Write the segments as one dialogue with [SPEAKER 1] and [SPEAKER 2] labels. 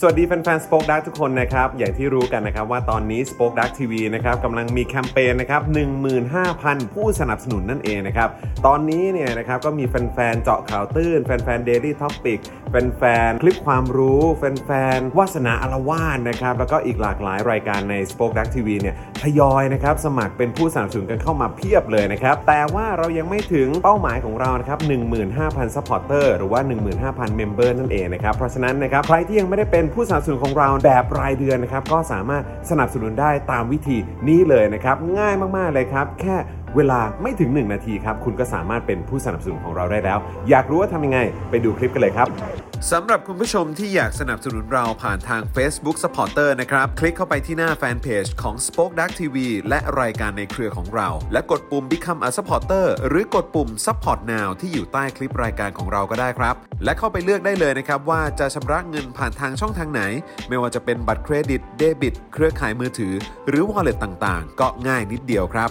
[SPEAKER 1] สวัสดีแฟนๆ Spoke Dark ทุกคนนะครับ อย่างที่รู้กันนะครับว่าตอนนี้ Spoke Dark TV นะครับกำลังมีแคมเปญนะครับ15,000 ผู้สนับสนุนนั่นเองนะครับ ตอนนี้เนี่ยนะครับก็มีแฟนๆ เจาะข่าวตื้น แฟนๆ Daily Topic แฟนๆ คลิปความรู้ แฟนๆ วาสนาอารวาสนะครับ แล้วก็อีกหลากหลายรายการใน Spoke Dark TV เนี่ยทยอยนะครับสมัครเป็นผู้สนับสนุนกันเข้ามาเพียบเลยนะครับ แต่ว่าเรายังไม่ถึงเป้าหมายของเรานะครับ15,000 supporter หรือว่า 15,000 member นั่นเองนะครับ เพราะฉะนั้นนะครับใครที่ยังไม่ได้เป็นผู้สนับสนุนของเราแบบรายเดือนนะครับ ก็สามารถสนับสนุนได้ตามวิธีนี้เลยนะครับ ง่ายมากๆเลยครับ แค่เวลาไม่ถึง 1 นาทีครับ คุณก็สามารถเป็นผู้สนับสนุนของเราได้แล้ว อยากรู้ว่าทำยังไง ไปดูคลิปกันเลยครับ สำหรับคุณผู้ชมที่อยากสนับสนุนเราผ่านทาง Facebook Supporter นะครับ คลิกเข้าไปที่หน้าแฟนเพจของ Spoke Dark TV และรายการในเครือของเรา และกดปุ่ม Become a Supporter หรือกดปุ่ม Support Now ที่อยู่ใต้คลิปรายการของเราก็ได้ครับ และเข้าไปเลือกได้เลยนะครับว่าจะชำระเงินผ่านทางช่องทางไหน ไม่ว่าจะเป็นบัตรเครดิตเดบิต เครือข่ายมือถือ หรือ Wallet ต่างๆ ก็ง่ายนิดเดียวครับ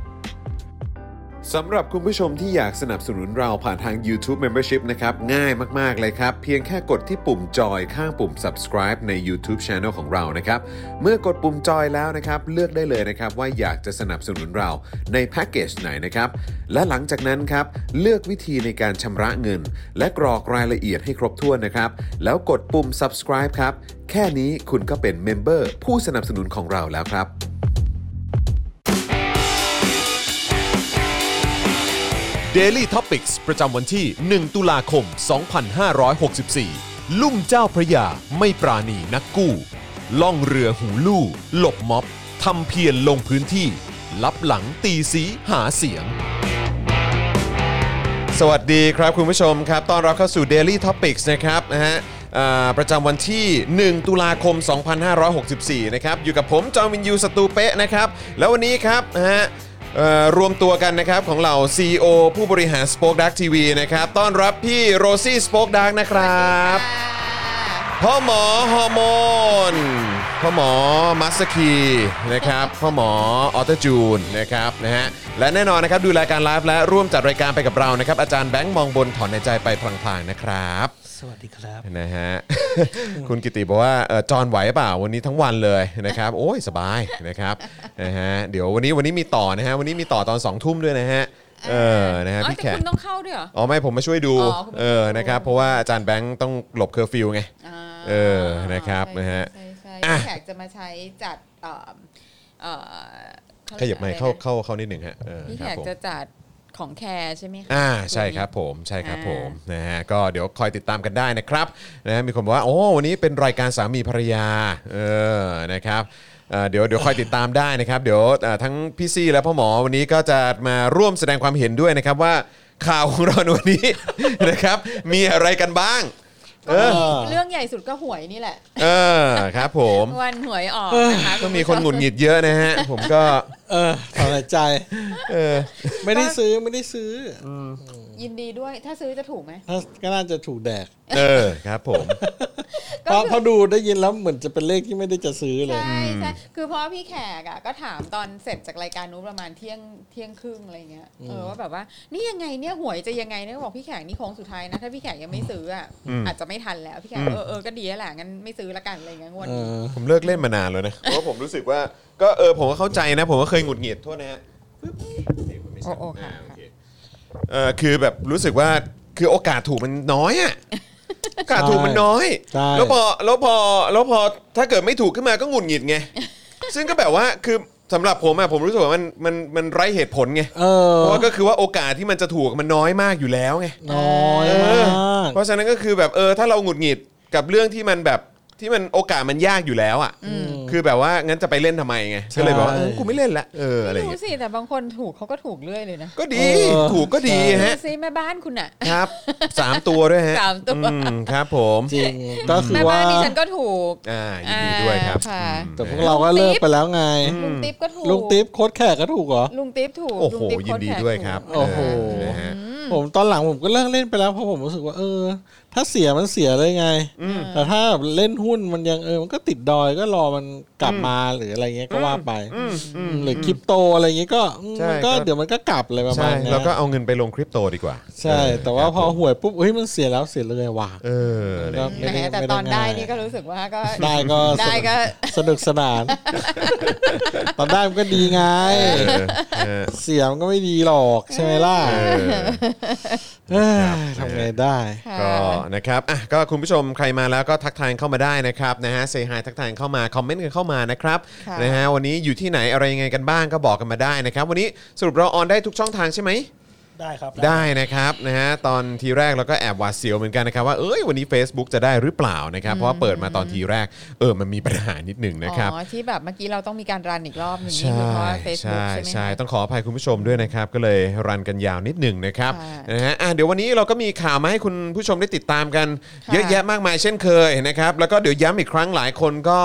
[SPEAKER 1] สำหรับคุณผู้ชมที่อยากสนับสนุนเราผ่านทาง YouTube Membership นะครับ ง่ายมาก ๆ เลยครับ เพียงแค่กดที่ปุ่มจอยข้างปุ่ม subscribe ใน YouTube Channel ของเรานะครับ เมื่อกดปุ่มจอยแล้วนะครับ เลือกได้เลยนะครับ ว่าอยากจะสนับสนุนเราในแพ็กเกจไหนนะครับ และหลังจากนั้นครับ เลือกวิธีในการชำระเงิน และกรอกรายละเอียดให้ครบถ้วนนะครับ แล้วกดปุ่ม subscribe ครับ แค่นี้คุณก็เป็นเมมเบอร์ผู้สนับสนุนของเราแล้วครับ
[SPEAKER 2] Daily Topics ประจำวันที่ 1 ตุลาคม 2564 ลุ่มเจ้าพระยาไม่ปราณีนักกู้ ล่องเรือหูลู่ หลบม็อบ ทำเพียรลงพื้นที่ ลับหลังตีสีหาเสียง สวัสดีครับคุณผู้ชมครับต้อนรับเข้าสู่ Daily Topics นะครับนะฮะอ่าประจำวันที่ 1 ตุลาคม 2564 นะครับ อยู่กับผมจอมวินยูสตูเป๊ะนะครับ แล้ววันนี้ครับนะฮะเอ่อรวมตัวกันนะครับของเหล่า CEO ผู้บริหาร Spoke Dark TV นะครับ ต้อนรับพี่โรซี่ Spoke Dark นะครับ พ่อหมอฮอร์โมน พ่อหมอมัสคีนะครับ พ่อหมอออเตอร์จูนนะครับนะฮะ และแน่นอนนะครับดูรายการไลฟ์และร่วมจัดรายการไปกับเรานะครับ อาจารย์แบงค์มองบนถอนในใจไปพลางๆนะครับ
[SPEAKER 3] สวัสดีครับ
[SPEAKER 2] นะฮะ คุณกิติบอกว่าเอ่อจอนไหวเปล่าวันนี้ทั้งวันเลยนะครับ โอ้ยสบายนะครับนะฮะเดี๋ยววันนี้วันนี้มีต่อนะฮะวันนี้มีต่อตอน2องทุ่มด้วยนะฮะเออนะฮะ
[SPEAKER 4] อ๋อ
[SPEAKER 2] พี่
[SPEAKER 4] แต่
[SPEAKER 2] แขก
[SPEAKER 4] คุณต้องเข้าด้วยเหรอ
[SPEAKER 2] อ๋อไม่ผมมาช่วยดู
[SPEAKER 4] อ๋อคุณมาช่วยดู
[SPEAKER 2] เออนะครับเพราะว่าอาจารย์แบงค์ต้องหลบเคอร์ฟิวไง
[SPEAKER 4] อ่า
[SPEAKER 2] เออนะครับนะฮะ
[SPEAKER 4] ใช่ใช่
[SPEAKER 2] อ่ะ
[SPEAKER 4] ใช่แขกจะมาใช้จัดเอ่อเอ่อเขา
[SPEAKER 2] ข
[SPEAKER 4] เรี
[SPEAKER 2] ยั
[SPEAKER 4] ย
[SPEAKER 2] บ
[SPEAKER 4] ก
[SPEAKER 2] ไม
[SPEAKER 4] อะ
[SPEAKER 2] ค์
[SPEAKER 4] รนะ
[SPEAKER 2] เข้าเข้าเข้านิดหนึ่งฮะเออ
[SPEAKER 4] พี่
[SPEAKER 2] ค
[SPEAKER 4] แข
[SPEAKER 2] รับ
[SPEAKER 4] ก
[SPEAKER 2] ผม
[SPEAKER 4] จะจัดของแคร์ใช่ไหมคะ
[SPEAKER 2] อ่าใช่ครับผมใช่ครับผมนะฮะก็เดี๋ยวคอยติดตามกันได้นะครับนะฮะมีคนบอกว่าโอ้วันนี้เป็นรายการสามีภรรยาเออนะครับเอ่อเดี๋ยวเดี๋ยวคอยติดตามได้นะครับ เดี๋ยวเอ่อทั้งพี่ซี่และพ่อหมอวันนี้ก็จะมาร่วมแสดงความเห็นด้วยนะครับว่าข่าวของเราในวันนี้ นะครับ มีอะไรกันบ้าง เออ
[SPEAKER 4] เรื่องใหญ่สุดก็หวยนี่แหละ
[SPEAKER 2] เออครับ ผม
[SPEAKER 4] วันหวยออกนะคะ
[SPEAKER 2] ก็มีคนหงุดหงิดเยอะนะฮะผมก็
[SPEAKER 3] เออถอนหายใจ
[SPEAKER 2] เออ
[SPEAKER 3] ไม่ได้ซื้อไม่ได้ซื้ออ
[SPEAKER 4] ยินดีด้วยถ้าซื้อจะถูกไหม
[SPEAKER 3] ถ้าก็น่าจะถูกแดก
[SPEAKER 2] เออครับผม
[SPEAKER 4] ก็
[SPEAKER 3] เพราะเพ
[SPEAKER 4] คือ
[SPEAKER 3] ราะดูได้ยินแล้วเหมือนจะเป็นเลขที่ไม่ได้จะซื้อเลย
[SPEAKER 4] ใช่ใช่คือเพราะว่าพี่แขกอ่ะก็ถามตอนเสร็จจากรายการนู้นประมาณเที่ยงเที่ยงครึ่งอะไรเงี้ยเออว่าแบบว่านี่ยังไงเนี่ยหวยจะยังไงเนี่ยบอกพี่แขกนี่โค้งสุดท้ายนะถ้าพี่แขกยังไม่ซื้ออ่ะอาจจะไม่ทันแล้วพี่แขกเออเออก็ดีแล้วแหละงั้นไม่ซื้อละกันอะไรเงี้ยงวด
[SPEAKER 3] เอ
[SPEAKER 4] นี้
[SPEAKER 3] อ
[SPEAKER 2] ผมเลิกเล่นมานานแล้วนะ เพราะว่าผมรู้สึกว่าก็เออผมก็เข้าใจนะ ผมก็เคยหงุดหงิดโทษนะฮะปึ๊บเสียงมันไม่
[SPEAKER 4] โอ้
[SPEAKER 2] ชัด
[SPEAKER 4] โอ้ค่ะ
[SPEAKER 2] อ่าโอ
[SPEAKER 4] ค่ะ
[SPEAKER 2] เคเออคือแบบรู้สึกว่าคือโอกาสถูกมันน้อยอะโอกาสถูกมันน้อย
[SPEAKER 3] ใช่
[SPEAKER 2] แล้วพอแล้วพอแล้วพอถ้าเกิดไม่ถูกขึ้นมาก็หงุดหงิด ไง ซึ่งก็แบบว่าคือสำหรับผมอะผมรู้สึกว่ามันมันมันไร้เหตุผลไง
[SPEAKER 3] เออ
[SPEAKER 2] เพราะว่าก็คือว่าโอกาสที่มันจะถูกมันน้อยมากอยู่แล้วไง
[SPEAKER 3] น้อย
[SPEAKER 2] เอ
[SPEAKER 3] ม
[SPEAKER 2] อ
[SPEAKER 3] าก
[SPEAKER 2] เพราะฉะนั้นก็คือแบบเออถ้าเราหงุดหงิดกับเรื่องที่มันแบบที่มันโอกาสมันยากอยู่แล้วอ่ะคือแบบว่างั้นจะไปเล่นทำไมไงก็เลยแบบว่าเออกูไม่เล่นละเอออะไรอย่าง
[SPEAKER 4] ดู
[SPEAKER 2] เงี้ย
[SPEAKER 4] สิแต่บางคนถูกเขาก็ถูกเรื่อยเลยนะ
[SPEAKER 2] ก็ดีถูกก็ดี
[SPEAKER 4] ดู
[SPEAKER 2] ฮะ
[SPEAKER 4] สิแม่บ้านคุณอ่ะ
[SPEAKER 2] ครับสามตัวด้วยฮะ
[SPEAKER 4] สามตัว
[SPEAKER 2] อืมครับ ผม
[SPEAKER 3] จริงก็คื
[SPEAKER 4] แม่
[SPEAKER 3] อ
[SPEAKER 4] บ้า
[SPEAKER 3] ว่า
[SPEAKER 4] นดิฉันก็ถูก
[SPEAKER 2] อ่ายินดีด้วยครับ
[SPEAKER 4] อ่าะ
[SPEAKER 3] แต่พวกเราก็เลิกไปแล้วไง
[SPEAKER 4] ลุงติ๊บก็ถูก
[SPEAKER 3] ลุงติ๊บโค้ดแขกก็ถูกเหรอ
[SPEAKER 4] ลุงติ๊บถูก
[SPEAKER 2] โอ้โห
[SPEAKER 4] ลุงติ๊บ
[SPEAKER 2] ยินดี
[SPEAKER 4] โแขก
[SPEAKER 2] ด้วย
[SPEAKER 4] ถูก
[SPEAKER 2] ครับ
[SPEAKER 3] โอ้โห
[SPEAKER 2] เนะฮะ
[SPEAKER 3] ผมตอนหลังผมก็เลิกเล่นไปแล้วเพราะผมรู้สึกว่าเออ ถ้าเสียมันเสียเลยไง แต่ถ้าเล่นหุ้นมันยังเออมันก็ติดดอยก็รอมันกลับมาหรืออะไรเงี้ยก็ว่าไปอืมหรือคริปโตอะไรเงี้ยก็อืม
[SPEAKER 2] ใช่
[SPEAKER 3] มันก็
[SPEAKER 2] ก็
[SPEAKER 3] เดี๋ยวมันก็กลับอะไรประมา
[SPEAKER 2] ใช่
[SPEAKER 3] ณเนี้ย
[SPEAKER 2] แล้วก็เอาเงินไปลงคริปโตดีกว่า
[SPEAKER 3] ใช่
[SPEAKER 2] เ
[SPEAKER 3] แต่ว่า
[SPEAKER 2] ครับ
[SPEAKER 3] พอหวยปุ๊บเฮ้ยมันเสียแล้วเสียเลยว่ะ
[SPEAKER 2] เอออะไรอย่างเงี้ย
[SPEAKER 3] ไม่ได้
[SPEAKER 4] แหมแต่
[SPEAKER 3] ไม่ได้
[SPEAKER 4] ตอนได้
[SPEAKER 3] ง่าย
[SPEAKER 4] นี่ก็รู้สึกว่าก็
[SPEAKER 3] ได้ก็
[SPEAKER 4] ได้ก็
[SPEAKER 3] สนุกสนาน ตอนได้มันก็ดีไง
[SPEAKER 2] เออเออ
[SPEAKER 3] เสียมันก็ไม่ดีหรอกใช่ไหมล่ะ
[SPEAKER 2] เออ
[SPEAKER 3] เอ้ย
[SPEAKER 2] ครับ
[SPEAKER 3] ทำไงได้
[SPEAKER 4] ค่ะ
[SPEAKER 2] ก็นะครับอ่ะก็คุณผู้ชมใครมาแล้วก็ทักทายเข้ามาได้นะครับนะฮะเซฮายทักทายเข้ามาคอมเมนต์กันเข้ามานะครับ
[SPEAKER 4] ค่ะ
[SPEAKER 2] นะฮะวันนี้อยู่ที่ไหนอะไรยังไงกันบ้างก็บอกกันมาได้นะครับ วันนี้สรุปเราออนได้ทุกช่องทางใช่ไหม
[SPEAKER 5] ได้ครับ
[SPEAKER 2] ได้นะครับนะฮะตอนทีแรกเราก็แอบหวาดเสียวเหมือนกันนะครับว่าเอ้ยวันนี้ Facebook จะได้หรือเปล่านะครับ เพราะว่าเปิดมาตอนทีแรกเออมันมีปัญหานิดหนึ่งนะครับ
[SPEAKER 4] อ๋อที่แบบเมื่อกี้เราต้องมีการรันอีกรอบหนึ่ง
[SPEAKER 2] ใช่
[SPEAKER 4] นี่คือเพราะเฟซบุ๊ก
[SPEAKER 2] ใช่
[SPEAKER 4] ใช่ไหม
[SPEAKER 2] ใช่
[SPEAKER 4] คะ
[SPEAKER 2] ต้องขออภัยคุณผู้ชมด้วยนะครับ ก็เลยรันกันยาวนิดหนึ่งนะครับ
[SPEAKER 4] ค่ะ
[SPEAKER 2] นะฮะอ่ะเดี๋ยววันนี้เราก็มีข่าวมาให้คุณผู้ชมได้ติดตามกัน
[SPEAKER 4] ค่ะ
[SPEAKER 2] เยอะแยะมากมายเช่นเคยนะครับแล้วก็เดี๋ยวย้ำอีกครั้งหลายคนก็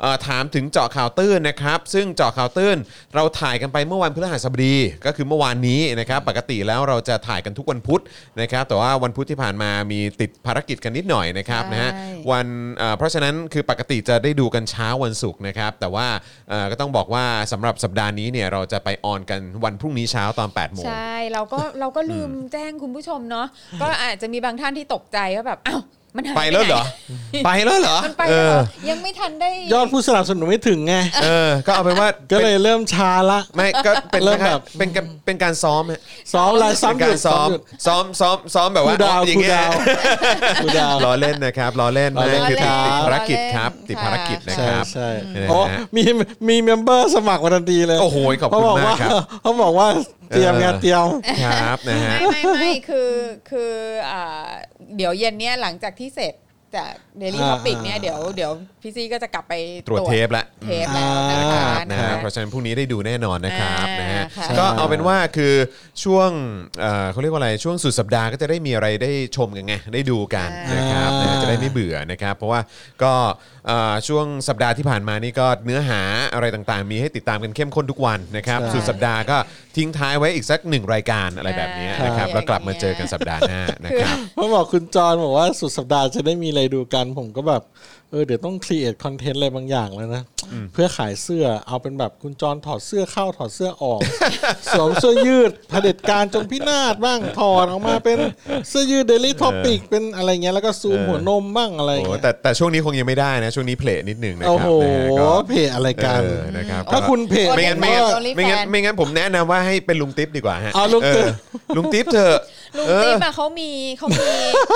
[SPEAKER 2] เอ่อถามถึงเจาะข่าวตื้นนะครับซึ่งเจาะข่าวตื้น เราถ่ายกันไปเมื่อวันพฤหัสบดีก็คือเมื่อวานนี้นะครับปกติแล้วเราจะถ่ายกันทุกวันพุธนะครับแต่ว่าวันพุธที่ผ่านมามีติดภารกิจกันนิดหน่อยนะครับนะฮะ วันเอ่อเพราะฉะนั้นคือปกติจะได้ดูกันเช้าวันศุกร์นะครับ แต่ว่าเอ่อก็ต้องบอกว่าสำหรับสัปดาห์นี้เนี่ยเราจะไปออนกันวันพรุ่งนี้เช้าตอน8โมง
[SPEAKER 4] ใช่เราก็เราก็ลืมแจ้งคุณผู้ชมเนาะก็อาจจะมีบางท่านที่ตกใจว่าแบบอ้าวมันหาย
[SPEAKER 2] ไปแล้วเหรอ ไปแล้วเหรอ
[SPEAKER 4] มันไป
[SPEAKER 2] เอ
[SPEAKER 4] แล้วเหร
[SPEAKER 2] อ
[SPEAKER 4] อยังไม่ทันได้
[SPEAKER 3] ยอดผู้สนับสนุนไม่ถึงไง
[SPEAKER 2] เออก็เอาเป็นว่า
[SPEAKER 3] ก็เลยเริ่มช้าละ
[SPEAKER 2] ไม่ก็เป็น
[SPEAKER 3] เริ่มแบบ
[SPEAKER 2] เป็นการเป็นการซ้อมฮะ
[SPEAKER 3] ซ้อมอะไรซ้อม
[SPEAKER 2] เป็น
[SPEAKER 3] ห
[SPEAKER 2] กา
[SPEAKER 3] ยุ
[SPEAKER 2] ร
[SPEAKER 3] ด
[SPEAKER 2] ซ้อม
[SPEAKER 3] หยุด
[SPEAKER 2] ซ้อมซ้อมซ้อมแบบ
[SPEAKER 3] ครู
[SPEAKER 2] ว่า
[SPEAKER 3] ดาว
[SPEAKER 2] อย่า
[SPEAKER 3] ค
[SPEAKER 2] ง
[SPEAKER 3] รู
[SPEAKER 2] เงี้ย
[SPEAKER 3] ดาวครูดาว
[SPEAKER 2] ล้อเล่นนะครับล้อเล่น
[SPEAKER 3] ล้อเล่น
[SPEAKER 2] นะคือติด
[SPEAKER 3] ครับ
[SPEAKER 2] ภารกิจครับติดภารกิจนะ
[SPEAKER 3] ใช่
[SPEAKER 2] ครับ
[SPEAKER 3] ใช่
[SPEAKER 2] นะฮะ
[SPEAKER 3] โอ้มีมีเมมเบอร์สมัครวันทันทีเลย
[SPEAKER 2] โอ้โหขอบ
[SPEAKER 3] เขา
[SPEAKER 2] คุณ
[SPEAKER 3] บอก
[SPEAKER 2] มาก
[SPEAKER 3] ว่า
[SPEAKER 2] ครับ
[SPEAKER 3] เขาบอกว่าเตรียมไง
[SPEAKER 2] เออ
[SPEAKER 3] เตรียม
[SPEAKER 2] ครับนะฮะ
[SPEAKER 4] ไม่ไม่ไม่คือคืออ่าเดี๋ยวเย็นเนี้ยหลังจากที่เสร็จจากเดลี่
[SPEAKER 3] อ่า
[SPEAKER 4] ท็อปิกเนี่ย
[SPEAKER 3] อ่า
[SPEAKER 4] เดี๋ยวเดี๋ยวพี่ซี่ก็จะกลับไป
[SPEAKER 2] ตรวจเทปละ
[SPEAKER 4] เทปแล้วนะคะ
[SPEAKER 2] ครับนะ
[SPEAKER 4] นะ
[SPEAKER 2] ฮะ
[SPEAKER 4] คะ
[SPEAKER 2] เพราะฉะนั้นพรุ่งนี้ได้ดูแน่นอนนะครับ
[SPEAKER 4] อ่าน
[SPEAKER 2] นะฮะ
[SPEAKER 4] ค่ะ
[SPEAKER 2] ก็เอาเป็นว่าคือช่วงเอ่อเขาเรียกว่าอะไรช่วงสุดสัปดาห์ก็จะได้มีอะไรได้ชมกันไงได้ดูกันนะครับ
[SPEAKER 3] อ่าน
[SPEAKER 2] นะจะได้ไม่เบื่อนะครับ เพราะว่าก็เอ่อช่วงสัปดาห์ที่ผ่านมานี่ก็เนื้อหาอะไรต่างๆ มีให้ติดตามกันเข้มข้นทุกวันนะครับสุดสัปดาห์ก็ทิ้งท้ายไว้อีกสักหนึ่งรายการอะไรแบบนี้นะครับแล้วกลับมาเจอกันสัปดาห์หน้านะครับ
[SPEAKER 3] เขาบอกคุณจอนบอกว่าสุดสัปดาห์จะได้มีอะไรดูกัน ผมก็แบบเออเดี๋ยวต้องครีเอทคอนเทนต์อะไรบางอย่างแล้วนะเพื่อขายเสื้อเอาเป็นแบบคุณจอนถอดเสื้อเข้าถอดเสื้อออก สวมเสื้อยืดเผด็จการจงพินาศบ้างถอดออกมาเป็นเสื้อยืดเดลี่ท็อปิกเป็นอะไรเงี้ยแล้วก็ซูมหัวนมบ้างอะไร
[SPEAKER 2] โอ้
[SPEAKER 3] เงี้ย
[SPEAKER 2] แต่แต่ช่วงนี้คงยังไม่ได้นะช่วงนี้เพลทนิดหนึ่งนะ
[SPEAKER 3] โอ้
[SPEAKER 2] ครั
[SPEAKER 3] โห
[SPEAKER 2] บนะฮะก็
[SPEAKER 3] เพจอะไรกัน
[SPEAKER 2] เออนะครับ
[SPEAKER 3] ถ้า
[SPEAKER 2] ก็
[SPEAKER 3] คุณเพจ
[SPEAKER 2] ไม่งั้นไม่งั้น
[SPEAKER 4] โอลิแฟน
[SPEAKER 2] ไม่งั้นไม่งั้นผมแนะนำว่าให้เป็นลุงติ๊บดีกว่าฮะ
[SPEAKER 3] เอาลุง
[SPEAKER 2] เอ
[SPEAKER 3] ตึ๊
[SPEAKER 2] อก ลุงติ๊บเถอะ
[SPEAKER 4] ลุงติ๊บอะเขามีเขามี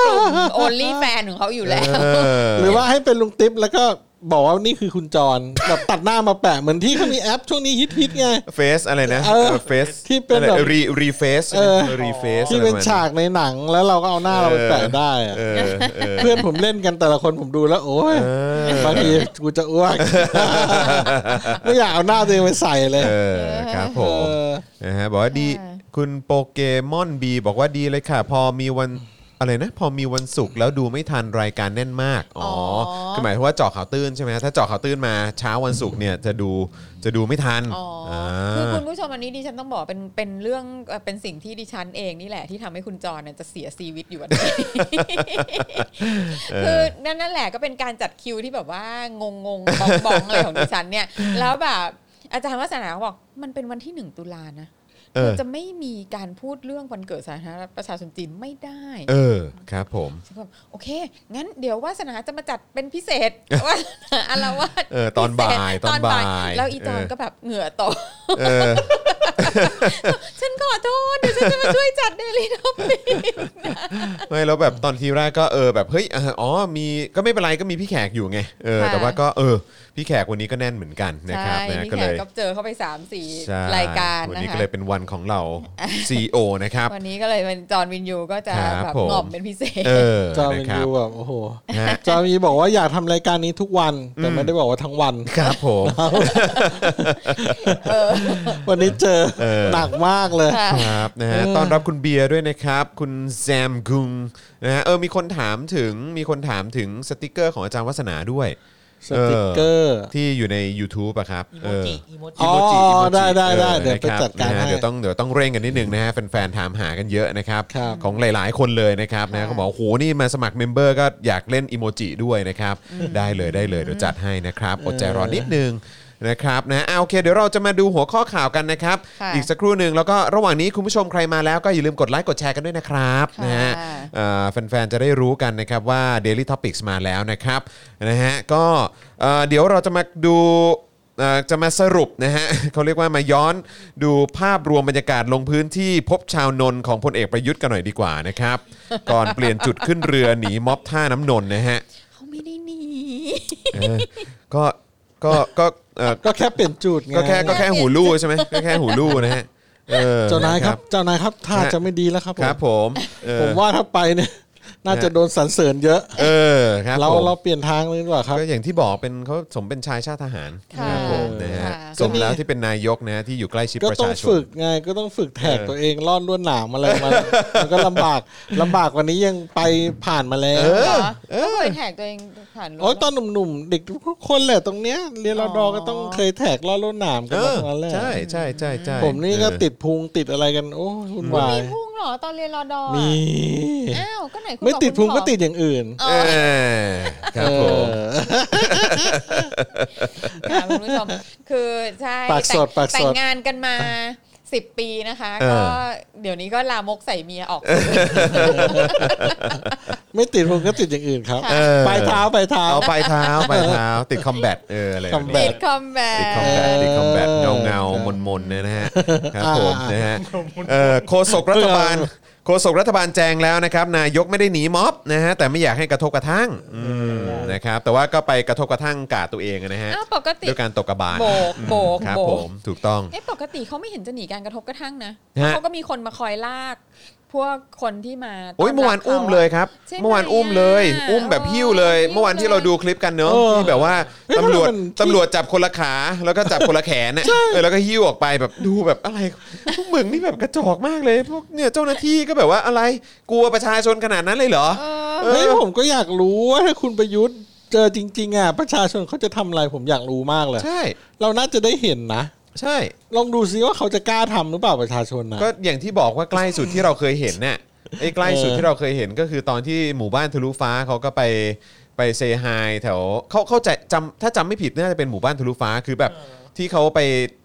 [SPEAKER 4] กลุ่มโอลี่แฟนของเขาอยู่แล้ว
[SPEAKER 2] เออ
[SPEAKER 3] หรือว่าให้เป็นลุงติ๊บแล้วก็บอกว่านี่คือคุณจ ร แบบตัดหน้ามาแปะเหมือนที่เขามีแอปช่วงนี้ฮิตๆไง
[SPEAKER 2] เฟซอะไรนะ
[SPEAKER 3] เออ
[SPEAKER 2] เฟซ
[SPEAKER 3] ที่เป็นแบบ
[SPEAKER 2] รีรีเฟซ
[SPEAKER 3] เออ
[SPEAKER 2] รีเฟซ
[SPEAKER 3] ที่เป็นฉากในหนังแล้วเราก็เอาหน้าเราไปแปะได้อะ
[SPEAKER 2] เออเออ
[SPEAKER 3] เพื่อนผมเล่นกันแต่ละคนผมดูแล้ว โอ้ยบางทีกูจะอ้วก ไม่อยากเอาหน้าตัวเองไปใส่เลย
[SPEAKER 2] เออครับผ
[SPEAKER 3] เอ
[SPEAKER 2] ม
[SPEAKER 3] อ
[SPEAKER 2] นะฮะบอกว่าดี
[SPEAKER 4] ค่ะ
[SPEAKER 2] คุณโปเกมอนบีบอกว่าดีเลยค่ะ พอมีวันอะไรนะ พอมีวันศุกร์แล้วดูไม่ทันรายการแน่นมาก อ๋อคือหมายถึงว่าเจาะข่าวตื้นใช่ไหมฮะถ้าเจาะข่าวตื้นมาเช้าวันศุกร์เนี่ยจะดูจะดูไม่ทัน
[SPEAKER 4] อ๋ออา คือคุณผู้ชมอันนี้ดิฉันต้องบอกเป็นเป็นเรื่องเอ่อเป็นสิ่งที่ดิฉันเองนี่แหละที่ทำให้คุณจรเนี่ยจะเสียชีวิตอยู่วันนี้ คือนั่นนั่นแหละก็เป็นการจัดคิวที่แบบว่างงงๆบองๆอะไรของดิฉันเนี่ย แล้วแบบอาจารย์วัฒนาบอกมันเป็นวันที่หนึ่งตุลานะ
[SPEAKER 2] เออ
[SPEAKER 4] คือจะไม่มีการพูดเรื่องวันเกิดสาธารณรัฐประชาชนจีนไม่ได้
[SPEAKER 2] เออครับผม
[SPEAKER 4] ฉันก็แบบโอเค งั้นเดี๋ยววาสนาจะมาจัดเป็นพิเศษ ว่าอารวาส
[SPEAKER 2] เออตอนบ่ายตอนบ่าย
[SPEAKER 4] แล้วอีจอนก็แบบเหงื่อตก
[SPEAKER 2] เออ
[SPEAKER 4] ฉันขอโทษเดี๋ยวฉันจะมาช่วยจัดเดลิทอปปิก
[SPEAKER 2] ไม่แล้วแบบตอนทีแรกก็เออแบบเฮ้ยเอออ๋อมีก็ไม่เป็นไรก็มีพี่แขกอยู่ไงเออแต่ว่าก็เออพี่แขกวันนี้ก็แน่นเหมือน กันนะค
[SPEAKER 4] ใช่
[SPEAKER 2] รับนะ
[SPEAKER 4] พี่
[SPEAKER 2] ก็
[SPEAKER 4] แข
[SPEAKER 2] เล
[SPEAKER 4] ก
[SPEAKER 2] ย
[SPEAKER 4] ก็เจอเข้าไป3ามสี่
[SPEAKER 2] ใช่
[SPEAKER 4] รายการ
[SPEAKER 2] วัน
[SPEAKER 4] นะ
[SPEAKER 2] นี้
[SPEAKER 4] คะ
[SPEAKER 2] ก็เลยเป็นวันของ เรา CEO นะครับ
[SPEAKER 4] วันนี้ก็เลยเป็นจอร์นวินยูก็จะ
[SPEAKER 2] ครับ
[SPEAKER 4] แบบ
[SPEAKER 2] ผม
[SPEAKER 4] งอมเป็นพิเศษ
[SPEAKER 2] เออ
[SPEAKER 3] จอม
[SPEAKER 2] นะ
[SPEAKER 3] น
[SPEAKER 2] ครั
[SPEAKER 3] ดู
[SPEAKER 2] บ
[SPEAKER 3] แบบโอ้โห
[SPEAKER 2] นะฮะ
[SPEAKER 3] จอมมีบอกว่าอยากทำรายการนี้ทุกวันแต่ไม่ได้บอกว่าทั้งวัน
[SPEAKER 2] ครับผม
[SPEAKER 3] วันนี้เจอ
[SPEAKER 2] เออ
[SPEAKER 3] หนักมากเลย
[SPEAKER 4] ค่ะ
[SPEAKER 2] ครับนะฮะต้อนรับคุณเบียร์ด้วยนะครับ คุณแซมกุงนะฮะเออมีคนถามถึงมีคนถามถึงสติกเกอร์ของอาจารย์วัฒนาด้วย
[SPEAKER 3] สติกเกอร์
[SPEAKER 2] ที่อยู่ใน YouTube อะครับ
[SPEAKER 5] อี
[SPEAKER 2] เออ
[SPEAKER 5] โมจิอีโม
[SPEAKER 3] อ๋
[SPEAKER 5] จิ
[SPEAKER 3] อ
[SPEAKER 2] Emoji Emoji
[SPEAKER 3] ได้ได้ได้
[SPEAKER 2] ออ
[SPEAKER 3] เดี๋ยวไป
[SPEAKER 2] นะครับ
[SPEAKER 3] จัดการ
[SPEAKER 2] นะฮะ
[SPEAKER 3] ให้
[SPEAKER 2] เดี๋ยวต้องเดี๋ยวต้องเร่งกันนิดนึงนะฮะแฟนๆถามหากันเยอะนะครับ
[SPEAKER 3] ครับ
[SPEAKER 2] ของหลายๆ คนเลยนะครับนะเขาบอกโอ้โหนี่มาสมัครเมมเบอร์ก็อยากเล่นอีโมจิด้วยนะครับได้เลยได้เลยเดี๋ยวจัดให้นะครับอดใจรอนิดนึงนะครับนะเอาโอเคเดี๋ยวเราจะมาดูหัวข้อข่าวกันนะครับ
[SPEAKER 4] ค่ะ
[SPEAKER 2] อีกสักครู่หนึ่งแล้วก็ระหว่างนี้คุณผู้ชมใครมาแล้วก็อย่าลืมกดไลค์กดแชร์กันด้วยนะครับ
[SPEAKER 4] ค่ะ
[SPEAKER 2] นะฮะ เอ่อแฟนๆ จะได้รู้กันนะครับว่า Daily Topics มาแล้วนะครับนะฮะก็เอ่อเดี๋ยวเราจะมาดูเอ่อจะมาสรุปนะฮ ะ เขาเรียกว่ามาย้อนดูภาพรวมบรรยากาศลงพื้นที่พบชาวนนท์ของพลเอกประยุทธ์กันหน่อยดีกว่า นะครับ ก่อนเปลี่ยนจุดขึ้นเรือหนีม็อบท่าน้ำนนท์นะฮะ
[SPEAKER 4] เขาไม่ได้หนี
[SPEAKER 2] เออก็ก็ก็เอ่อ
[SPEAKER 3] ก็แค่เปลี่ยนจุดไง
[SPEAKER 2] ก็แค่ก็แค่หูลู่ใช่ไหมก็แค่หูลู่นะฮะออ
[SPEAKER 3] เจ้านายครับเจ้านายครับท่าจะไม่ดีแล้วครับ
[SPEAKER 2] ครับ
[SPEAKER 3] ผม
[SPEAKER 2] ผมเออ
[SPEAKER 3] ผมว่าถ้าไปเนี่ย น่าจะโดนสรรเสริญเยอะ
[SPEAKER 2] เออครับ
[SPEAKER 3] เรา
[SPEAKER 2] ผม
[SPEAKER 3] เราเปลี่ยนทางเลยดีกว่าครับ
[SPEAKER 2] ก็อย่างที่บอกเป็นเขาสมเป็นชายชาติทหาร
[SPEAKER 4] ค่ะ
[SPEAKER 2] นะครับผมนะฮะ
[SPEAKER 4] ค่ะ
[SPEAKER 2] สมแล้วที่เป็นนายกนะฮะที่อยู่ใกล้ชิด
[SPEAKER 3] ก็
[SPEAKER 2] ประ
[SPEAKER 3] ต้อ
[SPEAKER 2] ชาง ช
[SPEAKER 3] ฝึ
[SPEAKER 2] น
[SPEAKER 3] กไงก็ต้องฝึกแท็ก
[SPEAKER 2] เออ
[SPEAKER 3] ตัวเองลอดลวดหนาม อะไรมามันก็ลำบากลำบากกว่านี้ยังไปผ่านมาแล้ว
[SPEAKER 4] เหรอก็เคยแท็กตัวเองผ่านรถ
[SPEAKER 3] โอ้ยตอนหนุ่มๆ เด็กทุกคนแหละตรงเนี้ยเรียนรอดอ
[SPEAKER 4] อ๋อ
[SPEAKER 3] ก็ต้องเคยแท็กลอดลวดหนามกั
[SPEAKER 2] เอนอ
[SPEAKER 3] มาทั้งนั้นแหละ
[SPEAKER 2] ใช่ใช่ใช่ใช่
[SPEAKER 3] ผมนี่ก็
[SPEAKER 2] เออ
[SPEAKER 3] ติดพุงติดอะไรกัน โอ้ยวุ่นวาย
[SPEAKER 4] มีพุ่งเหรอตอนเรียนรอดอ
[SPEAKER 3] มี
[SPEAKER 4] อ้าวก็ไหนคุณ
[SPEAKER 3] ไม่
[SPEAKER 4] บอก
[SPEAKER 3] ติด
[SPEAKER 4] คุ
[SPEAKER 3] พุง
[SPEAKER 4] ณผอม
[SPEAKER 3] ก็ติดอย่างอื่น
[SPEAKER 2] เออครับผม
[SPEAKER 3] เออ
[SPEAKER 4] ค่ะคุณผู้ชมคือใช่
[SPEAKER 3] ปากสด
[SPEAKER 4] แต่ง
[SPEAKER 3] ปากสด
[SPEAKER 4] แต่งงานกันมาสิบปีนะคะ ก็เดี๋ยวนี้ก็ลามกใส่เมียออก
[SPEAKER 3] ไม่ติดพุงก็ติดอย่างอื่นครับ
[SPEAKER 2] เออ
[SPEAKER 3] ปลายเท้าปลายเท้า
[SPEAKER 2] เอาปลายเท้าปลายเท้าติดคอมแบทเอออะไรแบบนี้
[SPEAKER 3] combat
[SPEAKER 4] ติดคอมแบ
[SPEAKER 2] ติดคอมแบทติดคอมแบทเงาเงาๆมนมนๆนะฮะครับผมนะฮะเออโฆษกรัฐบาลโฆษกรัฐบาลแจงแล้วนะครับ นายกไม่ได้หนีม็อบนะฮะแต่ไม่อยากให้กระทบกระทั่งอืมนะครับแต่ว่าก็ไปกระทบกระทั่งกาดตัวเองนะฮะ
[SPEAKER 4] อ้าวปกติ
[SPEAKER 2] ด้วยการตกกระบาล
[SPEAKER 4] โบกโบก
[SPEAKER 2] ครับ
[SPEAKER 4] โบก
[SPEAKER 2] ผมถูกต้อง
[SPEAKER 4] เอ๊ะปกติเขาไม่เห็นจะหนีการกระทบกระทั่งนะ
[SPEAKER 2] ฮะ
[SPEAKER 4] เขาก็มีคนมาคอยลาก พวกคนที่มา
[SPEAKER 2] โอ้ย
[SPEAKER 4] ต้
[SPEAKER 2] เมื่อวาน
[SPEAKER 4] รับขะ
[SPEAKER 2] อุ้มเลยครับ
[SPEAKER 4] ใช่ไหม
[SPEAKER 2] เมื่อวานอุ้มเลย
[SPEAKER 4] อ่ะ
[SPEAKER 2] อุ้มแบบ
[SPEAKER 4] เออ
[SPEAKER 2] หิ้วเลย
[SPEAKER 4] หิ้ว
[SPEAKER 2] เมื่อวานที่
[SPEAKER 4] เลย
[SPEAKER 2] เราดูคลิปกันเนอะ
[SPEAKER 3] เออ
[SPEAKER 2] ที่แบบว่า
[SPEAKER 3] เฮ้ย
[SPEAKER 2] ตำรวจ
[SPEAKER 3] มัน
[SPEAKER 2] ตำรวจจับคนละขาแล้วก็จับคนละแขนน่ะเออแล้วก็หิ้วออกไปแบบดูแบบอะไรพวกมึงนี่แบบกระจอกมากเลย พวกเนี่ยเจ้าหน้าที่ก็แบบว่าอะไรกลัวประชาชนขนาดนั้นเลยเหรอ
[SPEAKER 4] เออ
[SPEAKER 3] เฮ้ยผมก็อยากรู้ว่าถ้าคุณประยุทธ์เจอจริง ๆอ่ะประชาชนเขาจะทำอะไรผมอยากรู้มากเลย
[SPEAKER 2] ใช่
[SPEAKER 3] เราน่าจะได้เห็นนะ
[SPEAKER 2] ใช่
[SPEAKER 3] ลองดูซิว่าเขาจะกล้าทำหรือเปล่าประชาชนนะ
[SPEAKER 2] ก็อย่างที่บอกว่าใกล้สุดที่เราเคยเห็นเนี่ยไอ้ใกล้สุดที่เราเคยเห็นก็คือตอนที่หมู่บ้านทะลุฟ้าเขาก็ไปไปเซฮายแถวเขาเข้าใจจำถ้าจำไม่ผิดน่าจะเป็นหมู่บ้านทะลุฟ้าคือแบบที่เขาไป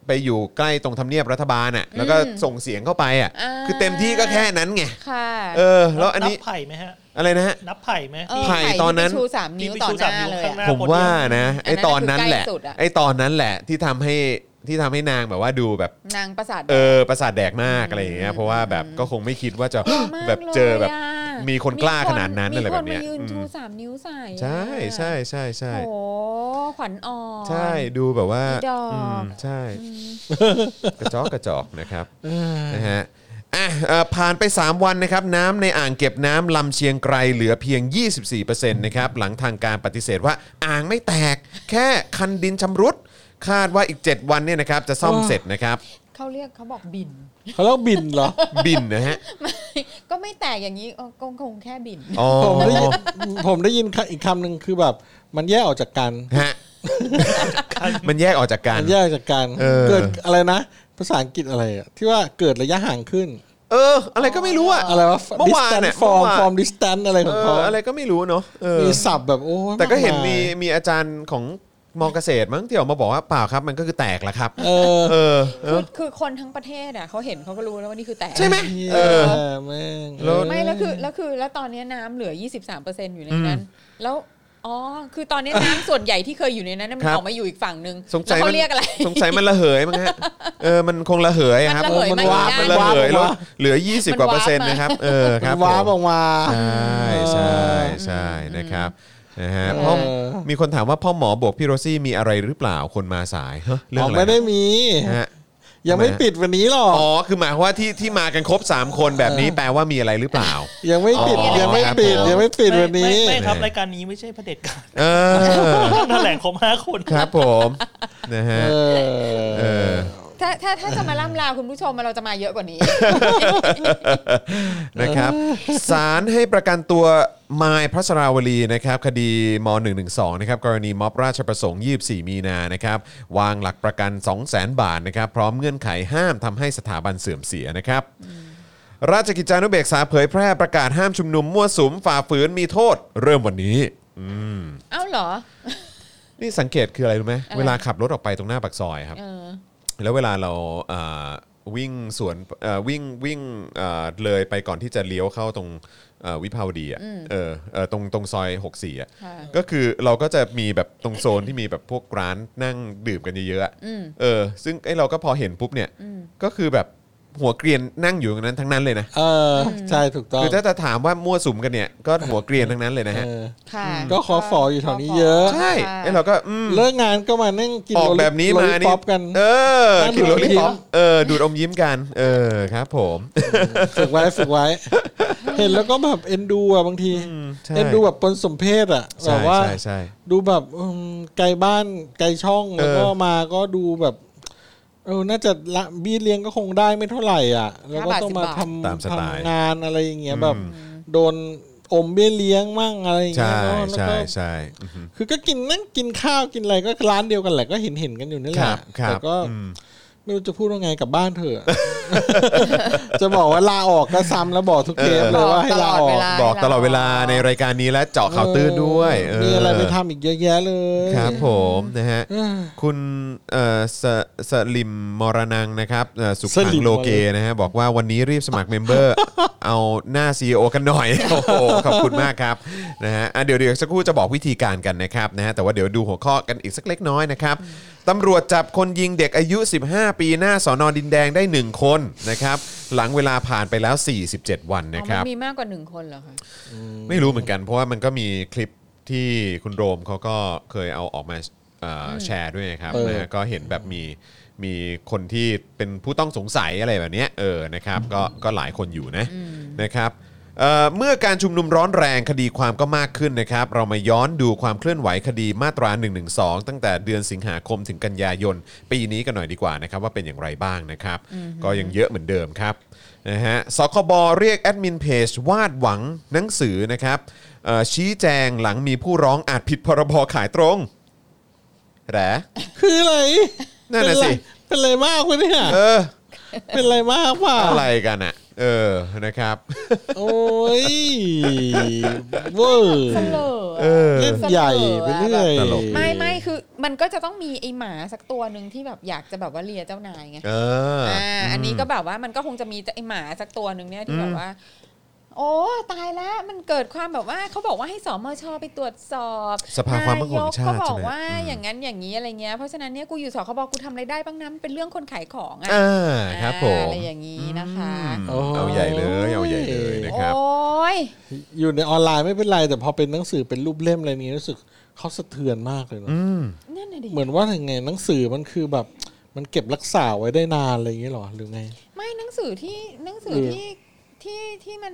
[SPEAKER 2] ไปอยู่ใกล้ตรงทำเนียบรัฐบาลอ่ะแล้วก็
[SPEAKER 4] อืม
[SPEAKER 2] ส่งเสียงเข้าไปอ่ะ
[SPEAKER 4] อ่า
[SPEAKER 2] คือเต็มที่ก็แค่นั้นไง
[SPEAKER 4] ค่ะ
[SPEAKER 2] เออ แล้วอันนี้
[SPEAKER 5] บไผ่ไหมฮะ
[SPEAKER 2] อะไรนะฮะ
[SPEAKER 5] นับไผ่ไหม
[SPEAKER 4] เออ
[SPEAKER 2] ไผ่ตอนนั้น
[SPEAKER 4] ที่ไปชูสามนิ้วต่อหน้าเลยอะ
[SPEAKER 2] ผมว่านะไอ้ตอนนั้นแหละ
[SPEAKER 4] อันนั้นคือใกล้สุดอะ
[SPEAKER 2] ไอ้ตอนนั้นแหละที่ทำให้ที่ทำให้นางแบบว่าดูแบบ
[SPEAKER 4] นางประสาท
[SPEAKER 2] เออประสาทแดกมากอะไรอย่างเงี้ยเพราะว่าแบบก็คงไม่คิดว่าจะ
[SPEAKER 4] กลัวมาก
[SPEAKER 2] แบบเจอแบบ
[SPEAKER 4] ลยะ
[SPEAKER 2] มีคนกล้าขนาดนั้นอะไรแบบเนี้ย
[SPEAKER 4] มีคนมายืน
[SPEAKER 2] อืม
[SPEAKER 4] ชูสามนิ้วใส่อะ
[SPEAKER 2] ใช่ใช่ใช่ใช่
[SPEAKER 4] โอ้โหขวัญอ่อน
[SPEAKER 2] ใช่ดูแบบว่า
[SPEAKER 4] อีดอก
[SPEAKER 2] อืมใช่กระจอกกระจอกนะครับนะฮะอ่ะเอ่อผ่านไป 3 วันนะครับน้ำในอ่างเก็บน้ำลำเชียงไกรเหลือเพียง 24%นะครับหลังทางการปฏิเสธว่าอ่างไม่แตก แค่คันดินชำรุด คาดว่าอีก 7 วันเนี่ยนะครับจะซ่อม
[SPEAKER 3] ว้า
[SPEAKER 2] เสร็จนะครับ
[SPEAKER 4] เขาเรียกเขาบอกบิน
[SPEAKER 3] เขาเล่าบินเหรอ
[SPEAKER 2] บินนะฮะ
[SPEAKER 4] ก็ไม่แตกอย่างนี้เออก็คงแค่บิน
[SPEAKER 2] อ๋อ
[SPEAKER 3] ผมได้ยินผมได้ยินอีกคำหนึ่งคือแบบ มันแยกออกจากกัน
[SPEAKER 2] ฮะ มันแยกออกจากกัน
[SPEAKER 3] มันแยกออกจากกัน
[SPEAKER 2] เออ
[SPEAKER 3] เกิดอะไรนะ ภาษาอังกฤษอะไรอะที่ว่าเกิดระยะห่างขึ้น
[SPEAKER 2] เออ อะไรก็ไม่รู้อะ
[SPEAKER 3] อะไรวะ
[SPEAKER 2] เมื่อวานเนี่ย
[SPEAKER 3] distance form form distance อะไรข
[SPEAKER 2] เอ
[SPEAKER 3] องเขา
[SPEAKER 2] ออะไรก็ไม่รู้เนาะเออ
[SPEAKER 3] มีศัพท์แบบโอ้ย
[SPEAKER 2] แต่ก็เห็น
[SPEAKER 3] ากาย
[SPEAKER 2] มีมีอาจารย์ของมอเกษตรมั้งที่ออกมาบอกว่าเปล่าครับ มันก็คือแตกละครับ
[SPEAKER 3] เออ
[SPEAKER 2] เออเอ
[SPEAKER 4] คือ
[SPEAKER 2] อ
[SPEAKER 4] คือคนทั้งประเทศอ่ะเขาเห็นเขาก็รู้แล้วว่านี่คือแตก
[SPEAKER 2] ใช่ไหม เอ
[SPEAKER 3] เอ
[SPEAKER 2] อ
[SPEAKER 3] อแม่ง
[SPEAKER 2] แล้ว
[SPEAKER 4] ไม่แล้วคือแล้วคือแล้วตอนนี้น้ำเหลือ 23%อยู่ในนั้น แล้วอ๋อคือตอนนี้น้ำส่วนใหญ่ที่เคยอยู่ในนั้นนะมัน
[SPEAKER 2] ครับ
[SPEAKER 4] ออกมาอยู่อีกฝั่งหนึ่ง
[SPEAKER 2] สงสัยมั
[SPEAKER 4] แล้วเขาเรียกอะไร
[SPEAKER 2] สงสัยมันระเหยมั้งฮะเออมันคงระเหยอะครับ
[SPEAKER 4] มันระเหย
[SPEAKER 2] มั
[SPEAKER 4] มา
[SPEAKER 2] ว้าบ
[SPEAKER 4] อีก
[SPEAKER 2] มันระเหย
[SPEAKER 4] ได้
[SPEAKER 2] แล้วเหลือ 20 กว่าเป
[SPEAKER 4] มันวาบ
[SPEAKER 2] อร์เซ็นต์
[SPEAKER 4] มา
[SPEAKER 2] นะครับเออค
[SPEAKER 3] มั
[SPEAKER 2] รับ
[SPEAKER 3] นว้าบ
[SPEAKER 2] ผม
[SPEAKER 3] ออกมา
[SPEAKER 2] ใช่ใช่ใช่นะครับนะฮะ
[SPEAKER 3] เออ
[SPEAKER 2] พ่อมีคนถามว่าพ่อหมอบวกพี่โรซี่มีอะไรหรือเปล่าคนมาสายฮะเรื่อ
[SPEAKER 3] อ๋
[SPEAKER 2] ง
[SPEAKER 3] อ
[SPEAKER 2] อะไร
[SPEAKER 3] ไม่ได้มี
[SPEAKER 2] ฮะ
[SPEAKER 3] ยังไม่ปิดวันนี้หรอก
[SPEAKER 2] อ๋อ คือหมายความว่าที่ที่มากันครบ 3 คนแบบนี้แปลว่ามีอะไรหรือเปล่า
[SPEAKER 3] ยังไม่ปิด
[SPEAKER 2] อ๋อ
[SPEAKER 3] ยังไม่
[SPEAKER 2] ครับ
[SPEAKER 3] ปิด
[SPEAKER 2] ผม
[SPEAKER 3] ยังไม่ปิดวันนี้
[SPEAKER 5] ไม่ไม่ครับ รายการนี้ไม่ใช่เผด็จการ
[SPEAKER 2] เออ
[SPEAKER 5] ต้องแถลงครบห้าคน
[SPEAKER 2] ครับผม นะฮะ
[SPEAKER 3] เอ
[SPEAKER 2] เอ
[SPEAKER 3] อ
[SPEAKER 2] อ
[SPEAKER 4] ถ้าถ้าถ้าจะมาล่ำลาคุณผู้ชมเราจะมาเยอะกว่า นี้
[SPEAKER 2] นะครับศาลให้ประกันตัวมายพระสราวลีนะครับคดีม .112 นะครับกรณีม็อบราชประสงค์ 24 มีนานะครับวางหลักประกัน 200,000 บาทนะครับพร้อมเงื่อนไขห้ามทำให้สถาบันเสื่อมเสียนะครับ ราชกิจจานุเบกษาเผยแพร่ประกาศห้ามชุมนุมมั่วสุมฝ่าฝืนมีโทษ เริ่มวันนี้
[SPEAKER 4] เอ้าเหรอ
[SPEAKER 2] นี่สังเกตคืออะไรรู้ไหม
[SPEAKER 4] อะไร
[SPEAKER 2] เวลาขับรถออกไปตรงหน้าปากซอยครับ
[SPEAKER 4] เออ
[SPEAKER 2] แล้วเวลาเราเอ่อวิ่งสวนเอ่อวิ่งวิ่งเอ่อเลยไปก่อนที่จะเลี้ยวเข้าตรงเอ่อวิภาวดีอ่ะเออเออตรงตรงซอย 64อ่ะ
[SPEAKER 4] ค่ะ
[SPEAKER 2] ก็คือเราก็จะมีแบบตรงโซนที่มีแบบพวกร้านนั่งดื่มกันเยอะๆอะ
[SPEAKER 4] อืม
[SPEAKER 2] เออซึ่งไอ้เราก็พอเห็นปุ๊บเนี่ยก็คือแบบหัวเกรียนนั่งอยู่ตรงนั้นทั้งนั้นเลยนะ
[SPEAKER 3] เออใช่ถูกต้อง
[SPEAKER 2] คือถ้าจะถามว่ามั่วสุมกันเนี่ยก็หัวเกรียนทั้งนั้นเลยนะฮะ
[SPEAKER 3] เออ
[SPEAKER 4] ค่ะ
[SPEAKER 3] ก็ขอฝออยู่แถวนี้เยอะ
[SPEAKER 2] ใช่ไอ้เราก็อืม
[SPEAKER 3] เลิกงานก็มานั่งกิน
[SPEAKER 2] ออกแบบนี้มา
[SPEAKER 3] โลลิ
[SPEAKER 2] นี่
[SPEAKER 3] ป๊อปกัน
[SPEAKER 2] เออ
[SPEAKER 3] นั่ง
[SPEAKER 2] กิน
[SPEAKER 3] ดู
[SPEAKER 2] โร
[SPEAKER 3] ด
[SPEAKER 2] ล
[SPEAKER 3] อม
[SPEAKER 2] ลี่
[SPEAKER 3] ยิ้ม
[SPEAKER 2] ป๊อปเออ ดูดอมยิ้มกัน เออครับผม
[SPEAKER 3] ฝึกไว้ฝึกไว้ เห็นแล้วก็แบบเอ็นดูอ่ะบางที
[SPEAKER 2] ใช่
[SPEAKER 3] เอ็นดูแบบปนสมเพศอ่ะแบ
[SPEAKER 2] ใช่
[SPEAKER 3] บว่า
[SPEAKER 2] ใช่ใช่
[SPEAKER 3] ดูแบบอืมไกลบ้านไกลช่องแล้วก็
[SPEAKER 2] เออ
[SPEAKER 3] มาก็ดูแบบเออน่าจะละบี้เลี้ยงก็คงได้ไม่เท่าไหร่อ่ะ แล้วก็ต้องมาทำ
[SPEAKER 2] ตามสไตล์
[SPEAKER 3] ทำงานอะไรอย่างเงี้ยแบบ โดนอมเบี้ยเลี้ยงมั่งอะไรอย่าง
[SPEAKER 2] ใช่
[SPEAKER 3] เงี้ยเนอะแล้ว
[SPEAKER 2] ใช่
[SPEAKER 3] ก็
[SPEAKER 2] ใช่อือฮึ
[SPEAKER 3] คือก็กินนั่งกินข้าวกินอะไรก็ร้านเดียวกันแหละก็เห็นเห็นๆกันอยู่นี่
[SPEAKER 2] ค
[SPEAKER 3] แห
[SPEAKER 2] รั
[SPEAKER 3] ละ
[SPEAKER 2] บครั
[SPEAKER 3] แต่
[SPEAKER 2] บ
[SPEAKER 3] ก็
[SPEAKER 2] อืม
[SPEAKER 3] ไม่รู้จะพูดว่าไงกลับบ้านเถอะ จะบอกว่าลาออกก็ซ้ำแล้วบอกทุกเทปเลยว่าให้ลาออก
[SPEAKER 2] บอกตลอดเวลาในรายการนี้และเจาะข่าวตื้นด้วยเ
[SPEAKER 3] มีอะไรไปทำอีกเยอะแยะเลย
[SPEAKER 2] ครับผมนะฮะ
[SPEAKER 3] เออ
[SPEAKER 2] คุณเอ่อสสลิมมรนังนะครับเอ่อสุข
[SPEAKER 3] ส
[SPEAKER 2] ขั
[SPEAKER 3] ลิ
[SPEAKER 2] ง
[SPEAKER 3] ม
[SPEAKER 2] โลเกนะฮะบอกว่าวันนี้รีบสมัครเมมเบอ ร์ เอาหน้า CEO กันหน่อย โอ้โหขอบคุณมากครับนะฮะอ่ะเดี๋ยวเดี๋ยวสักครู่จะบอกวิธีการกันนะครับนะฮะแต่ว่าเดี๋ยวดูหัวข้อกันอีกสักเล็กน้อยนะครับตำรวจจับคนยิงเด็กอายุ 15 ปีหน้าสอนอดินแดงได้ 1 คนนะครับหลังเวลาผ่านไปแล้ว 47 วัน
[SPEAKER 4] อ๋อ
[SPEAKER 2] นะค
[SPEAKER 4] มัน
[SPEAKER 2] รับ
[SPEAKER 4] มีมากกว่าหนึ่งคนเหรอคะ
[SPEAKER 2] ไม่รู้เหมือนกันเพราะว่ามันก็มีคลิปที่คุณโรมเขาก็เคยเอาออกมาเอ่ออแชร์ด้วยนะครับ
[SPEAKER 3] เออ
[SPEAKER 2] นะฮะก็เห็นแบบมีมีคนที่เป็นผู้ต้องสงสัยอะไรแบบเนี้ยเออนะครับก็ก็หลายคนอยู่นะนะครับเอ่อเมื่อการชุมนุมร้อนแรงคดีความก็มากขึ้นนะครับ เรามาย้อนดูความเคลื่อนไหวคดีมาตรา 112 ตั้งแต่เดือนสิงหาคมถึงกันยายน ปีนี้กันหน่อยดีกว่านะครับว่าเป็นอย่างไรบ้างนะครับ ก็ยังเยอะเหมือนเดิมครับ นะฮะสคบเรียกแอดมินเพจวาดหวังหนังสือนะครับเอ่อชี้แจงหลังมีผู้ร้องอาจผิดพรบขายตรง แหร
[SPEAKER 3] คืออะไร
[SPEAKER 2] นั่นน่ะสิ
[SPEAKER 3] เป็นอะไรเป็นอะไรมากวะเนี่ย
[SPEAKER 2] เออ
[SPEAKER 3] เป็นอะไรมากว่า
[SPEAKER 2] อะไรกันอ่ะ เออนะครับ
[SPEAKER 3] โอ้ยเวอร์
[SPEAKER 4] เสลอ
[SPEAKER 2] เออ
[SPEAKER 3] เล่นใหญ่ไปเรื่อย
[SPEAKER 2] ตลก
[SPEAKER 4] ไม่ไม่คือมันก็จะต้องมีไอหมาสักตัวหนึ่งที่แบบอยากจะแบบว่าเลียเจ้านายไง
[SPEAKER 2] เออ
[SPEAKER 4] อ่า
[SPEAKER 2] อั
[SPEAKER 4] อันนี้ก็แบบว่ามันก็คงจะมีไอหมาสักตัวหนึ่งเนี่ยที่
[SPEAKER 2] อืม
[SPEAKER 4] แบบว่า โอ้ตายแล้วมันเกิดความแบบว่าเขาบอกว่าให้สมชไปตรวจสอบ
[SPEAKER 2] สภาความมั่นคงแห่งชาติ
[SPEAKER 4] นยกก็บอ
[SPEAKER 2] ใช่
[SPEAKER 4] ก
[SPEAKER 2] ไหม
[SPEAKER 4] ว่าอย่างนั้นอย่างนี้อะไรเงี้ยเพราะฉะนั้นเนี่ยกูอยู่สคบกูทำอะไรได้บ้างนะมันเป็นเรื่องคนขายของอะ
[SPEAKER 2] อ่าครับผม
[SPEAKER 4] อะไรอย่างนี้นะคะ
[SPEAKER 2] อืมเอาใหญ่เลยเอาใหญ่เลยนะครับ
[SPEAKER 4] โอ้ย
[SPEAKER 3] อยู่ในออนไลน์ไม่เป็นไรแต่พอเป็นหนังสือเป็นรูปเล่มอะไรนี้รู้สึกเขาสะเทือนมากเลยเนอะ
[SPEAKER 2] อืม
[SPEAKER 4] นั่นน่ะดิ
[SPEAKER 3] เหมือนว่าอย่างไงหนังสือมันคือแบบมันเก็บรักษาไว้ได้นานอะไรอย่างเงี้ยหรอหรือไง
[SPEAKER 4] ไม่หนังสือที่หนังสือ
[SPEAKER 3] เออ
[SPEAKER 4] ที่ที่ที่มัน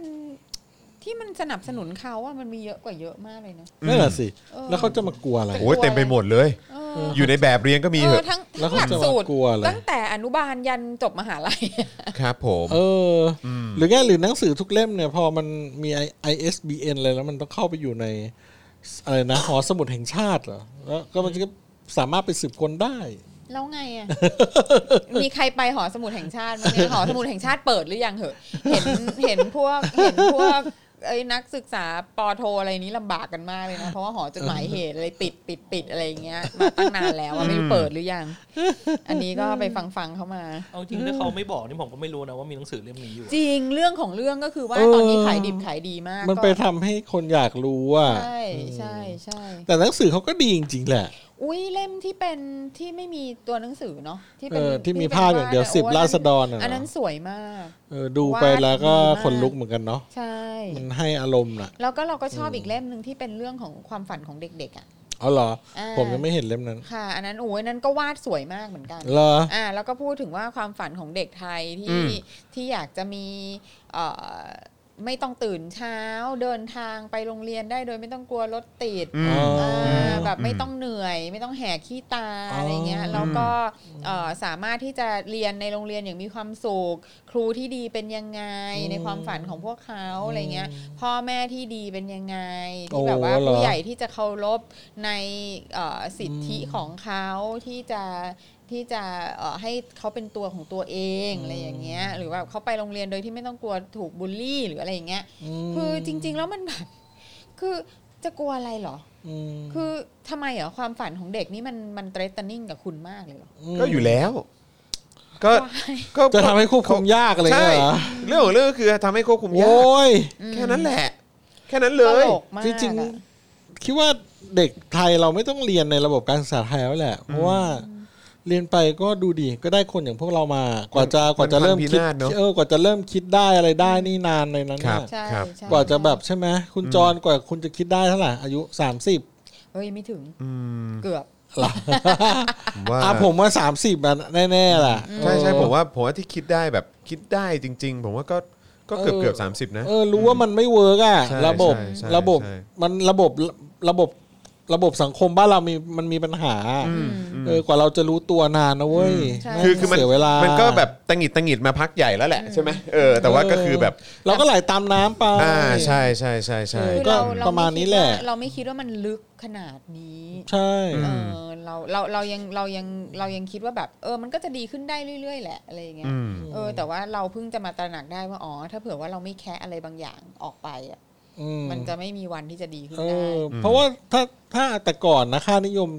[SPEAKER 4] ที่มันสนับสนุนเขาอะมันมีเยอะกว่าเยอะมากเลยนะ
[SPEAKER 3] นั่นแหละสิ
[SPEAKER 4] ออ
[SPEAKER 3] แล้วเขาจะมากลัวอะไร
[SPEAKER 2] โอ้ยเต็มไปหมดเลย
[SPEAKER 4] เออ
[SPEAKER 2] อยู่ในแบบเรียนก็มี
[SPEAKER 4] เอ
[SPEAKER 2] เห
[SPEAKER 4] อ
[SPEAKER 2] อะ
[SPEAKER 4] ทั้ง
[SPEAKER 3] แล้ว
[SPEAKER 4] ทั้ง
[SPEAKER 3] เขา
[SPEAKER 4] หลัก
[SPEAKER 3] จะ
[SPEAKER 4] สู
[SPEAKER 3] มา
[SPEAKER 4] ตร
[SPEAKER 3] กลัวอะไร
[SPEAKER 4] ตั้งแต่อนุบาลยันจบมหา ลัย
[SPEAKER 2] ครับผม
[SPEAKER 3] เอออหรือไงหรือหนังสือทุกเล่มเนี่ย พอมันมี I- ISBN อะไรแล้วมันต้องเข้าไปอยู่ในอะไรนะ หอสมุดแห่งชาติเหรอแล้วก็มันก็สามารถไปสืบค้นได้
[SPEAKER 4] แล้วไงอะ มีใครไปหอสมุดแห่งชาติบ้างเนี่ยหอสมุดแห่งชาติเปิดหรือยังเหอะเห็นเห็นพวกเห็นพวกไอ้นักศึกษาปอโทอะไรนี้ลำบากกันมากเลยนะ เพราะว่าหอจดหมายเหตุอะไรปิดปิดปิดอะไรอย่างเงี้ยมาตั้งนานแล้วอะไม่รู้เปิดหรือยัง อันนี้ก็ไปฟังฟังเขามา
[SPEAKER 5] เอาจริงถ้าเขาไม่บอกนี่ผมก็ไม่รู้นะว่ามีหนังสือเล่มนี้อยู่
[SPEAKER 4] จริงเรื่องของเรื่องก็คือว่า
[SPEAKER 3] เออ
[SPEAKER 4] ตอนนี้ขายดิบขายดีมาก
[SPEAKER 3] มันไปทำให้คนอยากรู้ว่า
[SPEAKER 4] ก็ใช่ใช่ใช่
[SPEAKER 3] แต่หนังสือเขาก็ดีจริงๆแหละ
[SPEAKER 4] อุ้ยเล่มที่เป็นที่ไม่มีตัวหนังสือเนาะที่เป็น
[SPEAKER 3] เออที่มี
[SPEAKER 4] เป็น
[SPEAKER 3] ภาพอย่างเดียว
[SPEAKER 4] นะ
[SPEAKER 3] สิบ
[SPEAKER 4] โอ้
[SPEAKER 3] ราษฎรน่ะนะ
[SPEAKER 4] อันนั้นสวยมาก
[SPEAKER 3] เออดูไปแล้วก็
[SPEAKER 4] วาดดีมาก
[SPEAKER 3] ขนลุกเหมือนกันเนาะ
[SPEAKER 4] ใช่
[SPEAKER 3] มันให้อารมณ์น่ะ
[SPEAKER 4] แล้วก็เราก็ชอบอีกเล่มหนึ่งที่เป็นเรื่องของความฝันของเด็กๆอ่ะ
[SPEAKER 3] อ๋อเหรอ
[SPEAKER 4] อ่า
[SPEAKER 3] ผมยังไม่เห็นเล่มนั้น
[SPEAKER 4] ค่ะ อันนั้นโอ้ยอันนั้นก็วาดสวยมากเหมือนกัน
[SPEAKER 3] เหรอ
[SPEAKER 4] อ่าแล้วก็พูดถึงว่าความฝันของเด็กไทยที่ที่อยากจะมีเอ่อ ไม่ต้องตื่นเช้าเดินทางไปโรงเรียนได้โดยไม่ต้องกลัวรถติด
[SPEAKER 2] อืม
[SPEAKER 3] อ๋อ
[SPEAKER 4] อ่าแบบไม่ต้องเหนื่อยไม่ต้องแหกขี้ตา
[SPEAKER 3] อ๋ออ
[SPEAKER 4] อะไรเงี้ยแล้วก็เอ่อสามารถที่จะเรียนในโรงเรียนอย่างมีความสุขครูที่ดีเป็นยังไงในความฝันของพวกเขาอะไรเงี้ยพ่อแม่ที่ดีเป็นยังไงที่แบบว่าผู้ใหญ่ที่จะเคารพในเอ่อสิทธิของเขาที่จะที่จะเอ่อให้เขาเป็นตัวของตัวเองอะไรอย่างเงี้ยหรือว่าเขาไปโรงเรียนโดยที่ไม่ต้องกลัวถูกบูลลี่หรืออะไรอย่างเงี้ย
[SPEAKER 3] ม
[SPEAKER 4] คือจริง ๆ แล้วมันแบบคือจะกลัวอะไรเหรอ
[SPEAKER 3] อืม
[SPEAKER 4] คือทำไมเหรอความฝันของเด็กนี่มันมันเตรตันนิ่งกับคุณมากเลยเหรอ
[SPEAKER 2] ก็อยู่แล้ว ก็ก็
[SPEAKER 3] จะทำให้ควบคุมยากอะไร
[SPEAKER 2] ใช่
[SPEAKER 3] เงี้ยเหรอ
[SPEAKER 2] เรื่องของเรื่องคือทำให้ควบคุมยาก
[SPEAKER 3] โอ้ย
[SPEAKER 2] แค่นั้นแหละ แค่นั้น
[SPEAKER 4] ต
[SPEAKER 2] เลย
[SPEAKER 4] ลกมาก
[SPEAKER 3] จริง
[SPEAKER 4] อะ
[SPEAKER 3] ๆคิดว่าเด็กไทยเราไม่ต้องเรียนในระบบการศึกษาไทยแล้วแหละ เพราะว่าเรียนไปก็ดูดีก็ได้คนอย่างพวกเรามากว่าจะ
[SPEAKER 2] มัน
[SPEAKER 3] กว่าจะเริ่ม
[SPEAKER 2] มันพั
[SPEAKER 3] คิ
[SPEAKER 2] งพิ
[SPEAKER 3] ด
[SPEAKER 2] นาศเนอะ
[SPEAKER 3] เออกว่าจะเริ่มคิดได้อะไรได้นี่นานเลยนั้น
[SPEAKER 2] ครับ
[SPEAKER 3] น่ะ
[SPEAKER 4] ใช่
[SPEAKER 2] ครับ
[SPEAKER 4] ใช่
[SPEAKER 3] กว่าจะแบบใช่ไหมคุณจรกว่าคุณจะคิดได้เท่าไหร่อายุ 30
[SPEAKER 4] เฮ้ยไม่ถึง
[SPEAKER 2] อืม
[SPEAKER 4] เกือบ
[SPEAKER 3] หรอ
[SPEAKER 2] ผมว่า
[SPEAKER 3] อ่ะผมว่า 30มันแน่ๆล่ะ
[SPEAKER 2] ใช่ใช่ผมว่าผมว่าที่คิดได้แบบคิดได้จริง ๆ ผมว่าก็ก็เกือบ
[SPEAKER 3] เออ
[SPEAKER 2] เกือบสามสิบนะ
[SPEAKER 3] เออรู้ว่ามันไม่เวิร์กอ่ะ
[SPEAKER 2] ใช่
[SPEAKER 3] ระบบ
[SPEAKER 2] ใช่ใช่
[SPEAKER 3] ระบบ
[SPEAKER 2] ใช่
[SPEAKER 3] มันระบบระบบระบบสังคมบ้านเรามีมันมีปัญหา
[SPEAKER 4] อืม
[SPEAKER 3] เออกว่าเราจะรู้ตัวนานนะเว้ย
[SPEAKER 4] ใช่
[SPEAKER 3] แม่ง
[SPEAKER 2] คือคือมัน
[SPEAKER 3] เสียเวลา
[SPEAKER 2] มั
[SPEAKER 3] มัน
[SPEAKER 2] ก็แบบตังหงิดตังหงิดมาพักใหญ่แล้วแหละใช่ไหมเออแต่ว่าก็คือแบบ
[SPEAKER 3] เราก็ไหลตามน้ำไป
[SPEAKER 2] อ่าใช่ใช่ใช่ใช่
[SPEAKER 3] เออ
[SPEAKER 4] คือ
[SPEAKER 3] ก็
[SPEAKER 4] เราเไ
[SPEAKER 3] ประมาณนี้
[SPEAKER 4] คิด
[SPEAKER 3] แหละ
[SPEAKER 4] ว่เราไม่คิดว่ามันลึกขนาดนี้
[SPEAKER 3] ใช่
[SPEAKER 4] เออเราเราเรายังเรายังเรายังคิดว่าแบบ เออมันก็จะดีขึ้นได้เรื่อยๆแหละอะไรอย่างเงี้ย
[SPEAKER 2] อืม
[SPEAKER 4] เออแต่ว่าเราเพิ่งจะมาตระหนักได้ว่าอ๋อถ้าเผื่อว่าเราไม่แคะอะไรบางอย่างออกไปอ่ะ
[SPEAKER 3] ม
[SPEAKER 4] มันจะไม่มีวันที่จะดีขึ้น
[SPEAKER 3] เอ
[SPEAKER 4] ได้
[SPEAKER 3] อเพราะว่าถ้าถ้าแต่ก่อนนะค่านิยม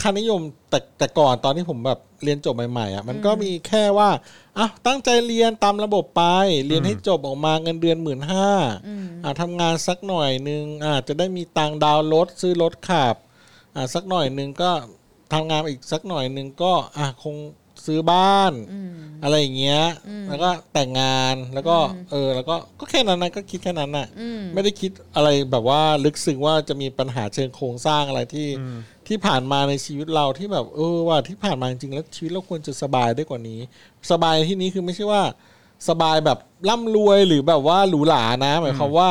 [SPEAKER 3] ค่านิยมแต่แต่ก่อนตอนที่ผมแบบเรียนจบใหม่ๆอ่ะมันก็มีแค่ว่าอ่ะตั้งใจเรียนตามระบบไป เรียนให้จบออกมาเงินเดือนหมื่นห้า
[SPEAKER 4] ม
[SPEAKER 3] อ่าทำงานสักหน่อยหนึ่งอาจจะได้มีตังค์ดาวน์รถซื้อรถขับอ่าสักหน่อยหนึ่งก็ทำงานอีกสักหน่อยหนึ่งก็อ่ะคงซื้อบ้าน อะไรอย่างเงี้ย
[SPEAKER 4] อืม
[SPEAKER 3] แล้วก็แต่งงานแล้วก็
[SPEAKER 4] อืม
[SPEAKER 3] เออแล้วก็ก็แค่นั้นนะก็คิดแค่นั้นน่ะ
[SPEAKER 4] อืม
[SPEAKER 3] ไม่ได้คิดอะไรแบบว่าลึกซึ้งว่าจะมีปัญหาเชิงโครงสร้างอะไรที่ที่ผ่านมาในชีวิตเราที่แบบเออว่าที่ผ่านมาจริงๆแล้วชีวิตเราควรจะสบายได้กว่านี้ สบายในที่นี้คือไม่ใช่ว่า สบายแบบร่ำรวยหรือแบบว่าหรูหรานะหมายความว่า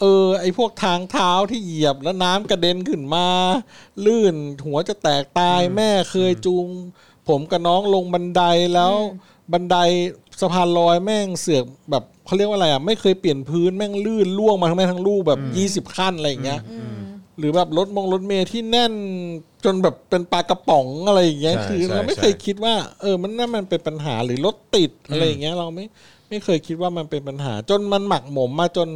[SPEAKER 3] เออไอพวกทางเท้าที่เหยียบแล้วน้ำกระเด็นขึ้นมา ลื่นหัวจะแตกตายแม่เคยจูง ผมกับน้องลงบันไดแล้ว บันไดสะพานลอยแม่งเสือกแบบเขาเรียกว่าอะไรอ่ะไม่เคยเปลี่ยนพื้นแม่งลื่นล่วงมาทั้งแม่ทั้งลูกแบบยี่สิบขั้นอะไรอย่างเงี้ย หรือแบบรถมงรถเมย์ที่แน่นจนแบบเป็นปลากระป๋องอะไรอย่างเงี้ย
[SPEAKER 2] ใช่
[SPEAKER 3] คือ
[SPEAKER 2] ใช่
[SPEAKER 3] เราไม่
[SPEAKER 2] ใช่
[SPEAKER 3] เคยคิดว่า เออมันนั่นมันเป็นปัญหาหรือรถติดอะไรอย่างเงี้ยเราไม่ไม่เคยคิดว่ามันเป็นปัญหา จนมันหมักหมมมาจน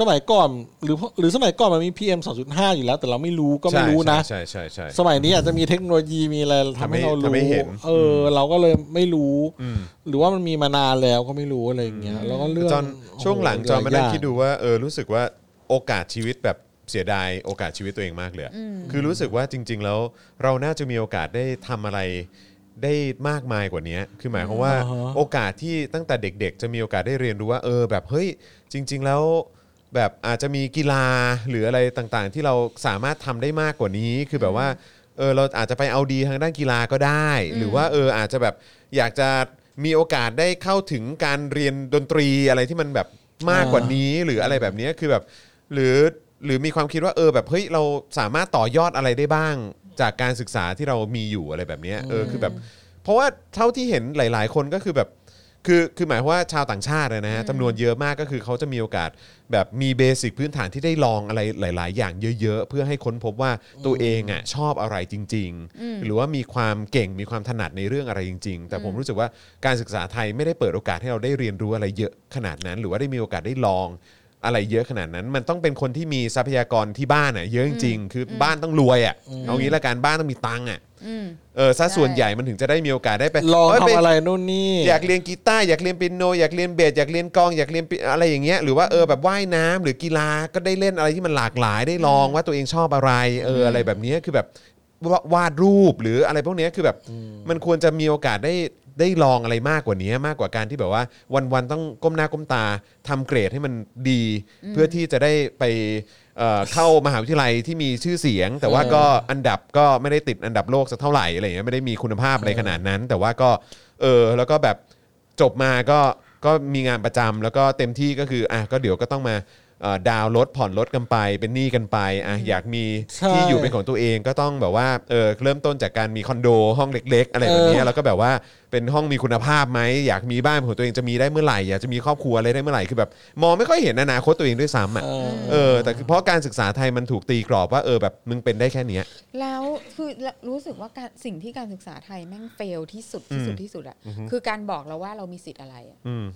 [SPEAKER 3] สมัยก่อนหรือหรือสมัยก่อนมันมี PM 2.5 อยู่แล้ว แต่เราไม่รู้ก็ไม่รู้นะ
[SPEAKER 2] ใช่ใช่ใช่
[SPEAKER 3] สมัยนี้อาจจะมีเทคโนโลยีมีอะไรทำให้เรา
[SPEAKER 2] ทำให้
[SPEAKER 3] รู้
[SPEAKER 2] เห็น
[SPEAKER 3] เออ เราก็เลยไม่รู้
[SPEAKER 2] อืม
[SPEAKER 3] หรือว่ามันมีมานานแล้วก็ไม่รู้อะไรอย่างเงี้ยแล้วก็เรื่อง
[SPEAKER 2] จอนช่วงหลังจอนมานั่ง
[SPEAKER 3] ย
[SPEAKER 2] คิดดูว่าเออรู้สึกว่าโอกาสชีวิตแบบเสียดายโอกาสชีวิตตัวเองมากเลยอะคือรู้สึกว่าจริง ๆ แล้วเราน่าจะมีโอกาสได้ทำอะไรได้มากมายกว่านี้คือหมายความว่าโอกาสที่ตั้งแต่เด็ก ๆ จะมีโอกาสได้เรียนรู้ว่าเออแบบเฮ้ยจริง ๆ แล้ว แบบอาจจะมีกีฬาหรืออะไรต่างๆ ที่เราสามารถทำได้มากกว่านี้คือแบบว่าเออเราอาจจะไปเอาดีทางด้านกีฬาก็ได้ หรือว่าเอออาจจะแบบอยากจะมีโอกาสได้เข้าถึงการเรียนดนตรีอะไรที่มันแบบมากกว่านี้หรืออะไรแบบเนี้ยคือแบบหรือหรือมีความคิดว่าเออแบบเฮ้ยเราสามารถต่อยอดอะไรได้บ้าง จากการศึกษาที่เรามีอยู่อะไรแบบเนี้ยเออคือแบบ เพราะว่าเท่าที่เห็นหลาย ๆ คนก็คือแบบ คือคือหมายความว่าชาวต่างชาติอะนะฮะจำนวนเยอะมากก็คือเขาจะมีโอกาสแบบมีเบสิกพื้นฐานที่ได้ลองอะไรหลาย ๆ อย่างเยอะ ๆ เพื่อให้ค้นพบว่าตัวเองอ่ะชอบอะไรจริง ๆ หรือว่ามีความเก่งมีความถนัดในเรื่องอะไรจริง ๆ แต่ผมรู้สึกว่าการศึกษาไทยไม่ได้เปิดโอกาสให้เราได้เรียนรู้อะไรเยอะขนาดนั้น หรือว่าได้มีโอกาสได้ลองอะไรเยอะขนาดนั้น มันต้องเป็นคนที่มีทรัพยากรที่บ้านอ่ะเยอะจริง ๆ คือบ้านต้องรวยอ่ะเอางี้ละกันบ้านต้องมีตังค์อ่ะ
[SPEAKER 4] อืม
[SPEAKER 2] เออซะ
[SPEAKER 4] ใช่
[SPEAKER 2] ส่วนใหญ่มันถึงจะได้มีโอกาสได้ไป
[SPEAKER 3] ลอง
[SPEAKER 2] เยป
[SPEAKER 3] ทำอะไรนู่นนี่
[SPEAKER 2] อยากเรียนกีตาร์อยากเรียนเปียโนอยากเรียนเบสอยากเรียนกลองอยากเรียนปิอะไรอย่างเงี้ยหรือว่าเออแบบว่ายน้ำหรือกีฬาก็ได้เล่นอะไรที่มันหลากหลายได้ลองว่าตัวเองชอบอะไรเอออะไรแบบเนี้ยคือแบบวาวาดรูปหรืออะไรพวกเนี้ยคือแบบมันควรจะมีโอกาสได้ได้ลองอะไรมากกว่านี้มากกว่าการที่แบบว่าวันๆต้องก้มหน้าก้มตาทำเกรดให้มันดี เพื่อที่จะได้ไปเอ่อเข้ามหาวิทยาลัยที่มีชื่อเสียง แต่ว่าก็อันดับก็ไม่ได้ติดอันดับโลกสักเท่าไหร่อะไรอย่างเงี้ยไม่ได้มีคุณภาพอะไรขนาดนั้น แต่ว่าก็ เออแล้วก็แบบจบมาก็ ก็มีงานประจำแล้วก็เต็มที่ก็คืออ่ะก็เดี๋ยวก็ต้องมาเอ่อดาวน์รถผ่อนรถกันไป เป็นหนี้กันไปอ่ะอยากมี
[SPEAKER 3] ใช่
[SPEAKER 2] ที่อยู่เป็นของตัวเองก็ต้องแบบว่าเออเริ่มต้นจากการมีคอนโดห้องเล็ก ๆ อะไรแบบเนี้ย
[SPEAKER 3] เออ
[SPEAKER 2] แล้วก็แบบว่าเป็นห้องมีคุณภาพไหมอยากมีบ้านของตัวเองจะมีได้เมื่อไหร่อยากจะมีครอบครัวอะไรได้เมื่อไหร่คือแบบมองไม่ค่อยเห็นอนาคตตัวเองด้วยซ้ำอ่ะ
[SPEAKER 3] เออ
[SPEAKER 2] เออแต่คือเพราะการศึกษาไทยมันถูกตีกรอบว่าเออแบบมึงเป็นได้แค่เนี้ย
[SPEAKER 4] แล้วคือรู้สึกว่าการสิ่งที่การศึกษาไทยแม่งเฟลที่สุดที่สุด
[SPEAKER 2] อืม
[SPEAKER 4] ที่สุดอะคือการบอกเราว่าเรามีสิทธิ์อะไรอะ
[SPEAKER 2] อืม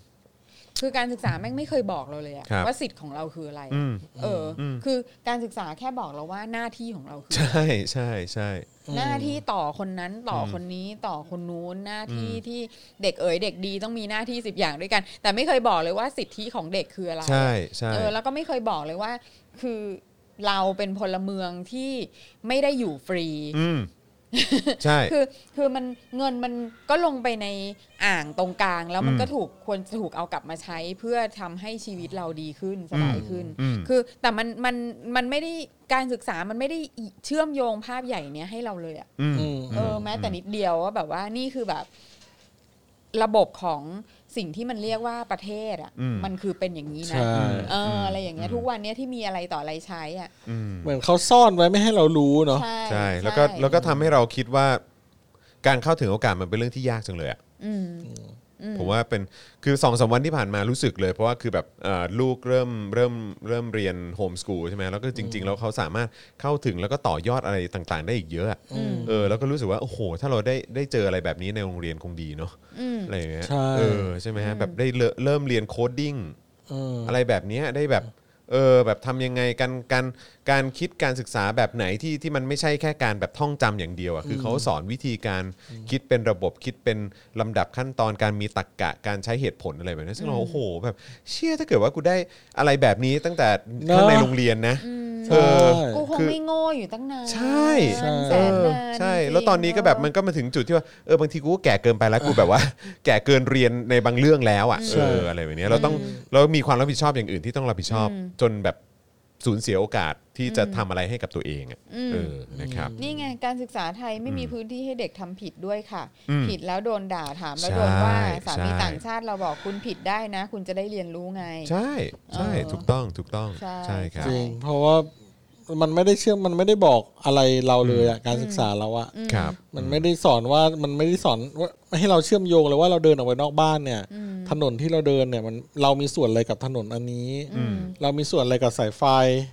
[SPEAKER 4] คือการศึกษาแม่งไม่เคยบอกเราเลยอะ
[SPEAKER 2] ครับ
[SPEAKER 4] ว่าสิทธิ์ของเราคืออะไรอะ
[SPEAKER 2] อืม
[SPEAKER 4] เอออ คือการศึกษาแค่บอกเราว่าหน้าที่ของเราคืออะไร
[SPEAKER 2] ใช่ใช่ใช่
[SPEAKER 4] หน้าที่ต่อคนนั้นต่ออคนนี้ต่อคนนู้นหน้าที่ที่เด็กเอ๋ยเด็กดีต้องมีหน้าที่สิบอย่างด้วยกัน แต่ไม่เคยบอกเลยว่าสิทธิของเด็กคืออะไร
[SPEAKER 2] ใช่ใช่
[SPEAKER 4] เออแล้วก็ไม่เคยบอกเลยว่า คือเราเป็นพลเมืองที่ไม่ได้อยู่ฟรี
[SPEAKER 2] อืมใช่
[SPEAKER 4] คือคือมันเงินมันก็ลงไปในอ่างตรงกลาง แล้วมัน
[SPEAKER 2] อืม
[SPEAKER 4] ก็ถูกควรจะถูกเอากลับมาใช้เพื่อทำให้ชีวิตเราดีขึ้นสบายขึ้น
[SPEAKER 2] อืม
[SPEAKER 4] คือแต่มันมันมันไม่ได้การศึกษามันไม่ได้เชื่อมโยงภาพใหญ่เนี้ยให้เราเลยอะ
[SPEAKER 2] อืม
[SPEAKER 3] อืม
[SPEAKER 4] เออแม้แต่นิดเดียวว่าแบบว่านี่คือแบบ ระบบของสิ่งที่มันเรียกว่าประเทศ อ่ะ
[SPEAKER 2] อืม
[SPEAKER 4] มันคือเป็นอย่างนี้
[SPEAKER 3] ใช่
[SPEAKER 4] นะเออออะไรอย่างเงี้ยทุกวันเนี้ยที่มีอะไรต่ออะไรใช้อ่ะ
[SPEAKER 2] อืม
[SPEAKER 3] เหมือนเขาซ่อนไว้ไม่ให้เรารู้เนาะ
[SPEAKER 4] ใช่
[SPEAKER 2] ใช่แล้วก็
[SPEAKER 4] ใช่
[SPEAKER 2] แล้วก็ทำให้เราคิดว่า การเข้าถึงโอกาสมันเป็นเรื่องที่ยากจังเลยอะ
[SPEAKER 4] อืม
[SPEAKER 2] ผมว่าเป็นคือสองสามวันที่ผ่านมารู้สึกเลย เพราะว่าคือแบบเอ่อลูกเริ่มเริ่มเริ่มเรียนโฮมสกูลใช่ไหมแล้วก็จริง ๆ แล้วเขาสามารถเข้าถึงแล้วก็ต่อยอดอะไรต่างๆ ได้อีกเยอะอะ
[SPEAKER 4] อืม
[SPEAKER 2] เออแล้วก็รู้สึกว่าโอ้โห ถ้าเราได้ได้เจออะไรแบบนี้ในโรงเรียนคงดีเนาะ
[SPEAKER 4] อืม
[SPEAKER 2] อะไรอย่างเงี้ย
[SPEAKER 3] ใช่
[SPEAKER 2] เออใช่ไหมฮะแบบได้เลเริ่มเรียนโคดดิ้ง
[SPEAKER 3] เออ
[SPEAKER 2] อะไรแบบเนี้ยได้แบบเออแบบทำยังไงการการการคิดการศึกษาแบบไหนที่ที่มันไม่ใช่แค่การแบบท่องจำอย่างเดียวอะคือเขาสอนวิธีการคิดเป็นระบบคิดเป็นลำดับขั้นตอนการมีตรรกะการใช้เหตุผลอะไรแบบนี้ซึ่งเราโอ้โหแบบเชื่อถ้าเกิดว่ากูได้อะไรแบบนี้ตั้งแต่
[SPEAKER 3] เนอะ
[SPEAKER 2] ข้างในโรงเรียนนะ เอ
[SPEAKER 3] ใช่
[SPEAKER 2] อ
[SPEAKER 4] กูคง
[SPEAKER 2] คือ
[SPEAKER 4] ไม่โง่อยู่ตั้งนาน
[SPEAKER 2] ใช่
[SPEAKER 4] แสน
[SPEAKER 2] เอน
[SPEAKER 4] าน
[SPEAKER 2] อใช่ แล้วตอนนี้ก็แบบมันก็มาถึงจุดที่ว่าเออบางทีกูก็แก่เกินไปแล้วกูแบบว่า แก่เกินเรียนในบางเรื่องแล้วอ่ะ
[SPEAKER 3] ใช่
[SPEAKER 2] เอออะไรแบบเนี้ยเราต้องเรามีความรับผิดชอบอย่างอื่นที่ต้องรับผิดชอบจนแบบสูญเสียโอกาสที่จะทำอะไรให้กับตัวเองอ่ะ
[SPEAKER 4] อืม
[SPEAKER 2] เออนะครับ
[SPEAKER 4] นี่ไงการศึกษาไทยไม่มีพื้นที่ให้เด็กทำผิดด้วยค่ะ
[SPEAKER 2] อืม
[SPEAKER 4] ผิดแล้วโดนด่าถามแล้ว
[SPEAKER 2] ใช่
[SPEAKER 4] โดนว่าสามี
[SPEAKER 2] ใช่
[SPEAKER 4] ต่างชาติเราบอกคุณผิดได้นะ คุณจะได้เรียนรู้ไง
[SPEAKER 2] ใช่ใช่
[SPEAKER 4] เออ
[SPEAKER 2] ถูกต้องถูกต้อง
[SPEAKER 4] ใช่
[SPEAKER 2] ใช่ครับ
[SPEAKER 3] จริงเพราะว่ามันไม่ได้เชื่อมมันไม่ได้บอกอะไรเราเลยอะการศึกษาเราอะ
[SPEAKER 4] อืม
[SPEAKER 2] ครับ
[SPEAKER 3] มันไม่ได้สอนว่ามันไม่ได้สอนว่าให้เราเชื่อมโยงเลยว่าเราเดินออกไปนอกบ้านเนี่ย
[SPEAKER 4] อืม
[SPEAKER 3] ถนนที่เราเดินเนี่ยมันเรามีส่วนอะไรกับถนนอันนี้
[SPEAKER 4] อืม
[SPEAKER 3] เรามีส่วนอะไรกับสายไฟ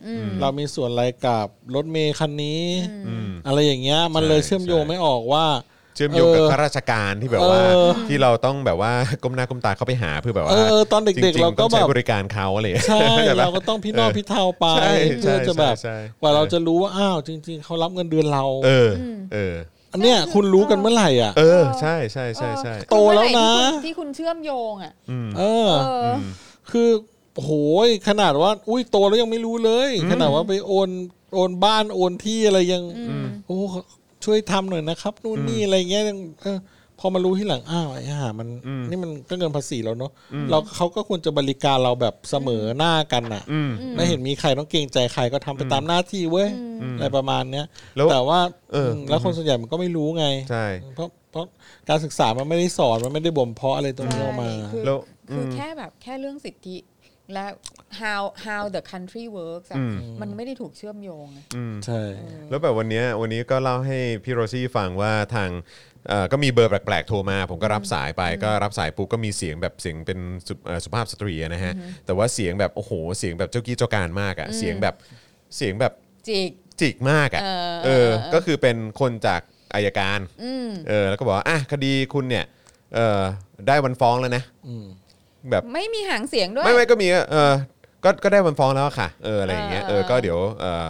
[SPEAKER 4] อืม
[SPEAKER 3] เรามีส่วนอะไรกับรถเมย์คันนี้
[SPEAKER 2] อืม
[SPEAKER 3] อะไรอย่างเงี้ยมันเลย
[SPEAKER 2] ใช่
[SPEAKER 3] เชื่อมโยงไม่ออกว่า
[SPEAKER 2] เชื่อมโยงกับ
[SPEAKER 3] เออ
[SPEAKER 2] ข้าราชการที่แบบว่า
[SPEAKER 3] เออ
[SPEAKER 2] ที่เราต้องแบบว่า ก้มหน้าก้มตาเข้าไปหาเพื่อแบบ
[SPEAKER 3] เอ
[SPEAKER 2] ว่า
[SPEAKER 3] อเออตอนเด็ก
[SPEAKER 2] จ
[SPEAKER 3] ๆ
[SPEAKER 2] งๆ
[SPEAKER 3] เราก็
[SPEAKER 2] ต้อง
[SPEAKER 3] แบ
[SPEAKER 2] ใช้
[SPEAKER 3] บ
[SPEAKER 2] บริการเขาอะไร อย่างเงี้ย
[SPEAKER 3] ใช่เราก็ต้องพี่นอกพี่เทาไป
[SPEAKER 2] ใช่
[SPEAKER 3] เพื่อจะแบบ
[SPEAKER 2] ใช่ใช่ใช่
[SPEAKER 3] กว่าเราจะรู้ว่าอ้าวจริง ๆเขารับเงินเดือนเรา
[SPEAKER 2] เออเออ
[SPEAKER 3] อันเนี้ยคุณรู้กันเมื่อไหร่อ่ะ
[SPEAKER 2] เออใช่ใช่ใช่ใช่
[SPEAKER 3] โตแล้วนะ
[SPEAKER 4] เมื่อไหร่ที่คุณที่คุณเชื่อมโยงอ่ะ
[SPEAKER 2] อืม
[SPEAKER 3] เออ
[SPEAKER 4] เอออ
[SPEAKER 3] คือโหยขนาดว่า อุ้ยโตแล้วยังไม่รู้เลย ขนาดว่าไปโอนโอนบ้านโอนที่อะไรยังโอ้ช่วยทำหน่อยนะครับนู่นนี่อะไรเงี้ยยังเออพอมารู้ที่หลังอ้าวไอ้ห่ามันนี่มันก็เงินภาษีเราเนาะเราเขาก็ควรจะบริการเราแบบเสมอหน้ากันน่ะ
[SPEAKER 2] อืม
[SPEAKER 3] ไม่เห็นมีใครต้องเกรงใจใครก็ทำไปตามหน้าที่เว้ยอะไรประมาณเนี้ย
[SPEAKER 2] แล้ว
[SPEAKER 3] แต่ว่า
[SPEAKER 2] เออ
[SPEAKER 3] มแล้วคนส่วนใหญ่มันก็ไม่รู้ไง
[SPEAKER 2] ใช่
[SPEAKER 3] เพราะเพราะการศึกษามันไม่ได้สอนมันไม่ได้บ่มเพาะอะไรตรงนี้ออกมา
[SPEAKER 4] ใช่คือ
[SPEAKER 2] แล้ว
[SPEAKER 4] คือ
[SPEAKER 2] ม
[SPEAKER 4] แค่แบบแค่เรื่องสิทธิและ how how the country works อะ
[SPEAKER 2] อืม
[SPEAKER 4] มันไม่ได้ถูกเชื่อมโยงอะ
[SPEAKER 3] ใช่
[SPEAKER 2] แล้วแบบวันเนี้ยวันนี้ก็เล่าให้พี่โรซี่ฟังว่าทางเอ่อก็มีเบอร์แปลกๆโทรมา ผมก็รับสายไปก็รับสายปุ๊บก็มีเสียงแบบเสียงเป็นสุเอ่อสุภาพสตรีอะนะฮะ แต่ว่าเสียงแบบโอ้โหเสียงแบบเจ้ากี้เจ้าการมากอะเสียงแบบเสียงแบบ
[SPEAKER 4] จิก
[SPEAKER 2] จิกมากอะ
[SPEAKER 4] เออ
[SPEAKER 2] เออก็คือเป็นคนจากอายการ
[SPEAKER 4] อืม
[SPEAKER 2] เออแล้วก็บอกว่าอ่ะคดีคุณเนี่ยเออได้วันฟ้องแล้วนะแบบ
[SPEAKER 4] ไม่มีหางเสียงด้วย
[SPEAKER 2] ไม่ไม่ก็มีเออก็ก็ได้วันฟ้องแล้วอะค่ะเอออะไรอย่างเงี้ยเอ
[SPEAKER 4] เอ
[SPEAKER 2] อ
[SPEAKER 4] อ
[SPEAKER 2] ก็เดี๋ยวเออ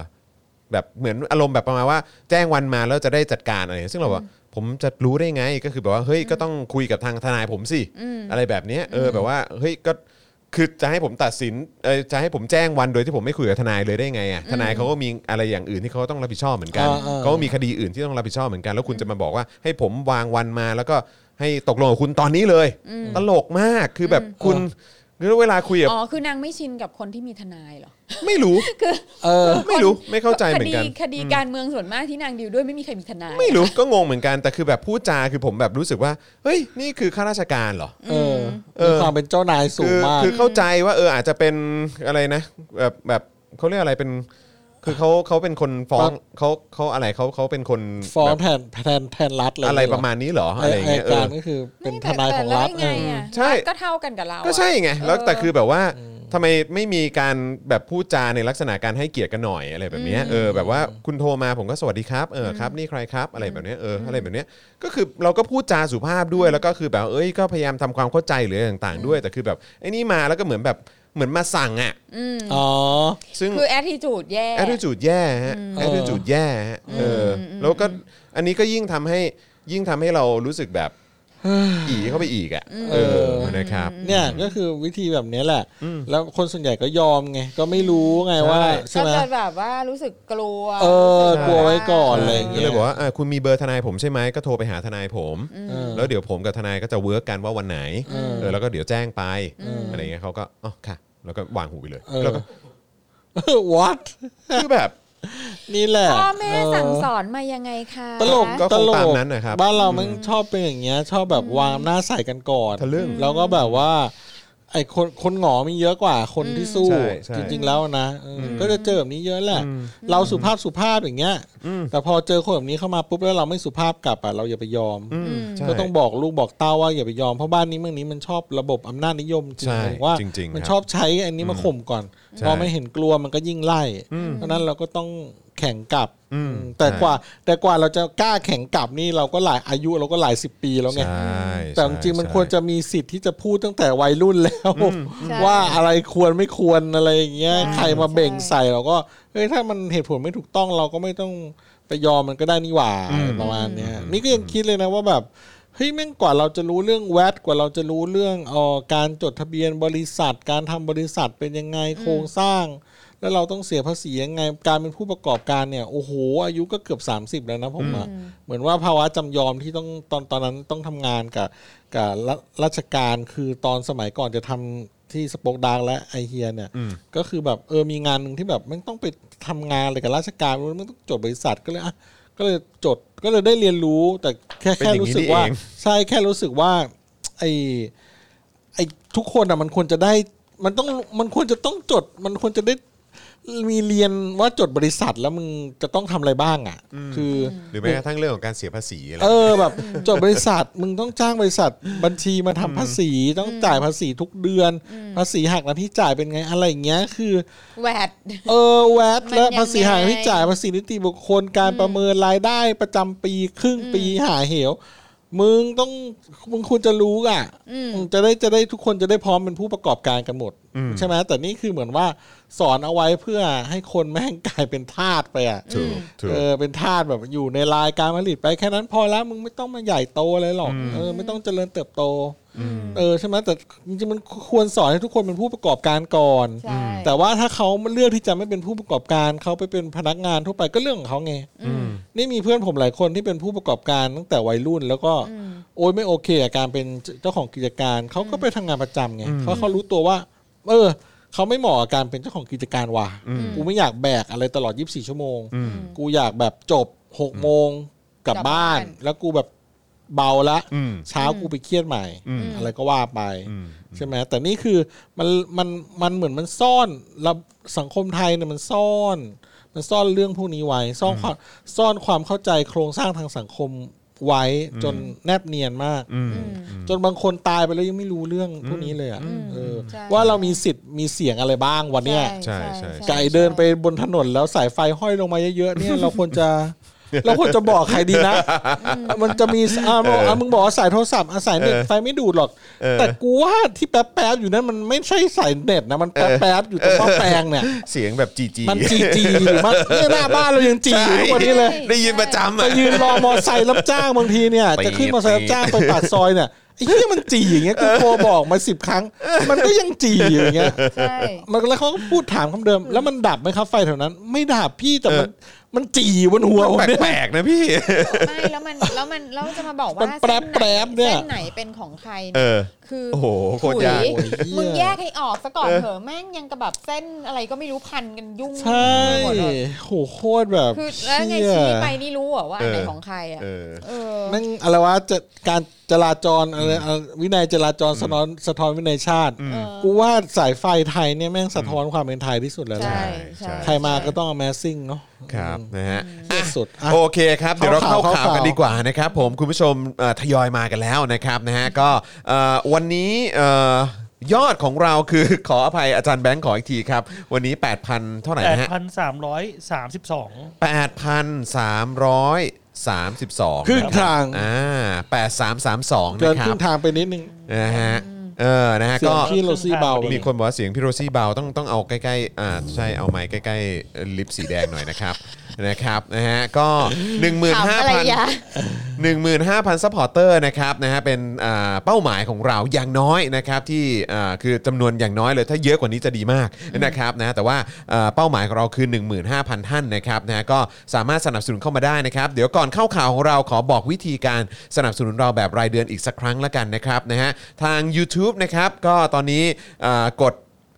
[SPEAKER 2] แบบเหมือนอารมณ์แบบประมาณว่า แจ้งวันมาแล้วจะได้จัดการอะไรซึ่งเราบอกผมจะรู้ได้ไงก็คือแบบว่าเฮ้ยก็ต้องคุยกับทางทนายผมสิอะไรแบบเนี้ยเออแบบว่าเฮ้ยก็คือจะให้ผมตัดสินเออจะให้ผมแจ้งวันโดยที่ผมไม่คุยกับทนายเลยได้ไงอ่ะทนายเขาก็มีอะไรอย่างอื่นที่เขาต้องรับผิดชอบเหมือนกัน
[SPEAKER 3] อ่าอ่า
[SPEAKER 2] เขาก็มีคดีอื่นที่ต้องรับผิดชอบเหมือนกันแล้วคุณจะมาบอกว่า ให้ผมวางวันมาแล้วก็ให้ตกลงกับคุณตอนนี้เลย ตลกมากคือแบบคุณ คือเวลาคุยกับ
[SPEAKER 4] อ๋อคือนางไม่ชินกับคนที่มีทนายเหรอ
[SPEAKER 2] ไม่รู้
[SPEAKER 3] เออ
[SPEAKER 2] ไม่รู้ไม่เข้าใจเหมือนกัน
[SPEAKER 4] คดีคดีการเมืองส่วนมากที่นางดิวด้วยไม่มีใครมีทนาย
[SPEAKER 2] ไม่รู้ก็งงเหมือนกันแต่คือแบบพูดจาคือผมแบบรู้สึกว่าเฮ้ยนี่คือข้าราชการเหรอ
[SPEAKER 3] เออ
[SPEAKER 2] เออ
[SPEAKER 3] มีความเป็นเจ้านายสู
[SPEAKER 2] คื
[SPEAKER 3] ง
[SPEAKER 2] อ
[SPEAKER 3] มาก
[SPEAKER 2] คือเข้าใจว่าเอออาจจะเป็นอะไรนะ แบบแบบเขาเรียกอะไรเป็น คือเขาเขาเป็นคนฟ้อง
[SPEAKER 3] ก็
[SPEAKER 2] เขาเขาอะไรเขาเขาเป็นคน
[SPEAKER 3] ฟ้อง
[SPEAKER 2] แบบ
[SPEAKER 3] แทนแทนแทนรัฐเลย
[SPEAKER 2] อะไรประมาณนี้เหรอ
[SPEAKER 3] ไอ้
[SPEAKER 2] อะไรอย่าง
[SPEAKER 3] ไอ้
[SPEAKER 2] เงี้ยเอ
[SPEAKER 3] การ
[SPEAKER 2] อ
[SPEAKER 3] ก็คือเป็น
[SPEAKER 4] ไม่
[SPEAKER 3] ท
[SPEAKER 4] แต่
[SPEAKER 3] นายของรัฐ
[SPEAKER 4] แต่แล้วยังไงอะ
[SPEAKER 2] ใช่
[SPEAKER 4] รัฐก็เท่ากันกับเราอะ
[SPEAKER 2] ก็ใช่ไงแล้ว
[SPEAKER 4] เออ
[SPEAKER 2] แต่คือแบบว่าทำไมไม่มีการแบบพูดจาในลักษณะการให้เกียรติกันหน่อยอะไรแบบเนี้ยเออแบบว่าคุณโทรมาผมก็สวัสดีครับเออครับนี่ใครครับอะไรแบบเนี้ยเอออะไรแบบเนี้ยก็คือเราก็พูดจาสุภาพด้วยแล้วก็คือแบบเอ้ยก็พยายามทำความเข้าใจหรืออะไรต่างๆ ด้วย แต่คือแบบไอ้นี่มาแล้วก็เหมือนแบบเหมือนมาสั่งอ่ะ
[SPEAKER 3] อ๋อ
[SPEAKER 2] ซึ่ง
[SPEAKER 4] คือแอ t ทิจูดแย่
[SPEAKER 2] แอดจูดแย่ฮะแอดจูดแย่ฮะเอออ แล้วก็อันนี้ก็ยิ่งทำให้ยิ่งทำให้เรารู้สึก แบบอีเข้าไปอีกอ่ะ เออ
[SPEAKER 3] เออ
[SPEAKER 2] นะครับ
[SPEAKER 3] เนี่ยก็คือวิธีแบบเนี้ยแหละ แล้วคนส่วนใหญ่ก็ยอมไง ก็ไม่รู้ไงว่า ใช่
[SPEAKER 4] ก็
[SPEAKER 3] ไหม
[SPEAKER 4] จะแบบว่ารู้สึกกลัว
[SPEAKER 3] เออ
[SPEAKER 4] รู้สึ
[SPEAKER 3] กลัวไว้ก่อนอะไรอย่าง
[SPEAKER 2] ก็
[SPEAKER 3] เงี้
[SPEAKER 2] เลย ยบอกว่าอ่ะคุณมีเบอร์ทนายผมใช่ไหมก็โทรไปหาทนายผม
[SPEAKER 3] เออ
[SPEAKER 2] แล้วเดี๋ยวผมกับทนายก็จะเวิร์กกันว่าวันไหน
[SPEAKER 3] อืม
[SPEAKER 2] เออแล้วก็เดี๋ยวแจ้งไป
[SPEAKER 3] อืม
[SPEAKER 2] อะไรเงี้ยเขาก็อ๋อค่ะ แล้วก็วางหูไปเลย
[SPEAKER 3] เออ
[SPEAKER 2] แล้วก็
[SPEAKER 3] what
[SPEAKER 2] คือแบบ
[SPEAKER 3] นี่แหละ
[SPEAKER 4] พ่อแม่
[SPEAKER 3] เออ
[SPEAKER 4] สั่งสอนมายังไงคะ
[SPEAKER 3] ตลก
[SPEAKER 2] ก็
[SPEAKER 3] ต
[SPEAKER 2] คง
[SPEAKER 3] ล
[SPEAKER 2] ตาม
[SPEAKER 3] ก
[SPEAKER 2] นั้นนะครับ
[SPEAKER 3] บ้านเรามันชอบเป็นอย่างเงี้ย ชอบแบบวางหน้าใส่กันก่อน
[SPEAKER 2] ทะลึ่ง
[SPEAKER 3] แล้วก็แบบว่า ไอ้คนคนหงอมีเยอะกว่าคนที่สู้
[SPEAKER 2] ใช่ใช่
[SPEAKER 3] จริงๆแล้วนะเออก็จะเจอแบบนี้เยอะแหละ เราสุภาพสุภาพอย่างเงี้ยแต่พอเจอคนแบบนี้เข้ามาปุ๊บแล้วเราไม่สุภาพกลับอ่ะเราอย่าไปยอม
[SPEAKER 4] อืม
[SPEAKER 2] ใช่
[SPEAKER 3] ก็ต้องบอกลูกบอกเต้าว่าอย่าไปยอมเพราะบ้านนี้เมืองนี้มันชอบระบบอำนาจนิยมจริง
[SPEAKER 2] ใช่
[SPEAKER 3] หมายถึงว่า
[SPEAKER 2] จริงๆ
[SPEAKER 3] มั
[SPEAKER 2] ค
[SPEAKER 3] น
[SPEAKER 2] รับ
[SPEAKER 3] ชอบใช้อันนี้มาข่มก่อน
[SPEAKER 2] ใช่
[SPEAKER 3] พอไม่เห็นกลัวมันก็ยิ่งไล่เพราะฉะนั้นเราก็ต้องแข่งกลับ
[SPEAKER 2] อืม
[SPEAKER 3] แต่
[SPEAKER 2] ใช่
[SPEAKER 3] กว่าแต่กว่าเราจะกล้าแข่งกลับนี่เราก็หลายอายุเราก็หลายสิบปีแล้วไง
[SPEAKER 2] ใช่
[SPEAKER 3] แต่จริงๆมัน
[SPEAKER 2] ใช่
[SPEAKER 3] ควรจะมีสิทธิ์ที่จะพูดตั้งแต่วัยรุ่นแล้ว ว่าอะไรควรไม่ควรอะไรอย่างเงี้ยใครมาเบ่งใส่เราก็เฮ้ยถ้ามันเหตุผลไม่ถูกต้องเราก็ไม่ต้องไปยอมมันก็ได้นี่หว่าประมาณเนี้ยนี่ก็ยังคิดเลยนะว่าแบบเฮ้ยแม่งกว่าเราจะรู้เรื่องแวดกว่าเราจะรู้เรื่องเอ่อการจดทะเบียนบริษัท การทำบริษัทเป็นยังไงโครงสร้าง แล้วเราต้องเสียภาษียังไงการเป็นผู้ประกอบการเนี่ยโอ้โหอายุก็เกือบ 30 แล้วนะผมอะเหมือนว่าภาวะจำยอมที่ต้องตอนตอนนั้นต้องทำงานกับกับรัราชการคือตอนสมัยก่อนจะทำที่สปอคดังและไอเฮียเนี่ย ก็คือแบบเออมีงานหนึ่งที่แบบแมันต้องไปทำงานอะไรกับราชการไม่รู้มันต้องจดบริษัทก็เลยอ่ะก็เลยจดก็เลยได้เรียนรู้แต่แค่
[SPEAKER 2] เป็น
[SPEAKER 3] แค่
[SPEAKER 2] อย่างนี้
[SPEAKER 3] รู้สึกว่า
[SPEAKER 2] นี่เอง
[SPEAKER 3] ใช่แค่รู้สึกว่าไอ ไอ้ทุกคนอ่ะมันควรจะได้มันต้องมันควรจะต้องจด มันควรจะได้มีเรียนว่าจดบริษัทแล้วมึงจะต้องทำอะไรบ้างอ่ะ คือ
[SPEAKER 2] หรือแม้กระทั่งเรื่องของการเสียภาษีอะไร
[SPEAKER 3] เออแบบจดบริษัทมึงต้องจ้างบริษัท บัญชีมาทำภาษีต้องจ่ายภาษีทุกเดือน ภาษีหักหน้าที่จ่ายเป็นไงอะไรอย่างเงี้ยคือ
[SPEAKER 4] แหวด
[SPEAKER 3] เออแวด
[SPEAKER 4] มัน
[SPEAKER 3] และ
[SPEAKER 4] ยังไง
[SPEAKER 3] ภาษีหางที่จ่ายภาษีนิติบุคคลการประเมินรายได้ประจำปีครึ่งปีหาเหว มึงต้องมึงควรจะรู้อ่ะจะได้จะได้ทุกคนจะได้พร้อมเป็นผู้ประกอบการกันหมด ใช่ไหมแต่นี่คือเหมือนว่าสอนเอาไว้เพื่อให้คนแม่งกลายเป็นทาสไปอ่ะ
[SPEAKER 2] ถูกถูก
[SPEAKER 3] เออเป็นทาสแบบอยู่ในรายการผลิตไปแค่นั้นพอแล้วมึงไม่ต้องมาใหญ่โตอะไรหรอกเออไม่ต้องเจริญเติบโตเออใช่ไหมแต่จริงๆมันควรสอนให้ทุกคนเป็นผู้ประกอบการก่อน
[SPEAKER 4] ใช่
[SPEAKER 3] แต่ว่าถ้าเขาเลือกที่จะไม่เป็นผู้ประกอบการเขาไปเป็นพนักงานทั่วไปก็เรื่องของเขาไงนี่มีเพื่อนผมหลายคนที่เป็นผู้ประกอบการตั้งแต่วัยรุ่น แล้วก็โอ้ยไม่โอเคกับการเป็นเจ้าของกิจการเขาก็ไปทำงานประจำไงเพราะเขารู้ตัวว่า เออเขาไม่เหมาะกับการเป็นเจ้าของกิจการว่ะกูไม่อยากแบกอะไรตลอด 24 ชั่วโมง กูอยากแบบจบ6โมงกลับบ้าน แล้วกูแบบเบาละ
[SPEAKER 2] อืม
[SPEAKER 3] เช้ากูไปเครียดใหม่
[SPEAKER 2] อืม
[SPEAKER 3] อะไรก็ว่าไป
[SPEAKER 2] อืม
[SPEAKER 3] ใช่ไหมแต่นี่คือมันมันมันเหมือนมันซ่อนระสังคมไทยเนี่ยมันซ่อน มันซ่อนเรื่องพวกนี้ไว้ ซ่อนความซ่อนความเข้าใจโครงสร้างทางสังคมไว้จนแนบเนียนมาก
[SPEAKER 2] อืม
[SPEAKER 4] อืม
[SPEAKER 3] จนบางคนตายไปแล้วยังไม่รู้เรื่องพวกนี้เลยอะเออ
[SPEAKER 4] ใช่
[SPEAKER 3] ว่าเรามีสิทธิ์มีเสียงอะไรบ้างวันเนี้ย
[SPEAKER 2] ใช่ใช่
[SPEAKER 3] ไก่เดินไปบนถนนแล้วสายไฟห้อยลงมาเยอะๆเนี่ย เราควรจะเราควรจะบอกใครดีนะ มันจะมีอ่ะบอกอ่ะมึงบอกว่าสายโทรศัพท์อ่ะสายเน็ตไฟไม่ดูดหรอก
[SPEAKER 2] เออ
[SPEAKER 3] แต่กูว่าที่แป๊บแป๊บๆอยู่นั้นมันไม่ใช่สายเน็ตนะมันแป๊บแป๊บๆอยู่ตรงข้อแปลงเนี่ย
[SPEAKER 2] เสียงแบบจีจี
[SPEAKER 3] มันจี จีอยู่มากเนี่ยหน้าบ้านเรายังจีอยู่ทุกวันนี้เลย
[SPEAKER 2] ได้ยินประจำ
[SPEAKER 3] ไป
[SPEAKER 2] อ่ะ
[SPEAKER 3] ยืนรอมอไซค์รับจ้างบางทีเนี่ย จะขึ้นมอไซค์รับจ้างไปปากซอยเนี่ยไอ้เหี้ยมันจีอย่างเงี้ยกูโทรบอกมาสิบครั้ง มันก็ยังจีอยู่อย่างเงี้ย
[SPEAKER 4] ใช่
[SPEAKER 3] มันก็แล้วเขาก็พูดถามคำเดิม แล้วมันดับไหมครับไฟแถวนั้น ไม่ดับพี่แต่มัน มันจี่บนหัวผมเนี่ย
[SPEAKER 2] แปลกๆนะพี่
[SPEAKER 4] ไม่แล้วมันแล้วมันแล้วจะมาบอก
[SPEAKER 3] มั
[SPEAKER 4] ว่าน เส้นไห
[SPEAKER 3] แปร
[SPEAKER 4] น
[SPEAKER 3] บๆเนี่ย
[SPEAKER 4] เส้นไหนเป็นของใคร
[SPEAKER 2] เอ
[SPEAKER 4] เนี่ย
[SPEAKER 2] อ
[SPEAKER 4] คือ
[SPEAKER 2] โอ้โหโคตรยาก
[SPEAKER 4] ถุ
[SPEAKER 3] โอ้ย
[SPEAKER 4] มึง
[SPEAKER 3] เหี้ย
[SPEAKER 4] แยกให้ออกซะก่อนเถอะแม่งยังกระแบบเส้นอะไรก็ไม่รู้พันกันยุ่ง
[SPEAKER 3] ใช่
[SPEAKER 4] ไปหมดเลย
[SPEAKER 3] โหโคตรแบบ
[SPEAKER 4] คือแล้วไง
[SPEAKER 3] เชี่ย
[SPEAKER 4] ชี้ไปนี่รู้เหรอว่าอันไหน
[SPEAKER 2] เออ
[SPEAKER 4] ของใครอ่ะ
[SPEAKER 2] เออ
[SPEAKER 4] เออ
[SPEAKER 3] แม่งอะไรวะจะการจราจรอะไรอะไรวินัยจราจรสะท้อนสะท้อนวินัยชาติ
[SPEAKER 2] อืม
[SPEAKER 3] กูว่าสายไฟไทยเนี่ยแม่งสะท้อนความเป็นไทยที่สุดแล้วนะ
[SPEAKER 4] ใช่
[SPEAKER 2] ใช่
[SPEAKER 4] ใช่
[SPEAKER 3] ใครมาก็ต้องเอาแมสซิ่งเนาะ
[SPEAKER 2] ครับนะฮะ
[SPEAKER 3] ที่สุดอ่ะ
[SPEAKER 2] โอเคครับ เดี๋ยวเราเข้า
[SPEAKER 3] เข้าข่าว
[SPEAKER 2] ข่าวกัน
[SPEAKER 3] เข้าข่าว
[SPEAKER 2] ดีกว่านะครับผมคุณผู้ชมเอ่อทยอยมากันแล้วนะครับนะฮะก็เอ่อวันนี้เอ่อยอดของเราคือ ขออภัยอาจารย์แบงค์ขออีกทีครับ วันนี้ 8,000 เท่าไหร่
[SPEAKER 5] แปด
[SPEAKER 2] นะฮะ
[SPEAKER 5] พันสามร้อยสามสิบสอง
[SPEAKER 2] 8,332
[SPEAKER 3] ครึ่งทาง
[SPEAKER 2] อ่า8332
[SPEAKER 3] เกิ
[SPEAKER 2] นะ
[SPEAKER 3] น
[SPEAKER 2] ค
[SPEAKER 3] ค
[SPEAKER 2] รั
[SPEAKER 3] รึ่
[SPEAKER 2] บ
[SPEAKER 3] งทางไปนิดนึง
[SPEAKER 2] นะฮะเออนะฮะ
[SPEAKER 3] เสีย
[SPEAKER 2] ก็
[SPEAKER 3] งพี่โรซี่เบาไป
[SPEAKER 2] มีคนบอกว่าเสียงพี่โรซี่เบาต้องต้องเอาใกล้ๆอ่าใช่เอาไมค์ใกล้ๆลิปสีแดงหน่อยนะครับ นะครับนะฮะก็ 1 5 0
[SPEAKER 4] ถามอะไร
[SPEAKER 2] 0 0
[SPEAKER 4] ยะ
[SPEAKER 2] 15,000ซัพพอร์เตอร์นะครับนะฮะเป็นอ่าเป้าหมายของเราอย่างน้อยนะครับที่อ่าคือจำนวนอย่างน้อยเลยถ้าเยอะกว่านี้จะดีมากนะครับนะแต่ว่าอ่าเป้าหมายของเราคือ 15,000 ท่านนะครับนะก็สามารถสนับสนุนเข้ามาได้นะครับ เดี๋ยวก่อนเข้าข่าวของเราขอบอกวิธีการสนับสนุนเราแบบรายเดือนอีกสักครั้งละกันนะครับนะฮะทาง YouTube นะครับก็ตอนนี้อ่ากด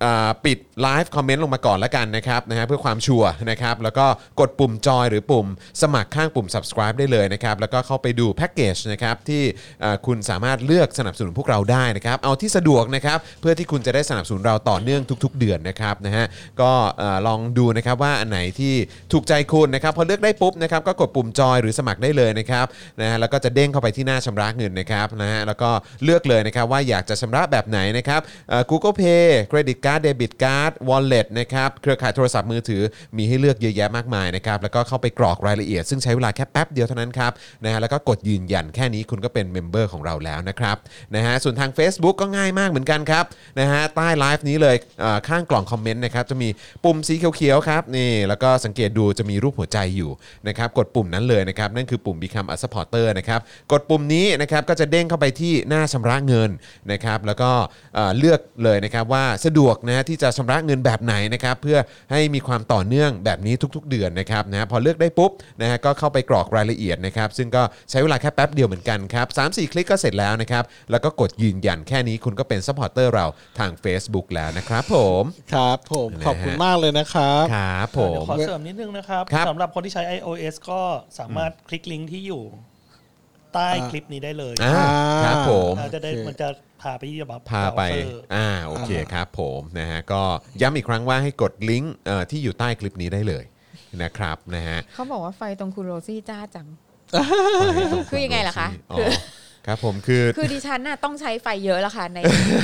[SPEAKER 2] อ่าปิดไลฟ์คอมเมนต์ลงมาก่อนละกันนะครับนะฮะเพื่อความชัวร์นะครับแล้วก็กดปุ่มจอยหรือปุ่มสมัครข้างปุ่ม subscribe ได้เลยนะครับแล้วก็เข้าไปดูแพ็กเกจนะครับที่อ่าคุณสามารถเลือกสนับสนุนพวกเราได้นะครับเอาที่สะดวกนะครับเพื่อที่คุณจะได้สนับสนุนเราต่อเนื่องทุก ๆ เดือนนะครับนะฮะก็อ่าลองดูนะครับว่าอันไหนที่ถูกใจคุณนะครับพอเลือกได้ปุ๊บนะครับก็กดปุ่มจอยหรือสมัครได้เลยนะครับนะฮะแล้วก็จะเด้งเข้าไปที่หน้าชำระเงินนะครับนะฮะแล้วก็เลือกเลยนะครับว่าอยากจะชำระแบบไหนนะครับเอ่อ Google Pay เครดิตการ์ดเดบิตการ์ดวอลเล็ตนะครับเครือข่ายโทรศัพท์มือถือมีให้เลือกเยอะแยะมากมายนะครับแล้วก็เข้าไปกรอกรายละเอียด ซึ่งใช้เวลาแค่แป๊บเดียวเท่านั้นครับนะฮะแล้วก็กดยืนยันแค่นี้คุณก็เป็นเมมเบอร์ของเราแล้วนะครับนะฮะส่วนทาง Facebook ก็ง่ายมากเหมือนกันครับนะฮะใต้ไลฟ์นี้เลยเอ่อข้างกล่องคอมเมนต์นะครับจะมีปุ่มสีเขียวๆครับนี่แล้วก็สังเกตดูจะมีรูปหัวใจอยู่นะครับกดปุ่มนั้นเลยนะครับนั่นคือปุ่ม Become a supporter นะครับกดปุ่มนี้นะครับก็จะเด้งเข้าไปที่หน้าชำระเงินนะครับแล้วก็เอ่อเลือกเลยนะครับว่าสะดวกนะฮะที่จะชำระเงินแบบไหนนะครับเพื่อให้มีความต่อเนื่องแบบนี้ทุก ๆ เดือนนะครับนะฮะพอเลือกได้ปุ๊บนะฮะก็เข้าไปกรอกรายละเอียดนะครับซึ่งก็ใช้เวลาแค่แป๊บเดียวเหมือนกันครับสามสี่คลิกก็เสร็จแล้วนะครับแล้วก็กดยืนยันแค่นี้คุณก็เป็น supporter เราทาง Facebook แล้วนะครับผม
[SPEAKER 3] ครับผม
[SPEAKER 2] นะฮะ
[SPEAKER 3] ขอบคุณมากเลยนะครับ
[SPEAKER 2] ครับผม
[SPEAKER 5] เดี๋ยวขอเสริมนิดนึงนะครับ
[SPEAKER 2] ครับ
[SPEAKER 5] สำหรับคนที่ใช้ iOS ก็สามารถคลิกลิงก์ที่อยู่ ใต้
[SPEAKER 3] อ่า
[SPEAKER 5] คลิปนี้ได้เลย
[SPEAKER 2] อ่าครับผม
[SPEAKER 5] อ่าจะได้
[SPEAKER 3] โอเค
[SPEAKER 5] มันจะพาไปที่แบบ
[SPEAKER 2] พาไป
[SPEAKER 5] เบราว์เซอร์
[SPEAKER 2] อ่า โอเคครับผมนะฮะ ก็ย้ำอีกครั้งว่าให้กดลิงก์เอ่อที่อยู่ใต้คลิปนี้ได้เลยนะครับนะฮะ
[SPEAKER 4] เขาบอกว่าไฟตรงคุณโรซี่จ้าจัง
[SPEAKER 2] ขบณ
[SPEAKER 4] คือยังไงล่ะคะ
[SPEAKER 2] อ๋อ
[SPEAKER 4] คือ
[SPEAKER 2] ครับผมคือ
[SPEAKER 4] คือดิฉันน่ะต้องใช้ไฟเยอะแล้วค่ะ ใน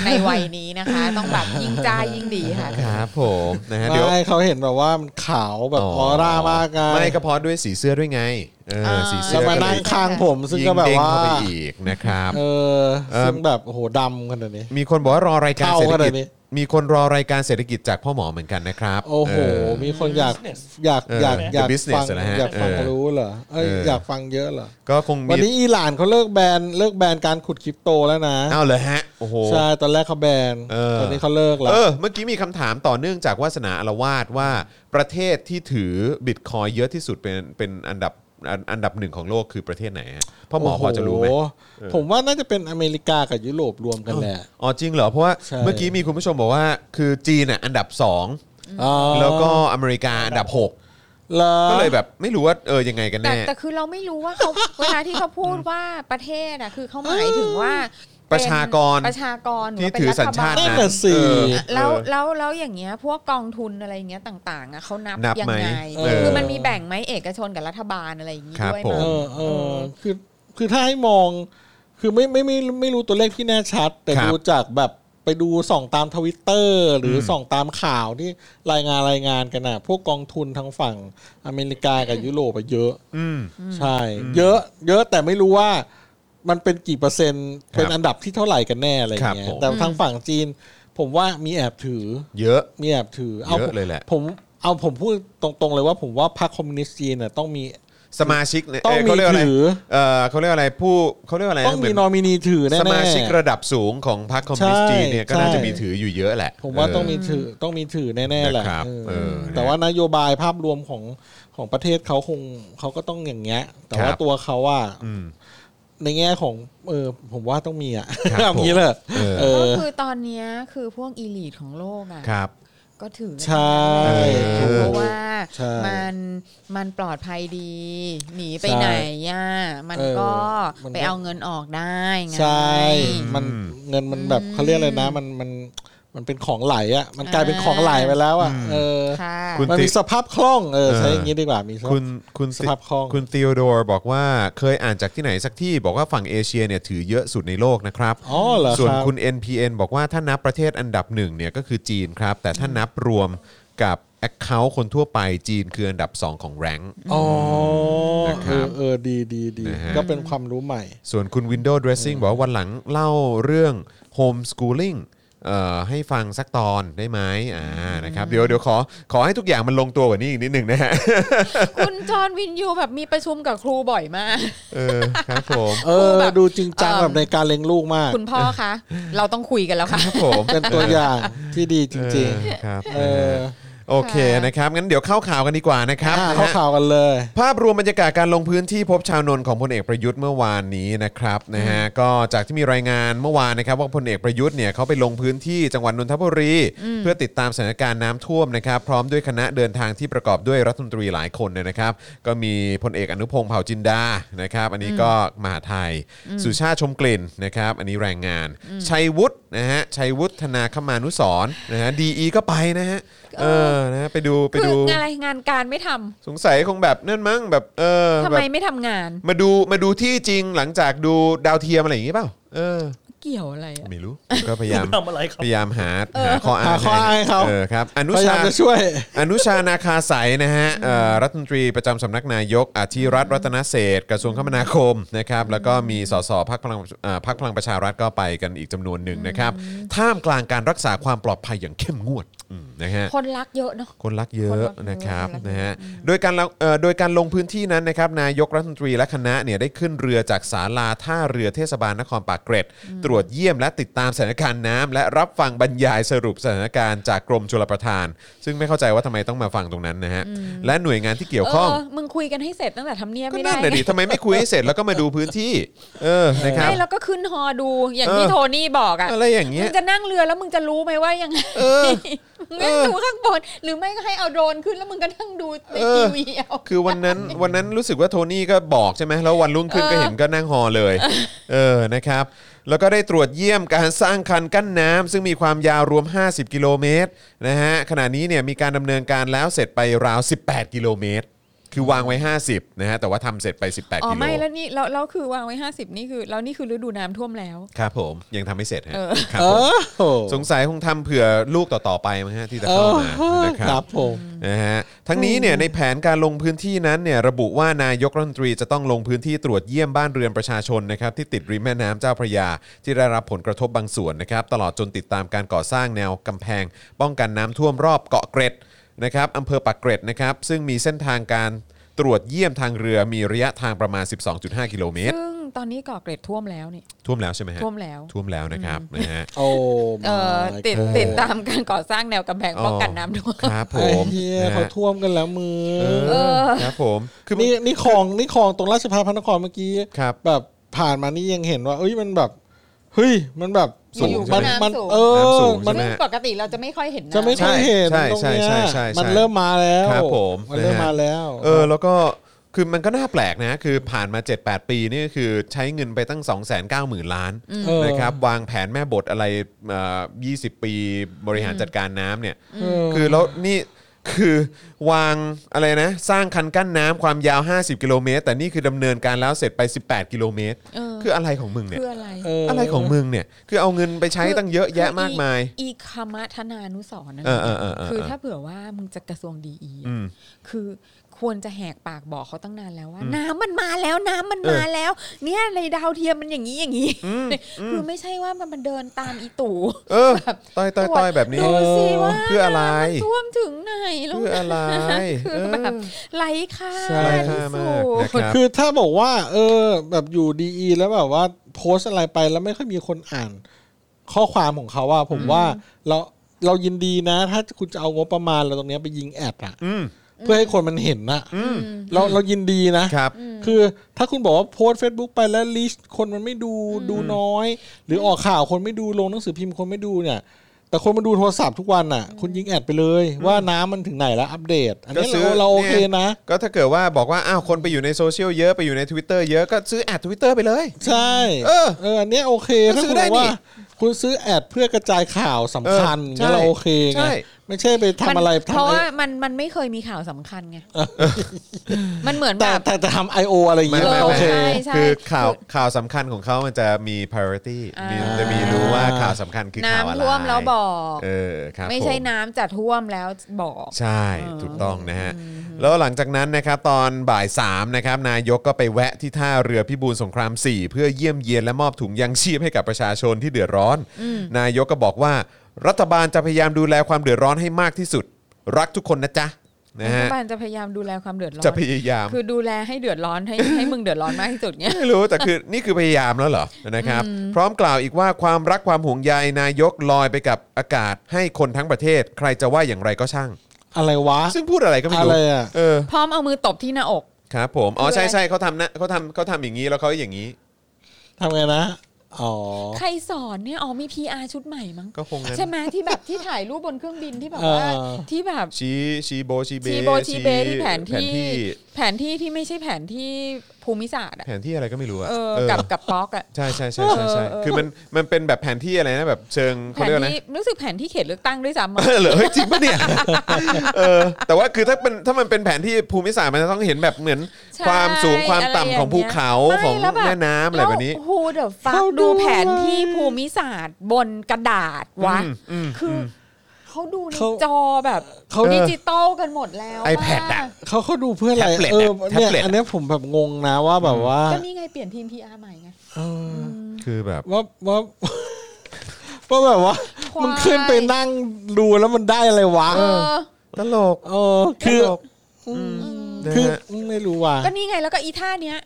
[SPEAKER 4] ในวัยนี้นะคะ ต้องแบบยิ่งจ้ายิ่งดีค่ะ
[SPEAKER 2] ครับผมนะฮะ เดี๋ยว
[SPEAKER 3] ไม่เขาเห็นแบบว่ามันขาวแบบออร่ามากไง
[SPEAKER 2] ไม่ก็เพราะด้วยสีเสื้อด้วยไงเอออ
[SPEAKER 4] อ
[SPEAKER 2] สีเสื้
[SPEAKER 3] แล้ว
[SPEAKER 2] อ
[SPEAKER 3] มา
[SPEAKER 2] ก็เล
[SPEAKER 3] นั่ง
[SPEAKER 2] ย
[SPEAKER 3] ข้างผม ซึ่ง
[SPEAKER 2] ยิ่
[SPEAKER 3] ก็
[SPEAKER 2] ง
[SPEAKER 3] แบบ
[SPEAKER 2] เด้ง
[SPEAKER 3] ว่า
[SPEAKER 2] เข้าไปอีกนะครับ
[SPEAKER 3] เออ
[SPEAKER 2] เออ
[SPEAKER 3] ซึ่งแบบโอ้โหดำขนาดนี้
[SPEAKER 2] มีคนบอกว่ารอรายการเศรษฐ
[SPEAKER 3] เข้าข
[SPEAKER 2] กิ
[SPEAKER 3] นา
[SPEAKER 2] จ
[SPEAKER 3] ดนี้
[SPEAKER 2] มีคนรอรายการเศรษฐกิจจากพ่อหมอเหมือนกันนะครับ
[SPEAKER 3] โอ้โห
[SPEAKER 2] เ
[SPEAKER 3] มีคนอยาก
[SPEAKER 5] Business
[SPEAKER 3] อยาก
[SPEAKER 2] เออ
[SPEAKER 3] อยาก
[SPEAKER 2] The
[SPEAKER 3] อยาก
[SPEAKER 2] business
[SPEAKER 3] ฟัง
[SPEAKER 2] เหรอฮะ
[SPEAKER 3] อยากฟัง
[SPEAKER 2] เออ
[SPEAKER 3] รู้เหรอเอ้ย
[SPEAKER 2] เอออ
[SPEAKER 3] อยากฟังเยอะเหรอ
[SPEAKER 2] ก็คง
[SPEAKER 3] วัน
[SPEAKER 2] มี
[SPEAKER 3] นี้อิหร่านเขาเลิกแบนเลิกแบนการขุดคริปโตแล้วนะ
[SPEAKER 2] อ้าวเลยฮะโอ้โห
[SPEAKER 3] ใช่ตอนแรกเขาแบน
[SPEAKER 2] เออ
[SPEAKER 3] ตอนนี้เขาเลิกแล้ว
[SPEAKER 2] เออ เมื่อกี้มีคำถามต่อเนื่องจากวาสนาอารวาสว่าประเทศที่ถือบิตคอยน์เยอะที่สุดเป็นเป็นอันดับอันอันดับหนึ่งของโลกคือประเทศไหนฮะพ่อหมอพอจะรู้ไหม
[SPEAKER 3] โโผมว่าน่าจะเป็นอเมริกากับยุโรปรวมกันแหละ
[SPEAKER 2] อ๋อจริงเหรอ เพราะว่า
[SPEAKER 3] ใช่
[SPEAKER 2] เมื่อกี้มีคุณผู้ชมบอกว่า คือจีนน่ะอันดับ
[SPEAKER 3] อ๋อ
[SPEAKER 2] 2 แล้วก็อเมริกาอันดับ 6
[SPEAKER 3] แล้
[SPEAKER 2] ก็
[SPEAKER 3] ว
[SPEAKER 2] เลยแบบไม่รู้ว่าเออยังไงกัน
[SPEAKER 4] แต่
[SPEAKER 2] แน่
[SPEAKER 4] แต่คือเราไม่รู้ว่า เขา เวลาที่เขาพูดว่าประเทศอ่ะคือเขาหมายถึงว่า
[SPEAKER 2] ประชากร
[SPEAKER 4] เป็นประชากรหรื
[SPEAKER 2] ที่ถือ
[SPEAKER 4] ว่าเป็นรัฐ
[SPEAKER 2] สัญชาติ
[SPEAKER 4] บล
[SPEAKER 3] นั่น
[SPEAKER 2] นะ
[SPEAKER 3] น่ะสิ
[SPEAKER 2] เออ
[SPEAKER 4] แล้วแล้วแล้วอย่างเงี้ยพวกกองทุนอะไรอย่างเงี้ยต่างๆอ่ะเขานับ
[SPEAKER 2] นับ
[SPEAKER 4] ยัง
[SPEAKER 2] ไหม
[SPEAKER 4] ไง
[SPEAKER 2] เออ
[SPEAKER 4] คือมันมีแบ่งไหมเอกชนกับรัฐบาลอะไรอย่างงี้
[SPEAKER 2] ครับ
[SPEAKER 4] ด้วย
[SPEAKER 2] ผม
[SPEAKER 4] มั้
[SPEAKER 3] เอย อเออคือคือถ้าให้มอง คือไม่ไม่ไม่ไม่รู้ตัวเลขที่แน่ชัด แต่
[SPEAKER 2] ครับ
[SPEAKER 3] ดูจากแบบไปดูส่องตามทวิตเตอร์ หรืออ
[SPEAKER 2] ม
[SPEAKER 3] ส่องตามข่าวที่รายงานรายงานกันน่ะ พวกกองทุนทางฝั่งอเมริกากับยุโรปอะเยอะ
[SPEAKER 2] อืม
[SPEAKER 3] ใช่ เยอะ เยอะแต่ไม่รู้ว่ามันเป็นกี่เปอร์เซ็นต์เป็นอันดับที่เท่าไหร่กันแน่อะไรอย่างเงี้
[SPEAKER 2] ครับ
[SPEAKER 3] ย
[SPEAKER 2] ผม
[SPEAKER 3] แต่ทางฝั่งจีน ผมว่ามีแอบถือ
[SPEAKER 2] เยอะ
[SPEAKER 3] มีแอบถือ
[SPEAKER 2] เยอะเลยแหละ
[SPEAKER 3] ผมเอาผมพูดตรงๆเลยว่าผมว่าพรรคคอมมิวนิสต์จีนน่ะต้องมี
[SPEAKER 2] สมาชิกเนี่ย
[SPEAKER 3] ต้อง
[SPEAKER 2] เย
[SPEAKER 3] มี
[SPEAKER 2] เขาเรียกอะไร
[SPEAKER 3] ถือ
[SPEAKER 2] เออเขาเรียกอะไรผู้เขาเรียกอะไรนะ
[SPEAKER 3] ต้อง
[SPEAKER 2] เห
[SPEAKER 3] มี
[SPEAKER 2] น
[SPEAKER 3] นอมินีถือแน่ๆ
[SPEAKER 2] สมาชิกระดับสูงของพรรคคอมมิวนิสต์จีนเนี่ยก็
[SPEAKER 3] ใช่
[SPEAKER 2] น่าจะมีถืออยู่เยอะแหละ
[SPEAKER 3] ผมว่า
[SPEAKER 2] เ
[SPEAKER 3] ต้องมีถือต้องมีถือแน่ๆแหละ
[SPEAKER 2] นะครับ
[SPEAKER 3] เออ
[SPEAKER 2] เออ
[SPEAKER 3] แต่ว่านโยบายภาพรวมของของประเทศเขาคงเขาก็ต้องอย่างเงี้ย แต่
[SPEAKER 2] ค
[SPEAKER 3] ว่า
[SPEAKER 2] รับ
[SPEAKER 3] ตัวเขาว่า
[SPEAKER 2] อืม
[SPEAKER 3] ในแง่ของเออผมว่าต้องมีอ่ะ
[SPEAKER 2] ครับ
[SPEAKER 3] แบบนี้เลย
[SPEAKER 2] ผม
[SPEAKER 3] เอ
[SPEAKER 4] ก็
[SPEAKER 3] อ
[SPEAKER 4] คือตอนเนี้ยคือพวกอีลีทของโลกอ่ะ
[SPEAKER 2] ครับ
[SPEAKER 4] ก็ถือ
[SPEAKER 3] ใช่
[SPEAKER 4] กันทั้งนั้นเลยเพราะว่า
[SPEAKER 3] ใช่
[SPEAKER 4] มันมันปลอดภัยดี หนีไป
[SPEAKER 3] ใช่
[SPEAKER 4] ไหนย่ามัน
[SPEAKER 3] เออ
[SPEAKER 4] ก็
[SPEAKER 3] มันก็
[SPEAKER 4] ไปเอาเงินออกได้ไง
[SPEAKER 3] ใช่มัน
[SPEAKER 2] อืม
[SPEAKER 3] เงินมันแบบเขาเรียกอะไรนะ มันมันมันเป็นของไหลอ่ะมันกลายเป็นของไหลไปแล้วอ่ะเออ
[SPEAKER 4] ค่ะ
[SPEAKER 2] คุณ
[SPEAKER 3] มัน
[SPEAKER 2] ติ
[SPEAKER 3] มีสภาพคล่องเออใช้
[SPEAKER 2] เออ
[SPEAKER 3] อ
[SPEAKER 2] อ
[SPEAKER 3] ย่างนี้ดีกว่ามีสภาพ
[SPEAKER 2] คุณคุณ
[SPEAKER 3] สภาพคล่อง
[SPEAKER 2] คุณธีโอดอร์บอกว่าเคยอ่านจากที่ไหนสักที่บอกว่าฝั่งเอเชียเนี่ยถือเยอะสุดในโลกนะครับ
[SPEAKER 3] อ๋อเหรอ
[SPEAKER 2] ส่วน
[SPEAKER 3] รับ
[SPEAKER 2] คุณ NPN บอกว่าถ้านับประเทศอันดับหนึ่งเนี่ยก็คือจีนครับ แต่ถ้านับรวมกับ Account คนทั่วไปจีนคืออันดับ 2 ของแรงค์
[SPEAKER 3] อ๋อ
[SPEAKER 2] นะค
[SPEAKER 3] เอ
[SPEAKER 2] รับ
[SPEAKER 3] อเออดีดีดี
[SPEAKER 2] นะฮะ
[SPEAKER 3] ก็เป็นความรู้ใหม่
[SPEAKER 2] ส่วนคุณ Window Dressing บอกว่าวันหลังเล่าเรื่อง Homeschooling เอ่อให้ฟังสักตอนได้ไหมอ่านะครับเดี๋ยวเดี๋ยวขอขอให้ทุกอย่างมันลงตัวกว่านี้อีกนิดหนึ่งนะฮะ
[SPEAKER 4] คุณจอห์นวินยูแบบมีประชุมกับครูบ่อย มาก
[SPEAKER 2] เออครับผม
[SPEAKER 3] เอ
[SPEAKER 4] คือ
[SPEAKER 3] อ
[SPEAKER 4] แบบ
[SPEAKER 3] ดูจริงจัง
[SPEAKER 4] เอิ่ม
[SPEAKER 3] แบบในการเลี้ยงลูกมาก
[SPEAKER 4] คุณพ่อคะ เราต้องคุยกันแล้วค่ะ
[SPEAKER 2] ครับผม
[SPEAKER 3] เป็นตัวอย่างที่ดีจริง
[SPEAKER 2] เออครับ
[SPEAKER 3] ๆ เออ
[SPEAKER 2] โอเคนะครับ งั้นเดี๋ยวเข้าข่าวกันดีกว่านะครับ
[SPEAKER 3] อ่ะ
[SPEAKER 2] นะ
[SPEAKER 3] เข้า
[SPEAKER 2] ฮะ
[SPEAKER 3] ข่าวกันเลย
[SPEAKER 2] ภาพรวมบรรยากาศการลงพื้นที่พบชาวนนท์ของพลเอกประยุทธ์เมื่อวานนี้นะครับนะฮะก็จากที่มีรายงานเมื่อวานนะครับว่าพลเอกประยุทธ์เนี่ยเขาไปลงพื้นที่จังหวัดนนทบุรี เพื่อติดตามสถานการณ์น้ำท่วมนะครับ พร้อมด้วยคณะเดินทางที่ประกอบด้วยรัฐมนตรีหลายคนเนี่ยนะครับ ก็มีพลเอกอนุพงศ์เผ่าจินดานะครับ อันนี้ก็มหาไทย สุชาติชมกลิ่นนะครับ อันนี้แรงงาน ชัยวุฒินะฮะชัยวุฒนาคมานุสรณ์นะฮะดีอีก็ไปนะฮะเออนะฮะไปดูไป
[SPEAKER 4] คือ
[SPEAKER 2] ดู
[SPEAKER 4] งานอะไรงานการไม่ทำ
[SPEAKER 2] สงสัยคงแบบนั่นมั้งแบบเออ
[SPEAKER 4] ทำ
[SPEAKER 2] แบ
[SPEAKER 4] ไม
[SPEAKER 2] บ
[SPEAKER 4] ไม่ทำงาน
[SPEAKER 2] มาดูมาดูที่จริงหลังจากดูดาวเทียมอะไรอย่างงี้เปล่าเออ
[SPEAKER 4] เกี่ยวอะไรอะ
[SPEAKER 2] ไม่รู้ผมก็พยายาม
[SPEAKER 5] ทำอะไรครับ
[SPEAKER 2] พยายามหาหาข้ออ้าง
[SPEAKER 3] หาข้ออ้างให้เขา
[SPEAKER 2] เออครับอนุ
[SPEAKER 3] พยายา
[SPEAKER 2] ชาม
[SPEAKER 3] จะช่วย
[SPEAKER 2] อนุชานาคาใสยนะฮะเอ่อรัฐมนตรีประจำสำนักนายกอาทิรัฐรัตนเศรษฐ์กระทรวงคมนาคมนะครับแล้วก็มีสสพักพลังเอ่อพักพลังประชารัฐก็ไปกันอีกจำนวนหนึ่งนะครับท่ามกลางการรักษาความปลอดภัยอย่างเข้มงวดอืมนะฮะ
[SPEAKER 4] คนรักเยอะเนาะ
[SPEAKER 2] คนรักเย
[SPEAKER 4] คน
[SPEAKER 2] อะ
[SPEAKER 4] รักเยอะ
[SPEAKER 2] นะครับ
[SPEAKER 4] คนรักเยอะ
[SPEAKER 2] นะฮะโดยการลงเอ่อโดยการลงพื้นที่นั้นนะครับนายกรัฐมนตรีและคณะเนี่ยได้ขึ้นเรือจากศาลาท่าเรือเทศบาลนครปากเกร็ด ตรวจเยี่ยมและติดตามสถานการณ์น้ำและรับฟังบรรยายสรุปสถานการณ์จากกรมชลประทาน ซึ่งไม่เข้าใจว่าทำไมต้องมาฟังตรงนั้นนะฮะและหน่วยงานที่เกี่ยว
[SPEAKER 4] เอ
[SPEAKER 2] ข้อง
[SPEAKER 4] อมึงคุยกันให้เสร็จตั้งแต่ทำเนียบ
[SPEAKER 2] ก็
[SPEAKER 4] ไม่ได้
[SPEAKER 2] นั่นแหละดิทำไมไม่คุยให้เสร็จแล้วก็มาดูพื้นที่ เออนะครับ
[SPEAKER 4] ไม่แล้วก็ขึ้นฮอดูอย่าง
[SPEAKER 2] เออ
[SPEAKER 4] ที่โทนี่บอกอะ
[SPEAKER 2] อะไรอย่างเงี้
[SPEAKER 4] มึ
[SPEAKER 2] ย
[SPEAKER 4] งจะนั่งเรือแล้วมึงจะรู้ไหมว่ายังไง
[SPEAKER 2] เออ
[SPEAKER 4] มึงก็ดูข้างบนหรือไม่ก็ให้เอาโดรนขึ้นแล้วมึงก็นั่งดูใน
[SPEAKER 2] เออ
[SPEAKER 4] ทีวีเอา
[SPEAKER 2] คือวันนั้นวันนั้นรู้สึกว่าโทนี่ก็บอกใช่ไหมแล้ววันรุ่งขึ้นก็เห็นก็นั่งฮอเลย เออนะครับ แล้วก็ได้ตรวจเยี่ยมการสร้างคันกั้นน้ำซึ่งมีความยาวรวม 50 กิโลเมตรนะฮะขณะนี้เนี่ยมีการดำเนินการแล้วเสร็จไปราว 18 กิโลเมตร คือวางไว้ 50นะฮะแต่ว่าทำเสร็จไป 18
[SPEAKER 4] อ๋อ
[SPEAKER 2] กิโล
[SPEAKER 4] ไม่แล้วนี่แล้วแล้วคือวางไว้ห้าสิบนี่คือแล้วนี่คือฤดูน้ำท่วมแล้ว
[SPEAKER 2] ครับผมยังทำไม่เสร็จฮะ
[SPEAKER 4] เออ
[SPEAKER 2] ครับ
[SPEAKER 3] เอ
[SPEAKER 2] ผม
[SPEAKER 3] อโอ้
[SPEAKER 2] สงสัยคงทำเผื่อลูกต่อๆไปมั้งฮะที่จะ
[SPEAKER 3] เอ
[SPEAKER 2] เข้า
[SPEAKER 3] อ
[SPEAKER 2] มานะค
[SPEAKER 3] ครับ รับผม
[SPEAKER 2] นะฮะทั้งนี้เนี่ยในแผนการลงพื้นที่นั้นเนี่ยระบุว่านายกรัฐมนตรีจะต้องลงพื้นที่ตรวจเยี่ยมบ้านเรือนประชาชนนะครับที่ติดริมแม่น้ำเจ้าพระยา ที่ได้รับผลกระทบบางส่วนนะครับตลอดจนติดตามการก่อสร้างแนวกำแพง ป้องกันน้ำท่วมรอบเกาะเกร็ดนะครับอำเภอปากเกร็ดนะครับซึ่งมีเส้นทางการตรวจเยี่ยมทางเรือมีระยะทางประมาณ 12.5 กิโลเมตร
[SPEAKER 4] ซึ่งตอนนี้เกาะเกร็ดท่วมแล้วนี่
[SPEAKER 2] ท่วมแล้วใช่ไหมฮะ
[SPEAKER 4] ท่วมแล้ว
[SPEAKER 2] ท่วมแล้วนะครับนะฮะ
[SPEAKER 3] โอ้
[SPEAKER 4] เอ่อติดติดตามการก่อสร้างแนวกำแพงป้องกันน้ำท่วม
[SPEAKER 2] ครับผ
[SPEAKER 3] ไอ้
[SPEAKER 2] ม
[SPEAKER 3] เฮีย
[SPEAKER 2] นะ
[SPEAKER 3] เขา
[SPEAKER 2] ฮะ
[SPEAKER 3] ท่วมกันแล้วมือ
[SPEAKER 2] เออครับผมคือมั
[SPEAKER 3] นี่นี่คลองนี่คลองตรงราชพัฒน์พระนครเมื่อกี้
[SPEAKER 2] ครับ
[SPEAKER 3] แบบผ่านมานี่ยังเห็นว่า เอ้ยมันแบบเฮ้ยมันแบบ
[SPEAKER 4] อยู่ๆก็
[SPEAKER 3] มัน
[SPEAKER 4] น้ำ
[SPEAKER 3] มัน
[SPEAKER 4] สูง
[SPEAKER 3] เอ
[SPEAKER 2] น้ำสู
[SPEAKER 3] อง
[SPEAKER 2] ใช่ไหม
[SPEAKER 3] มัน
[SPEAKER 4] ซึ่งปกติเราจะไม่ค่อยเห็นน้ำ
[SPEAKER 3] จะไม่เคยเห็น
[SPEAKER 2] ใช่
[SPEAKER 3] ตรงเนี้ย
[SPEAKER 2] ใช่ใช่ใช่
[SPEAKER 3] มันเริ่มมาแล้ว
[SPEAKER 2] ครับผม
[SPEAKER 3] นเริ่ม
[SPEAKER 2] นะฮะ
[SPEAKER 3] มาแล้ว
[SPEAKER 2] เออแล้วก็คือมันก็น่าแปลกนะคือผ่านมา 7-8 ปีนี่คือใช้เงินไปตั้ง 2 9 0 0 0 0 ล้าน
[SPEAKER 3] เออ
[SPEAKER 2] นะครับวางแผนแม่บทอะไรเอ่อ20 ปีบริหารจัดการน้ำเนี่ย
[SPEAKER 3] เออ
[SPEAKER 2] คือแล้วนี่คือวางอะไรนะ สร้างคันกั้นน้ำความยาว 50 กิโลเมตร แต่นี่คือดำเนินการแล้วเสร็จไป 18 กิโลเมตร
[SPEAKER 4] เออ
[SPEAKER 2] คืออะไรของมึงเนี่ย
[SPEAKER 4] คืออะไร
[SPEAKER 3] เออ
[SPEAKER 2] อะไรของมึงเนี่ย คือเอาเงินไปใช้ตั้งเยอะแยะ
[SPEAKER 4] คือ
[SPEAKER 2] มากมาย
[SPEAKER 4] อีคมะธนานุสรณ์นะ
[SPEAKER 2] เออเออเออเออ
[SPEAKER 4] คือถ้าเผื่อว่ามึงจะกระทรวงดีอี
[SPEAKER 2] อืม
[SPEAKER 4] คือ ควรจะแหกปากบอกเขาตั้งนานแล้วว่า น้ำมันมาแล้วน้ำมันมาแล้ว เนี่ยในดาวเทียมมันอย่างนี้อย่างนี้คือไม่ใช่ว่ามันมันเดินตามอีตู่
[SPEAKER 2] เออต้อยต้อยต้อยแบบนี้
[SPEAKER 4] ดูสิว่า
[SPEAKER 2] เพื่ออะไร
[SPEAKER 4] น้ำมันท่วมถึงไหนแล้ว
[SPEAKER 2] เพื่ออะไร
[SPEAKER 4] คือ
[SPEAKER 2] เออ
[SPEAKER 4] แบบไร้ค่า
[SPEAKER 3] ใช่
[SPEAKER 2] ไร้
[SPEAKER 4] ที่
[SPEAKER 2] ค่า
[SPEAKER 4] สุ
[SPEAKER 2] มาก
[SPEAKER 4] ด
[SPEAKER 2] นะครับ
[SPEAKER 3] คือถ้าบอกว่า เออ แบบอยู่ดีแล้วแบบว่าโพสต์อะไรไปแล้วไม่ค่อยมีคนอ่าน ข้อความของเขาว่าผมว่าเราเรายินดีนะ ถ้าคุณจะเอางบประมาณเราตรงเนี้ยไปยิงแอดอะ
[SPEAKER 2] อืม
[SPEAKER 3] เพื่อให้คนมันเห็นนะ
[SPEAKER 2] อืม
[SPEAKER 3] เราเรายินดีนะ
[SPEAKER 2] ครับ
[SPEAKER 3] คือถ้าคุณบอกว่าโพสเฟซบุ๊กไปแล้วลิสคนมันไม่ดูดูน้อย หรือออกข่าวคนไม่ดูลงหนังสือพิมพ์คนไม่ดูเนี่ย แต่คนมาดูโทรศัพท์ทุกวันน่ะ คุณยิงแอดไปเลย ว่าน้ำมันถึงไหนแล้วอัปเดต อันนี้
[SPEAKER 2] ก็ซื้อ
[SPEAKER 3] เราเราโอเค
[SPEAKER 2] เนี่ย
[SPEAKER 3] นะ
[SPEAKER 2] ก็ถ้าเกิดว่าบอกว่าอ้าวคนไปอยู่ในโซเชียลเยอะไปอยู่ใน Twitter เยอะก็ซื้อแอดทวิตเตอร์ไปเลย
[SPEAKER 3] ใช่
[SPEAKER 2] เออ
[SPEAKER 3] เอออันเนี้ยโอเค
[SPEAKER 2] ก็
[SPEAKER 3] ถ้า
[SPEAKER 2] ซื้
[SPEAKER 3] คุ
[SPEAKER 2] อ
[SPEAKER 3] ณ
[SPEAKER 2] ได้
[SPEAKER 3] บอก
[SPEAKER 2] นี่
[SPEAKER 3] ว่า คุณซื้อแอดเพื่อกระจายข่าวสำคัญ
[SPEAKER 2] เออใช่
[SPEAKER 3] เนี่ยเราโอเค
[SPEAKER 2] ใช่
[SPEAKER 3] ไงไม่ใช่ไปทำอะไร
[SPEAKER 4] เพ
[SPEAKER 3] ทำ
[SPEAKER 4] ราะ
[SPEAKER 3] ไอ้
[SPEAKER 4] ว่ามันมันไม่เคยมีข่าวสำคัญไงมันเหมือน
[SPEAKER 3] แต่
[SPEAKER 4] แบบ
[SPEAKER 3] แต่จะทำไอโออะไรอย่างเงี้ย
[SPEAKER 4] ไม่ไม่
[SPEAKER 3] โอเค
[SPEAKER 4] ไม่ ใช่
[SPEAKER 2] คือข่าว
[SPEAKER 4] คือ
[SPEAKER 2] ข่าวสำคัญของเขามันจะมี priority มี
[SPEAKER 4] อ่า
[SPEAKER 2] จะมีรู้ว่าข่าวสำคัญคือข่าวอะไร
[SPEAKER 4] น้ำท่วมแล้วบอก
[SPEAKER 2] เออครับ
[SPEAKER 4] ไม่ใช่
[SPEAKER 2] ผ
[SPEAKER 4] น้ำจะท่วมแล้วบอก
[SPEAKER 2] ใช่ถูกต้องนะฮะ แล้วหลังจากนั้นนะครับตอนบ่าย3นะครับนายกก็ไปแวะที่ท่าเรือพิบูลสงคราม 4 เพื่อเยี่ยมเยียนและมอบถุงยังชีพให้กับประชาชนที่เดือดร้อน นายกก็บอกว่า รัฐบาลจะพยายามดูแลความเดือดร้อนให้มากที่สุด รักทุกคนนะจ๊ะนะ
[SPEAKER 4] รั
[SPEAKER 2] ฮะ
[SPEAKER 4] ฐบาลจะพยายามดูแลความเดือดร้อน
[SPEAKER 2] จะพยายาม
[SPEAKER 4] คือดูแลให้เดือดร้อนให้ให้มึงเดือดร้อนมากที่สุดเนี้ย
[SPEAKER 2] ไม่รู้แต่คือนี่คือพยายามแล้วเหรอนะครับ พร้อมกล่าวอีกว่าความรักความห่วงใยนายกลอยไปกับอากาศ ให้คนทั้งประเทศ ใครจะว่าอย่างไรก็ช่าง
[SPEAKER 3] อะไรวะ
[SPEAKER 2] ซึ่งพูดอะไรก็ไม่รู้
[SPEAKER 3] อะไรอะ
[SPEAKER 2] เออ
[SPEAKER 4] พร้อมเอามือตบที่หน้าอก
[SPEAKER 2] ครับผม อ๋อ
[SPEAKER 4] คือ
[SPEAKER 2] ใช่
[SPEAKER 4] อะไร
[SPEAKER 2] ใช่เขาทำนะเขาทำเขาทำอย่างนี้แล้วเขาอย่างนี้
[SPEAKER 3] ทำไงนะอ๋อ
[SPEAKER 4] ใครสอนเนี่ยอ๋อมี PR ชุดใหม่มั้ง
[SPEAKER 2] ก็คงงั้น
[SPEAKER 4] ใช่ไหมที่แบบที่ถ่ายรูปบนเครื่องบินที่แบบว่า
[SPEAKER 3] เออ
[SPEAKER 4] ที่แบบ
[SPEAKER 2] ชี้ชี้โบชี้เบ
[SPEAKER 4] ชีโบชีเบที่แผนที่
[SPEAKER 2] แผนที่
[SPEAKER 4] แผนที่ที่ไม่ใช่แผนที่ภูมิศาสตร์อะ
[SPEAKER 2] แผนที่อะไรก็ไม่รู้อะ
[SPEAKER 4] เออ
[SPEAKER 2] เออ
[SPEAKER 4] กับกับป๊อกอะ
[SPEAKER 2] ใช่ใช่ใช่ใช่ใช่
[SPEAKER 4] เออเออ
[SPEAKER 2] คือมันมันเป็นแบบแผนที่อะไรนะแบบเชิง
[SPEAKER 4] แผ
[SPEAKER 2] เขา
[SPEAKER 4] น
[SPEAKER 2] เรียกอะไร
[SPEAKER 4] ที่รู้สึกแผนที่เขตเลือกตั้งด้วยซ้ำ
[SPEAKER 2] เอ
[SPEAKER 4] อะ
[SPEAKER 2] อเหรอเฮ้ยจริงปะเนี่ยเออแต่ว่าคือถ้าเป็นถ้ามันเป็นแผนที่ภูมิศาสตร์มันจะต้องเห็นแบบเหมือน
[SPEAKER 4] ใช่
[SPEAKER 2] ความสูงความ
[SPEAKER 4] ะไร
[SPEAKER 2] ต่ำของภูเขา
[SPEAKER 4] ย่
[SPEAKER 2] ของ
[SPEAKER 4] ล้บบ
[SPEAKER 2] แม่น้ำอะไรแบบนี้
[SPEAKER 4] ล้ว Who the
[SPEAKER 3] เขา
[SPEAKER 4] fuck
[SPEAKER 3] ดู
[SPEAKER 4] ดูแผนที่ภูมิศาสตร์บนกระดาษวะ
[SPEAKER 2] อืมอืม
[SPEAKER 4] คืออ
[SPEAKER 2] ม
[SPEAKER 4] เขาดูใน
[SPEAKER 3] เขา
[SPEAKER 4] จอแบบ
[SPEAKER 3] เขา
[SPEAKER 4] ดิจิตอลกันหมดแล้วอะ
[SPEAKER 2] iPad อะ
[SPEAKER 3] เขาเขาดูเพื่ออะไร
[SPEAKER 2] แท็บเล็ตอะ
[SPEAKER 3] เออเนี่ย
[SPEAKER 2] แท็บเล็ตอะ
[SPEAKER 3] อันเนี้ยผมแบบงงนะว่าแบบว่า
[SPEAKER 4] ก็นี่ไงเปลี่ยนทีม PR ใหม่ไง
[SPEAKER 3] เออ
[SPEAKER 2] คือแบบ
[SPEAKER 3] ว่าว่าว่า แบบว่า
[SPEAKER 4] ควาย
[SPEAKER 3] มันขึ้นไปนั่งดูแล้วมันได้อะไรวะ
[SPEAKER 4] เออ
[SPEAKER 2] ตลก
[SPEAKER 3] เออคืออืม
[SPEAKER 2] นะ
[SPEAKER 3] คือ
[SPEAKER 2] ฮะ
[SPEAKER 3] ไม่รู้ว่ะ
[SPEAKER 4] ก็นี่ไงแล้วก็อีท่าเนี้ย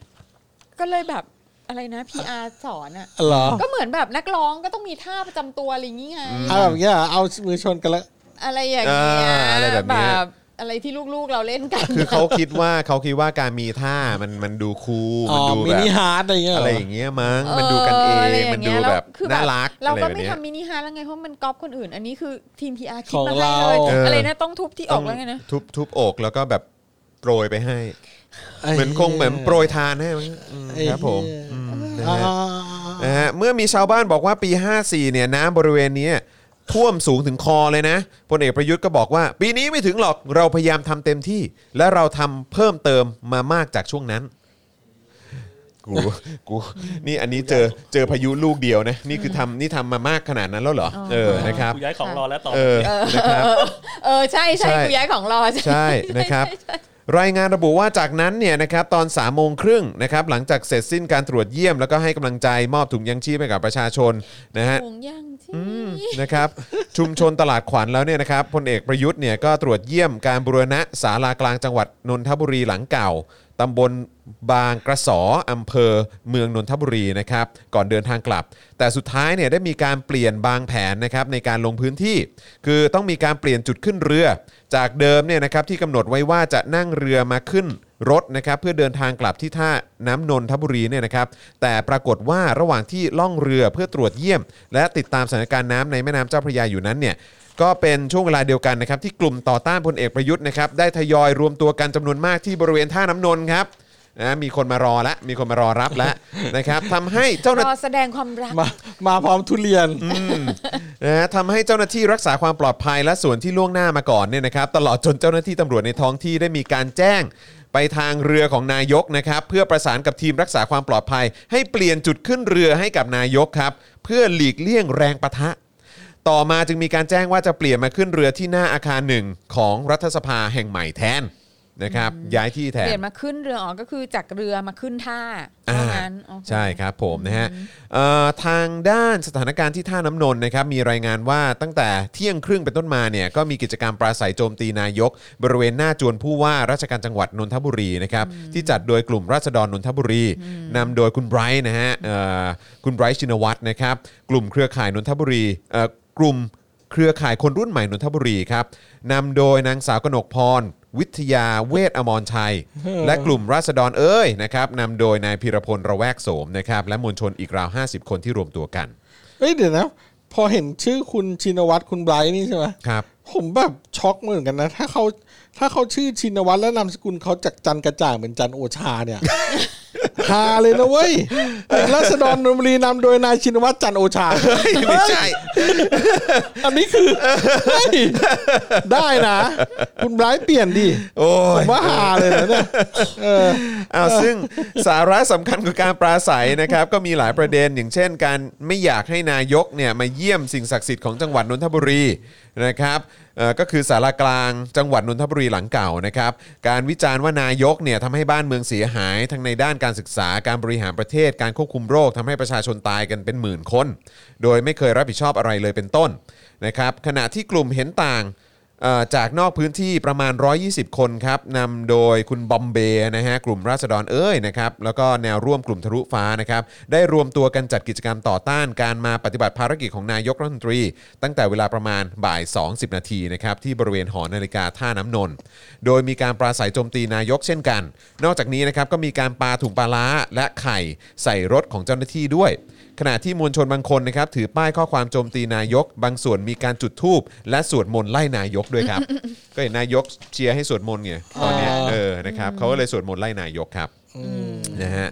[SPEAKER 4] ก็เลยแบบอะไรนะ PR สอนอะ
[SPEAKER 3] เหรอ
[SPEAKER 4] ก็เหมือนแบบนักร้องก็ต้องมีท่าประจำตัวอะไรอย่างงี้ไง
[SPEAKER 3] เอาแบบเนี้ยเหรอเอามือชนกันแล้ว
[SPEAKER 4] อะไรอย่างเงี้ย
[SPEAKER 2] อ่าอะไรแบบเนี้ย
[SPEAKER 4] บอะไรที่ลูกๆเราเล่นกัน
[SPEAKER 2] คือ เขาคิดว่าเขาคิดว่าการมีท่ามันมันดูคูลมั
[SPEAKER 3] อ๋อน
[SPEAKER 2] ดู
[SPEAKER 3] มิ
[SPEAKER 2] แบบ
[SPEAKER 3] นิฮาร์ดอะไรเงี้ยเหร
[SPEAKER 2] อะ
[SPEAKER 3] อ
[SPEAKER 2] ไรอย่างเงี้ยมั้ง
[SPEAKER 4] เออ
[SPEAKER 2] มันดูกันเอง
[SPEAKER 4] ะไรย่า
[SPEAKER 2] มัน
[SPEAKER 4] งี้
[SPEAKER 2] ดู
[SPEAKER 4] ย
[SPEAKER 2] แบบ
[SPEAKER 4] ล้วคือ
[SPEAKER 2] น่ารัก
[SPEAKER 4] เรา
[SPEAKER 2] อะไร
[SPEAKER 4] ก็
[SPEAKER 2] แบบ
[SPEAKER 4] ไม่
[SPEAKER 2] เนี้ย
[SPEAKER 4] ทำมินิฮาร์ทแล้วไง เพราะมันก๊อปคนอื่น อันนี้คือทีมพีอาร์คิด
[SPEAKER 3] ของ
[SPEAKER 4] มาให้
[SPEAKER 3] เรา
[SPEAKER 4] เลย
[SPEAKER 2] เอออ
[SPEAKER 4] อะไรนะต้องทุบที่ออกแล้วไงนะ
[SPEAKER 2] ทุบทุบอกแล้วก็แบบโปรยไปให้ เหมือนคงเหมือนโปรยทานให้มั้งอืม
[SPEAKER 3] ไอ้เหี้ย
[SPEAKER 2] ครับผมอืมนะ
[SPEAKER 3] อ่า
[SPEAKER 2] ฮะนะฮะเมื่อมีชาวบ้านบอกว่าปี 54 เนี่ยน้ำบริเวณเนี้ยท่วมสูงถึงคอเลยนะพลเอกประยุทธ์ก็บอกว่า ปีนี้ไม่ถึงหรอกเราพยายามทำเต็มที่ และเราทำเพิ่มเติมมามากจากช่วงนั้น กูกูนี่อันนี้เจอเจอพายุลูกเดียวนะ นี่คือทำนี่ทำมามากขนาดนั้นแล้วเหรอเออนะครับ
[SPEAKER 5] กูย้ายของรอแล้วต่อ
[SPEAKER 2] เออ นะครับ
[SPEAKER 4] เออ ใช่ใช่
[SPEAKER 2] ใช่
[SPEAKER 4] กูย้ายของรอใช่
[SPEAKER 2] ใช่นะครับ รายงานระบุว่าจากนั้นเนี่ยนะครับตอน3ามโมงครึ่งนะครับหลังจากเสร็จสิ้นการตรวจเยี่ยม แล้วก็ให้กำลังใจมอบถุงยังชีพให้กับประชาชนนะฮะ
[SPEAKER 4] หงยังที่
[SPEAKER 2] นะครับชุมชนตลาดขวัญแล้วเนี่ยนะครับพลเอกประยุทธ์เนี่ยก็ตรวจเยี่ยมการบูรณะศาลากลางจังหวัดนนทบุรีหลังเก่าตำบลบางกระสออำเภอเมืองนนทบุรีนะครับก่อนเดินทางกลับ แต่สุดท้ายเนี่ยได้มีการเปลี่ยนบางแผนนะครับในการลงพื้นที่ คือต้องมีการเปลี่ยนจุดขึ้นเรือ จากเดิมเนี่ยนะครับที่กำหนดไว้ว่าจะนั่งเรือมาขึ้น รถนะครับเพื่อเดินทางกลับที่ท่าน้ำนนทบุรีเนี่ยนะครับ แต่ปรากฏว่าระหว่างที่ล่องเรือเพื่อตรวจเยี่ยม และติดตามสถานการณ์น้ำในแม่น้ำเจ้าพระยาอยู่นั้นเนี่ยก็เป็นช่วงเวลาเดียวกันนะครับ ที่กลุ่มต่อต้านพลเอกประยุทธ์นะครับได้ทยอยรวมตัวกันจำนวนมากที่บริเวณท่าน้ำนนครับนะมีคนมารอละมีคนมารอรับละ นะครับทำให้เจ้าหน้า
[SPEAKER 4] รอแสดงความรัก
[SPEAKER 3] มามาพร้อมทุเรียน
[SPEAKER 2] นะฮะทำให้เจ้าหน้าที่รักษาความปลอดภัยและส่วนที่ล่วงหน้ามาก่อนเนี่ยนะครับตลอดจนเจ้าหน้าที่ตำรวจในท้องที่ได้มีการแจ้ง ไปทางเรือของนายกนะครับเพื่อประสานกับทีมรักษาความปลอดภัย ให้เปลี่ยนจุดขึ้นเรือให้กับนายกครับเพื่อหลีกเลี่ยงแรงปะทะ ต่อมาจึงมีการแจ้งว่าจะเปลี่ยนมาขึ้นเรือที่หน้าอาคารหนึ่งของรัฐสภาแห่งใหม่แทน นะครับย้ายที่แท
[SPEAKER 4] เป
[SPEAKER 2] น
[SPEAKER 4] ลี่ยนมาขึ้นเรืออ๋อก็คือจากเรือมาขึ้นท่า
[SPEAKER 2] อ่า
[SPEAKER 4] เท่านั้นโอเค
[SPEAKER 2] ใช่ครับผมนะฮะเอ่อทางด้านสถานการณ์ที่ท่าน้ำนนท์นะครับมีรายงานว่าตั้งแต่เที่ยงครึ่งเป็นต้นมาเนี่ยก็มีกิจกรรมปราศัยโจมตีนายก บริเวณหน้าจวนผู้ว่าราชการจังหวัดนนทบุรีนะครับที่จัดโดยกลุ่มราษฎรนนทบุรีนำโดยคุณไบรท์นะฮะเอ่อคุณไบรท์ชินวัตรนะครับกลุ่มเครือข่ายนนทบุรีเอ่อกลุ่ม เครือข่ายคนรุ่นใหม่นนทบุรีครับนำโดยนางสาวกนกพร วิทยาเวทอมรชัย และกลุ่มราษฎรเอ้ยนะครับนำโดยนายพีรพลระแวกโสมนะครับและมวลชนอีกราว 50 คนที่รวมตัวกัน
[SPEAKER 3] เอ้ยเดี๋ยวนะ พอเห็นชื่อคุณชินวัตรคุณไบรท์นี่ใช่ไหม
[SPEAKER 2] ครับ
[SPEAKER 3] ผมแบบช็อกเหมือนกันนะ ถ้าเขาถ้าเขาชื่อชินวัตรและนามสกุลเขาจากจันกระจ่างเป็นจันโอชาเนี่ย ฮาเลยนะเว้ยเด็กราษฎรนนทบุรีนำโดยนายชินวัตรจันโอชา
[SPEAKER 2] เฮ้ยไม่ใช่
[SPEAKER 3] อันนี้คือเฮ้ยได้นะ คุณไบรท์เปลี่ยนดิ
[SPEAKER 2] โอ้
[SPEAKER 3] ผ
[SPEAKER 2] ย
[SPEAKER 3] มว่าฮาเลยนะเนี่ยเออ
[SPEAKER 2] อ้าวซึ่งสาระสำคัญของการปราศัยนะครับ ก็มีหลายประเด็นอย่างเช่น การไม่อยากให้นายกเนี่ยมาเยี่ยมสิ่งศักดิ์สิทธิ์ของจังหวัดนนทบุรีนะครับเอ่อก็คือสารากลางจังหวัดนนทบุรีหลังเก่านะครับ การวิจารณ์ว่านายกเนี่ยทำให้บ้านเมืองเสียหาย ทั้งในด้านการศึกษาการบริหารประเทศ การควบคุมโรคทำให้ประชาชนตายกันเป็นหมื่นคน โดยไม่เคยรับผิดชอบอะไรเลยเป็นต้นนะครับ ขณะที่กลุ่มเห็นต่าง เอ่อจากนอกพื้นที่ประมาณ 120 คนครับนำโดยคุณบอมเบย์นะฮะกลุ่มราษฎรเอ้ยนะครับแล้วก็แนวร่วมกลุ่มทะลุฟ้านะครับได้รวมตัวกันจัดกิจกรรมต่อต้านการมาปฏิบัติภารกิจของนายกรัฐมนตรี ตั้งแต่เวลาประมาณบ่าย 20 นาทีนะครับที่บริเวณหอนาฬิกาท่าน้ำนนท์โดยมีการปราศัยโจมตีนายกเช่นกัน นอกจากนี้นะครับก็มีการปาถุงปลาล้าและไข่ใส่รถของเจ้าหน้าที่ด้วย ขณะที่มวลชนบางคนนะครับถือป้ายข้อความโจมตีนายก บางส่วนมีการจุดธูปและสวดมนต์ไล่นายกด้วย ครับ ก็เห็นนายกเชียร์ให้สวดมนต์ไงตอนเนี้ย
[SPEAKER 3] อ๋อ
[SPEAKER 2] เออนะครับเขาก็เลยสวดมนต์ไล่นายกครับนะฮะ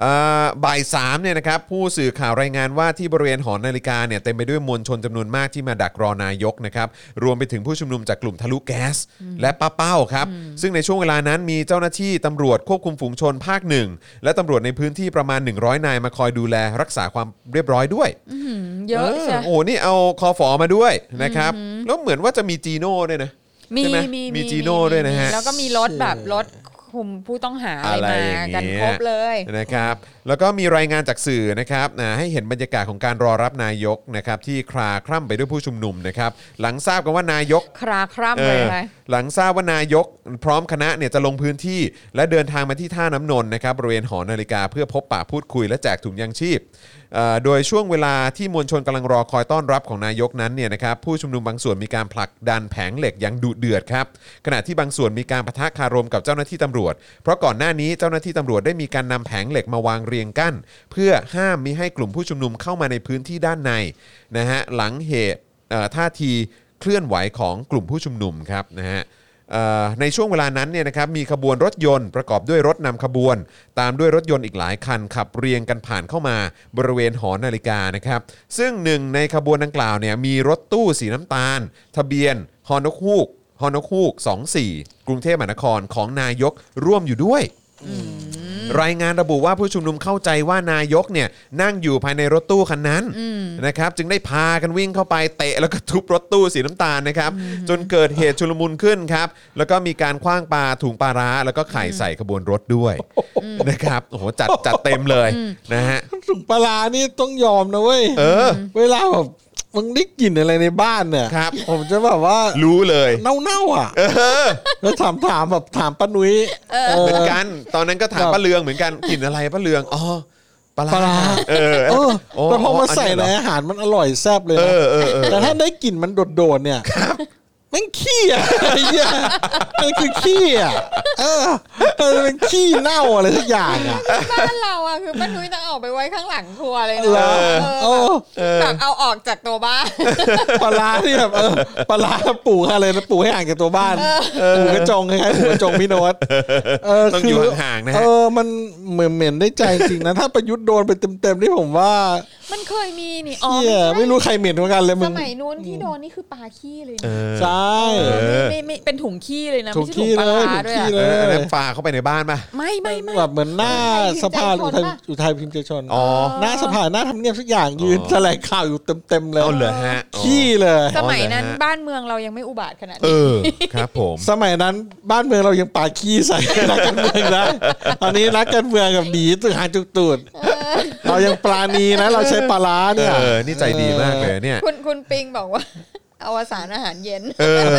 [SPEAKER 2] เอ่อบ่ายสามเนี่ยนะครับผู้สื่อข่าวรายงานว่าที่บริเวณหอนาฬิกาเนี่ยเต็มไปด้วยมวลชนจำนวนมากที่มาดักรอนายกนะครับรวมไปถึงผู้ชุมนุมจากกลุ่มทะลุแก๊ส และป้าเป้าครับซึ่งในช่วงเวลานั้นมีเจ้าหน้าที่ตำรวจควบคุมฝูงชนภาคหนึ่งและตำรวจในพื้นที่ประมาณ 100 นายมาคอยดูแลรักษาความเรียบร้อยด้วย
[SPEAKER 4] เยอะใช่
[SPEAKER 2] โอ้โห นี่เอาคอฟอมาด้วยนะครับ แล้วเหมือนว่าจะมีจีโน่ด้วยนะ
[SPEAKER 4] มี
[SPEAKER 2] ใช่ไห
[SPEAKER 4] มี
[SPEAKER 2] มีจีโน่ด้วยนะฮะ
[SPEAKER 4] แล้วก็มีรถแบบรถคุมผู้ต้องหาอะ
[SPEAKER 2] อะไร
[SPEAKER 4] ไรมา
[SPEAKER 2] อย่างเงี้ย
[SPEAKER 4] กันครบเลย
[SPEAKER 2] นะครับ แล้วก็มีรายงานจากสื่อนะครับนะให้เห็นบรรยากาศของการรอรับนายกนะครับที่คลาคร่ำไปด้วยผู้ชุมนุมนะครับ หลังทราบกันว่านายก
[SPEAKER 4] คราคร่ำเลยไหม
[SPEAKER 2] ออหลังทราบว่านายกพร้อมคณะเนี่ยจะลงพื้นที่ และเดินทางมาที่ท่าน้ำนนท์นะครับบริเวณหอนาฬิกาเพื่อพบปะพูดคุยและแจกถุงยางชีพเอ่อโดยช่วงเวลาที่มวลชนกำลังรอคอยต้อนรับของนายกนั้นเนี่ยนะครับผู้ชุมนุมบางส่วนมีการผลักดันแผงเหล็กอย่างดุเดือดครับขณะที่บางส่วนมีการปะทะคารมกับเจ้าหน้าที่ตำรวจ เพราะก่อนหน้านี้เจ้าหน้าที่ตำรวจได้มีการนำแผงเหล็กมาวางเรียงกั้น เพื่อห้ามมิให้กลุ่มผู้ชุมนุมเข้ามาในพื้นที่ด้านในนะฮะหลังเหตุ เอ่อท่าทีเคลื่อนไหวของกลุ่มผู้ชุมนุมครับนะฮะเอ่อในช่วงเวลานั้นเนี่ยนะครับมีขบวนรถยนต์ประกอบด้วยรถนำขบวน ตามด้วยรถยนต์อีกหลายคันขับเรียงกันผ่านเข้ามาบริเวณหอนาฬิกานะครับ ซึ่งหนึ่งในขบวนดังกล่าวเนี่ยมีรถตู้สีน้ำตาล ทะเบียนฮอนกฮูกฮอนกฮูก 24 กรุงเทพมหานครของนายกร่วมอยู่ด้วย รายงานระบุว่าผู้ชุมนุมเข้าใจว่านายกเนี่ยนั่งอยู่ภายในรถตู้คันนั้นนะครับจึงได้พากันวิ่งเข้าไปเตะแล้วก็ทุบรถตู้สีน้ำตาลนะครับ จนเกิดเหตุชุลมุนขึ้นครับ แล้วก็มีการคว้างปลาถุงปลาร้า แล้วก็ไข่ใส่ขบวนรถด้วยนะครับโอ้โหจัดจัดเต็มเลยนะฮะ
[SPEAKER 3] ถุงปลาร้านี่ต้องยอมนะเว้ย
[SPEAKER 2] เออ
[SPEAKER 3] เวลาแบบมึงได้กลิ่นอะไรในบ้านเนี่ย
[SPEAKER 2] ครับ
[SPEAKER 3] ผมจะแบบว่า
[SPEAKER 2] รู้เลย
[SPEAKER 3] เน่าๆอ่ะแล้วถามถามแบบถามป้านุ้ยเอ
[SPEAKER 2] เหมือน
[SPEAKER 3] อ
[SPEAKER 2] กัน ตอนนั้นก็ถาม
[SPEAKER 3] ครับ
[SPEAKER 2] ป้าเลืองเหมือนกันกลิ่นอะไรป้าเลืองอ๋อปลาร้า
[SPEAKER 3] ปลาร้า
[SPEAKER 2] เออ
[SPEAKER 3] เออ
[SPEAKER 2] โอ้
[SPEAKER 3] แต่พอมาใส่
[SPEAKER 2] น
[SPEAKER 3] ใน
[SPEAKER 2] นี้เหรอ
[SPEAKER 3] อาหารมันอร่อยแซ่บเลย
[SPEAKER 2] เอ
[SPEAKER 3] นะ
[SPEAKER 2] อเออเออ
[SPEAKER 3] แต่ถ้าได้กลิ่นมันโดดๆเนี่ยแมันขี้อ่ะไอ้เหี้ยมันคือขี้อ่ะเออเออมันขี้เน่าอะไรสักอย่างอ่ะ
[SPEAKER 4] บ้านเราอะคือป้านุ้ยต้องเออกไปไว้ข้างหลังครัวเลยนะ
[SPEAKER 3] เหรอ
[SPEAKER 4] เอ
[SPEAKER 3] โอ้
[SPEAKER 4] อแบบเอาออกจากตัวบ้าน
[SPEAKER 3] ปลาร้าที่แบบเออปลาร้าปลูกอะไรนะปลูกให้ห่างจากตัวบ้านปลูกกระจงคล้ายๆปลูกกระจงพี่โน้ตเ
[SPEAKER 2] ต้องอยู่ห่างๆนะฮะ
[SPEAKER 3] เออมันเหมือนเหม็นได้ใจจริงนะ ถ้าประยุทธ์โดนไปเต็มๆนี่ผมว่า
[SPEAKER 4] มันเคยมีนี่อ๋อ
[SPEAKER 3] เหียไม่รู้ใครเหม็นเหมือนกันเลยมึ
[SPEAKER 4] ส
[SPEAKER 3] ง
[SPEAKER 4] มัยนู้นที่โดนนี่คือปลาขี้เลย
[SPEAKER 2] เอ
[SPEAKER 4] นะ
[SPEAKER 2] อ
[SPEAKER 3] ใช่
[SPEAKER 4] เออ
[SPEAKER 2] เออ
[SPEAKER 4] ไม่ไม่ไม่เป็นถุงขี้เลยนะ
[SPEAKER 3] ถู
[SPEAKER 4] ไม่
[SPEAKER 3] ก
[SPEAKER 4] ใช่ถุ
[SPEAKER 3] ที่
[SPEAKER 4] งป
[SPEAKER 3] เล
[SPEAKER 4] ลายร้า
[SPEAKER 3] ถูก
[SPEAKER 4] ด้วย
[SPEAKER 3] ที่
[SPEAKER 2] เออ
[SPEAKER 3] เล
[SPEAKER 4] อะ
[SPEAKER 2] อัน
[SPEAKER 3] ย
[SPEAKER 2] นั้นฝ่าเข้าไปในบ้านป่ะ
[SPEAKER 4] ไม่ไม่ไม่
[SPEAKER 3] แบบเหมือนหน้าสภาอุทัยอุทัยพิมพ์ใจชน
[SPEAKER 2] อ๋อ
[SPEAKER 3] หน้าสภาหน้าทำเนียบทุกอย่างยืน
[SPEAKER 2] อ๋อ
[SPEAKER 3] แถลงข่าวอยู่เต็มๆเลย
[SPEAKER 2] เอาเหรอฮะอ๋อ
[SPEAKER 3] ขี้เลย
[SPEAKER 4] สมัยนั้น
[SPEAKER 2] อ๋อเหรอฮะ
[SPEAKER 4] บ้านเมืองเรายังไม่อุบาทขนาด
[SPEAKER 2] เอ
[SPEAKER 4] นี้
[SPEAKER 2] อครับผม
[SPEAKER 3] สมัยนั้นบ้านเมืองเรายังปาขี้ใส่ นักการเมืองนะตอนนี้นักการเมืองกับหนีตึกหาจุกตูดเรายังปลาณีนะ เราใช้ปลาร้า
[SPEAKER 2] เอ
[SPEAKER 3] เนี่ย
[SPEAKER 2] อ นี่ใจดีมากเลยเนี่ย
[SPEAKER 4] คุณคุณปิงบอกว่า อวสานอาหารเย็น
[SPEAKER 2] เออ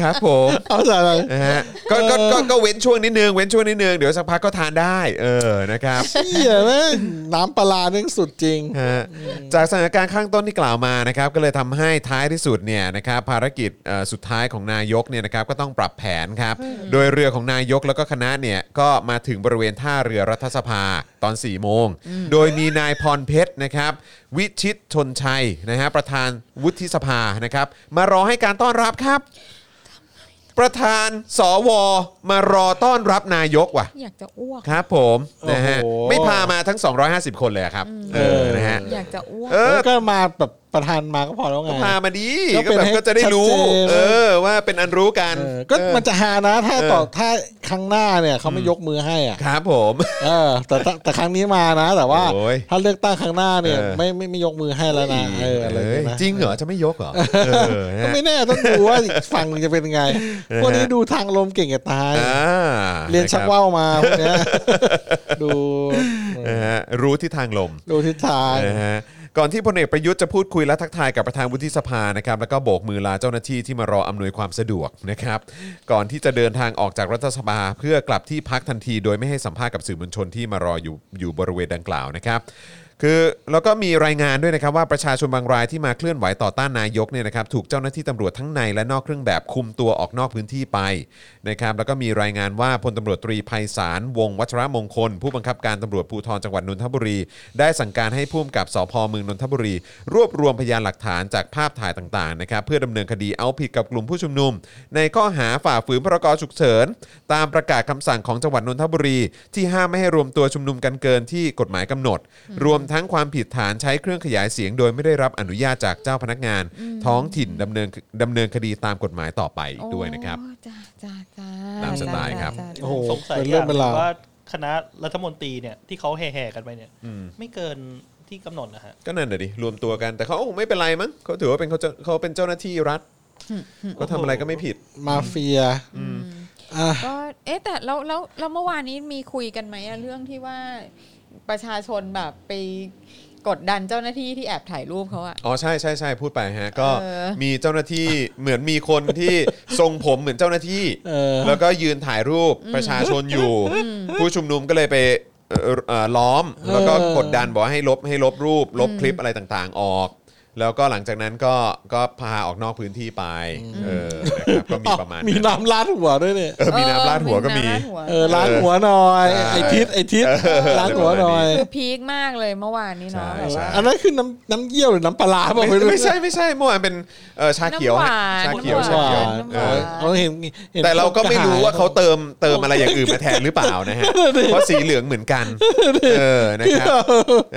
[SPEAKER 2] ครับผม
[SPEAKER 3] เอาใส่อะไร
[SPEAKER 2] นะฮะก็ก็ก็ก็เว้นช่วงนิดนึง เว้นช่วงนิดนึง เดี๋ยวสักพักก็ทานได้ เออนะครับ
[SPEAKER 3] เหี้ยแม่งน้ำปลาร้าเรื่องสุดจริง
[SPEAKER 2] ฮะจากสถานการณ์ข้างต้นที่กล่าวมานะครับก็เลยทำให้ท้ายที่สุดเนี่ยนะครับภารกิจเอ่อสุดท้ายของนายกเนี่ยนะครับก็ต้องปรับแผนครับโดยเรือของนายกแล้วก็คณะเนี่ยก็มาถึงบริเวณท่าเรือรัฐสภาตอน4ี่โมง โดยมีนายพรเพชรนะครับวิชิตชนชัยนะฮะประธานวุฒิสภานะครับมารอให้การต้อนรับครับ ประธานสวมารอต้อนรับนายกว่ะ
[SPEAKER 4] อยากจะอ้วก
[SPEAKER 2] ครับผมนะฮะ
[SPEAKER 3] โอ้โห
[SPEAKER 2] ไม่พามาทั้ง 250 คนเลยอะครับเออนะฮะ
[SPEAKER 4] อยากจะอ้วก
[SPEAKER 2] เออ
[SPEAKER 3] แล้วก็มาแบบประธานมาก็พอแล้วไง
[SPEAKER 2] พามาดี
[SPEAKER 3] ก็
[SPEAKER 2] ก็
[SPEAKER 3] เป็น
[SPEAKER 2] แบบ
[SPEAKER 3] ให้
[SPEAKER 2] ก็จะได้รู้
[SPEAKER 3] ชัดเจน
[SPEAKER 2] เออว่าเป็นอันรู้กัน
[SPEAKER 3] เออก็มันจะหานะถ้าต่อถ้าครั้งหน้าเนี่ยเขาไม่ยกมือให้อ่ะ
[SPEAKER 2] ครับผม
[SPEAKER 3] เออแต่แต่แต่ครั้งนี้มานะ แต่ว่า
[SPEAKER 2] โอ้ย
[SPEAKER 3] ถ้าเลือกตั้งครั้งหน้าเนี่ย
[SPEAKER 2] เออ
[SPEAKER 3] ไม่ไม่ไม่ยกมือให้แล้วนะเอออะไรอย่างเงี้ยนะ
[SPEAKER 2] จริงเหรอ จะไม่ยกเหรอเออ
[SPEAKER 3] ก็
[SPEAKER 2] นะ
[SPEAKER 3] ไม่แน่ต้องดูว่าอีกฝั่งหนึ่งจะเป็นยังไง พวกนี้ดูทางลมเก่งแก่ตาย
[SPEAKER 2] อ่า
[SPEAKER 3] เรียนชักว่าวมาพวกเนี้ยดู
[SPEAKER 2] นะฮะรู้ที่ทางลม
[SPEAKER 3] ดูทิศทาง
[SPEAKER 2] นะฮะก่อนที่พลเอกประยุทธ์จะพูดคุยและทักทายกับประธานวุฒิสภานะครับแล้วก็โบกมือลาเจ้าหน้าที่ที่มารออำนวยความสะดวกนะครับก่อนที่จะเดินทางออกจากรัฐสภาเพื่อกลับที่พักทันที โดยไม่ให้สัมภาษณ์กับสื่อมวลชนที่มารออยู่อยู่บริเวณดังกล่าวนะครับ คือแล้วก็มีรายงานด้วยนะครับว่าประชาชนบางรายที่มาเคลื่อนไหวต่อต้านนายกเนี่ยนะครับถูกเจ้าหน้าที่ตำรวจทั้งในและนอกเครื่องแบบคุมตัวออกนอกพื้นที่ไปนะครับแล้วก็มีรายงานว่าพลตำรวจตรีไพศาลวงศ์วัชรมงคล ผู้บังคับการตำรวจภูธรจังหวัดนนทบุรี ได้สั่งการให้ผู้กำกับสพเมืองนนทบุรี รวบรวมพยานหลักฐานจากภาพถ่ายต่างๆนะครับเพื่อดำเนินคดีเอาผิดกับกลุ่มผู้ชุมนุม ในข้อหาฝ่าฝืนพรกฉุกเฉิน ตามประกาศคำสั่งของจังหวัดนนทบุรี ที่ห้ามไม่ให้รวมตัวชุมนุมกันเกินที่กฎหมายกำหนด รวมทั้งความผิดฐานใช้เครื่องขยายเสียง โดยไม่ได้รับอนุญาตจากเจ้าพนักงาน ท้องถิ่นดำเนินดำเนินคดีตามกฎหมายต่อไปอีกด้วยนะครับ
[SPEAKER 4] โอ้จ้าจ้าจ้า
[SPEAKER 2] ตามสไตล์ครับ
[SPEAKER 4] จ้าจ้า
[SPEAKER 3] โอ้โห
[SPEAKER 5] สงสัย
[SPEAKER 3] เป็น
[SPEAKER 5] อ
[SPEAKER 3] เรื่อย่าง
[SPEAKER 5] ง
[SPEAKER 3] เป็นราว
[SPEAKER 5] ว่าคณะรัฐมนตรีเนี่ยที่เขาแห่ๆกันไปเนี่ย ไม่เกินที่กำหนดนะฮะ
[SPEAKER 2] ก็นั่นแหะดิรวมตัวกันแต่เขาคงไม่เป็นไรมั้งเขาถือว่าเป็นเขาเจ้าเขาเป็นเจ้าหน้าที่รัฐเขาทำอะไรก็ไม่ผิด
[SPEAKER 3] มาเฟียอ่ะ
[SPEAKER 4] ก็เอ๊ะแต่แล้วแล้วแล้วเมื่อวานนี้มีคุยกันไหมอะเรื่องที่ว่าประชาชนแบบไปกดดันเจ้าหน้าที่ที่แอบถ่ายรูปเขาอะ
[SPEAKER 2] อ๋อใช่ใช่ใช่พูดไปฮะก็
[SPEAKER 4] เออ
[SPEAKER 2] มีเจ้าหน้าที่ เหมือนมีคนที่ ทรงผมเหมือนเจ้าหน้าที่
[SPEAKER 3] เออ
[SPEAKER 2] แล้วก็ยืนถ่ายรูปประชาชนอยู่ ผู้ชุมนุมก็เลยไปเอ่อเอ่อล้อม
[SPEAKER 3] เออ
[SPEAKER 2] แล้วก็กดดันบอกให้ลบให้ลบรูป ลบคลิปอะไรต่างๆออก แล้วก็หลังจากนั้นก็ก็พาออกนอกพื้นที่ไปเออนะครับก็มีประมาณ
[SPEAKER 3] มี
[SPEAKER 2] นั้น
[SPEAKER 3] น้ำล้านหัวด้วยเนี่ย
[SPEAKER 2] เออมีน้ำลาดหัวก็มี
[SPEAKER 4] น้ำราดหัว
[SPEAKER 3] เออล้างหัวหน่อย
[SPEAKER 2] ใช่
[SPEAKER 3] ไอทิศไอทิศ
[SPEAKER 2] เออ
[SPEAKER 3] ล้างหัวหน่อย
[SPEAKER 4] คือพีคมากเลยเมื่อวานนี้เนาะ
[SPEAKER 2] ใช่
[SPEAKER 4] แบบว่า
[SPEAKER 3] อันนั้นคือน้ำน้ำเยี่ยวหรือน้ำปลาร้าบอกไม่รู้
[SPEAKER 2] ไม่ใช่ไม่ใช่เมื่อวานเป็นเอ่อชาเขียวฮะชา
[SPEAKER 4] น้ำหวาน
[SPEAKER 2] เขียว
[SPEAKER 4] น้ำหวา
[SPEAKER 2] ชา
[SPEAKER 4] น
[SPEAKER 2] เขียว
[SPEAKER 4] น้ำห
[SPEAKER 2] เอ
[SPEAKER 4] วา
[SPEAKER 2] อ
[SPEAKER 4] น
[SPEAKER 3] เราเห็นห็น
[SPEAKER 2] แต่เราก็ไม่รู้ว่าเขา
[SPEAKER 3] เ
[SPEAKER 2] เติมเติมอะไรอย่างอื่นมาแทนหรือเปล่านะฮะ เพราะสีเหลืองเหมือนกัน เออ นะครับ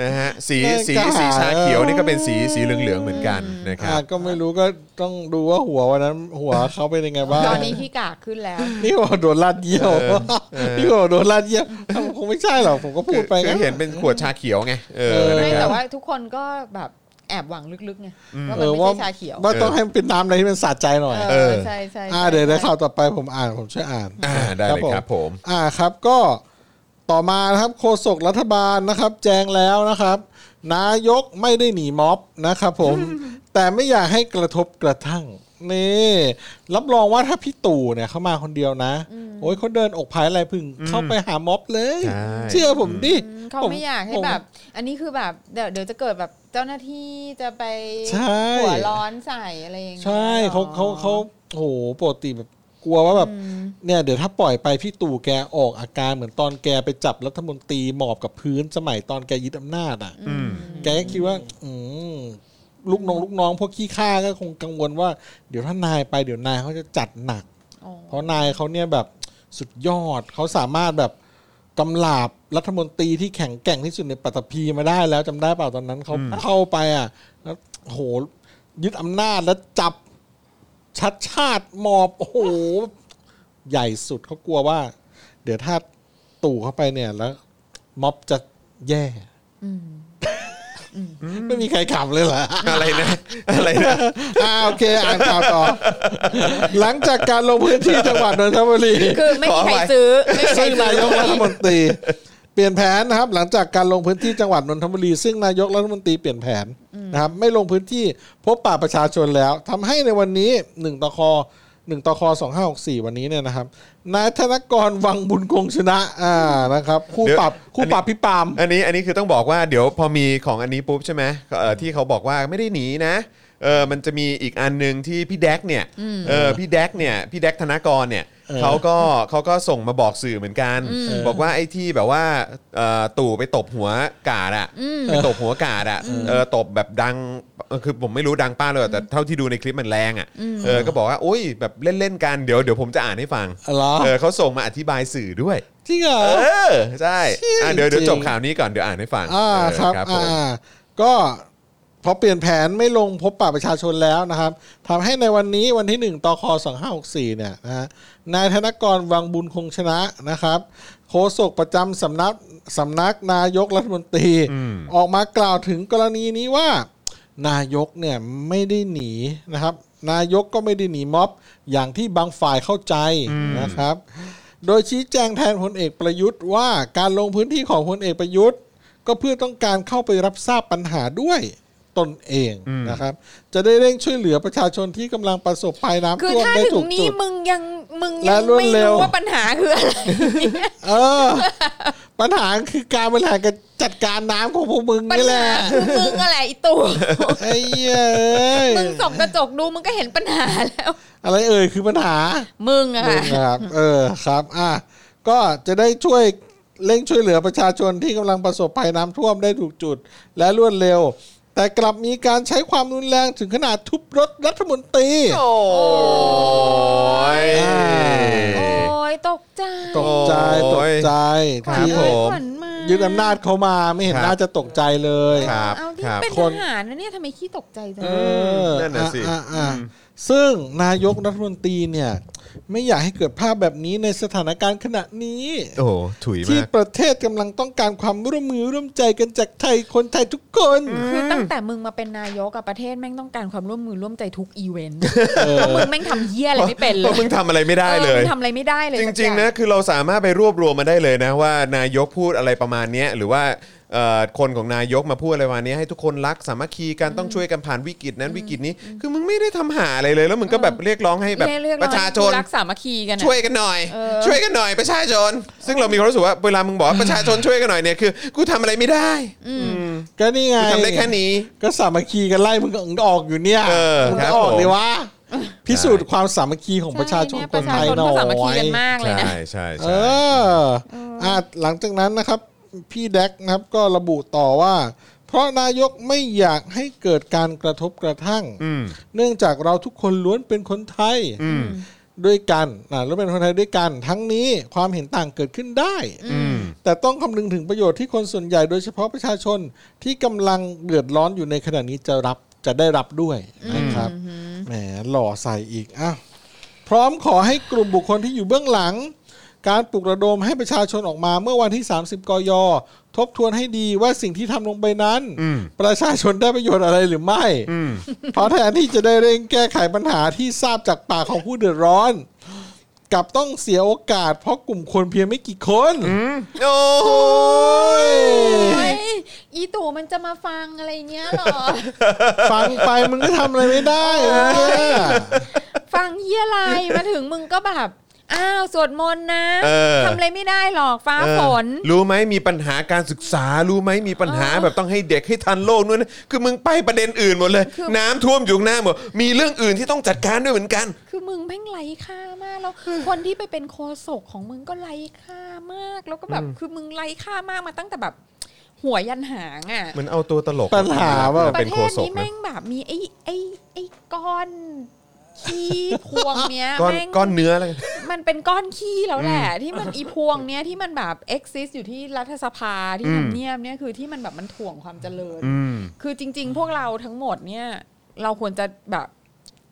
[SPEAKER 2] นะฮะ สีสีสีชาเขียวนี่ก็เป็นสีสีเหลืองเหลืองๆเหมือนกันนะค
[SPEAKER 3] อ่ะ
[SPEAKER 2] รับ
[SPEAKER 3] ก็ไม่รู้ก็ต้องดูว่าหัววันนั้น หัวเขาเป็นยังไงบ้าง
[SPEAKER 4] ตอนนี้พี่กากขึ้นแล้ว
[SPEAKER 3] นี่บอกโดนลาดเยี่ยว
[SPEAKER 2] เออเออ
[SPEAKER 3] นี่บอกโดนลาดเยี่ยวเอ้าคงไม่ใช่หรอกผมก็พูดไป
[SPEAKER 2] คื
[SPEAKER 3] งั้
[SPEAKER 2] อน เห็นเป็นขวดชาเขียวไง เออ
[SPEAKER 3] เออ
[SPEAKER 2] นะ
[SPEAKER 4] ไม่
[SPEAKER 2] ครั
[SPEAKER 4] แต่
[SPEAKER 2] บ
[SPEAKER 4] ว่าทุกคนก็แบบแอบหวังลึกๆไงว่า
[SPEAKER 3] เออ
[SPEAKER 4] มันไม่
[SPEAKER 3] ว่า
[SPEAKER 4] ใช่ชาเขียว
[SPEAKER 3] ว่าต้องให้มันเป็นน้ำอะไรที่มันสะใจหน่อย
[SPEAKER 2] เออ
[SPEAKER 4] ใช่ใช่
[SPEAKER 3] อ่า
[SPEAKER 4] ใช่
[SPEAKER 3] เดี๋ยวใน
[SPEAKER 4] ใช่
[SPEAKER 3] ข่าวต่อไปผมอ่านผมช่วยอ่าน
[SPEAKER 2] อ่า ได้เลยครับผม
[SPEAKER 3] อ่าครับก็ต่อมานะครับโฆษกรัฐบาลนะครับ แจ้งแล้วนะครับ นายกไม่ได้หนีม็อบนะครับ ผม แต่ไม่อยากให้กระทบกระทั่งนี่รับรองว่าถ้าพี่ตู่เนี่ยเข้ามาคนเดียวนะโอ้ยเขาเดินอกพายอะไรพึ่งเข้าไปหาม็อบเลย
[SPEAKER 2] ใช่
[SPEAKER 3] เชื่อผมดิ
[SPEAKER 4] อืมเขา
[SPEAKER 3] ผ
[SPEAKER 4] ไม่อยากให้
[SPEAKER 3] ผม
[SPEAKER 4] แบบ อันนี้คือแบบเดี๋ยวเดี๋ยวจะเกิดแบบเจ้าหน้าที่จะไป
[SPEAKER 3] ใช่
[SPEAKER 4] หัวร้อนใส่อะไรอย่างเงี้ย
[SPEAKER 3] ใช่
[SPEAKER 4] หรอ
[SPEAKER 3] เขาเขาเขาโอ้โหปกติแบบกลัวว่าแบบ
[SPEAKER 4] อืม
[SPEAKER 3] เนี่ยเดี๋ยวถ้าปล่อยไปพี่ตู่แกออกอาการเหมือนตอนแกไปจับรัฐมนตรีหมอบกับพื้นสมัยตอนแกยึดอำนาจอ่ะ
[SPEAKER 2] อืม
[SPEAKER 3] แกก็คิดว่า อืมลูกน้องลูกน้องพวกขี้ข้าก็คงกังวลว่า เดี๋ยวถ้านายไปเดี๋ยวนายเขาจะจัดหนัก
[SPEAKER 4] อ๋อ
[SPEAKER 3] เพราะนายเขาเนี่ยแบบสุดยอดเขาสามารถแบบกำลาบรัฐมนตรีที่แข็งแกร่งที่สุดในปัตตภีมาได้แล้วจำได้เปล่าตอนนั้นเขาเข้าไปอ่ะแล้วโหยึดอำนาจแล้วจับ ชัดชาติหมอบโอ้โหใหญ่สุดเขากลัวว่า เดี๋ยวถ้าตู่เข้าไปเนี่ยแล้ว ม็อบจะแย่ไม่มีใครขำเลยเหร อ
[SPEAKER 2] อะไรนะ อะไรนะ
[SPEAKER 3] อ่าโอเคอ่านข่าวต่อ หลังจากการลงพื้นที่จังหวัดนนทบุรี
[SPEAKER 4] คือไม่มีใครซื้อไม่มีใคร
[SPEAKER 3] ซึ่
[SPEAKER 4] ซื้อน
[SPEAKER 3] งายกรัฐมนตรี เปลี่ยนแผนนะครับ หลังจากการลงพื้นที่จังหวัดนนทบุรีซึ่งนายกรัฐมนตรีเปลี่ยนแผนนะครับ ไม่ลงพื้นที่พบปะประชาชนแล้วทำให้ในวันนี้หนึ่งตคหนึ่งตคสองห้าหกสี่วันนี้เนี่ยนะครับนายธนกรวังบุญคงชนะอ่านะครับคู่
[SPEAKER 2] เดี๋ยว
[SPEAKER 3] ปรับคู่
[SPEAKER 2] อันนี้
[SPEAKER 3] ปรับพี่ปาล์ม
[SPEAKER 2] อันนี้อันนี้คือต้องบอกว่าเดี๋ยวพอมีของอันนี้ปุ๊บใช่ไหมเอ่อที่เขาบอกว่าไม่ได้หนีนะเออมันจะมีอีกอันหนึ่งที่พี่แดกเนี่ยเออพี่แดกเนี่ยพี่แดกธนากรเนี่ย
[SPEAKER 3] เออ
[SPEAKER 2] เขาก็เขาก็ส่งมาบอกสื่อเหมือนกัน บอกว่าไอ้ที่แบบว่าเอ่อตู่ไปตบหัวกาดอะไปตบหัวกาดอะเออตบแบบดังเออคือผมไม่รู้ดังป้าเลยแต่เท่าที่ดูในคลิปมันแรงอะเออก็บอกว่าโอ้ยแบบเล่นๆกันเดี๋ยวเดี๋ยวผมจะอ่านให้ฟัง
[SPEAKER 3] อ๋อเหรอ
[SPEAKER 2] เออเขาส่งมาอธิบายสื่อด้วย
[SPEAKER 3] จริงเหรอ
[SPEAKER 2] เออ ใช่อ่ะเดี๋ยว
[SPEAKER 3] จริ
[SPEAKER 2] เดี๋ย
[SPEAKER 3] ง
[SPEAKER 2] ว
[SPEAKER 3] ๆ
[SPEAKER 2] จบข่าวนี้ก่อนเดี๋ยวอ่านให้ฟัง
[SPEAKER 3] อ่า
[SPEAKER 2] เออ
[SPEAKER 3] ครับ
[SPEAKER 2] ผม
[SPEAKER 3] อ่าก็พอเปลี่ยนแผนไม่ลงพบปะประชาชนแล้วนะครับทำให้ในวันนี้วันที่1ตค2564เนี่ยนะฮะนายธนกรวังบุญคงชนะนะครับโฆษกประจำสำนักสำนักนายกรัฐมนตรี
[SPEAKER 2] อืม
[SPEAKER 3] ออกมากล่าวถึงกรณีนี้ว่า นายกเนี่ยไม่ได้หนีนะครับ นายกก็ไม่ได้หนีม็อบ อย่างที่บางฝ่ายเข้าใจนะครับ โดยชี้แจงแทนพลเอกประยุทธ์ว่าการลงพื้นที่ของพลเอกประยุทธ์ ก็เพื่อต้องการเข้าไปรับทราบปัญหาด้วยตนเองนะครับ จะได้เร่งช่วยเหลือประชาชนที่กำลังประสบภัยน้ำ
[SPEAKER 4] คือ
[SPEAKER 3] ท่วม
[SPEAKER 4] ถ้า
[SPEAKER 3] ได้
[SPEAKER 4] ถึ
[SPEAKER 3] ถู
[SPEAKER 4] ง
[SPEAKER 3] ก
[SPEAKER 4] นี้
[SPEAKER 3] จุด
[SPEAKER 4] มึงยังมึง
[SPEAKER 3] และ
[SPEAKER 4] ยัง
[SPEAKER 3] รวด
[SPEAKER 4] ไม่
[SPEAKER 3] เร็ว
[SPEAKER 4] รู้ว่าปัญหาคือ อะไร
[SPEAKER 3] เออ ปัญหาคือการบริหารการจัดการน้ำของพวกมึง
[SPEAKER 4] ปัญ
[SPEAKER 3] นี่แห
[SPEAKER 4] หา
[SPEAKER 3] ละ
[SPEAKER 4] คือมึงอะไรไอ้ตู่
[SPEAKER 3] ไอ้เหี้ยเอ้ย
[SPEAKER 4] มึงส่องกระจกดูมึงก็เห็นปัญหาแล้ว
[SPEAKER 3] อะไรเอ่ยคือปัญหา
[SPEAKER 4] มึงอะค่ะ
[SPEAKER 3] นะครับเออครับอ่ะก็จะได้ช่วยเร่งช่วยเหลือประชาชนที่กำลังประสบภัยน้ำท่วมได้ถูกจุด และรวดเร็ว แต่กลับมีการใช้ความรุนแรงถึงขนาดทุบรถรัฐมนตรี
[SPEAKER 2] โอ้ย
[SPEAKER 3] อ่า
[SPEAKER 4] โอ้ยตกใจ
[SPEAKER 3] ตกใจต
[SPEAKER 2] โอ้
[SPEAKER 3] ก
[SPEAKER 2] ย
[SPEAKER 3] ใจ
[SPEAKER 4] ขวั
[SPEAKER 2] ค
[SPEAKER 4] ญ
[SPEAKER 2] รับ
[SPEAKER 3] ที่
[SPEAKER 2] ผม
[SPEAKER 4] ขวัญมา
[SPEAKER 3] ยึดอำนาจเขามาไม่เห็น
[SPEAKER 2] ครับ
[SPEAKER 3] น่าจะตกใจเลย
[SPEAKER 2] ครับ
[SPEAKER 4] เอาที่
[SPEAKER 2] ครับ
[SPEAKER 4] เป็น
[SPEAKER 3] ค
[SPEAKER 4] ท
[SPEAKER 3] น
[SPEAKER 4] หารนะเนี่ยทำไมขี้ตกใจจัง
[SPEAKER 2] เอ
[SPEAKER 4] เลย
[SPEAKER 2] อนั่นน่ะสิ
[SPEAKER 3] อ่ะอ่ะอ่ะซึ่งนายกรัฐมนตรีเนี่ยไม่อยากให้เกิดภาพแบบนี้ในสถานการณ์ขณะนี้
[SPEAKER 2] โอ้โหถุย
[SPEAKER 3] ที่
[SPEAKER 2] มาก
[SPEAKER 3] ประเทศกำลังต้องการความร่วมมือร่วมใจกันจากไทยคนไทยทุกคน
[SPEAKER 4] คือตั้งแต่มึงมาเป็นนายกกับประเทศแม่งต้องการความร่วมมือร่วมใจทุกอีเวนต์เพราะมึงแม่งทำเหี้ยอะไรไม่เป็น
[SPEAKER 2] เพ
[SPEAKER 4] เล
[SPEAKER 2] ราะ
[SPEAKER 4] ย
[SPEAKER 2] มึงทำอะไรไม่ได้เล
[SPEAKER 4] อย อมึงทำอะไรไม่ได้เล
[SPEAKER 2] จ
[SPEAKER 4] ยสักอ
[SPEAKER 2] ริง
[SPEAKER 4] ย่า
[SPEAKER 2] ๆนะคือเราสามารถไปรวบรวมมาได้เลยนะว่านายกพูดอะไรประมาณเนี้ยหรือว่าเอ่อคนของนายกมาพูดอะไรประมาณเนี้ยให้ทุกคนรักสามัคคีกันต้องช่วยกันผ่านวิกฤตนั้นวิกฤตนี้ คือมึงไม่ได้ทำหาอะไรเลย แล้วมึงก็แบบเรียกร้องให้แบบ
[SPEAKER 4] เรียก
[SPEAKER 2] ป
[SPEAKER 4] เอย
[SPEAKER 2] ระชาชน
[SPEAKER 4] รักสามัคคีกันอะ
[SPEAKER 2] ช่วยกันหน่อย
[SPEAKER 4] เออ
[SPEAKER 2] ช่วยกันหน่อยประชาชน ซึ่งเรามีความรู้สึกว่าเวลามึงบอกว่าประชาชนช่วยกันหน่อยเนี่ยคือกูทำอะไรไม่ได้
[SPEAKER 3] ก็นี่ไง
[SPEAKER 2] กูทำได้แค่นี้
[SPEAKER 3] ก็สามัคคีกันไล่มึงก็ออกอยู่เนี่ย
[SPEAKER 2] เออ
[SPEAKER 3] มึง
[SPEAKER 2] ครั
[SPEAKER 3] ก็
[SPEAKER 2] บ
[SPEAKER 3] อ
[SPEAKER 2] ผ
[SPEAKER 3] อก
[SPEAKER 2] ม
[SPEAKER 3] เลยวะพิสูจน์ความสามัคคีของประชาชนค
[SPEAKER 4] ใเยประ
[SPEAKER 3] น
[SPEAKER 4] ชา
[SPEAKER 3] ไทย
[SPEAKER 4] ชน
[SPEAKER 3] หน่
[SPEAKER 4] ก็สามัค
[SPEAKER 3] อ
[SPEAKER 4] คี
[SPEAKER 3] ย
[SPEAKER 4] กันมากเลยนะ
[SPEAKER 2] ใช่ใช่
[SPEAKER 3] เอ
[SPEAKER 2] ใช่
[SPEAKER 3] ออ่ะหลังจากนั้นนะครับ พี่แดกนะครับก็ระบุต่อว่า เพราะนายกไม่อยากให้เกิดการกระทบกระทั่ง
[SPEAKER 2] อืม
[SPEAKER 3] เนื่องจากเราทุกคนล้วนเป็นคนไทย
[SPEAKER 2] อืม
[SPEAKER 3] ด้วยกันนะแล้วเป็นคนไทยด้วยกัน ทั้งนี้ความเห็นต่างเกิดขึ้นได้
[SPEAKER 2] อืม
[SPEAKER 3] แต่ต้องคำนึงถึงประโยชน์ที่คนส่วนใหญ่โดยเฉพาะประชาชนที่กำลังเดือดร้อนอยู่ในขณะนี้จะรับจะได้รับด้วยนะครับแหมหล่อใส่อีกอ้าวพร้อมขอให้กลุ่มบุคคลที่อยู่เบื้องหลัง การปลุกระดมให้ประชาชนออกมาเมื่อวันที่ 30 กย ทบทวนให้ดีว่าสิ่งที่ทำลงไปนั้น
[SPEAKER 2] อืม
[SPEAKER 3] ประชาชนได้ประโยชน์อะไรหรือไม่
[SPEAKER 2] อืม
[SPEAKER 3] เพราะแทนที่จะได้เร่งแก้ไขปัญหาที่ทราบจากปากของผู้เดือดร้อน กลับต้องเสียโอกาส เพราะกลุ่มคนเพียงไม่กี่คน
[SPEAKER 2] โอ้ย
[SPEAKER 4] โอ้ยอีตู่มันจะมาฟังอะไรเงี้ยเหรอ
[SPEAKER 3] ฟังไปมึงก็ทำอะไรไม่ได้เนี่ย
[SPEAKER 4] ฟังเฮียอะไรมาถึงมึงก็แบบอ้าวสวดมนต์นะ
[SPEAKER 2] เออ
[SPEAKER 4] ทำอะไรไม่ได้หรอกฟ้า
[SPEAKER 2] เออ
[SPEAKER 4] ฝน
[SPEAKER 2] รู้ไหมมีปัญหาการศึกษา รู้ไหมมีปัญหาแบบต้องให้เด็กให้ทันโลกนู่นนะคือมึงไปประเด็นอื่นหมดเลย
[SPEAKER 4] คือ
[SPEAKER 2] น้ำท่วมอยู่ข้างหน้าหมดมีเรื่องอื่นที่ต้องจัดการด้วยเหมือนกัน
[SPEAKER 4] คือมึงแม่งไร้ค่ามากแล้วคนที่ไปเป็นโคศกของมึงก็ไร้ค่ามาก แล้วก็แบบคือมึงไร้ค่ามากมาตั้งแต่แบบ หัวยันหางอ่ะ
[SPEAKER 2] เหมือนเอาตัวตลก
[SPEAKER 3] ปัญหาว่า
[SPEAKER 2] เอ
[SPEAKER 4] ป
[SPEAKER 2] เป็
[SPEAKER 4] ระ
[SPEAKER 2] น
[SPEAKER 4] เท
[SPEAKER 2] โค
[SPEAKER 4] ศ
[SPEAKER 2] ศก
[SPEAKER 4] นี้
[SPEAKER 2] นะ
[SPEAKER 4] แม่งแบบมีไอ้ไอ้ไอ้ก้อนขี้พวงเนี้ย
[SPEAKER 2] ก้อน
[SPEAKER 4] แม่ง
[SPEAKER 2] ก้อนเนื้ออะไร
[SPEAKER 4] มันเป็นก้อนขี้แล้วแหละ ที่มันอีพวงเนี้ยที่มันแบบ exist อยู่ที่รัฐสภาที่
[SPEAKER 2] อืม
[SPEAKER 4] ทำเนียบเนี่ยคือที่มันแบบมันถ่วงความเจริญ
[SPEAKER 2] อืม
[SPEAKER 4] คือจริง ๆ พวกเราทั้งหมดเนี่ย เราควรจะแบบ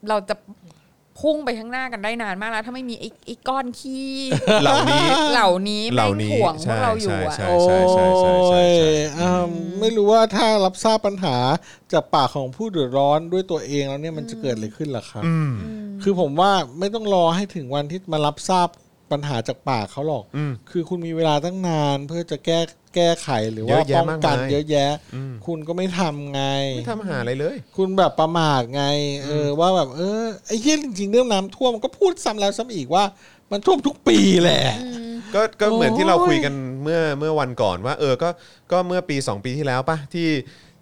[SPEAKER 4] เราจะ พุ่งไปข้างหน้ากันได้นานมากแล้ว ถ้าไม่มีไอ้ไอ้ก้อนขี้
[SPEAKER 2] เหล่านี้
[SPEAKER 4] เหล่านี้
[SPEAKER 2] เห
[SPEAKER 4] แม่
[SPEAKER 2] ล่าง นี้
[SPEAKER 4] ถ่วงพว
[SPEAKER 2] ใช่
[SPEAKER 4] กเราอยู่
[SPEAKER 2] ใช่
[SPEAKER 4] อะ
[SPEAKER 2] ใช่
[SPEAKER 3] โอ้
[SPEAKER 2] ใช่ใช่ใช่ใช่
[SPEAKER 3] ย
[SPEAKER 2] ใช่
[SPEAKER 3] อืมไม่รู้ว่าถ้ารับทราบปัญหาจากปากของผู้เดือดร้อนด้วยตัวเองแล้วเนี่ยมันจะเกิดอะไรขึ้นล่ะครับ
[SPEAKER 2] อืม
[SPEAKER 3] คือผมว่าไม่ต้องรอให้ถึงวันที่มารับทราบปัญหาจากปากเขาหรอก
[SPEAKER 2] อืม
[SPEAKER 3] คือคุณมีเวลาตั้งนานเพื่อจะแก้แก้ไขหรือ
[SPEAKER 2] เย
[SPEAKER 3] ว่า
[SPEAKER 2] อะแยะ
[SPEAKER 3] ป้องกัน
[SPEAKER 2] มากมาย
[SPEAKER 3] เยอะแยะ คุณก็ไม่ทำไง
[SPEAKER 2] ไม่ทำหาอะไรเลย
[SPEAKER 3] คุณแบบประมาทไง เออว่าแบบเออไอ้เรื่องจริงๆเรื่องน้ำท่วมมันก็พูดซ้ำแล้วซ้ำอีกว่า มันท่วมทุกปีแหละ
[SPEAKER 2] ก็ก็เหมือนที่
[SPEAKER 3] โอ้ย
[SPEAKER 2] เราคุยกันเมื่อเมื่อวันก่อนว่า เออก็ก็เมื่อปี 2 ปีที่แล้วปะที่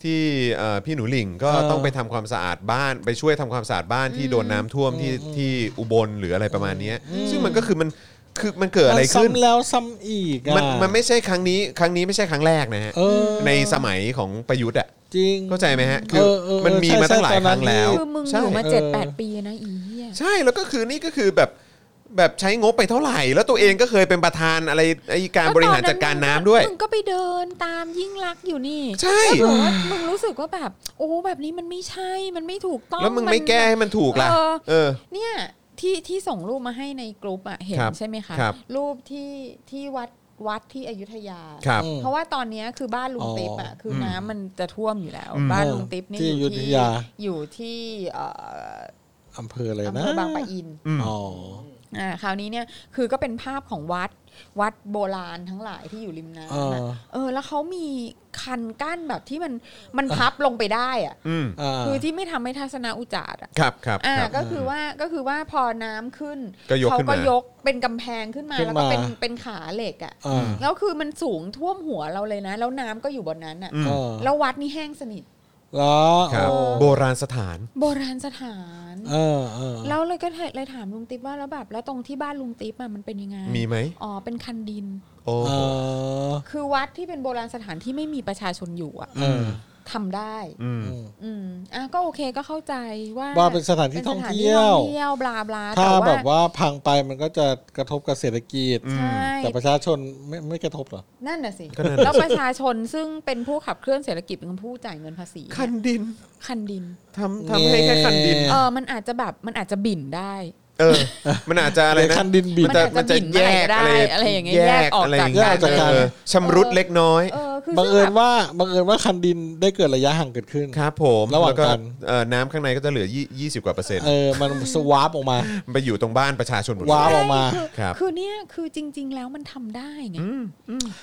[SPEAKER 2] ที่เอ่อพี่หนูหลิงก็ต้องไปทำความสะอาดบ้าน ไปช่วยทำความสะอาดบ้านที่โดนน้ำท่วมที่ที่อุบลหรืออะไรประมาณเนี้ยซึ่งมันก็คือมันคือมันเกิดอะไรขึ้น
[SPEAKER 3] ซ้ำแล้วซ้ำอีกอะ
[SPEAKER 2] มันมันไม่ใช่ครั้งนี้ครั้งนี้ไม่ใช่ครั้งแรกนะฮะ
[SPEAKER 3] เออ
[SPEAKER 2] ในสมัยของประยุทธ์อ่ะ
[SPEAKER 3] จริง
[SPEAKER 2] เข้าใจไหมฮะคือ
[SPEAKER 3] เออเออ
[SPEAKER 2] มันมี
[SPEAKER 3] ใช่
[SPEAKER 2] มาตั้งหลายค
[SPEAKER 3] ใช่ตอนนั้
[SPEAKER 2] รั้
[SPEAKER 3] น
[SPEAKER 2] งแล้ว
[SPEAKER 4] คือมึงอยู่มา
[SPEAKER 3] ใช่
[SPEAKER 4] เจ็ดแปดปีนะอีเหี้ย
[SPEAKER 2] ใช่แล้วก็คือนี่ก็คือแบบแบบใช้งบไปเท่าไหร่ แล้วตัวเองก็เคยเป็นประธานอะไรไอ้การบริหารจัดการน้ำด้วย
[SPEAKER 4] มึงก็ไปเดินตามยิ่งรักษณ์อยู่นี่
[SPEAKER 2] ใช่
[SPEAKER 4] แล้วแบบว่ามึงรู้สึกว่าแบบ โอ้แบบนี้มันไม่ใช่ มันไม่ถูกต้อง
[SPEAKER 2] แล้วมึงไม่แก้ให้มันถูกล่ะ
[SPEAKER 4] เออ
[SPEAKER 2] เออ
[SPEAKER 4] เนี่ยที่ที่ส่งรูปมาให้ในกลุ่มอะเห็น
[SPEAKER 2] ครับ
[SPEAKER 4] ใช่ไหมคะ
[SPEAKER 2] ครับ
[SPEAKER 4] รูปที่ที่วัดวัดที่อยุธยา
[SPEAKER 2] ครับ
[SPEAKER 3] อืม
[SPEAKER 4] เพราะว่าตอนเนี้ยคือบ้านลุงติ๊บอะคืออ
[SPEAKER 2] ม
[SPEAKER 4] น้ำมันจะท่วมอยู่แล้ว
[SPEAKER 2] อืม
[SPEAKER 4] บ้านลุงติ๊บนี่
[SPEAKER 3] ที่
[SPEAKER 4] อ
[SPEAKER 3] อ
[SPEAKER 4] ยู่
[SPEAKER 3] ยุธ
[SPEAKER 4] ที่
[SPEAKER 3] ยา
[SPEAKER 4] อยู่ที่เอ่อ
[SPEAKER 3] อำเภออะไร
[SPEAKER 4] อำ
[SPEAKER 3] นะ
[SPEAKER 4] เภอบางปะอิน
[SPEAKER 2] อืม
[SPEAKER 3] อ๋อ
[SPEAKER 4] อ่าคราวนี้เนี่ยคือก็เป็นภาพของวัดวัดโบราณทั้งหลายที่อยู่ริมน้ำ
[SPEAKER 3] เอ
[SPEAKER 4] อะ
[SPEAKER 3] อ
[SPEAKER 4] เออ แล้วเขามีคันกั้นแบบที่มันมันพับลงไปได้อะ
[SPEAKER 2] อืม
[SPEAKER 3] อ่า
[SPEAKER 4] คือที่ไม่ทำให้ทัศนอุจจาระ
[SPEAKER 2] ครับครับ
[SPEAKER 4] อ่า
[SPEAKER 2] ครับ
[SPEAKER 4] ก็คือว่าก็คือว่าพอน้ำขึ้น
[SPEAKER 2] ก็ยก
[SPEAKER 4] เขา
[SPEAKER 2] ขึ้นมา
[SPEAKER 4] ก็ยกเป็นกำแพงขึ้นมา
[SPEAKER 3] ขึ้นมา
[SPEAKER 4] แล้วก็เป็นเป็นขาเหล็กอ่ะ
[SPEAKER 3] อ่า
[SPEAKER 4] แล้วคือมันสูงท่วมหัวเราเลยนะ แล้วน้ำก็อยู่บนนั้นอ่ะ
[SPEAKER 2] อืม
[SPEAKER 3] อ่า
[SPEAKER 4] แล้ววัดนี่แห้งสนิท
[SPEAKER 3] แล้ว
[SPEAKER 2] ครับ
[SPEAKER 3] โอ้
[SPEAKER 2] โบราณสถาน
[SPEAKER 4] โบราณสถาน
[SPEAKER 3] เออเออ
[SPEAKER 4] แล้วเลยก็เลยถามลุงติ๊บว่าแล้วแบบ แล้วตรงที่บ้านลุงติ๊บอะมันเป็นยังไง
[SPEAKER 2] มีไหม
[SPEAKER 4] อ๋อเป็นคันดิน
[SPEAKER 2] โอ้โห
[SPEAKER 4] คือวัดที่เป็นโบราณสถานที่ไม่มีประชาชนอยู่อะ
[SPEAKER 3] เออ
[SPEAKER 4] ทำได้
[SPEAKER 2] อืม
[SPEAKER 4] อืมอ่ะก็โอเคก็เข้าใจว่า
[SPEAKER 3] ว่าเป็นสถานที่
[SPEAKER 4] เป็นส
[SPEAKER 3] ท่อง
[SPEAKER 4] ถานที่
[SPEAKER 3] เที่ยว
[SPEAKER 4] ท่องเที่ยวบลาบลา
[SPEAKER 3] ถ้า
[SPEAKER 4] แต่
[SPEAKER 3] แบ
[SPEAKER 4] ว่า
[SPEAKER 3] บว่าพังไปมันก็จะกระทบกับเศรษฐกิจ
[SPEAKER 4] ใช่
[SPEAKER 3] แต่ประชาชนไม่ไม่กระทบเหรอ
[SPEAKER 4] นั่นน่ะสิ
[SPEAKER 2] ก็นั่นน่ะสิ
[SPEAKER 4] แล้วประชาชนซึ่งเป็นผู้ขับเคลื่อนเศรษฐกิจเป็นผู้จ่ายเงินภาษีเนี่ย
[SPEAKER 2] คันดิน
[SPEAKER 4] คันดิน
[SPEAKER 2] ทำทำให้แค่คันดิน
[SPEAKER 3] เออ
[SPEAKER 4] เออมันอาจจะแบบมันอาจจะบิ่นได้
[SPEAKER 2] เออ มันอาจจะอะไรนะ
[SPEAKER 3] คันดินบิด
[SPEAKER 2] มันจะ
[SPEAKER 4] มั
[SPEAKER 2] มัน น
[SPEAKER 4] อา
[SPEAKER 2] จะ
[SPEAKER 4] จจะ
[SPEAKER 2] แยก
[SPEAKER 4] บิน
[SPEAKER 2] อะไร
[SPEAKER 4] มาอะไรอย่างเงี้ย
[SPEAKER 2] แย
[SPEAKER 4] แย
[SPEAKER 2] ก
[SPEAKER 4] กออก
[SPEAKER 2] อะไรอ
[SPEAKER 4] จาก
[SPEAKER 2] ย่างเงี้ย
[SPEAKER 3] กัน
[SPEAKER 2] เออชำรุดเล็กน้อย
[SPEAKER 4] เออคือ
[SPEAKER 3] บังเอิ
[SPEAKER 4] ซึ่
[SPEAKER 3] ญ
[SPEAKER 4] แบบ
[SPEAKER 3] ว่าบังเอิญว่าคันดินได้เกิดระยะห่างเกิดขึ้น
[SPEAKER 2] ครับผม
[SPEAKER 3] ระหว่าง
[SPEAKER 2] แล้ก็
[SPEAKER 3] กัน
[SPEAKER 2] เอ่อน้ำข้างในก็จะเหลือยี่20 กว่าเปอร์เซ็นต์
[SPEAKER 3] เออมันสวาร์ปออกมา
[SPEAKER 2] มันไปอยู่ตรงบ้านประชาชนหมดเล
[SPEAKER 3] ว้าว
[SPEAKER 2] ย
[SPEAKER 3] ออกมา
[SPEAKER 4] คือ
[SPEAKER 2] ครับ
[SPEAKER 4] คือเนี่ยคือจริง ๆ แล้วมันทำได้ไง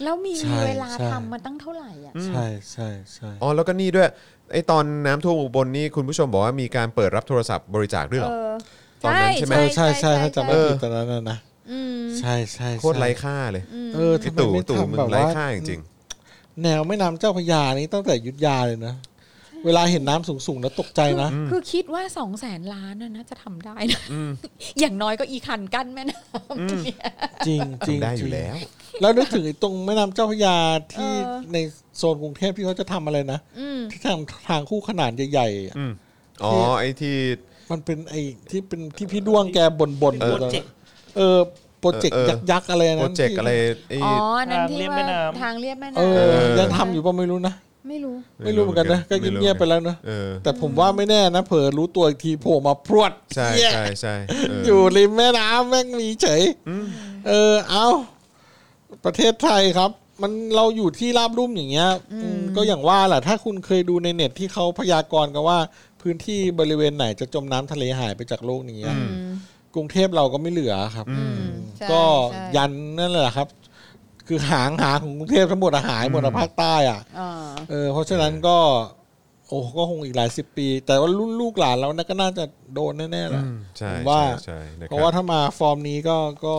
[SPEAKER 4] แล้วมี
[SPEAKER 3] ใช่
[SPEAKER 4] มีเวลา
[SPEAKER 3] ใช่
[SPEAKER 4] ทำมาตั้งเท่าไหร่อ่ะ
[SPEAKER 3] ใช่ใช่ใช่
[SPEAKER 2] อ๋อแล้วก็นี่ด้วยไอ้ตอนน้ำท่วมอุบลนี่คุณผู้ชมบอกว่ามีการเปิดรับโทรศัพท์บริจาคด้วยเหรอ
[SPEAKER 4] เออ
[SPEAKER 2] ตอนนั้นใช่ไหม
[SPEAKER 3] เออใช่ใช่ถ้าจำไม่
[SPEAKER 2] เออ
[SPEAKER 3] ผิดตอนนั้นน่ะนะ
[SPEAKER 4] อืม
[SPEAKER 3] ใช่ใช่ใช่
[SPEAKER 2] โคตรไร้ค่าเลย
[SPEAKER 3] เออ
[SPEAKER 2] ไอ้
[SPEAKER 3] ทำไม
[SPEAKER 2] ตู่
[SPEAKER 3] ไม่
[SPEAKER 2] ตู่มึง
[SPEAKER 3] ทำแบบ
[SPEAKER 2] ไร้
[SPEAKER 3] ว่า
[SPEAKER 2] ค่าจริง
[SPEAKER 3] แนวแม่น้ำเจ้าพระยานี้ตั้งแต่อยุทธยาเลยนะ เวลาเห็นน้ำสูงๆแล้วตกใจนะ
[SPEAKER 4] คือคิดว่าสองแสนล้านน่ะนะจะทำได้นะ อย่างน้อยก็อีคันกั้นแม่น้ำเนี่ย
[SPEAKER 3] จริง
[SPEAKER 2] ๆ
[SPEAKER 3] จริง
[SPEAKER 2] ทำได้อ
[SPEAKER 3] จริ
[SPEAKER 2] ยู่
[SPEAKER 3] ง
[SPEAKER 2] แล้ว
[SPEAKER 3] แล้วนึกถึงไอ้ตรงแม่น้ำเจ้าพระยาที่
[SPEAKER 4] เออ
[SPEAKER 3] ในโซนกรุงเทพที่เขาจะทำอะไรนะ
[SPEAKER 4] อืม
[SPEAKER 3] ที่ทางทางคู่ขนานใหญ่ๆอะ
[SPEAKER 2] อืมอ๋อไอ้ที่
[SPEAKER 3] มันเป็นไอ้ที่เป็นที่พี่ด้วงแกบ่นๆ
[SPEAKER 5] เออ
[SPEAKER 3] ตอนนั้น
[SPEAKER 5] Project
[SPEAKER 3] เออโปรเจกต์
[SPEAKER 2] เออเออ
[SPEAKER 3] ยักษ์ๆอะไรนะ
[SPEAKER 2] โปรเจกต์อะไรไอ้
[SPEAKER 4] อ๋อนั่นที่
[SPEAKER 5] ทางเลียบ
[SPEAKER 4] ว่า
[SPEAKER 5] แม่น้ำ
[SPEAKER 4] ทางเลียบแม่
[SPEAKER 3] เออ
[SPEAKER 4] น้ำ
[SPEAKER 2] เออ
[SPEAKER 3] ยังทำอยู่ป่ะไม่รู้นะ
[SPEAKER 4] ไม่รู้
[SPEAKER 2] ไม่
[SPEAKER 3] ไม่
[SPEAKER 2] รู้
[SPEAKER 3] รู้เหมือนกันนะก็
[SPEAKER 2] ไม่รู้
[SPEAKER 3] เงียบๆไปแล้วนะ
[SPEAKER 2] เออ
[SPEAKER 3] แต่ผมว่าไม่แน่นะเผลอรู้ตัวอีกทีโผล่มาพรวด
[SPEAKER 2] ใช่
[SPEAKER 3] แย่
[SPEAKER 2] ใช่ใช่เอออ
[SPEAKER 3] อยู่ริมแม่น้ำแม่งมีเฉยเออเอาประเทศไทยครับ มันเราอยู่ที่ราบรุ่มอย่างเงี้ยอืมก็อย่างว่าแหละถ้าคุณเคยดูในเน็ตที่เขาพยากรณ์กันว่า พื้นที่บริเวณไหนจะจมน้ำทะเลหายไปจากโลกนี้อะ
[SPEAKER 4] อืม
[SPEAKER 3] กรุงเทพเราก็ไม่เหลือครับ
[SPEAKER 4] อืมใช่
[SPEAKER 3] ก็
[SPEAKER 4] ใช่
[SPEAKER 3] ยันนั่นแหละครับ คือหางหางของกรุงเทพทั้งหมดอะหายหมดอะภาคใต้อ่ะ
[SPEAKER 4] อ่า
[SPEAKER 3] เออเพราะฉะนั้นก็ โอ้ก็คงอีกหลายสิบปี แต่ว่ารุ่นลูกหลานเราน่ะก็น่าจะโดนแน่ๆแหละ
[SPEAKER 2] อืมใช่
[SPEAKER 3] ผมว่า
[SPEAKER 2] ใช่ใช่นคบ
[SPEAKER 3] เพราะว่าถ้ามาฟอร์มนี้ก็ก็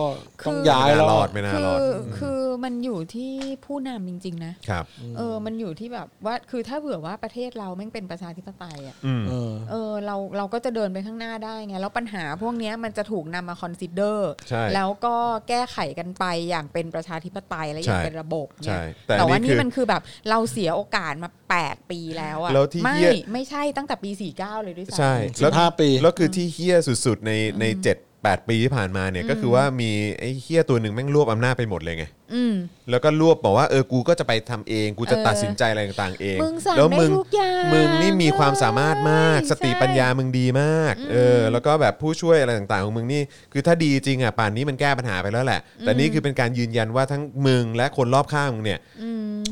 [SPEAKER 3] ต้องย้าย
[SPEAKER 2] ไม่
[SPEAKER 3] แล้ว
[SPEAKER 2] น่ารอดไม่น่า
[SPEAKER 4] คื
[SPEAKER 2] รอด
[SPEAKER 4] อคือมันอยู่ที่ผู้นำจริง ๆ นะครับ เออ มันอยู่ที่แบบว่าคือถ้าเผื่อว่าประเทศเราแม่งเป็นประชาธิปไตยอ่ะ
[SPEAKER 2] อืม
[SPEAKER 3] เออ
[SPEAKER 4] เออเราเราก็จะเดินไปข้างหน้าได้ไง แล้วปัญหาพวกเนี้ยมันจะถูกนำมาคอนซิเดอร์
[SPEAKER 2] ใช่
[SPEAKER 4] แล้วก็แก้ไขกันไปอย่างเป็นประชาธิปไตยและอย่าง
[SPEAKER 2] ใช่
[SPEAKER 4] เป็นระบบ
[SPEAKER 2] ใช่
[SPEAKER 4] เนี่ย
[SPEAKER 2] แต่อันนี้
[SPEAKER 4] แต่ว่า
[SPEAKER 2] คื
[SPEAKER 4] นี่
[SPEAKER 2] อ
[SPEAKER 4] มันคือแบบเราเสียโอกาสมา 8 ปีแล้วอะ
[SPEAKER 2] แล้วที่
[SPEAKER 4] ไม่
[SPEAKER 2] เหี้ย
[SPEAKER 4] ไม่ใช่ตั้งแต่ปี 49 เลยด้วยซ้ำ
[SPEAKER 2] ใช่
[SPEAKER 3] สิบห้าปี
[SPEAKER 2] แล้วคือที่เฮี้ยสุดๆ ในในเจ็ดแปดปีที่ผ่านมาเนี่ยก็คือว่ามีไอ้เฮี้ยตัวหนึ่งแม่งรวบอำนาจไปหมดเลยไง
[SPEAKER 4] อืม
[SPEAKER 2] แล้วก็รวบบอกว่าเออกูก็จะไปทำเอง กูจะ
[SPEAKER 4] เออ
[SPEAKER 2] ตัดสินใจอะไรต่างๆเอง
[SPEAKER 4] มึงสั่ง
[SPEAKER 2] แล้ว
[SPEAKER 4] ได้
[SPEAKER 2] มึง
[SPEAKER 4] ทุกอย่าง
[SPEAKER 2] มึงนี่มีความสามารถมาก
[SPEAKER 4] เลย
[SPEAKER 2] สติ
[SPEAKER 4] ใช่
[SPEAKER 2] ปัญญามึงดีมากเออแล้วก็แบบผู้ช่วยอะไรต่างๆของมึงนี่คือถ้าดีจริงอ่ะป่านนี้มันแก้ปัญหาไปแล้วแหละ แต่นี่คือเป็นการยืนยันว่าทั้งมึงและคนรอบข้างมึงเนี่ย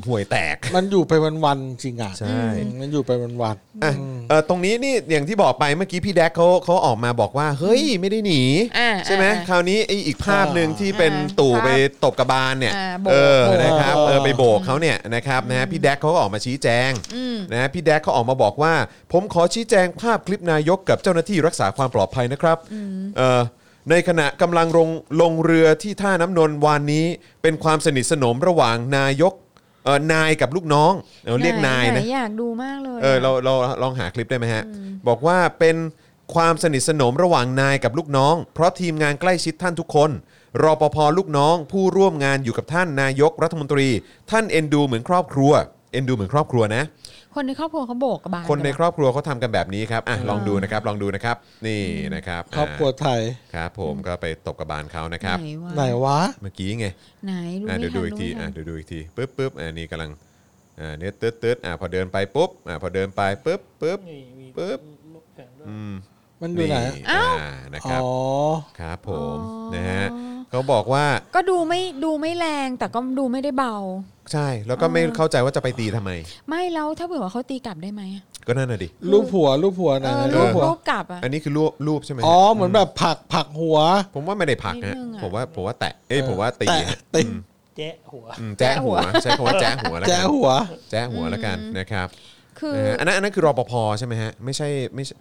[SPEAKER 2] ห่วยแตก
[SPEAKER 3] มันอยู่ไปวันๆจริงอ่ะ
[SPEAKER 2] ใช่
[SPEAKER 3] อืมมันอยู่ไปวัน
[SPEAKER 2] อ่ะเออตรงนี้นี่อย่างที่บอกไปเมื่อกี้พี่แดกเขาเขาออกมาบอกว่า เฮ้ยไม่ได้หนี
[SPEAKER 4] อ่า
[SPEAKER 2] ใช่ไหม
[SPEAKER 4] อ่า
[SPEAKER 2] คราวนี้ไอ้อีกภาพหนึ่งที่เป็นตู่ไปตบกระบาลเนี่ย
[SPEAKER 4] อ่าโบก
[SPEAKER 2] เออนะครับเออไปโบกเขาเนี่ยนะครับนะฮะพี่แดกเขาก็ออกมาชี้แจงนะฮะพี่แดกเขาออกมาบอกว่า ผมขอชี้แจงภาพคลิปนายกกับเจ้าหน้าที่รักษาความปลอดภัยนะครับเออในขณะกำลังลงลงเรือที่ท่าน้ำนนท์วานนี้ เป็นความสนิทสนมระหว่างนายกเออนายกับลูกน้องเราเรียกนาย
[SPEAKER 4] ไห
[SPEAKER 2] นะ
[SPEAKER 4] อยากดูมากเลย
[SPEAKER 2] เออเราเราลองหาคลิปได้ไหมฮะ บอกว่าเป็นความสนิทสนมระหว่างนายกับลูกน้อง เพราะทีมงานใกล้ชิดท่านทุกคนรอปภลูกน้องผู้ร่วมงานอยู่กับท่านนายกรัฐมนตรี ท่านเอ็นดูเหมือนครอบครัวเอ็นดูเหมือนครอบครัวนะ
[SPEAKER 4] คนในครอบครัวเขาโบกกระบาล
[SPEAKER 2] คนใน
[SPEAKER 4] กั
[SPEAKER 2] ครอบครัวเขาทำกันแบบนี้ครับอ่ะลองดูนะครับลองดูนะครับ นี่นะครับ
[SPEAKER 3] ๆ ครอบครัวไทย
[SPEAKER 2] อ่าครับ ผมก็ไปตบกระบาลเขานะครับ
[SPEAKER 4] ไหนวะ
[SPEAKER 3] ไหนวะ
[SPEAKER 2] เมื่อกี้ไง
[SPEAKER 4] ไหนดู
[SPEAKER 2] อ่ะ
[SPEAKER 4] ไม่
[SPEAKER 2] เดี๋ยว
[SPEAKER 4] ทั
[SPEAKER 2] ดู
[SPEAKER 4] น
[SPEAKER 2] อีกที
[SPEAKER 4] ไม่
[SPEAKER 2] อ่ะ
[SPEAKER 4] ทัน
[SPEAKER 2] เดี๋ยวดูอีกทีปึ๊บปึ๊บอ่ะนี่กำลังอ่าเนี่ยตึ๊ดตึ๊ดอ่ะพอเดินไปปุ๊บอ่ะพอเดินไปปุ๊บปึ๊บ
[SPEAKER 5] นี่มี
[SPEAKER 2] ปึ๊บ
[SPEAKER 5] รูปแผนด้วย
[SPEAKER 3] มันอยู่ไหน
[SPEAKER 2] นี่อ่านะครับ
[SPEAKER 3] อ๋อ
[SPEAKER 2] ครับผมนะฮะเขาบอกว่า
[SPEAKER 4] ก็ดูไม่ดูไม่แรงแต่ก็ดูไม่ได้เบา
[SPEAKER 2] ใช่แล้วก็ไม่เข้าใจว่าจะไปตีทำไม
[SPEAKER 4] ไม่แล้วถ้าเผื่อว่าเขาตีกลับได้ไหมอะ
[SPEAKER 2] ก็นั่นน่ะดิ
[SPEAKER 3] รูปหัว รูปหัวไหน
[SPEAKER 4] เออ
[SPEAKER 3] ไหน
[SPEAKER 4] รู
[SPEAKER 3] รู
[SPEAKER 4] ป
[SPEAKER 3] ปหัว
[SPEAKER 4] รูปกลับอ่ะ
[SPEAKER 2] อันนี้คือรูปรูปใช่ไหมฮะ
[SPEAKER 3] อ๋อ เหมือนแบบผักผักหัว
[SPEAKER 2] ผมว่าไม่ได้ผลักนะฮะ
[SPEAKER 4] นิดนึงอะ
[SPEAKER 2] ผมว่าผมว่าแตะเอ้ยผมว่าตี
[SPEAKER 3] แต่
[SPEAKER 2] ฮะ
[SPEAKER 3] ติด
[SPEAKER 5] แจ๊ะหัว
[SPEAKER 2] อืมแจ้หัวใช้คำว่าแจ้หัวแล้ว
[SPEAKER 3] แจ้
[SPEAKER 2] กัน
[SPEAKER 3] หัว
[SPEAKER 2] แจ้หัวแล้วกันนะครับ
[SPEAKER 4] คือ
[SPEAKER 2] นะฮะอันนั้นอันนั้นคือรปภใช่ไหมฮะไม่ใช่ไม่ใช่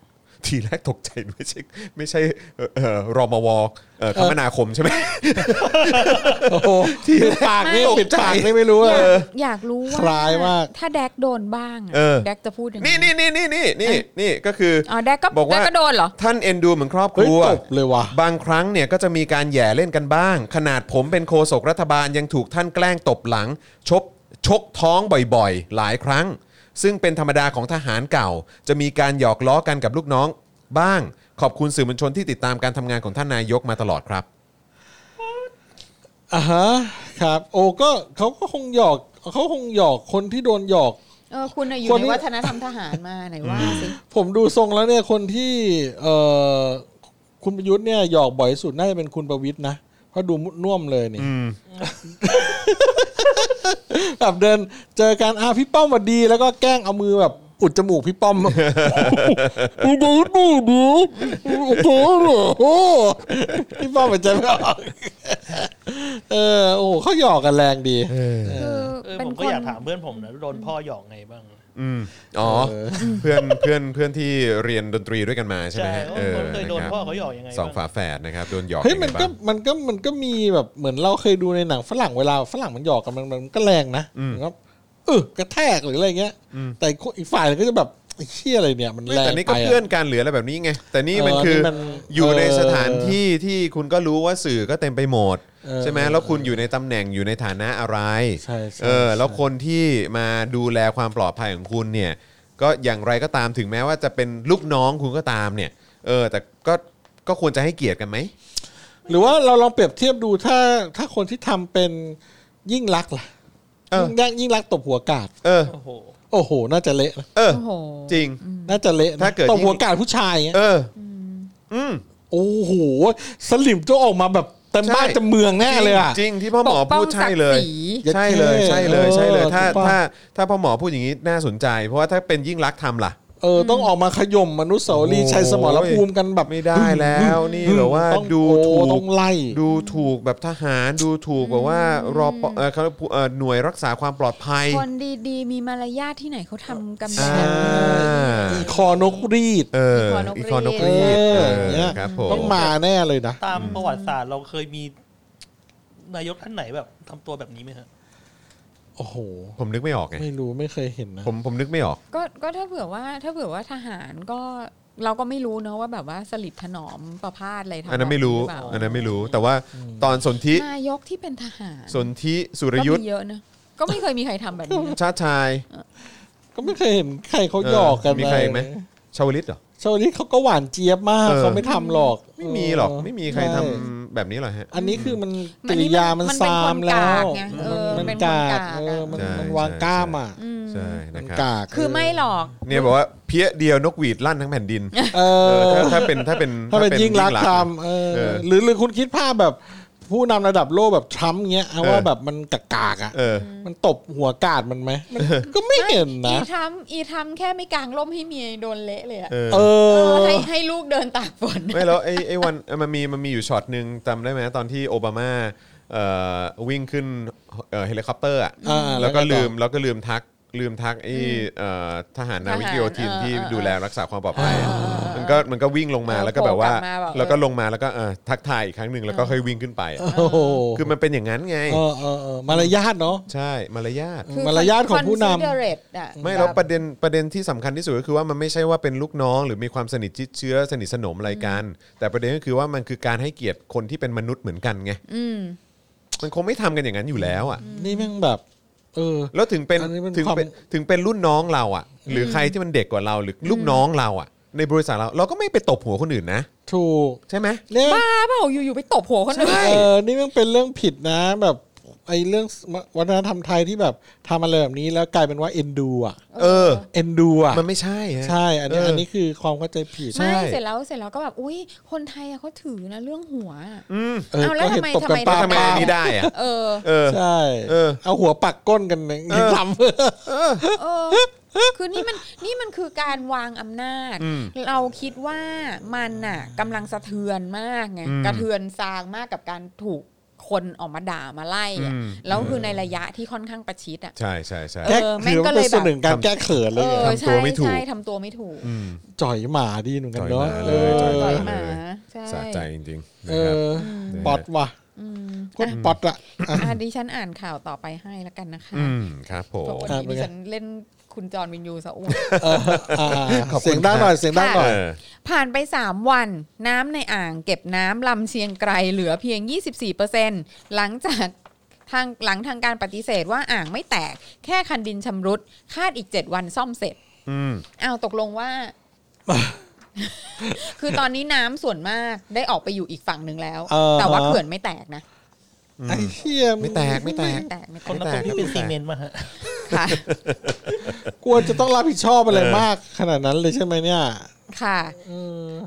[SPEAKER 2] ทีแรกตกใจ ไม่ใช่ไม่ใช่เอ่อเอ่อรมวเอ่อคมนาคมใช่ไหม
[SPEAKER 3] โอ้โหที่ปากนี่ปิดปากนี่ไม่รู้เลย
[SPEAKER 4] อา
[SPEAKER 3] ย
[SPEAKER 4] กอยากรู้ว่า
[SPEAKER 3] คล้ายมาก
[SPEAKER 4] ถ้าแดกโดนบ้างอะ
[SPEAKER 2] เออ
[SPEAKER 4] แดกจะพูดยังไง
[SPEAKER 2] นี่นี่นี่นี่นี่นี่นี่ก็คืออ
[SPEAKER 4] อ๋อแดกก็
[SPEAKER 2] บอกว่า
[SPEAKER 4] แดกก็โดนเหรอ
[SPEAKER 2] ท่านเอ็นดูเหมือนครอบค
[SPEAKER 3] เฮ้ย
[SPEAKER 2] รัว
[SPEAKER 3] จบเลยว่ะ
[SPEAKER 2] บางครั้งเนี่ยก็จะมีการแหย่เล่นกันบ้าง ขนาดผมเป็นโฆษกรัฐบาลยังถูกท่านแกล้งตบหลัง ชบชกท้องบ่อยๆ หลายครั้ง ซึ่งเป็นธรรมดาของทหารเก่า จะมีการหยอกล้อกันกับลูกน้อง บ้าง ขอบคุณสื่อมวลชนที่ติดตามการทำงานของท่านนายกมาตลอดครับ
[SPEAKER 3] อ่าฮะ ครับ โอ้ก็เขาก็คงหยอกเขาคงหยอกคนที่โดนหยอก
[SPEAKER 4] เออคุณน่ะอยู่
[SPEAKER 3] คน
[SPEAKER 4] ใน
[SPEAKER 3] นี้
[SPEAKER 4] วัฒนธรรมทหารมาไหนว่าสิ
[SPEAKER 3] ผมดูทรงแล้วเนี่ยคนที่เอ่อคุณประยุทธ์เนี่ยหยอกบ่อยสุดน่าจะเป็นคุณประวิทย์นะเพราะดูมุดน่วมเลยนี่แบบเดินเจอการอาพี่ป้อมหวัดดี แล้วก็แกล้งเอามือแบบอุดจมูกพี่ป้อม คุณประยุทธ์ดูดูโอ้โหโอ้โหพี่ป้อมเหมือนใจไม่ออก เออโอ้โหเขาหยอกกันแรงดี
[SPEAKER 4] คือ
[SPEAKER 5] เออ
[SPEAKER 4] เป็น
[SPEAKER 5] ผม
[SPEAKER 4] ค
[SPEAKER 5] ก็
[SPEAKER 4] น
[SPEAKER 5] อยากถามเพื่อนผมนะโดนพ่อหยอกไงบ้าง
[SPEAKER 2] อืมอ๋อ
[SPEAKER 3] เออ
[SPEAKER 2] เพื่อนเพื่อนเพื่อนที่เรียนดนตรีด้วยกันมาใช่ไหม
[SPEAKER 5] ใช่
[SPEAKER 2] ฮะ
[SPEAKER 5] เอ
[SPEAKER 2] เอ
[SPEAKER 5] อ
[SPEAKER 2] อ
[SPEAKER 5] ผมเคยโดน
[SPEAKER 2] นะครับ
[SPEAKER 5] พ่อเขาหยอกยังไง
[SPEAKER 2] สอง
[SPEAKER 5] บ้าง
[SPEAKER 2] ฝาแฝดนะครับโดนหยอก
[SPEAKER 3] เฮ้ยมันก็
[SPEAKER 2] งไงบ้าง
[SPEAKER 3] มันก็มันก็มีแบบเหมือนเราเคยดูในหนังฝรั่งเวลาฝรั่งมันหยอกกันมันมันก็แรงนะ
[SPEAKER 2] อืม
[SPEAKER 3] ครับเออกระแทกหรืออะไรเงี้ย
[SPEAKER 2] อืม
[SPEAKER 3] แต่อีกฝ่ายก็จะแบบไอ้เชี่ยอะไรเนี่ย มัน
[SPEAKER 2] ไม่
[SPEAKER 3] แรง
[SPEAKER 2] แต่นี่ก็
[SPEAKER 3] ไปอะ
[SPEAKER 2] เพื่อนการเหลืออะไรแบบนี้ไง แต่นี่มัน
[SPEAKER 3] เออ
[SPEAKER 2] คือ
[SPEAKER 3] นี่มัน
[SPEAKER 2] อยู่ใน
[SPEAKER 3] เออ
[SPEAKER 2] สถานที่ที่คุณก็รู้ว่าสื่อก็เต็มไปหมด
[SPEAKER 3] เออ
[SPEAKER 2] ใช่ไหมแล้วคุณอยู่ในตำแหน่งอยู่ในฐานะอะไร
[SPEAKER 3] ใช่ใช่
[SPEAKER 2] เออ แล้ว
[SPEAKER 3] ใช่
[SPEAKER 2] คนที่มาดูแลความปลอดภัยของคุณเนี่ย ก็อย่างไรก็ตามถึงแม้ว่าจะเป็นลูกน้องคุณก็ตามเนี่ย เออ แต่ก็ก็ควรจะให้เกียรติกันไหม
[SPEAKER 3] หรือว่าเราลองเปรียบเทียบดูถ้าถ้าคนที่ทำเป็นยิ่งรักษณ์ล่ะ
[SPEAKER 2] เออ
[SPEAKER 3] ยิ่งรักษณ์ยิ่งรักษณ์ตบหัวกาด
[SPEAKER 2] เออ
[SPEAKER 5] โอ้โห
[SPEAKER 3] โอ้โห น่าจะเละนะ
[SPEAKER 2] เออ
[SPEAKER 4] โอ้โห
[SPEAKER 2] จริง
[SPEAKER 3] น่าจะเละนะ
[SPEAKER 2] ถ้าเกิด
[SPEAKER 3] ตบ
[SPEAKER 2] ยิ่ง
[SPEAKER 3] หัวกาดผู้ชายเงี้ย
[SPEAKER 2] เออ อืม
[SPEAKER 3] โอ้โหสลิมจะออกมาแบบเต็ม
[SPEAKER 2] ใช่
[SPEAKER 3] บ้านเต็มเมืองแน่เลยอ่ะ
[SPEAKER 2] จริงที่พ่อหมอ
[SPEAKER 4] ปกป้
[SPEAKER 2] พูด
[SPEAKER 4] ง
[SPEAKER 2] ใช่เล
[SPEAKER 4] ศัก
[SPEAKER 2] ย
[SPEAKER 4] ดิ์ศรี
[SPEAKER 2] ใช่เลยใช่เลยใช่เลย
[SPEAKER 3] เออ
[SPEAKER 2] ถ้า
[SPEAKER 3] ถูกปะ
[SPEAKER 2] ถ้าถ้าพ่อหมอพูดอย่างนี้น่าสนใจ เพราะว่าถ้าเป็นยิ่งรักษณ์ทำล่ะ
[SPEAKER 3] เออต้องออกมาขย่มมนุษย์สาวรีย์ชัยสมรภูมิกันแบบ
[SPEAKER 2] ไม่ได้แล้วนี่หรือว่า
[SPEAKER 3] ต้อง
[SPEAKER 2] ดู
[SPEAKER 3] โอ้
[SPEAKER 2] ถู
[SPEAKER 3] ต้
[SPEAKER 2] ก
[SPEAKER 3] องไล่
[SPEAKER 2] ดูถูกแบบทหารดูถูกแบบว่ารอปเอ่อเขาเอ่อหน่วยรักษาความปลอดภัย
[SPEAKER 4] คนดีๆ มีมารยาทที่ไหนเขาทำกันแบ
[SPEAKER 2] อ่า
[SPEAKER 4] บนี้
[SPEAKER 3] อีคอนกรีด
[SPEAKER 2] เอออี
[SPEAKER 4] อี
[SPEAKER 2] ค
[SPEAKER 4] ค
[SPEAKER 2] อ
[SPEAKER 4] อน น
[SPEAKER 2] อก
[SPEAKER 4] รี
[SPEAKER 2] รีด
[SPEAKER 4] ด
[SPEAKER 2] เออ
[SPEAKER 3] เนี่ย
[SPEAKER 2] ครับผม
[SPEAKER 3] ต้องมาแน่เลยนะ
[SPEAKER 5] ตามประวัติศาสตร์เราเคยมีนายกท่านไหนแบบทำตัวแบบนี้ไหมฮะ
[SPEAKER 3] โอ้โห
[SPEAKER 2] ผมนึกไม่ออกไง
[SPEAKER 3] ไม่รู้ไม่เคยเห็นนะ
[SPEAKER 2] ผมผมนึกไม่ออก
[SPEAKER 4] ก็ก็ถ้าเผื่อว่าถ้าเผื่อว่าทหารก็เราก็ไม่รู้เนอะว่าแบบว่าสลิดถนอมประพาสอะไรทำ
[SPEAKER 2] อันนั้นไม่รู้
[SPEAKER 4] แบบหอเป
[SPEAKER 2] อั
[SPEAKER 4] ล่าน
[SPEAKER 2] นั้นไม่รู้แต่ว่าตอนสนธิ
[SPEAKER 4] นายกที่เป็นทหาร
[SPEAKER 2] สนธิสุร
[SPEAKER 4] ก็
[SPEAKER 2] ยุท
[SPEAKER 4] มี
[SPEAKER 2] ธ์
[SPEAKER 4] เยอะนะก็ไม่เคยมีใครทำแบบนี้นะ
[SPEAKER 2] ชาติชาย
[SPEAKER 3] ก็ไม่เคยเห็นใครเขาหยอกกัน
[SPEAKER 2] เมีใครไหม
[SPEAKER 3] เลย
[SPEAKER 2] ชาวลิตเหรอ
[SPEAKER 3] ชาวลิตเขาก็หวานเจี๊ยบมาก
[SPEAKER 2] เออ
[SPEAKER 3] เขาไม่ทำหรอก
[SPEAKER 2] ไม่มีหรอก
[SPEAKER 3] เ
[SPEAKER 2] ไม่มีใครทำ แบบนี้เหรอฮะ
[SPEAKER 3] อันนี้คือมัน
[SPEAKER 4] อั
[SPEAKER 3] กิริยามันซามแล้ว
[SPEAKER 4] มันเป็นคนกากไงเออ
[SPEAKER 3] มัน
[SPEAKER 4] เป็น
[SPEAKER 2] ใช่
[SPEAKER 3] กากกเออมัน
[SPEAKER 4] คนากอะ
[SPEAKER 3] มันวาง
[SPEAKER 2] ใช่
[SPEAKER 3] กล้ามอ่ะ
[SPEAKER 4] อืม
[SPEAKER 2] ใช่
[SPEAKER 3] มั
[SPEAKER 2] นะ
[SPEAKER 3] น
[SPEAKER 2] ครับ
[SPEAKER 3] กาก
[SPEAKER 4] คือไม่หรอก
[SPEAKER 2] เนี่ยบอกว่าเพี้ยเดียวนกหวีดลั่นทั้งแผ่นดิน
[SPEAKER 3] เอ
[SPEAKER 2] เออ
[SPEAKER 3] อ
[SPEAKER 2] ถ้าถ้าเป็นถ้าเป็น
[SPEAKER 3] ถ้าเป็นยิ่งรักษ
[SPEAKER 2] ษ
[SPEAKER 3] ณ์
[SPEAKER 2] ณ์
[SPEAKER 3] ทำเออ
[SPEAKER 2] เออ
[SPEAKER 3] หรือหรือคุณคิดภาพแบบผู้นำระดับโลกแบบทรัมป์เงี้ยเอาว่า
[SPEAKER 2] เออ
[SPEAKER 3] แบบมันกากากๆอ่ะ
[SPEAKER 2] เออ
[SPEAKER 3] มันตบหัวกาดมันไหมมันก็ไม่เห็น
[SPEAKER 4] อี
[SPEAKER 3] นะ
[SPEAKER 4] ทำอีทำแค่ไม่กางร่มให้เมียโดนเละเลยอะ
[SPEAKER 2] เออ
[SPEAKER 3] เอ
[SPEAKER 4] เอ
[SPEAKER 3] อ
[SPEAKER 4] อให้ให้ลูกเดินตากฝน
[SPEAKER 2] ไม่แล้วไอ้ไอ้วันเอ่อมันมีมันมีอยู่ช็อตหนึ่งจำได้ไหมตอนที่โอบามาเอ่อวิ่งขึ้นเอ่อเฮลิคอปเตอร์อ่ะ
[SPEAKER 3] อ่า
[SPEAKER 2] แล้วก็
[SPEAKER 3] แล้วก็ต่อ
[SPEAKER 2] ลืมแล้วก็ลืมทักลืมทักไอ้เอ่อทหารนาวิกโยธิน
[SPEAKER 4] ทหาร
[SPEAKER 2] ที่
[SPEAKER 4] เออ
[SPEAKER 2] ดูแลรักษาความปลอดภัยอะ
[SPEAKER 4] เออเออเออ
[SPEAKER 2] มันก็มันก็วิ่งลงมา
[SPEAKER 4] เออ
[SPEAKER 2] แล้วก็แบบว่า
[SPEAKER 4] โผล่กลับมาบอก
[SPEAKER 2] แล้วก็ลงมาแล้วก็เอ่อทักทายอีกครั้งหนึ่งแล้วก็ค่อยวิ่งขึ้นไปอะ
[SPEAKER 3] โอ้โห
[SPEAKER 2] คือมันเป็นอย่างนั้นไง
[SPEAKER 3] เออเออเออมารยาทเนาะ
[SPEAKER 2] ใช่มารยาท
[SPEAKER 4] คือ
[SPEAKER 3] มารยาทของผู้นำ
[SPEAKER 4] considerate อะ
[SPEAKER 2] ไม่แล้วประเด็นประเด็นที่สำคัญที่สุดก็คือว่ามันไม่ใช่ว่าเป็นลูกน้อง หรือมีความสนิทชิดเชื้อสนิทสนมอะไรกัน แต่ประเด็นก็คือว่ามันคือการให้เกียรติคนที่เป็นมนุษย์เหมือนกันไง
[SPEAKER 4] อืม
[SPEAKER 2] มันคงไม่ทำกันอย่างนั้นอยู่แล้วอ่ะ
[SPEAKER 3] นี่แม่งแบบ เออ
[SPEAKER 2] แล้วถึงเป็น
[SPEAKER 3] อันนี้มัน
[SPEAKER 2] ถึง
[SPEAKER 3] ความ
[SPEAKER 2] เป็นถึงเป็นรุ่นน้องเราอ่ะ หรือใครที่มันเด็กกว่าเราหรือลูกน้องเราอ่ะ ในบริษัทเราเราก็ไม่ไปตบหัวคนอื่นนะ
[SPEAKER 3] ถูก
[SPEAKER 2] ใช่ไหม
[SPEAKER 3] เนี่ย
[SPEAKER 4] บ้าเปล่าอยู่ๆไปตบหัวคนอื่น
[SPEAKER 3] เออ นี่มันเป็นเรื่องผิดนะ แบบไอ้เรื่องวัฒนธรรมไทยที่แบบทำอะไรแบบนี้แล้วกลายเป็นว่าเอ็นดูอ่ะ
[SPEAKER 2] เออ
[SPEAKER 3] เอ็นดูอ่ะ
[SPEAKER 2] มันไม่ใช่ฮะ
[SPEAKER 3] ใช่อันนี้
[SPEAKER 2] เอออั
[SPEAKER 3] อันนี้คือความเข้าใจผิด
[SPEAKER 2] ใช่
[SPEAKER 4] ไม่เสร็จแล้วเสร็จแล้วก็แบบอุ้ยคนไทยอะเขาถือนะเรื่องหัวอะ
[SPEAKER 2] อืม
[SPEAKER 3] เออ
[SPEAKER 4] เอาแล้ว
[SPEAKER 3] ก็เห็น
[SPEAKER 4] ทำไม
[SPEAKER 3] ตบกัน
[SPEAKER 4] ทำไม
[SPEAKER 3] ป้า
[SPEAKER 2] ทำไม
[SPEAKER 3] ป้า
[SPEAKER 2] อันนี้ได้อ่ะ
[SPEAKER 4] เออ
[SPEAKER 2] เออ
[SPEAKER 3] ใช่
[SPEAKER 2] เออ
[SPEAKER 3] เอาหัวปักก้นกันเนี่ย
[SPEAKER 2] เออ
[SPEAKER 3] ทำ
[SPEAKER 4] เออ คือนี่มันนี่มันคือการวางอำนาจ
[SPEAKER 2] อืม
[SPEAKER 4] เราคิดว่ามันน่ะกำลังสะเทือนมากไง
[SPEAKER 2] อืม
[SPEAKER 4] กระเทือนซางมากกับการถูกคนออกมาด่ามาไล่อะ
[SPEAKER 2] อืม
[SPEAKER 4] แล้วคือในระยะที่ค่อนข้างประชิดอ่ะ
[SPEAKER 2] ใช่ใช่ใช่
[SPEAKER 4] เอ
[SPEAKER 3] แก้
[SPEAKER 4] อแม่ง
[SPEAKER 3] คือ
[SPEAKER 4] ก็
[SPEAKER 3] มัน
[SPEAKER 4] เล
[SPEAKER 3] เป็นส่
[SPEAKER 4] ยแบบ
[SPEAKER 3] วนหนึ่งการแก้เขินเล
[SPEAKER 4] เอย อ
[SPEAKER 3] อะ
[SPEAKER 2] ทำตัว
[SPEAKER 4] ใช่
[SPEAKER 2] ไม่ถูก
[SPEAKER 4] ใช่ทำตัวไม่ถูก
[SPEAKER 2] อืม
[SPEAKER 3] จ่อยหมาดีเหมือนกันเนาะ
[SPEAKER 2] จ่อยหมาเลยจ่อยห
[SPEAKER 4] ต่อย
[SPEAKER 2] ม
[SPEAKER 4] หมาใช่
[SPEAKER 2] สะใจจริงๆ
[SPEAKER 3] เอ
[SPEAKER 2] นะครับ
[SPEAKER 3] อ
[SPEAKER 2] ม
[SPEAKER 3] ปอดว่ะ
[SPEAKER 4] อืม
[SPEAKER 3] ก้นปอดอะอ่ะ
[SPEAKER 4] อ่ะดิฉันอ่านข่าวต่อไปให้แล้วกันนะคะ
[SPEAKER 2] อืมครับผ
[SPEAKER 4] เพราะ
[SPEAKER 2] ม
[SPEAKER 4] วัน
[SPEAKER 3] ครับ
[SPEAKER 4] นี้ดิฉันเล่นคุณจรวินยูซะอ้วน
[SPEAKER 3] เอออ่ะ
[SPEAKER 2] ขอบคุณ
[SPEAKER 3] เสียงดังหน่อยเสียงดังหน่อย
[SPEAKER 2] เออ
[SPEAKER 4] ผ่านไป 3 วัน น้ำในอ่างเก็บน้ำลำเชียงไกรเหลือเพียง 24%หลังจากทางหลังทางการปฏิเสธว่าอ่างไม่แตก แค่คันดินชำรุด คาดอีก 7 วันซ่อมเสร็จ
[SPEAKER 2] อืม
[SPEAKER 4] อ้าวตกลงว่า คือตอนนี้น้ำส่วนมากได้ออกไปอยู่อีกฝั่งหนึ่งแล้ว
[SPEAKER 3] เออ
[SPEAKER 4] แต่ว่าเขื่อนไม่แตกนะ
[SPEAKER 3] ไอ้เหี้ย
[SPEAKER 2] ไม่แตกไม่แตก
[SPEAKER 4] แตกไม่แต
[SPEAKER 5] คน
[SPEAKER 4] ก
[SPEAKER 5] ละคนที่เป็นซีเมนต์มาฮะ
[SPEAKER 4] ค่ะ
[SPEAKER 3] กลัวจะต้องรับผิดชอบอะไรมากขนาดนั้นเลยใช่ไหมเนี่ย
[SPEAKER 4] ค่ะ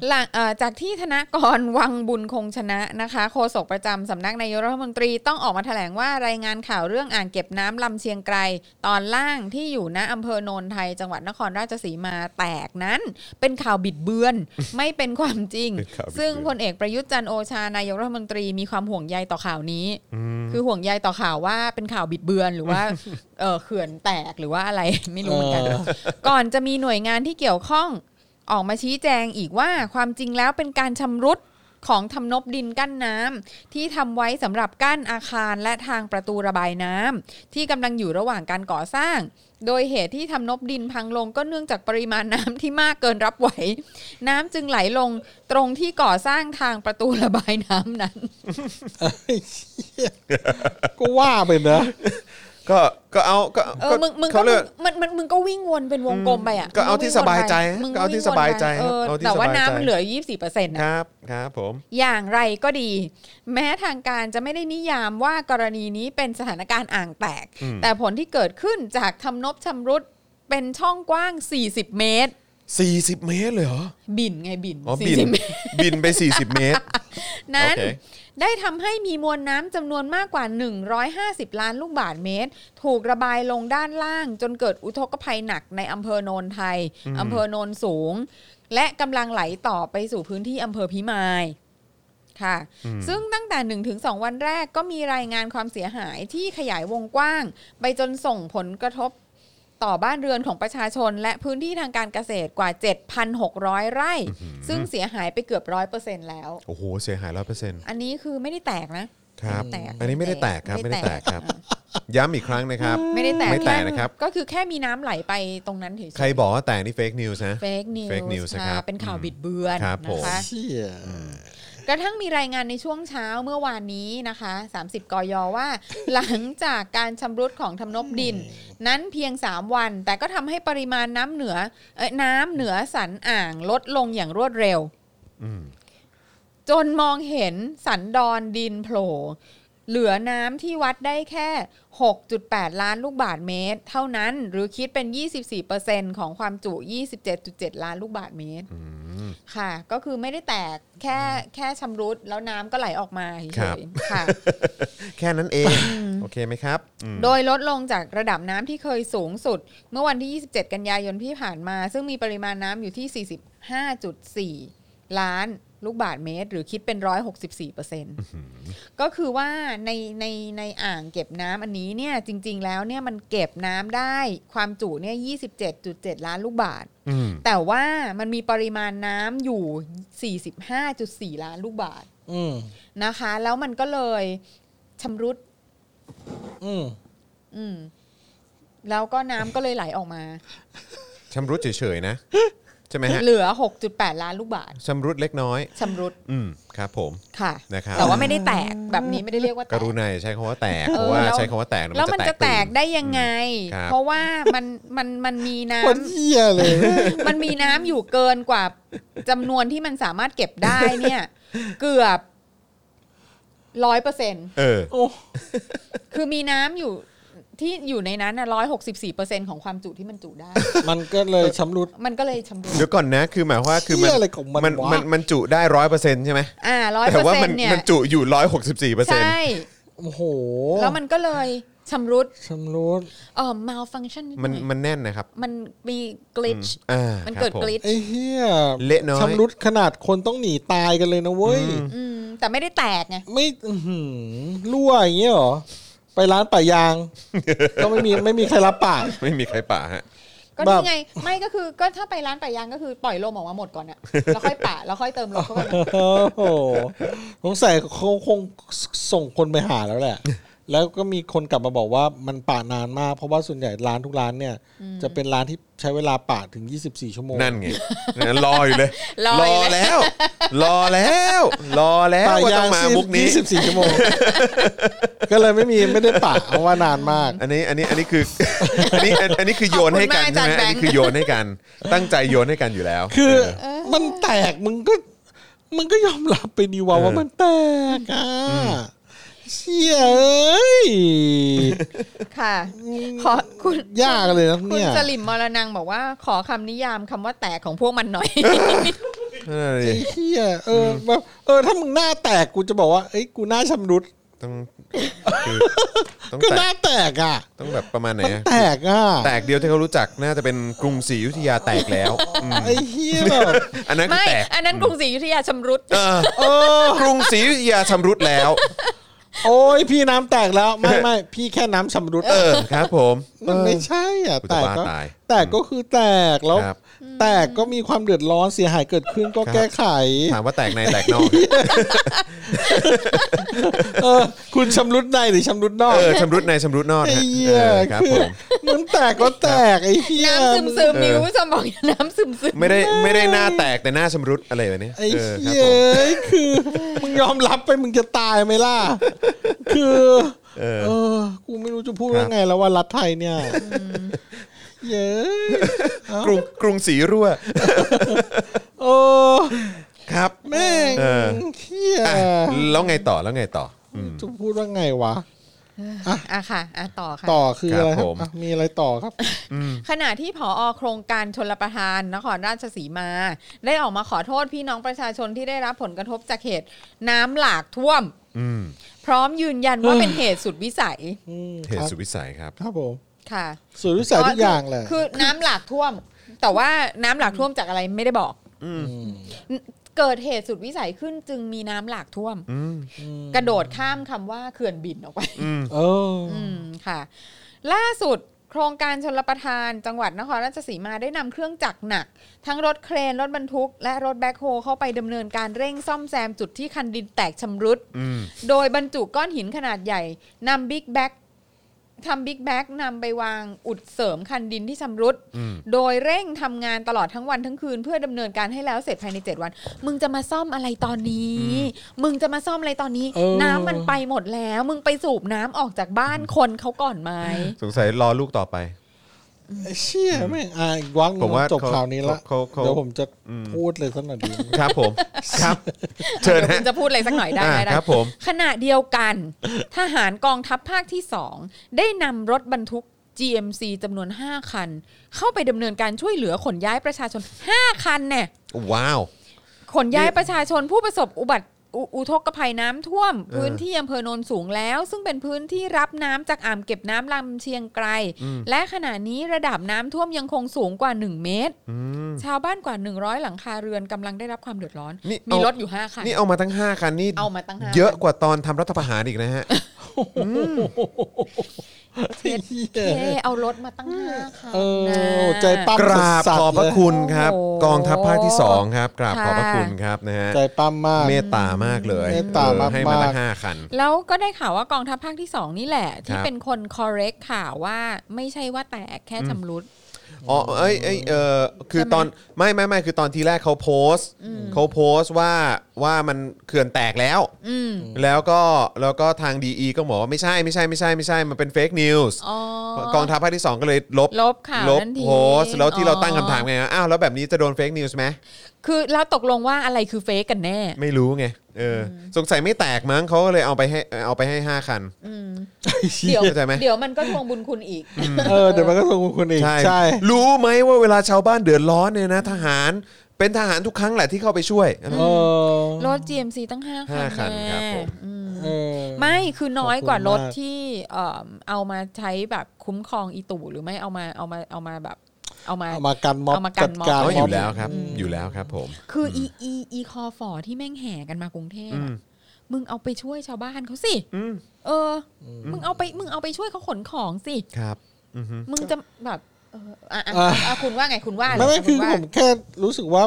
[SPEAKER 4] หลังเอ่อจากที่ธนกรวังบุญคงชนะนะคะโฆษกประจำสำนักนายกรัฐมนตรีต้องออกมาแถลงว่ารายงานข่าวเรื่องอ่างเก็บน้ำลำเชียงไกรตอนล่างที่อยู่ณอำเภอโนนไทย จังหวัดนครราชสีมาแตกนั้น เป็นข่าวบิดเบือน ไม่เป็นความจริง
[SPEAKER 2] เป็นข่าวบิดเบือน
[SPEAKER 4] ซึ่งพลเอกประยุทธ์จันทร์โอชานายกรัฐมนตรีมีความห่วงใยต่อข่าวนี้
[SPEAKER 2] อืม
[SPEAKER 4] คือห่วงใยต่อข่าวว่าเป็นข่าวบิดเบือนหรือว่า เออเขื่อนแตกหรือว่าอะไร ไม่รู้เหมือนกัน
[SPEAKER 3] เออ
[SPEAKER 4] ก่อนจะมีหน่วยงานที่เกี่ยวข้องออกมาชี้แจงอีกว่าความจริงแล้วเป็นการชำรุดของทำนบดินกั้นน้ำที่ทำไว้สำหรับกั้นอาคารและทางประตูระบายน้ำที่กำลังอยู่ระหว่างการก่อสร้าง โดยเหตุที่ทำนบดินพังลงก็เนื่องจากปริมาณน้ำที่มากเกินรับไหว น้ำจึงไหลลงตรงที่ก่อสร้างทางประตูระบายน้ำนั้น
[SPEAKER 3] ไอ้เหี้ยก็ว่าไปนะ
[SPEAKER 2] ก็ก็เอาก็
[SPEAKER 4] เออ มึง มึงก็
[SPEAKER 2] เขาเลือก
[SPEAKER 4] มันมัน มึงก็วิ่งวนเป็นวงกลมไปอ่ะ
[SPEAKER 2] ก็เอาที่สบายใจ
[SPEAKER 4] มึง
[SPEAKER 2] ก็เอาที่
[SPEAKER 4] วิ่งวนไป
[SPEAKER 2] สบายใจ
[SPEAKER 4] เออ
[SPEAKER 2] เอาที่
[SPEAKER 4] แต่ว่า
[SPEAKER 2] สบายใจ
[SPEAKER 4] น้ำมันเหลือ 24เปอร์เซ็นต์
[SPEAKER 2] ค
[SPEAKER 4] นะ
[SPEAKER 2] รับครับผม
[SPEAKER 4] อย่างไรก็ดี แม้ทางการจะไม่ได้นิยามว่ากรณีนี้เป็นสถานการณ์อ่างแตก
[SPEAKER 2] อืม
[SPEAKER 4] แต่ผลที่เกิดขึ้นจากทำนบชำรุดเป็นช่องกว้าง 40 เมตร
[SPEAKER 2] สี่สิบเมตรเลยเหรอ
[SPEAKER 4] บินไงบิน
[SPEAKER 2] อ๋อบิน
[SPEAKER 4] 40เมตร
[SPEAKER 2] บินไป 40 เมตร
[SPEAKER 4] นั้น
[SPEAKER 2] โอเค
[SPEAKER 4] ได้ทำให้มีมวลน้ำจำนวนมากกว่า 150 ล้านลูกบาศก์เมตร ถูกระบายลงด้านล่าง จนเกิดอุทกภัยหนักในอำเภอโนนไทยอำเภอโนนสูง และกำลังไหลต่อไปสู่พื้นที่อำเภอพิมายค่ะ ซึ่งตั้งแต่ 1-2 วันแรกก็มีรายงานความเสียหายที่ขยายวงกว้าง ไปจนส่งผลกระทบต่อบ้านเรือนของประชาชน และพื้นที่ทางการเกษตรกว่า 7,600 ไร่ ซึ่งเสียหายไปเกือบร้อยเปอร์เซ็นต์แล้ว
[SPEAKER 2] โอ้โห เสียหายร้อยเปอร์เซ็นต์
[SPEAKER 4] อันนี้คือไม่ได้แตกนะ
[SPEAKER 2] ครับ
[SPEAKER 4] ไม่แตก
[SPEAKER 2] อันนี้ไม่ได้แตกครับ
[SPEAKER 4] ไม่
[SPEAKER 2] ไม่
[SPEAKER 4] ได้
[SPEAKER 2] ได้
[SPEAKER 4] แต
[SPEAKER 2] แต
[SPEAKER 4] ก
[SPEAKER 2] กครับ ย้ำอีกครั้งนะครับ
[SPEAKER 4] ไม่ได้แตก
[SPEAKER 2] ไม่แตก
[SPEAKER 4] แค่
[SPEAKER 2] นะครับ
[SPEAKER 4] ก็คือแค่มีน้ำไหลไปตรงนั้นเฉย
[SPEAKER 2] ใครบอกว่าแตกนี่เฟกนิวส์นะ
[SPEAKER 4] เฟกนิว
[SPEAKER 2] Fake news
[SPEAKER 4] ส์
[SPEAKER 2] นะครับ
[SPEAKER 4] เป็นข่าวบิดเบือน
[SPEAKER 2] ครับผ
[SPEAKER 4] นะ
[SPEAKER 2] ม
[SPEAKER 4] คะ
[SPEAKER 3] เชี่ย
[SPEAKER 4] กระทั่งมีรายงานในช่วงเช้าเมื่อวานนี้นะคะ 30 กยว่า หลังจากการชำรุดของทำนบดิน นั้นเพียง 3 วัน แต่ก็ทำให้ปริมาณน้ำเหนือเอ้ยน้ำเหนือสันอ่างลดลงอย่างรวดเร็ว
[SPEAKER 2] อืม
[SPEAKER 4] จนมองเห็นสันดอนดินโผล่เหลือน้ำที่วัดได้แค่ 6.8 ล้านลูกบาทเมตร เท่านั้นหรือคิดเป็น 24%ของความจุ 27.7 ล้านลูกบาทเมตร
[SPEAKER 2] อืม
[SPEAKER 4] ค่ะ ก็คือไม่ได้แตกแค่แค่ชำรุดแล้วน้ำก็ไหลออกมาเฉ
[SPEAKER 2] ครับ
[SPEAKER 4] ยๆค่ะ
[SPEAKER 2] แค่นั้นเอง โอเคไหมครับอืม
[SPEAKER 4] โดยลดลงจากระดับน้ำที่เคยสูงสุด เมื่อวันที่ 27 กันยายนที่ผ่านมา ซึ่งมีปริมาณน้ำอยู่ที่ 45.4 ล้านลูกบาทเมตร หรือคิดเป็น 164เปอร์เซ็นต์ก็คือว่าในในในอ่างเก็บน้ำอันนี้เนี่ยจริง ๆ แล้วเนี่ยมันเก็บน้ำได้ความจุเนี่ย 27.7 ล้านลูกบาท
[SPEAKER 2] อืม
[SPEAKER 4] แต่ว่ามันมีปริมาณน้ำอยู่ 45.4 ล้านลูกบาท
[SPEAKER 3] อืม
[SPEAKER 4] นะคะ แล้วมันก็เลยชำรุด
[SPEAKER 3] อืม
[SPEAKER 4] อืม แล้วก็น้ำก็เลยไหลออกมา
[SPEAKER 2] ชำรุดเฉยๆนะ ใช่ไหม ฮะ
[SPEAKER 4] เหลือ 6.8 ล้านลูกบาท
[SPEAKER 2] ชำรุดเล็กน้อย
[SPEAKER 4] ชำรุด
[SPEAKER 2] อืมครับผม
[SPEAKER 4] ค่ะ
[SPEAKER 2] นะครับ
[SPEAKER 4] แต่ว่าไม่ได้แตกแบบนี้ไม่ได้เรียกว่าแต
[SPEAKER 2] ก
[SPEAKER 4] ก
[SPEAKER 2] รุณาอย่าใช้คำว่าแตก
[SPEAKER 4] เออ
[SPEAKER 2] เพราะว่า
[SPEAKER 4] แล้ว
[SPEAKER 2] ใช้คำว่าแตกเนี่ย
[SPEAKER 4] แล้วมันจะแตก
[SPEAKER 2] ตื่
[SPEAKER 4] ได้ยังไง
[SPEAKER 2] ครับ
[SPEAKER 4] เพราะว่ามันมันมันมี น้ำ
[SPEAKER 3] คนเหี้ยเลย
[SPEAKER 4] มันมีน้ำอยู่เกินกว่าจำนวนที่มันสามารถเก็บได้เนี่ย เกือบร้อยเปอร์เซ็น
[SPEAKER 2] เออ
[SPEAKER 3] โอ้
[SPEAKER 4] คือมีน้ำอยู่ที่อยู่ในนั้นร้อยหกสิบสี่เปอร์เซ็นของความจุที่มันจุได้
[SPEAKER 3] มันก็เลยชำรุด
[SPEAKER 4] มันก็เลยชำรุด
[SPEAKER 2] เดี๋ยวก่อนนะ คือหมายความว่าคือมัน
[SPEAKER 3] เหี้ยอะไรของมัน
[SPEAKER 2] มัน
[SPEAKER 3] วะ
[SPEAKER 2] มันมันจุได้ร้อยเปอร์เซ็นต์ใช่ไหม
[SPEAKER 4] อ่าร้อย
[SPEAKER 2] แต่
[SPEAKER 4] เปอร์
[SPEAKER 2] ว่า
[SPEAKER 4] เซ็
[SPEAKER 2] มัน น
[SPEAKER 4] เนี่ย
[SPEAKER 2] มันจุอยู่ร้อยหกสิบสี่เปอร์เซ็นต์
[SPEAKER 4] ใช่
[SPEAKER 3] โอ้โห
[SPEAKER 4] แล้วมันก็เลยชำรุด
[SPEAKER 3] ชำรุด
[SPEAKER 4] เออ malfunction นิดห
[SPEAKER 2] มัน
[SPEAKER 4] น่อย
[SPEAKER 2] มันแน่นนะครับ
[SPEAKER 4] มันมี
[SPEAKER 2] อืม
[SPEAKER 4] glitch
[SPEAKER 2] อ่า
[SPEAKER 4] มัน
[SPEAKER 2] ครับ
[SPEAKER 4] เกิด
[SPEAKER 2] ผ
[SPEAKER 4] glitch
[SPEAKER 3] ไอ้เหี้ย
[SPEAKER 2] เละน้อย
[SPEAKER 3] ชำรุดขนาดคนต้องหนีตายกันเลยนะเว้ย
[SPEAKER 4] อืม แต่ไม่ได้แตกไง
[SPEAKER 3] ไม่อื้อหือรั่วอย่างเงี้ยเหรอ ไปร้านป่า ยาง ก็ไม่มีไม่มีใครรับปาก
[SPEAKER 2] ไม่มีใครป่าฮะ
[SPEAKER 4] ก็
[SPEAKER 3] แบบ
[SPEAKER 4] นี่ไง ไม่ก็คือก็ถ้าไปร้านปะยางก็คือปล่อยลมออกมาหมดก่อนอะแล้วค่อยปะ แล้วค่อยเติมลมเข้าไป
[SPEAKER 3] โอ้โหสงสัยเขาคงส่งคนไปหาแล้ วแหละ แล้วก็มีคนกลับมาบอกว่ามันป่านานมาก เพราะว่าส่วนใหญ่ร้านทุกร้านเนี่ย จะเป็นร้านที่ใช้เวลาป่าถึง 24 ชั่วโมง
[SPEAKER 2] นั่นไง นั่นรออยู่เลย
[SPEAKER 4] ล
[SPEAKER 2] ร
[SPEAKER 4] อย
[SPEAKER 2] อ
[SPEAKER 4] เลย
[SPEAKER 2] แล้ว รอแล้ว รอแล้วว่าย
[SPEAKER 3] ป่าา
[SPEAKER 2] ต้อง งมามุกนี้
[SPEAKER 3] 24 ชั่วโมง ก็เลยไม่มีไม่ได้ป่าเพราะว่านานมาก
[SPEAKER 2] อันนี้อันนี้อันนี้คือ อันนี้อันอันนี้คือโยนให้กันใช่ไหมอันนี้คือโยนให้กัน ตั้งใจโยนให้กันอยู่แล้ว
[SPEAKER 3] คือมันแตกมึงก็มึงก็ยอมรับไปดีว่า
[SPEAKER 2] เออ
[SPEAKER 3] ว่ามันแตกอ่ะเชี่ยเอ้ย
[SPEAKER 4] ค่ะ ขอคุณ
[SPEAKER 3] ยากเลยนะ
[SPEAKER 4] คุณ
[SPEAKER 3] เนี่ย
[SPEAKER 4] สลิมมรนังบอกว่าขอคำนิยามคำว่าแตกของพวกมันหน่อย
[SPEAKER 2] เออนั่นดิ
[SPEAKER 3] เชี่ยเออแบบเออถ้ามึงหน้าแตกกูจะบอกว่าเอ้ยกูหน้าชำรุด
[SPEAKER 2] ต้องคือต้อง
[SPEAKER 3] ก็
[SPEAKER 2] แต
[SPEAKER 3] หน้าก แตกอ่ะ
[SPEAKER 2] ต้องแบบประมาณไหน
[SPEAKER 3] มัน
[SPEAKER 2] อะ
[SPEAKER 3] แตกอ่ะ
[SPEAKER 2] แตกเดียวที่เขารู้จักน่าจะเป็นกรุงศรีอยุธยาแตกแล้วอืม
[SPEAKER 3] ไอ้เฮีย แบบ
[SPEAKER 2] อันนั้นคือ
[SPEAKER 4] ไม่
[SPEAKER 2] แตก
[SPEAKER 4] อันนั้นกรุงศรีอยุธยาชำรุด
[SPEAKER 2] เออ
[SPEAKER 3] เออก
[SPEAKER 2] รุงศรีอยุธยาชำรุดแล้ว
[SPEAKER 3] โอ้ยพี่น้ำแตกแล้วไม่ไม่พี่แค่น้ำชำรุด
[SPEAKER 2] เออครับผม
[SPEAKER 3] มันไม่ใช่อ่ะ
[SPEAKER 2] กู
[SPEAKER 3] แต
[SPEAKER 2] จะ
[SPEAKER 3] ก
[SPEAKER 2] บ้า
[SPEAKER 3] ก็
[SPEAKER 2] ตาย
[SPEAKER 3] แตกก็คือแตกแล้ว
[SPEAKER 2] ครับ
[SPEAKER 3] แตกก็มีความเดือดร้อนเสียหายเกิดขึ้นก็แก้ไข
[SPEAKER 2] ถามว่าแตกในแตกนอก
[SPEAKER 3] เออคุณชำรุดในหรือชำรุดนอก
[SPEAKER 2] เออชำรุดในชำรุดนอก
[SPEAKER 3] ไอ้
[SPEAKER 2] ฮะ
[SPEAKER 3] เหี้
[SPEAKER 2] เอย อครับ
[SPEAKER 3] คื
[SPEAKER 2] ผ
[SPEAKER 3] อ
[SPEAKER 2] ม
[SPEAKER 3] มันแตกก็แตกไอ้เหี้ย
[SPEAKER 4] น้ำซึมซึมนิ้วสมองน้ำซึมซึม
[SPEAKER 2] ไม่ได้ไม่ได้หน้าแตกแต่หน้าชำรุดอะไรแบบนี้
[SPEAKER 3] ไอ้
[SPEAKER 2] เออครับ
[SPEAKER 3] เหี้ย
[SPEAKER 2] ผม
[SPEAKER 3] คือมึงยอมรับไปมึงจะตายไหมล่ะ คือ
[SPEAKER 2] เออ
[SPEAKER 3] เออกูไม่รู้จะพูด
[SPEAKER 2] ครับ
[SPEAKER 3] ว่าไงแล้วว่ารัฐไทยเนี่ยเย้ย
[SPEAKER 2] กรุงกรุงศรีรั่ว
[SPEAKER 3] โอ้
[SPEAKER 2] ครับ
[SPEAKER 3] แม่ง
[SPEAKER 2] เออ
[SPEAKER 3] เหี้ย
[SPEAKER 2] อ่ะแล้วไงต่อแล้วไงต่อ
[SPEAKER 3] จะพูดว่าไงวะ
[SPEAKER 4] อ่ะค่ะ อ่ะต่อค่ะ
[SPEAKER 3] ต่อคืออะไร
[SPEAKER 2] ค
[SPEAKER 3] ค
[SPEAKER 2] รับบ
[SPEAKER 3] รั
[SPEAKER 2] ผม
[SPEAKER 3] อ่ะมีอะไรต่อครับ
[SPEAKER 4] ขณะที่ผออโครงการชนรประทานนครราชสีมา ได้ออกมาขอโทษพี่น้องประชาชนที่ได้รับผลกระทบจากเหตุน้ำหลากท่วม
[SPEAKER 2] อืม
[SPEAKER 4] พร้อมยืนยันว่า
[SPEAKER 3] เอ้ย
[SPEAKER 4] เป็นเหตุสุดวิสัย
[SPEAKER 3] อืม
[SPEAKER 2] เห
[SPEAKER 3] ค
[SPEAKER 2] ตุ
[SPEAKER 3] รับ
[SPEAKER 2] สุดวิสัยครับ
[SPEAKER 3] ครับผม
[SPEAKER 4] ค่ะ
[SPEAKER 3] ส่วนรู้สึกทุกอย่างแหละ
[SPEAKER 4] คือน้ำหลากท่วม แต่ว่าน้ำหลากท่วมจากอะไรไม่ได้บอกเกิดเหตุสุดวิสัยขึ้นจึงมีน้ำหลากท่วม
[SPEAKER 2] อืม
[SPEAKER 4] กระโดดข้ามคำว่าเขื่อนบินออกไป
[SPEAKER 2] อืม
[SPEAKER 3] เอออ
[SPEAKER 4] อืมค่ะ ล่าสุดโครงการชนรประทานจังหวัดนครราชสีมาได้นำเครื่องจักรหนัก ทั้งรถเครน รถบรรทุก และรถแบ็คโฮเข้าไปดำเนินการเร่งซ่อมแซมจุดที่คันดินแตกชำรุด
[SPEAKER 2] อืม
[SPEAKER 4] โดยบรรจุก้อนหินขนาดใหญ่นำบิ๊กแบ็กทำบิ๊กแบ็กนำไปวางอุดเสริมคันดินที่ชำรุด
[SPEAKER 2] อืม
[SPEAKER 4] โดยเร่งทำงานตลอดทั้งวันทั้งคืน เพื่อดำเนินการให้แล้วเสร็จภายใน 7 วัน มึงจะมาซ่อมอะไรตอนนี้ มึงจะมาซ่อมอะไรตอนนี้
[SPEAKER 3] เออ
[SPEAKER 4] น้ำมันไปหมดแล้ว มึงไปสูบน้ำออกจากบ้านคนเขาก่อนไหม
[SPEAKER 2] สงสัยรอลูกต่อไป
[SPEAKER 3] ไอ้เชี่ยแม่งอ่ะอีกวักหนึ่
[SPEAKER 2] ผ
[SPEAKER 3] ง
[SPEAKER 2] มว่า
[SPEAKER 3] จบข่าวนี้ละ
[SPEAKER 2] เขาเขาเขา
[SPEAKER 3] เดี๋ยวผมจะพูดเลยสักหน่อยดี
[SPEAKER 2] ครับผมครับเชิญ
[SPEAKER 4] เดี๋ยวคุ
[SPEAKER 2] ฮะ
[SPEAKER 4] ณจะพูดอะไรสักหน่อย ได้
[SPEAKER 2] อ่า
[SPEAKER 4] ไหมได้
[SPEAKER 2] ครับผม
[SPEAKER 4] ขณะเดียวกัน ทหารกองทัพภาคที่ 2 ได้นำรถบรรทุก GMC จำนวน 5 คัน เข้าไปดำเนินการช่วยเหลือขนย้ายประชาชน 5 คันเนี่ย
[SPEAKER 2] ว้าว
[SPEAKER 4] ขนย้ายประชาชนผู้ประสบอุบัติอุอุทกภัยน้ำท่วม พื้นที่อำเภอโนนสูงแล้ว ซึ่งเป็นพื้นที่รับน้ำจากอ่างเก็บน้ำลำเชียงไกรและขณะนี้ระดับน้ำท่วมยังคงสูงกว่า 1 เมตร ชาวบ้านกว่า 100 หลังคาเรือนกำลังได้รับความเดือดร้อน
[SPEAKER 2] นี่
[SPEAKER 4] มี
[SPEAKER 2] เอา
[SPEAKER 4] รถอยู่ 5 คัน
[SPEAKER 2] นี่เอามาตั้ง 5 คันนี่
[SPEAKER 4] เอามาตั้งห้า
[SPEAKER 2] เยอะ
[SPEAKER 4] คัน
[SPEAKER 2] กว่าตอนทำรัฐประหารอีกนะฮะ
[SPEAKER 4] เทเทเอารถมาตั้งห้าคัน
[SPEAKER 3] เออ
[SPEAKER 4] นะ
[SPEAKER 3] ใจปั้ม
[SPEAKER 2] กราบ
[SPEAKER 3] สัส
[SPEAKER 2] ขอบ
[SPEAKER 3] ๆ
[SPEAKER 2] พระ
[SPEAKER 3] เลย
[SPEAKER 2] คุณครับ
[SPEAKER 4] โอ้โห
[SPEAKER 2] กองทัพภาคที่ 2 ครับ กราบ
[SPEAKER 4] ค่ะ
[SPEAKER 2] ขอบพระคุณครับนะฮะ
[SPEAKER 3] ใจปั้มมาก
[SPEAKER 2] เมตตามากเลย
[SPEAKER 3] เมตตามากๆ
[SPEAKER 2] เออให้มาตั้งห้าคัน
[SPEAKER 4] แล้วก็ได้ข่าวว่ากองทัพภาคที่ 2 นี่แหละ ที่
[SPEAKER 2] ครับ
[SPEAKER 4] เป็นคน correct ข่าวว่าไม่ใช่ว่าแตกแค่ชำรุด
[SPEAKER 2] อ๋อเอ้ยเอ้ยเออคือ
[SPEAKER 4] ใช่ไหม
[SPEAKER 2] ตอนไม่ไม่ไม่คือตอนทีแรกเขาโพสต์
[SPEAKER 4] อืม
[SPEAKER 2] เขาโพสต์ว่าว่ามันเขื่อนแตกแล้ว
[SPEAKER 4] อืม
[SPEAKER 2] แล้วก็แล้วก็ทางดีก็บอกว่าไม่ใช่ไม่ใช่ไม่ใช่ไม่ใช่มันเป็นเฟกนิวส์
[SPEAKER 4] อ๋อ
[SPEAKER 2] กองทัพภาคที่ 2 ก็เลยลบ
[SPEAKER 4] ลบข่าว
[SPEAKER 2] ลบ
[SPEAKER 4] นั้นที
[SPEAKER 2] โพสต์แล้วที่เราตั้งคำถาม
[SPEAKER 4] อ๋อ
[SPEAKER 2] ไงว่าอ้าวแล้วแบบนี้จะโดนเฟกนิวส์ไหม
[SPEAKER 4] คือแล้วตกลงว่าอะไรคือเฟกกันแน่
[SPEAKER 2] ไม่รู้ไง เออ สงสัยไม่แตกมั้งเขาก็เลยเอาไปให้ เอาไปให้ 5 คัน
[SPEAKER 4] อืม
[SPEAKER 2] เดี๋
[SPEAKER 4] เดี๋
[SPEAKER 2] ย
[SPEAKER 4] ยวว
[SPEAKER 2] เข้าใจไหม
[SPEAKER 4] เดี๋ยวมันก็ทวงบุญคุณอีก
[SPEAKER 3] เออเดี๋ยวมันก็ส่งคุณอีกใช่
[SPEAKER 2] รู้ไหมว่าเวลาชาวบ้านเดือดร้อนเนี่ยนะ ทหาร เป็นทหารทุกครั้งแหละที่เข้าไปช่วย
[SPEAKER 3] เออ
[SPEAKER 4] รถ GMC ตั้งห้า
[SPEAKER 2] ห้าคั
[SPEAKER 4] คั
[SPEAKER 2] น
[SPEAKER 4] น
[SPEAKER 2] ครับ
[SPEAKER 4] แน่
[SPEAKER 2] ผม
[SPEAKER 4] อืม
[SPEAKER 3] เออ
[SPEAKER 4] ไม่คือน้อยกว่า
[SPEAKER 3] ขอบคุณ
[SPEAKER 4] รถ
[SPEAKER 3] มาก
[SPEAKER 4] ที่เอ่อเอามาใช้แบบคุ้มครองอีตู่หรือไม่เอามาเอามาเอามาแบบ เอามา
[SPEAKER 3] เอามากันม็อบ
[SPEAKER 4] เอามากัน
[SPEAKER 3] จัดการ
[SPEAKER 4] ม็
[SPEAKER 2] ก็อ
[SPEAKER 4] บ
[SPEAKER 3] ม็บ
[SPEAKER 2] ยู่แล้วครับ
[SPEAKER 4] อืม
[SPEAKER 2] อยู่แล้วครับผม
[SPEAKER 4] คืออีอีอีคอฟอที่แม่งแห่กันมากรุงเทพอะ
[SPEAKER 2] อืม
[SPEAKER 4] มึงเอาไปช่วยชาวบ้านเขาสิ
[SPEAKER 2] อืม
[SPEAKER 4] เอออมึงเอาไปมึงเอาไปช่วยเขาขนของสิ
[SPEAKER 2] ครับอือฮึ
[SPEAKER 4] มึงจะแบบเอออ่ะอ่ะ
[SPEAKER 3] อ่ะ
[SPEAKER 4] อ่ะคุณว่าไงคุณว่าเลย
[SPEAKER 3] ไม่ไม่คือ
[SPEAKER 4] คุณว่า
[SPEAKER 3] ผมแค่รู้สึกว่า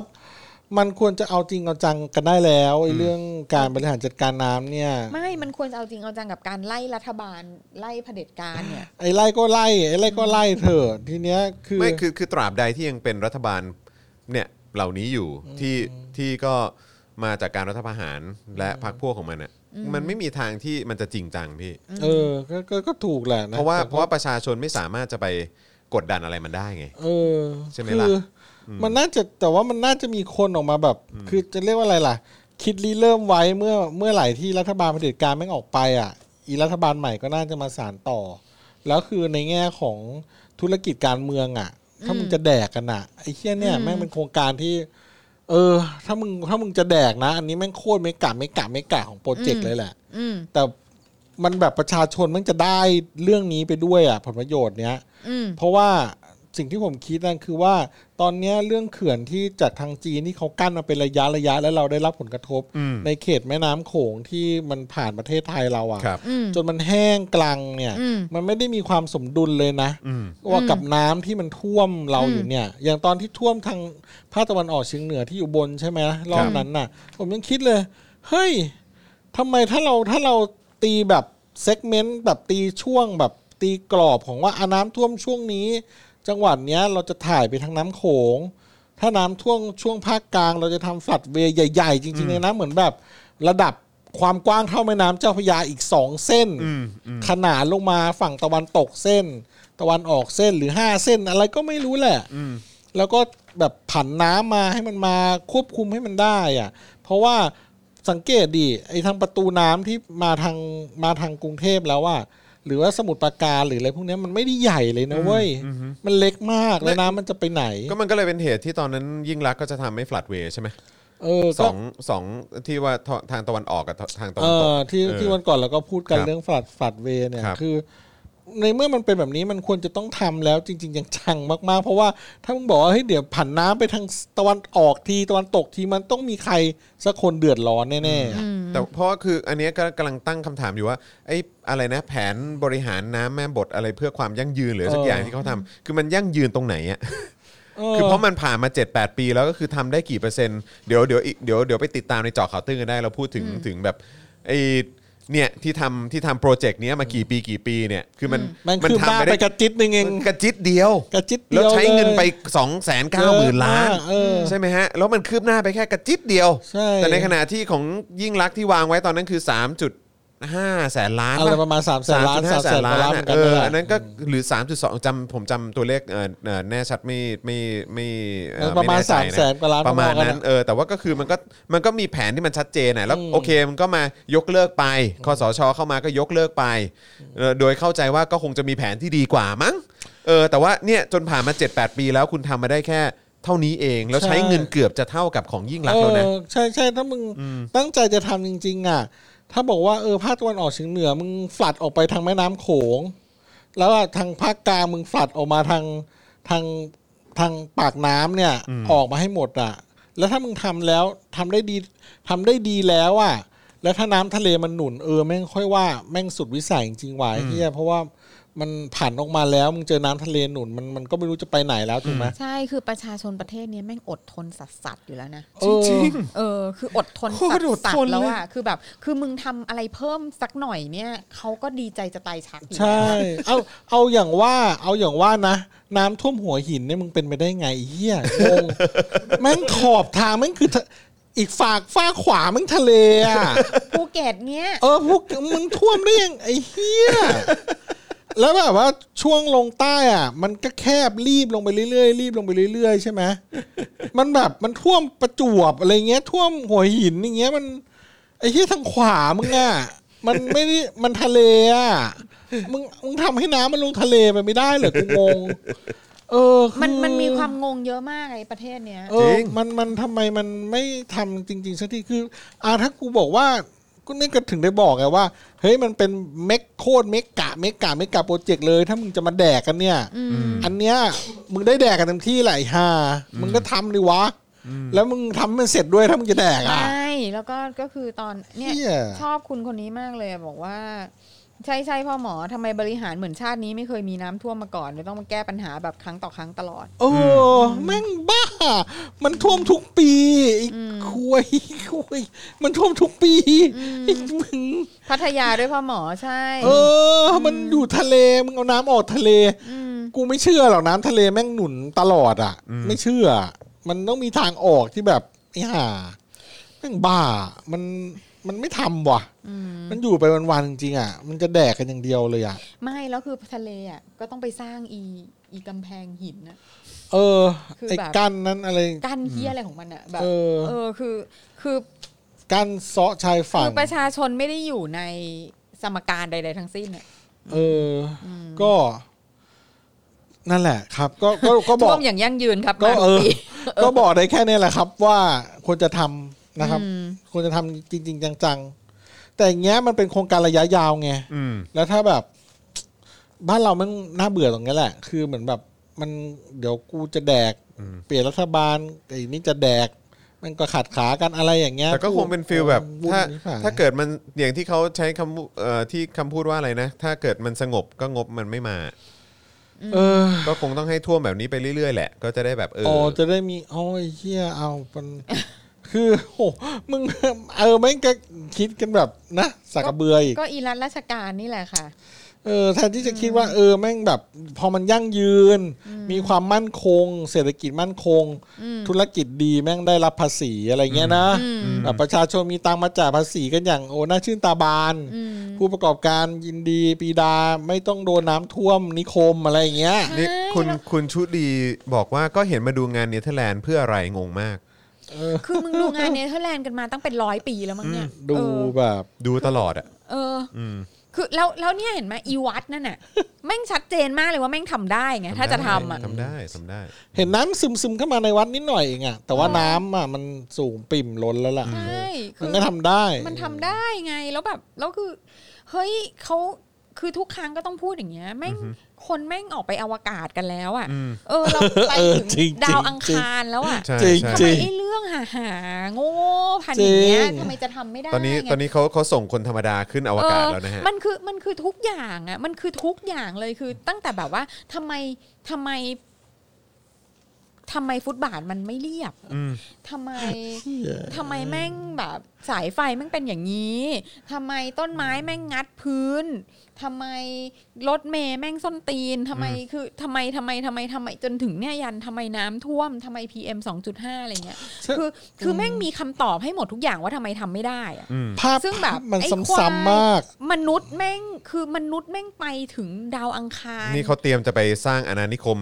[SPEAKER 3] มันควรจะเอาจริงเอาจังกันได้แล้วไอ้เรื่องการบริหารจัดการน้ำเนี่ย
[SPEAKER 4] ไม่ มันควรจะเอาจริงเอาจังกับการไล่รัฐบาลไล่เผด็จการเนี่ย
[SPEAKER 3] ไอ้ไล่ก็ไล่ไอ้ไล่ก็ไล่เถอะทีเนี้ยคือ
[SPEAKER 2] ไม่คือคือตราบใดที่ยังเป็นรัฐบาลเนี่ยเหล่านี้อยู่ที่ที่ก็มาจากการรัฐประหารและพรรคพวกของมันอ่ะมันไม่มีทางที่มันจะจริงจังพี่
[SPEAKER 3] เออก็ก็ก็ถูกแหละนะ
[SPEAKER 2] เพราะว่า
[SPEAKER 3] แต่
[SPEAKER 2] เพราะว่าประชาชนไม่สามารถจะไปกดดันอะไรมันได้ไง
[SPEAKER 3] เออ
[SPEAKER 2] ใช่ไหม
[SPEAKER 3] คือ
[SPEAKER 2] ล่ะ
[SPEAKER 3] มันน่าจะแต่ว่ามันน่าจะมีคนออกมาแบบ คือจะเรียกว่าอะไรล่ะ คิดรีเริ่มไว้เมื่อเมื่อไหร่ที่รัฐบาลเผด็จการแม่งออกไปอ่ะ อีรัฐบาลใหม่ก็น่าจะมาสานต่อ แล้วคือในแง่ของธุรกิจการเมืองอ่ะ ถ้ามึงจะแดกกันอ่ะไอ้เชี่ยเนี่ย
[SPEAKER 4] อืม
[SPEAKER 3] แม่งเป็นโครงการที่ เออ ถ้ามึงถ้ามึงจะแดกนะ อันนี้แม่งโคตรไม่กะไม่กะไม่กะของโปรเจกต์เลยแหละ
[SPEAKER 4] อืม
[SPEAKER 3] แต่มันแบบประชาชนมันจะได้เรื่องนี้ไปด้วยอ่ะผลประโยชน์เนี้ย
[SPEAKER 4] อืม
[SPEAKER 3] เพราะว่าสิ่งที่ผมคิดนั่นคือว่าตอนเนี้ยเรื่องเขื่อนที่จากทางจีนที่เขากั้นมาเป็นระยะระยะแล้วเราได้รับผลกระทบ
[SPEAKER 2] อืม
[SPEAKER 3] ในเขตแม่น้ำโขงที่มันผ่านประเทศไทยเราอะ
[SPEAKER 2] ครับ
[SPEAKER 4] อืม
[SPEAKER 3] จนมันแห้งกลังเนี่ย
[SPEAKER 4] อืม
[SPEAKER 3] มันไม่ได้มีความสมดุลเลยนะ
[SPEAKER 2] อืม
[SPEAKER 3] ว่า
[SPEAKER 4] อืม
[SPEAKER 3] กับน้ำที่มันท่วมเรา
[SPEAKER 4] อืม
[SPEAKER 3] อยู่เนี่ย อย่างตอนที่ท่วมทางภาคตะวันออกเฉียงเหนือที่อยู่บนใช่ไหมรอบนั้นน่ะ ผมยังคิดเลย เฮ้ยทำไมถ้าเราถ้าเราตีแบบเซกเมนต์แบบตีช่วงแบบตีกรอบของว่าอาน้ำท่วมช่วงนี้ จังหวัดเนี้ยเราจะถ่ายไปทางน้ำโขง ถ้าน้ำท่วมช่วงภาคกลาง เราจะทำฟลัดเวย์ใหญ่ๆ จริงๆเลยนะเหมือนแบบระดับความกว้างเท่าแม่น้ำเจ้าพระยาอีกสองเส้น
[SPEAKER 2] อืมอืม
[SPEAKER 3] ขนานลงมาฝั่งตะวันตกเส้น ตะวันออกเส้นหรือห้าเส้นอะไรก็ไม่รู้แหละ
[SPEAKER 2] อืม
[SPEAKER 3] แล้วก็แบบผันน้ำมาให้มันมาควบคุมให้มันได้อะเพราะว่าสังเกตดิไอ้ทางประตูน้ำที่มาทางมาทางกรุงเทพแล้วว่า หรือว่าสมุทรปราการหรืออะไรพวกเนี้ยมันไม่ได้ใหญ่เลยนะเว้ย
[SPEAKER 2] อืมอืม
[SPEAKER 3] มันเล็กมากแล้วน้ำมันจะไปไหน
[SPEAKER 2] ก็มันก็เลยเป็นเหตุที่ตอนนั้นยิ่งรักษณ์ก็จะทำให้ฟลัดเวย์ใช่ไหม
[SPEAKER 3] เออ
[SPEAKER 2] ส
[SPEAKER 3] ก็
[SPEAKER 2] องสองที่ว่าททางตะวันออกกับทางตะ
[SPEAKER 3] เอ
[SPEAKER 2] วันตก
[SPEAKER 3] อที่
[SPEAKER 2] เออ
[SPEAKER 3] ที่วันก่อนเราก็พูดกัน
[SPEAKER 2] ครับ
[SPEAKER 3] เรื่องฝัดฝัดเวย์เนี่ย
[SPEAKER 2] ครับ
[SPEAKER 3] คือ ในเมื่อมันเป็นแบบนี้มันควรจะต้องทำแล้วจริงๆอย่างจังมากๆ เพราะว่าถ้ามึงบอกว่าเฮ้ยเดี๋ยวผันน้ำไปทางตะวันออกทีตะวันตกทีมันต้องมีใครสักคนเดือดร้อนแน่ๆอะ
[SPEAKER 2] แต่เพราะว่าคืออันเนี้ยก็กำลังตั้งคำถามอยู่ว่าไอ้อะไรนะแผนบริหารน้ำแม่บทอะไรเพื่อความยั่งยืนหรือสัก
[SPEAKER 3] เออ
[SPEAKER 2] อ
[SPEAKER 3] อ
[SPEAKER 2] ย่างที่เขาทำคือมันยั่งยืนตรงไหนอ่ะ
[SPEAKER 3] เ
[SPEAKER 2] คือเพราะมันผ่านมา 7-8 ปีแล้วก็คือทำได้กี่เปอร์เซ็นต์เดี๋ยวเดี๋ยวอีกเดี๋ยวเดี๋ยวไปติดตามในเจอข่าวตื้นกันได้เราพูดถึงถึงแบบไอ้เนี่ยที่ทำที่ทำโปรเจกต์เนี้ยมากี่ปีกี่ปีเนี่ยคือมัน
[SPEAKER 3] มันคือบ้า
[SPEAKER 2] ทำ
[SPEAKER 3] ไปกระจิตหนึ่งเอง
[SPEAKER 2] กระจิตเดียว
[SPEAKER 3] กระจิตเดี
[SPEAKER 2] แล้ว
[SPEAKER 3] ยว
[SPEAKER 2] ใช้เงินไป
[SPEAKER 3] ลย
[SPEAKER 2] 2 9 0 0 0 0 ล้าน
[SPEAKER 3] เออ
[SPEAKER 2] ใช่ไหมฮะ แล้วมันคืบหน้าไปแค่กระจิบเดียว
[SPEAKER 3] ใช่
[SPEAKER 2] แต่ในขณะที่ของยิ่งลักษณ์ที่วางไว้ตอนนั้นคือ 3 8 ห้าแสนล้าน
[SPEAKER 3] อะไร
[SPEAKER 2] ปะ
[SPEAKER 3] ประมาณ3ามแสนล้านสามแสนล้านเหมือนกั
[SPEAKER 2] เอนอ
[SPEAKER 3] นั่นแหละ
[SPEAKER 2] อันนั้นก็หรือ 3.2จำผมจำตัวเลขเอ่อเอ่อแน่ชัดไม่ไม่ไม่เอ่อ
[SPEAKER 3] ประมาณ
[SPEAKER 2] ไน่ใจ
[SPEAKER 3] 3ามแสนกว่าล้าน
[SPEAKER 2] ประมาณนั้น
[SPEAKER 3] ป
[SPEAKER 2] เออแต่ว่าก็คือมันก็มันก็มีแผนที่มันชัดเจนนะแล้วโอเคมันก็มายกเลิกไปคอสชเข้ามาก็ยกเลิกไปเออโดยเข้าใจว่าก็คงจะมีแผนที่ดีกว่ามั้งเออแต่ว่าเนี่ยจนผ่านมา 7-8 ปีแล้วคุณทำมาได้แค่เท่านี้เอง แล้วใช้เงินเกือบจะเท่ากับของยิ่งลักษณ์แล้วนะ
[SPEAKER 3] เออใช่ใช่ถ้ามึงตั้งใจจะทำจริง ๆ อ่ะ ถ้าบอกว่าเออภาคตะวันออกเฉียงเหนือมึงฝลัดออกไปทางแม่น้ำโขง แล้วอะทางภาคกลางมึงฝลัดออกมาทางทางทางปากน้ำเนี่ยออกมาให้หมดอ่ะ แล้วถ้ามึงทำแล้วทำได้ดีทำได้ดีแล้วอ่ะแล้วถ้าน้ำทะเลมันหนุนเออแม่งค่อยว่าแม่งสุดวิสัยจริงๆว่ะไอ้เฮียเพราะว่ามันผ่านออกมาแล้วมึงเจอน้ำทะเลหนุนมันมันก็ไม่รู้จะไปไหนแล้วถูกไหม
[SPEAKER 4] ใช่คือประชาชนประเทศเนี้ยแม่งอดทนสัสสัสๆอยู่แล้วนะ
[SPEAKER 3] จริง
[SPEAKER 4] เออคืออดทน
[SPEAKER 2] โค
[SPEAKER 4] สั
[SPEAKER 2] ตรอด
[SPEAKER 4] สสั
[SPEAKER 2] ทนเลย
[SPEAKER 4] แล้วอ่ะคือแบบ คือมึงทำอะไรเพิ่มสักหน่อยเนี่ยเขาก็ดีใจจะตายชักอยู่
[SPEAKER 3] ใช่ เอาเอาอย่างว่าเอาอย่างว่านะ น้ำท่วมหัวหินเนี่ยมึงเป็นไปได้ไงไอ้เฮียงงแม่งขอบทางแม่งคือทะอีกฝากฝ้ากขวาแม่งทะเลอ่ะ
[SPEAKER 4] ภูเก็ตเนี้ย
[SPEAKER 3] เออพวกมึงท่วมได้ยังไอ้เฮียแล้วแบบว่าช่วงลงใต้อ่ะ มันก็แคบรีบลงไปเรื่อยๆรีบลงไปเรื่อยๆใช่ไหมมันแบบมันท่วมประจวบอะไรเงี้ย ท่วมหัวหินอย่างเงี้ยมันไอ้เหี้ยทางขวามึงอ่ะมันไม่ได้มันทะเลอ่ะมึงมึงทำให้น้ำมันลงทะเลไปไม่ได้เหรอกูงงเออคือ
[SPEAKER 4] มันมันมีความงงเยอะมากไอ้ประเทศเนี้ย
[SPEAKER 3] เอ
[SPEAKER 2] จริ
[SPEAKER 3] อง มันมันทำไมมันไม่ทำจริงๆสักทีคืออ่าถ้ากูบอกว่าก็นี่ก็ถึงได้บอกไงว่า เฮ้ยมันเป็นเมกโคตรเมกะเมกะเมกะโปรเจกต์เลย ถ้ามึงจะมาแดกกันเนี่ย อันเนี้ยมึงได้แดกกันเต็มที่แหละไอ้ห่ามึงก็ทำดิวะ แล้วมึงทำให้มันเสร็จด้วยถ้ามึงจะแดก
[SPEAKER 4] ไม
[SPEAKER 3] อ่ะ
[SPEAKER 4] ่แล้วก็ก็คือตอนเนี่ย
[SPEAKER 3] เหี้ย
[SPEAKER 4] ชอบคุณคนนี้มากเลยอะบอกว่า ใช่ใช่พ่อหมอทำไมบริหารเหมือนชาตินี้ไม่เคยมีน้ำท่วมมาก่อนเลยต้องมาแก้ปัญหาแบบครั้งต่อครั้งตล อด
[SPEAKER 3] โอ้แม่งบ้า มันท่วมทุกปีไอ้คุยคุยมันท่วมทุกปีไอ้มึง
[SPEAKER 4] พัทยาด้วยพ่อหมอใช่
[SPEAKER 3] เออ มันอยู่ทะเล มึงเอาน้ำออกทะเล กูไม่เชื่อหรอกน้ำทะเลแม่งหนุนตลอดอ่ะ ไม่เชื่อ มันต้องมีทางออกที่แบบไอ้ห่าแม่งบ้า มัน มันไม่ทำว่ะ มันอยู่ไปวันๆจริงๆอ่ะ มันจะแดกกันอย่างเดียวเลยอ่ะ
[SPEAKER 4] ไม่แล้วคือทะเลอ่ะก็ต้องไปสร้างอีอีกำแพงหินนะ
[SPEAKER 3] เออ
[SPEAKER 4] คือ
[SPEAKER 3] ไอ้
[SPEAKER 4] แบบ
[SPEAKER 3] กั้นนั้นอะไร
[SPEAKER 4] กั้นเฮียอะไรของมันอ่ะแบบ
[SPEAKER 3] เออ
[SPEAKER 4] เออคือคือ
[SPEAKER 3] กั้นเซาะชายฝั่
[SPEAKER 4] คื
[SPEAKER 3] ง
[SPEAKER 4] อประชาชนไม่ได้อยู่ในสมการใด ๆ ทั้งสิ้นอะ
[SPEAKER 3] เอออ ก็ นั่นแหละ ครับ ก็ ก็ ก็บ
[SPEAKER 4] ท่
[SPEAKER 3] อ
[SPEAKER 4] ว
[SPEAKER 3] ก
[SPEAKER 4] มอย่างยั่งยืนครับ
[SPEAKER 3] ก็
[SPEAKER 4] มา
[SPEAKER 3] เออ
[SPEAKER 4] ปี
[SPEAKER 3] ก็บอกได้แค่เนี้แหละครับว่าควรจะทำนะครับ ควรจะทำจริง ๆ จังๆ แต่อย่างเงี้ยมันเป็นโครงการระยะยาวไง
[SPEAKER 2] อืม
[SPEAKER 3] แล้วถ้าแบบ บ้านเรามันน่าเบื่อตรงเนี้ยแหละ คือเหมือนแบบมันเดี๋ยวกูจะแดก เปลี่ยนรัฐบาลไอ้นี่จะแดก มันก็ขัดขากันอะไรอย่างเงี้ย
[SPEAKER 2] แต่ก็คงเป็นฟิลแบบ
[SPEAKER 3] วุ่น
[SPEAKER 2] ถ้า
[SPEAKER 3] ชิบหย
[SPEAKER 2] ถ้าเกิดมันอย่างที่เขาใช้คำเอ่อที่คำพูดว่าอะไรนะ ถ้าเกิดมันสงบก็งบมันไม่มา
[SPEAKER 3] เออ
[SPEAKER 2] ก็คงต้องให้ท่วมแบบนี้ไปเรื่อยๆแหละ ก็จะได้แบบเออ
[SPEAKER 3] อ๋อ
[SPEAKER 2] อ
[SPEAKER 3] จะได้มีโอ้ยเฮียเอามันคือโอ้มึงเออแม่งก็คิดกันแบบนะสักกระเบืออีก
[SPEAKER 4] ก็อีรัฐราชการนี่แหละค่ะ
[SPEAKER 3] เออแทนที่จะคิดว่าเออแม่งแบบ พอมันยั่งยืน มีความมั่นคง เศรษฐกิจมั่นคง ธุรกิจดีแม่งได้รับภาษีอะไรเงี้ยนะแบบประชาชนมีตังค์มาจ่ายภาษีกันอย่างโอ้น่าชื่นตาบาน ผู้ประกอบการยินดีปีดาไม่ต้องโดนน้ำท่วมนิคมอะไรอย่างเงี้ย
[SPEAKER 2] นี่คุณ
[SPEAKER 4] แล้ว
[SPEAKER 2] คุณชุดีบอกว่าก็เห็นมาดูงานเนเธอร์แลนด์เพื่ออะไรงงมาก
[SPEAKER 4] คือมึงดูงานเนเธอร์แลนด์กันมาตั้งเป็นร้อยปีแล้วมั้งเนี่ย
[SPEAKER 3] ดู
[SPEAKER 4] เออ
[SPEAKER 3] แบบ
[SPEAKER 2] ดูตลอดอ่ะ
[SPEAKER 4] เอออคือแล้วแล้วเนี่ยเห็นไหมอีวัดนั่นน่ะ แม่งชัดเจนมากเลยว่าแม่งทำได้ไงถ้าจะทำอ่ะ
[SPEAKER 2] ทำได้ทำได้
[SPEAKER 3] เห็นน้ำซึมซึมๆเข้ามาในวัดนิดหน่อยเองอะแต่ว่าน้ำอะมันสูงปิ่มล้นแล้วล่ะ
[SPEAKER 4] ใช่คื
[SPEAKER 3] มัน
[SPEAKER 4] อ
[SPEAKER 3] ก็ทำได้
[SPEAKER 4] มันทำได้ไงแล้วแบบแล้วคือ เฮ้ยเขาคือทุกครั้งก็ต้องพูดอย่างเงี้ยแม่งคนแม่งออกไปอวกาศกันแล้วอ่ะ เออเราไปถึงดาวอังคารแล้วอ่ะ
[SPEAKER 2] ใช่
[SPEAKER 3] จริง
[SPEAKER 2] ใช่
[SPEAKER 4] ทำ
[SPEAKER 3] จ
[SPEAKER 4] ไม
[SPEAKER 3] ริง
[SPEAKER 4] ไอ้เรื่องหาหาๆโง่พันอย่างเงี้ย
[SPEAKER 3] จริง
[SPEAKER 4] ทำไมจะทำไม่ได้
[SPEAKER 2] ตอนนี้
[SPEAKER 4] ไง
[SPEAKER 2] ตอนนี้เขาเขาส่งคนธรรมดาขึ้นอวกาศแล้วนะฮะ
[SPEAKER 4] เออมันคือมันคือทุกอย่างอ่ะ มันคือทุกอย่างเลยคือตั้งแต่แบบว่าทำไมทำไม ทำไมฟุตบาทมันไม่เรียบ
[SPEAKER 2] อืม
[SPEAKER 4] ทำไม
[SPEAKER 3] เหี้ย
[SPEAKER 4] ทำไมแม่งแบบสายไฟแม่งเป็นอย่างนี้ทำไมต้นไม้แม่งงัดพื้นทำไมรถเมย์แม่งส้นตีนทำไมคือทำไมทำไมทำไมทำไมจนถึงเนี่ยยันทำไมน้ำท่วมทำไม PM 2.5 อะไรเงี้ย
[SPEAKER 3] ใช่
[SPEAKER 4] คือคือแม่งมีคำตอบให้หมดทุกอย่างว่าทำไมทำไม่ได้อะ
[SPEAKER 2] อืม
[SPEAKER 3] ภาพ
[SPEAKER 4] ซึ่งแบบ
[SPEAKER 3] มัน
[SPEAKER 4] ไอ้ควา
[SPEAKER 3] ซ้ำ
[SPEAKER 4] ย
[SPEAKER 3] ๆมาก
[SPEAKER 4] มนุษย์แม่งคือมนุษย์แม่งไปถึงดาวอังคาร
[SPEAKER 2] นี่เขาเตรียมจะไปสร้างอาณานิคม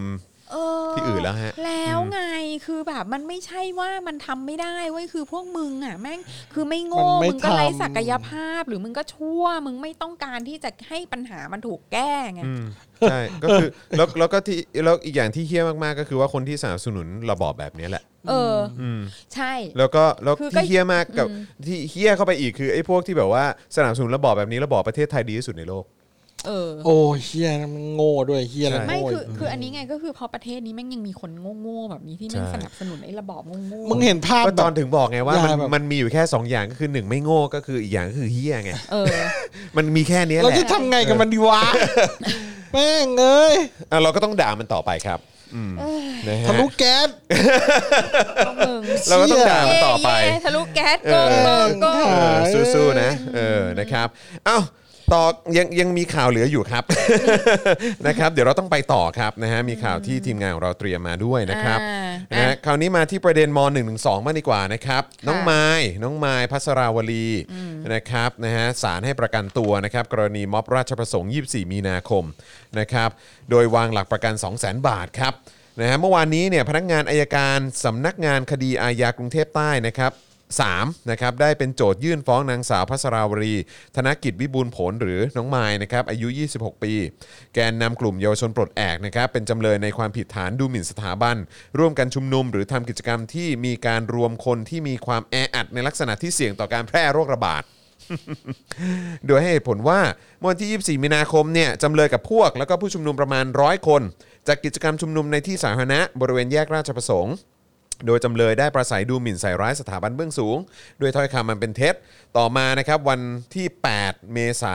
[SPEAKER 4] เออ
[SPEAKER 2] ที่อื่นแล้วฮะ
[SPEAKER 4] แล้วไงคือแบบมันไม่ใช่ว่ามันทำไม่ได้เว้ยคือพวกมึงอ่ะแม่งคือไม่
[SPEAKER 3] มั
[SPEAKER 4] โง่
[SPEAKER 3] นไม่
[SPEAKER 4] มึงก็ไร้
[SPEAKER 3] ทำ
[SPEAKER 4] ศักยภาพหรือมึงก็ชั่วมึงไม่ต้องการที่จะให้ปัญหามันถูกแก้ไง
[SPEAKER 2] อืมใช่ก็คือแล้วแล้วก็ที่แล้วอีกอย่างที่เฮี้ยมากๆ ก็คือว่าคนที่สนับสนุนระบอบแบบนี้แหละ
[SPEAKER 4] เอออ
[SPEAKER 2] อืม
[SPEAKER 4] ใช่
[SPEAKER 2] แล้วก็แล้ว
[SPEAKER 4] คือก็
[SPEAKER 2] ที่เฮี้ยมากกับ
[SPEAKER 4] อืม
[SPEAKER 2] ที่เฮี้ยเข้าไปอีกคือไอ้พวกที่แบบว่าสนับสนุนระบอบแบบนี้ระบอบประเทศไทยดีที่สุดในโลก
[SPEAKER 4] เออ
[SPEAKER 3] โอ้เฮียมันโง่ด้วยเฮียแล้ว
[SPEAKER 2] ใช่
[SPEAKER 4] ไม่
[SPEAKER 3] โง่
[SPEAKER 4] คือ
[SPEAKER 3] อีก
[SPEAKER 4] คืออันนี้ไงก็คือเพราะประเทศนี้แม่งยังมีคนโง่ๆแบบนี้ที่แม่ง
[SPEAKER 2] ใช่
[SPEAKER 4] สนับสนุนไอ้ระบอบโง่ๆ
[SPEAKER 3] มึงเห็นภาพ
[SPEAKER 2] ก็
[SPEAKER 3] แบ
[SPEAKER 2] ตอบ นถึงบอกไงว่ามัน
[SPEAKER 3] อย่าแบบ
[SPEAKER 2] มันมีอยู่แค่ 2 อย่างก็คือ 1 ไม่โง่ก็คืออีกอย่างก็คือเฮี้ยไง
[SPEAKER 4] เออ
[SPEAKER 2] มันมีแค่นี้แห
[SPEAKER 3] เรา
[SPEAKER 2] ละ
[SPEAKER 3] จะทำไงกับมันดี วะ แม่งเอ้ย
[SPEAKER 2] อ่ะเราก็ต้องด่ามันต่อไปครับอืมนะฮะ
[SPEAKER 3] ทะลุแก๊ส
[SPEAKER 4] พวกมึง
[SPEAKER 2] เราก็ต้องด่ามันต่อไป
[SPEAKER 4] เย่ทะลุแก๊สโกงโกงโกง
[SPEAKER 2] เออ
[SPEAKER 3] เอ้ย
[SPEAKER 2] สู้ๆนะเออนะครับเอ้าต่อยังยังมีข่าวเหลืออยู่ครับ นะครับ เดี๋ยวเราต้องไปต่อครับนะฮะมีข่าวที่ทีมงานของเราเตรียมมาด้วยนะครับ
[SPEAKER 4] อ่า
[SPEAKER 2] นะฮะคราวนี้มาที่ประเด็นม .112 มากดีกว่านะครับ น้องไม้น้องไม้พัสราวลีนะครับนะฮะศาลให้ประกันตัวนะครับ กรณีม็อบราชประสงค์ 24 มีนาคมนะครับ โดยวางหลักประกัน 200,000 บาทครับนะฮะเมื่อวานนี้เนี่ยพนักงานอายการสำนักงานคดีอาญากรุงเทพใต้นะครับ 3นะครับได้เป็นโจทยื่นฟ้องนางสาวพัสราวรี ธนกิจวิบูลย์ผลหรือน้องไม้นะครับอายุ 26 ปี แกนนำกลุ่มเยาวชนปลดแอกนะครับเป็นจำเลยในความผิดฐานดูหมิ่นสถาบัน ร่วมกันชุมนุม หรือทำกิจกรรมที่มีการรวมคนที่มีความแออัดในลักษณะที่เสี่ยงต่อการแพร่โรคระบาด โดยให้เหตุผลว่าเมื่อวันที่ 24 มีนาคมเนี่ยจำเลยกับพวก แล้วก็ผู้ชุมนุมประมาณร้อยคนจากกิจกรรมชุมนุมในที่สาธารณะบริเวณแยกราชประสงค์ โดยจำเลยได้ประสัยดูหมิ่นใส่ร้ายสถาบันเบื้องสูง ด้วยถ้อยคำมันเป็นเท็จ ต่อมานะครับวันที่ 8 เมษา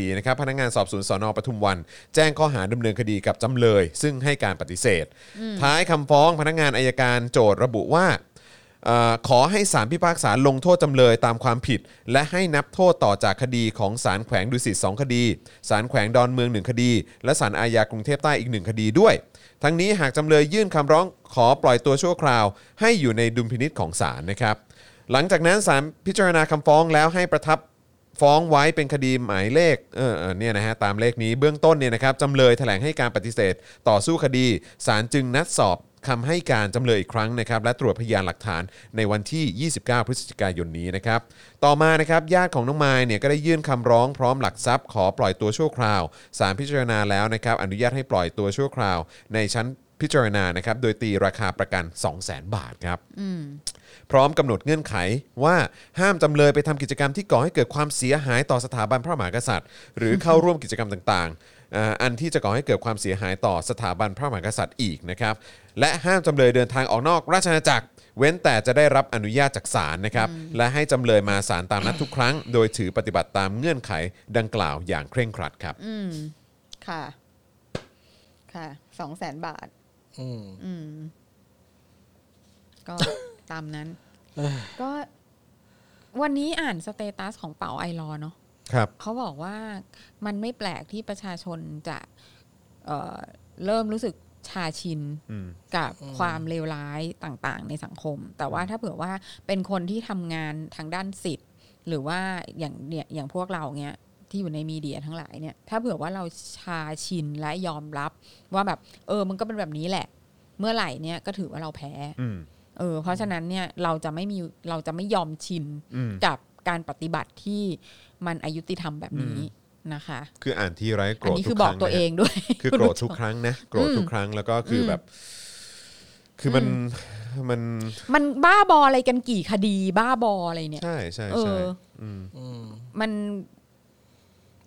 [SPEAKER 2] ยน64 นะครับพนักงานสอบสวนสอนอปทุมวัน แจ้งข้อหาดำเนินคดีกับจำเลย ซึ่งให้การปฏิเสธ ท้ายคำฟ้องพนักงานอายการโจทย์ระบุว่า เอ่อขอให้ศาลพิพากษาลงโทษจำเลยตามความผิด และให้นับโทษต่อจากคดีของศาลแขวงดุสิต2คดีศาลแขวงดอนเมือง 1 คดี และศาลอาญากรุงเทพใต้อีก 1 คดีด้วย ทั้งนี้หากจำเลยยื่นคำร้องขอปล่อยตัวชั่วคราว ให้อยู่ในดุลพินิษของศาลนะครับ หลังจากนั้นศาลพิจารณาคำฟ้องแล้วให้ประทับ ฟ้องไว้เป็นคดีหมายเลขเออเออเนี่ยนะฮะตามเลขนี้เบื้องต้นเนี่ยนะครับจำเลยแถลงให้การปฏิเสธ ต่อสู้คดีศาลจึงนัดสอบคำให้การจำเลยอีกครั้งนะครับ และตรวจพยานหลักฐานในวันที่ 29 พฤศจิกายนนี้นะครับ ต่อมานะครับญาติของน้องมายเนี่ยก็ได้ยื่นคำร้องพร้อมหลักทรัพย์ขอปล่อยตัวชั่วคราวศาลพิจารณาแล้วนะครับอนุญาตให้ปล่อยตัวชั่วคราว ในชั้นพิจารณานะครับโดยตีราคาประกัน 200,000 บาทครับ พร้อมกำหนดเงื่อนไขว่าห้ามจำเลยไปทำกิจกรรมที่ก่อให้เกิดความเสียหายต่อสถาบันพระมหากษัตริย์ หรือเข้าร่วมกิจกรรมต่างๆเอ่ออันที่จะก่อให้เกิดความเสียหายต่อสถาบันพระมหากษัตริย์อีกนะครับและห้ามจำเลยเดินทางออกนอกราชอาณาจักร เว้นแต่จะได้รับอนุญาตจากศาลนะครับและให้จำเลยมาศาลตามนัดทุกครั้ง โดยถือปฏิบัติตามเงื่อนไขดังกล่าวอย่างเคร่งครัดครับ
[SPEAKER 4] อืม ค่ะ ค่ะ สองแสนบาท
[SPEAKER 3] อืม
[SPEAKER 4] อืม ก็ ตามนั้น
[SPEAKER 3] เอ้ย
[SPEAKER 4] ก็ วันนี้อ่านสเตตัสของเป๋าไอรอว์เนาะ
[SPEAKER 2] ครับ
[SPEAKER 4] เขาบอกว่ามันไม่แปลกที่ประชาชนจะ เอ่อ เริ่มรู้สึกชาชิน
[SPEAKER 2] อืม
[SPEAKER 4] กับความเลวร้ายต่างๆ ในสังคม แต่ว่าถ้าเผื่อว่าเป็นคนที่ทำงานทางด้านสิทธิ์ หรือว่าอย่างเนี่ยอย่างพวกเราเนี่ยที่อยู่ในมีเดียทั้งหลายเนี่ย ถ้าเผื่อว่าเราชาชินและยอมรับ ว่าแบบ เออ มันก็เป็นแบบนี้แหละ เมื่อไหร่เนี่ยก็ถือว่าเราแพ้
[SPEAKER 2] อืม
[SPEAKER 4] เออ เพราะฉะนั้นเนี่ยเราจะไม่มีเราจะไม่ยอมชิน
[SPEAKER 2] อืม
[SPEAKER 4] กับการปฏิบัติที่มันอายุติธรรมแบบนี้นะคะ
[SPEAKER 2] คืออ่านที่ไร้โก
[SPEAKER 4] อั
[SPEAKER 2] ร
[SPEAKER 4] น
[SPEAKER 2] ธ
[SPEAKER 4] นี้
[SPEAKER 2] ทุ
[SPEAKER 4] คื
[SPEAKER 2] ก
[SPEAKER 4] อ
[SPEAKER 2] ค
[SPEAKER 4] บอ
[SPEAKER 2] รั้
[SPEAKER 4] ก
[SPEAKER 2] ง
[SPEAKER 4] ตัว
[SPEAKER 2] นะ
[SPEAKER 4] เอ
[SPEAKER 2] ฮะ
[SPEAKER 4] งด้วย
[SPEAKER 2] คือโกรธทุกครั้งนะโกรธทุกครั้งแล้วก็คืออ
[SPEAKER 4] ม
[SPEAKER 2] แบบ คือมันมัน
[SPEAKER 4] มันบ้าบออะไรกันกี่คดีบ้าบออะไรเนี่ย
[SPEAKER 2] ใช่ใช่
[SPEAKER 4] เอ
[SPEAKER 2] ใช่
[SPEAKER 4] อ
[SPEAKER 2] อืม
[SPEAKER 3] อืม
[SPEAKER 4] มัน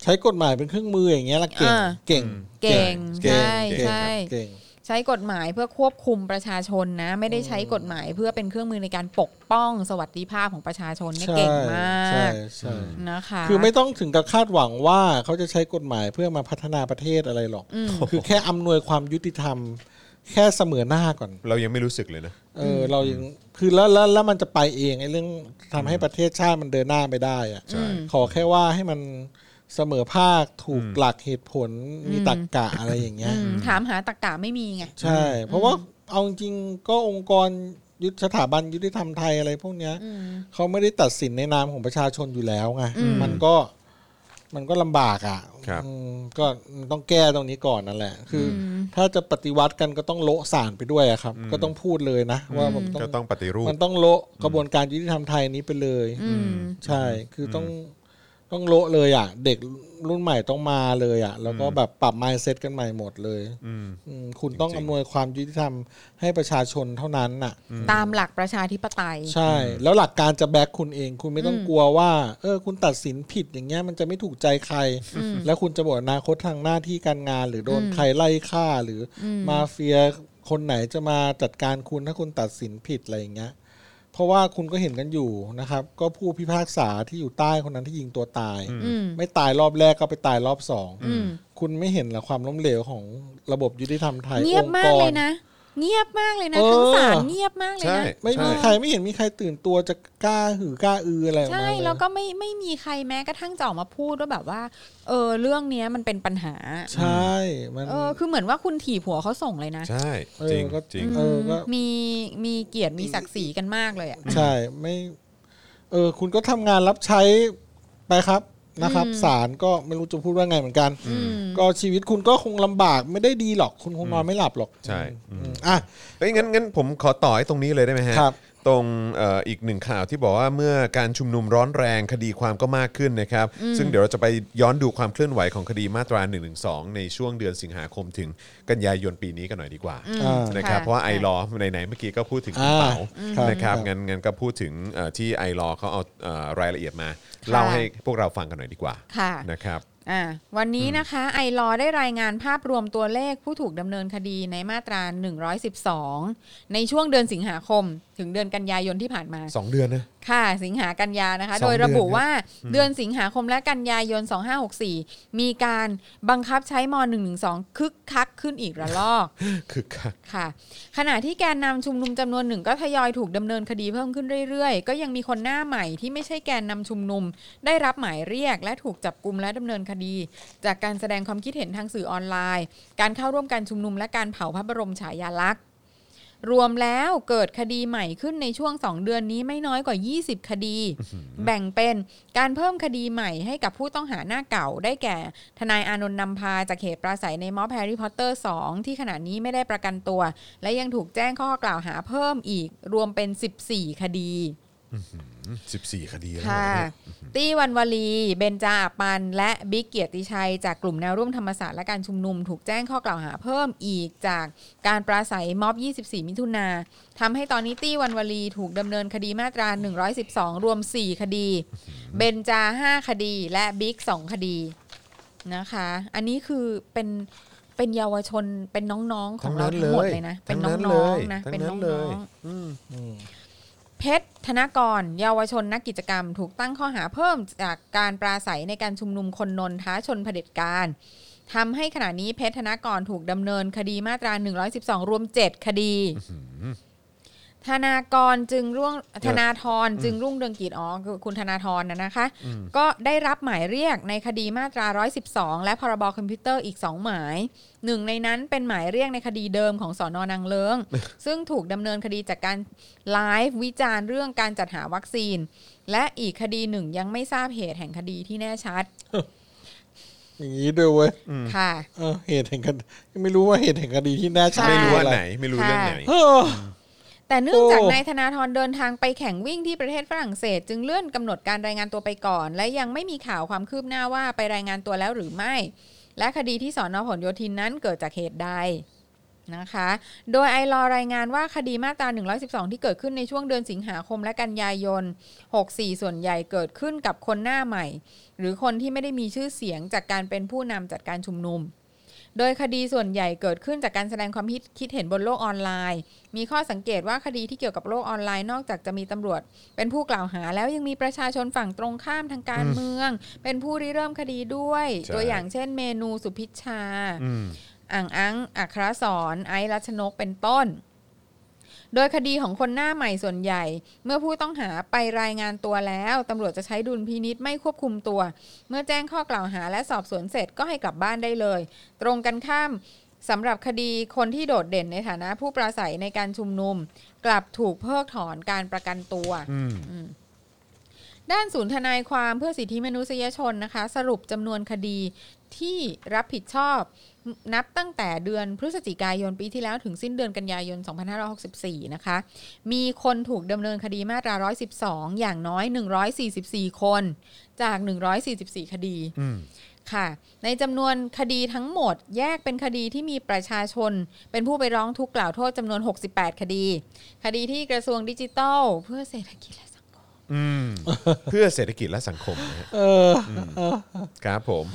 [SPEAKER 3] ใช้กฎหมายเป็นเครื่องมืออย่างเงี้ยละเก่ง
[SPEAKER 4] อ่า
[SPEAKER 3] เก่ง
[SPEAKER 4] เก่ง
[SPEAKER 2] เก่งเก่ง
[SPEAKER 4] ใช่ใช่
[SPEAKER 3] เก่ง
[SPEAKER 4] ใช้กฎหมายเพื่อควบคุมประชาชนนะ ไม่ได้ใช้กฎหมายเพื่อเป็นเครื่องมือในการปกป้องสวัสดิภาพของประชาชนเนี่ย
[SPEAKER 3] ใช่
[SPEAKER 4] เก่งม
[SPEAKER 3] ใช่
[SPEAKER 4] าก
[SPEAKER 3] ใช่
[SPEAKER 4] นะคะ
[SPEAKER 3] คือไม่ต้องถึงกับคาดหวังว่าเขาจะใช้กฎหมายเพื่อมาพัฒนาประเทศอะไรหรอก
[SPEAKER 4] อืม
[SPEAKER 3] คือแค่อำนวยความยุติธรรม แค่เสมอหน้าก่อน
[SPEAKER 2] เรายังไม่รู้สึกเลยนะ
[SPEAKER 3] เออเรายังคือแล้วแล้วแล้วมันจะไปเองไอ้เรื่องทำให้ประเทศชาติมันเดินหน้าไปได้อะ
[SPEAKER 2] ใช่
[SPEAKER 3] ขอแค่ว่าให้มันเสมอภาคถูกหลักเหตุผลมีตรรกะอะไรอย่างเงี้ย
[SPEAKER 4] อืมถามหาตรกกะไม่มีไง
[SPEAKER 3] ใช่ เพราะว่าเอาจริงๆก็องค์กรยุทธสถาบันยุติธรรมไทยอะไรพวกเนี้ย
[SPEAKER 4] อืม
[SPEAKER 3] เขาไม่ได้ตัดสินในนามของประชาชนอยู่แล้วไงมันก็มันก็ลำบากอ่ะ
[SPEAKER 2] ครับ
[SPEAKER 3] อืมก็ต้องแก้ตรงนี้ก่อนนั่นแหละ คืออถ้าจะปฏิวัติกันก็ต้องโละสารไปด้วยอะครับ ก็ต้องพูดเลยนะ ว่ามันต้
[SPEAKER 2] ก็
[SPEAKER 3] อง
[SPEAKER 2] ต้องปฏิรูป
[SPEAKER 3] มันต้องโละกระบวนการยุติธรรมไทยนี้ไปเลย
[SPEAKER 4] อืม
[SPEAKER 3] ใช่ คือต้องต้องโละเลยอ่ะ เด็กรุ่นใหม่ต้องมาเลยอ่ะ แล้วก็แบบปรับ mindset กันใหม่หมดเลยอืมคุณต้อง
[SPEAKER 2] จริงๆ
[SPEAKER 3] อำนวยความยุติธรรมให้ประชาชนเท่านั้นน่ะ
[SPEAKER 4] ตามหลักประชาธิปไตย
[SPEAKER 3] ใช่ แล้วหลักการจะแบกคุณเอง คุณไม่ต้องกลัวว่า เออ คุณตัดสินผิดอย่างเงี้ยมันจะไม่ถูกใจใคร แล้วคุณจะบอกอนาคตทางหน้าที่การงาน หรือโดนใครไล่ฆ่าหรืออมาเฟียคนไหนจะมาจัดการคุณถ้าคุณตัดสินผิดอะไรอย่างเงี้ย เพราะว่าคุณก็เห็นกันอยู่นะครับ ก็ผู้พิพากษาที่อยู่ใต้คนนั้นที่ยิงตัวตาย
[SPEAKER 4] อืม
[SPEAKER 3] ไม่ตายรอบแรกก็ไปตายรอบสอง
[SPEAKER 4] อืม
[SPEAKER 3] คุณไม่เห็นเหรอความล้มเหลวของระบบยุติธรรมไทย
[SPEAKER 4] เงียบ
[SPEAKER 3] องค์
[SPEAKER 4] มาก
[SPEAKER 3] ร
[SPEAKER 4] เลยนะ เงียบมากเลยนะ
[SPEAKER 3] เออ
[SPEAKER 4] ทั้งศาลเงียบมากเลย
[SPEAKER 2] ใช่
[SPEAKER 4] นะ
[SPEAKER 3] ไม่มีใครไม่เห็นมีใครตื่นตัวจะกล้าหือกล้าอืออะไรออกมา
[SPEAKER 4] ใช่
[SPEAKER 3] เลย
[SPEAKER 4] แล้วก็ไม่ไม่มีใครแม้กระทั่งจะออกมาพูดว่าแบบว่า เออเรื่องเนี้ยมันเป็นปัญหา
[SPEAKER 3] ใช่มัน
[SPEAKER 4] เออคือเหมือนว่าคุณถีบหัวเขาส่งเลยนะ
[SPEAKER 2] ใช่
[SPEAKER 3] เออ
[SPEAKER 2] จริง
[SPEAKER 3] ก็
[SPEAKER 2] จริง
[SPEAKER 3] เออก็
[SPEAKER 4] มีมีเกียรติมีศักดิ์ศรีกันมากเลยอ่ะ
[SPEAKER 3] ใช่ไม่ เออ คุณก็ทำงานรับใช้ไปครับนะครับ
[SPEAKER 4] อืม
[SPEAKER 3] ศาลก็ไม่รู้จะพูดว่าไงเหมือนกัน
[SPEAKER 4] อืม
[SPEAKER 3] ก็ชีวิตคุณก็คงลำบากไม่ได้ดีหรอก คุณคงนอนไม่หลับหรอก
[SPEAKER 2] ใช่
[SPEAKER 3] อืมอ่ะ
[SPEAKER 2] เอ้ยงั้นงั้นผมขอต่อไอ้ตรงนี้เลยได้ไหมฮะ
[SPEAKER 3] ครับ
[SPEAKER 2] ตรงเอ่ออีกหนึ่งข่าวที่บอกว่าเมื่อการชุมนุมร้อนแรงคดีความก็มากขึ้นนะครับ ซึ่งเดี๋ยวเราจะไปย้อนดูความเคลื่อนไหวของคดีมาตรา1นึในช่วงเดือนสิงหาคมถึงกันยายนปีนี้กันหน่อยดีกว่า
[SPEAKER 4] อืม
[SPEAKER 3] อ่า
[SPEAKER 2] นะครับ
[SPEAKER 4] ค่ะ
[SPEAKER 2] เพราะว่าไอรอไหนๆเมื่อกี้ก็พูดถึงคุณ
[SPEAKER 3] อ่า
[SPEAKER 2] เปา
[SPEAKER 3] ครับ
[SPEAKER 2] นะครับ
[SPEAKER 3] ครับ
[SPEAKER 2] งั้นงั้นก็พูดถึงเอ่อที่ไอรอเขาเอาเอ่อรายละเอียดมา เล่าให้พวกเราฟังกันหน่อยดีกว่า
[SPEAKER 4] ค่ะ
[SPEAKER 2] นะครับ
[SPEAKER 4] อ่าวันนี้นะคะไอรอว์ได้รายงานภาพรวมตัวเลขผู้ถูกดำเนินคดีในมาตรา 112 ในช่วงเดือนสิงหาคม ถึงเดือนกันยายนที่ผ่านมา
[SPEAKER 2] 2 เดือนนะ
[SPEAKER 4] ค่ะ สิงหากันยานะคะ
[SPEAKER 2] สอง
[SPEAKER 4] โดยระบุ
[SPEAKER 2] เดือนครับ
[SPEAKER 4] ว่าเดือนสิงหาคมและกันยายน 2564 มีการบังคับใช้ม .112 คึกคักขึ้นอีกระลอก
[SPEAKER 2] คือคัก
[SPEAKER 4] ค่ะขณะที่แกนนำชุมนุมจำนวนหนึ่งก็ทยอยถูกดำเนินคดีเพิ่มขึ้นเรื่อยๆ ก็ยังมีคนหน้าใหม่ที่ไม่ใช่แกนนำชุมนุม ได้รับหมายเรียกและถูกจับกลุมและดำเนินคดี จากการแสดงความคิดเห็นทางสื่อออนไลน์ การเข้าร่วมการชุมนุมและการเผาพระบรมฉายาลักษณ์ รวมแล้วเกิดคดีใหม่ขึ้นในช่วง 2 เดือนนี้ไม่น้อยกว่า 20 คดี แบ่งเป็นการเพิ่มคดีใหม่ให้กับผู้ต้องหาหน้าเก่า ได้แก่ ทนายอานนท์นำพาจากเหตุปราศัยในม็อบแฮร์รี่พอตเตอร์ 2 ที่ขณะนี้ไม่ได้ประกันตัว และยังถูกแจ้งข้อกล่าวหาเพิ่มอีกรวมเป็น 14 คดี
[SPEAKER 2] 14 คดีแล้ว
[SPEAKER 4] ค่ะ
[SPEAKER 2] นะ
[SPEAKER 4] ตี้วันวลี เบนจาอาปัน และบิ๊กเกียรติชัย จากกลุ่มแนวร่วมธรรมศาสตร์และการชุมนุม ถูกแจ้งข้อกล่าวหาเพิ่มอีกจากการปราศัยม็อบ 24 มิถุนาทำให้ตอนนี้ตี้วันวลีถูกดำเนินคดีมาตรา 112 รวม 4 คดี เบนจา 5 คดี และบิ๊ก 2 คดีนะคะ อันนี้คือเป็นเป็นเยาวชนเป็นน้องๆของเราทั้งหมดเลยนะ เป็นน้องๆนะ
[SPEAKER 2] ทั้
[SPEAKER 4] เป็น
[SPEAKER 2] เลย
[SPEAKER 4] น้
[SPEAKER 2] ทั้
[SPEAKER 4] อง
[SPEAKER 2] เลย
[SPEAKER 4] ๆ
[SPEAKER 2] อืม
[SPEAKER 3] อืม
[SPEAKER 4] เพชรธนกร เยาวชนนักกิจกรรม ถูกตั้งข้อหาเพิ่มจากการปราศัยในการชุมนุมคนนนท้าชนเผด็จการทำให้ขณะนี้เพชรธนกรถูกดำเนินคดีมาตรา 112 รวม 7 คดี ธนากรจึงร่วงธนาธรจึงรุ่งเรืองกิจอ๋อคือคุณธนาธรนะนะคะ ก็ได้รับหมายเรียกในคดีมาตรา 112 และพรบคอมพิวเตอร์อีก 2 หมาย หนึ่งในนั้นเป็นหมายเรียกในคดีเดิมของสอนอนางเลิง ซึ่งถูกดำเนินคดีจากการไลฟ์วิจารณ์เรื่องการจัดหาวัคซีน และอีกคดีหนึ่งยังไม่ทราบเหตุแห่งคดีที่แน่ชัด
[SPEAKER 3] อย่างนี้ด้วยเว้ย
[SPEAKER 4] ค่ะ
[SPEAKER 3] เออเหตุแห่งคดีไม่รู้ว่าเหตุแห่งคดีที่แน่ชัด
[SPEAKER 4] ใช่
[SPEAKER 2] ไม่รู้ว่า
[SPEAKER 3] อะ
[SPEAKER 2] ไหนไม่รู้เรื่องไหน
[SPEAKER 3] เออ
[SPEAKER 4] แต่เนื่องจาก
[SPEAKER 3] โอ้
[SPEAKER 4] นายธนาธรเดินทางไปแข่งวิ่งที่ประเทศฝรั่งเศส จึงเลื่อนกำหนดการรายงานตัวไปก่อน และยังไม่มีข่าวความคืบหน้าว่าไปรายงานตัวแล้วหรือไม่ และคดีที่สอนอผลโยธินนั้นเกิดจากเหตุใดนะคะ โดยไอรอรายงานว่าคดีมาตรา 112 ที่เกิดขึ้นในช่วงเดือนสิงหาคมและกันยายน 64 ส่วนใหญ่เกิดขึ้นกับคนหน้าใหม่ หรือคนที่ไม่ได้มีชื่อเสียงจากการเป็นผู้นำจัดการชุมนุม โดยคดีส่วนใหญ่เกิดขึ้นจากการแสดงความคิดคิดเห็นบนโลกออนไลน์ มีข้อสังเกตว่าคดีที่เกี่ยวกับโลกออนไลน์นอกจากจะมีตำรวจ เป็นผู้กล่าวหาแล้วยังมีประชาชนฝั่งตรงข้ามทางการเมือง เป็นผู้ริเริ่มคดีด้วย
[SPEAKER 2] ใช่
[SPEAKER 4] ตัวอย่างเช่นเมนูสุพิชชา
[SPEAKER 2] อืม
[SPEAKER 4] อ่างอังอัครสอนไอซ์รัชนกเป็นต้น โดยคดีของคนหน้าใหม่ส่วนใหญ่ เมื่อผู้ต้องหาไปรายงานตัวแล้วตำรวจจะใช้ดุลพินิษไม่ควบคุมตัว เมื่อแจ้งข้อกล่าวหาและสอบสวนเสร็จก็ให้กลับบ้านได้เลย ตรงกันข้ามสำหรับคดีคนที่โดดเด่นในฐานะผู้ปราศัยในการชุมนุม กลับถูกเพิกถอนการประกันตัว
[SPEAKER 2] อืม
[SPEAKER 4] อืมด้านศูนย์ทนายความเพื่อสิทธิมนุษยชนนะคะ สรุปจำนวนคดีที่รับผิดชอบนับตั้งแต่เดือนพฤศจิกายนปีที่แล้วถึงสิ้นเดือนกันยายน 2564 นะคะ มีคนถูกดำเนินคดีมาตรา 112 อย่างน้อย 144 คน จาก 144 คดี
[SPEAKER 2] อืม
[SPEAKER 4] ค่ะ ในจำนวนคดีทั้งหมดแยกเป็นคดีที่มีประชาชน เป็นผู้ไปร้องทุกข์กล่าวโทษจำนวน 68 คดี คดีที่กระทรวงดิจิทัล เพื่อเศรษฐกิจและสังคม
[SPEAKER 2] อืมเพื่อเศรษฐกิจและสังคมนะฮะ
[SPEAKER 3] เออ
[SPEAKER 2] ครับผม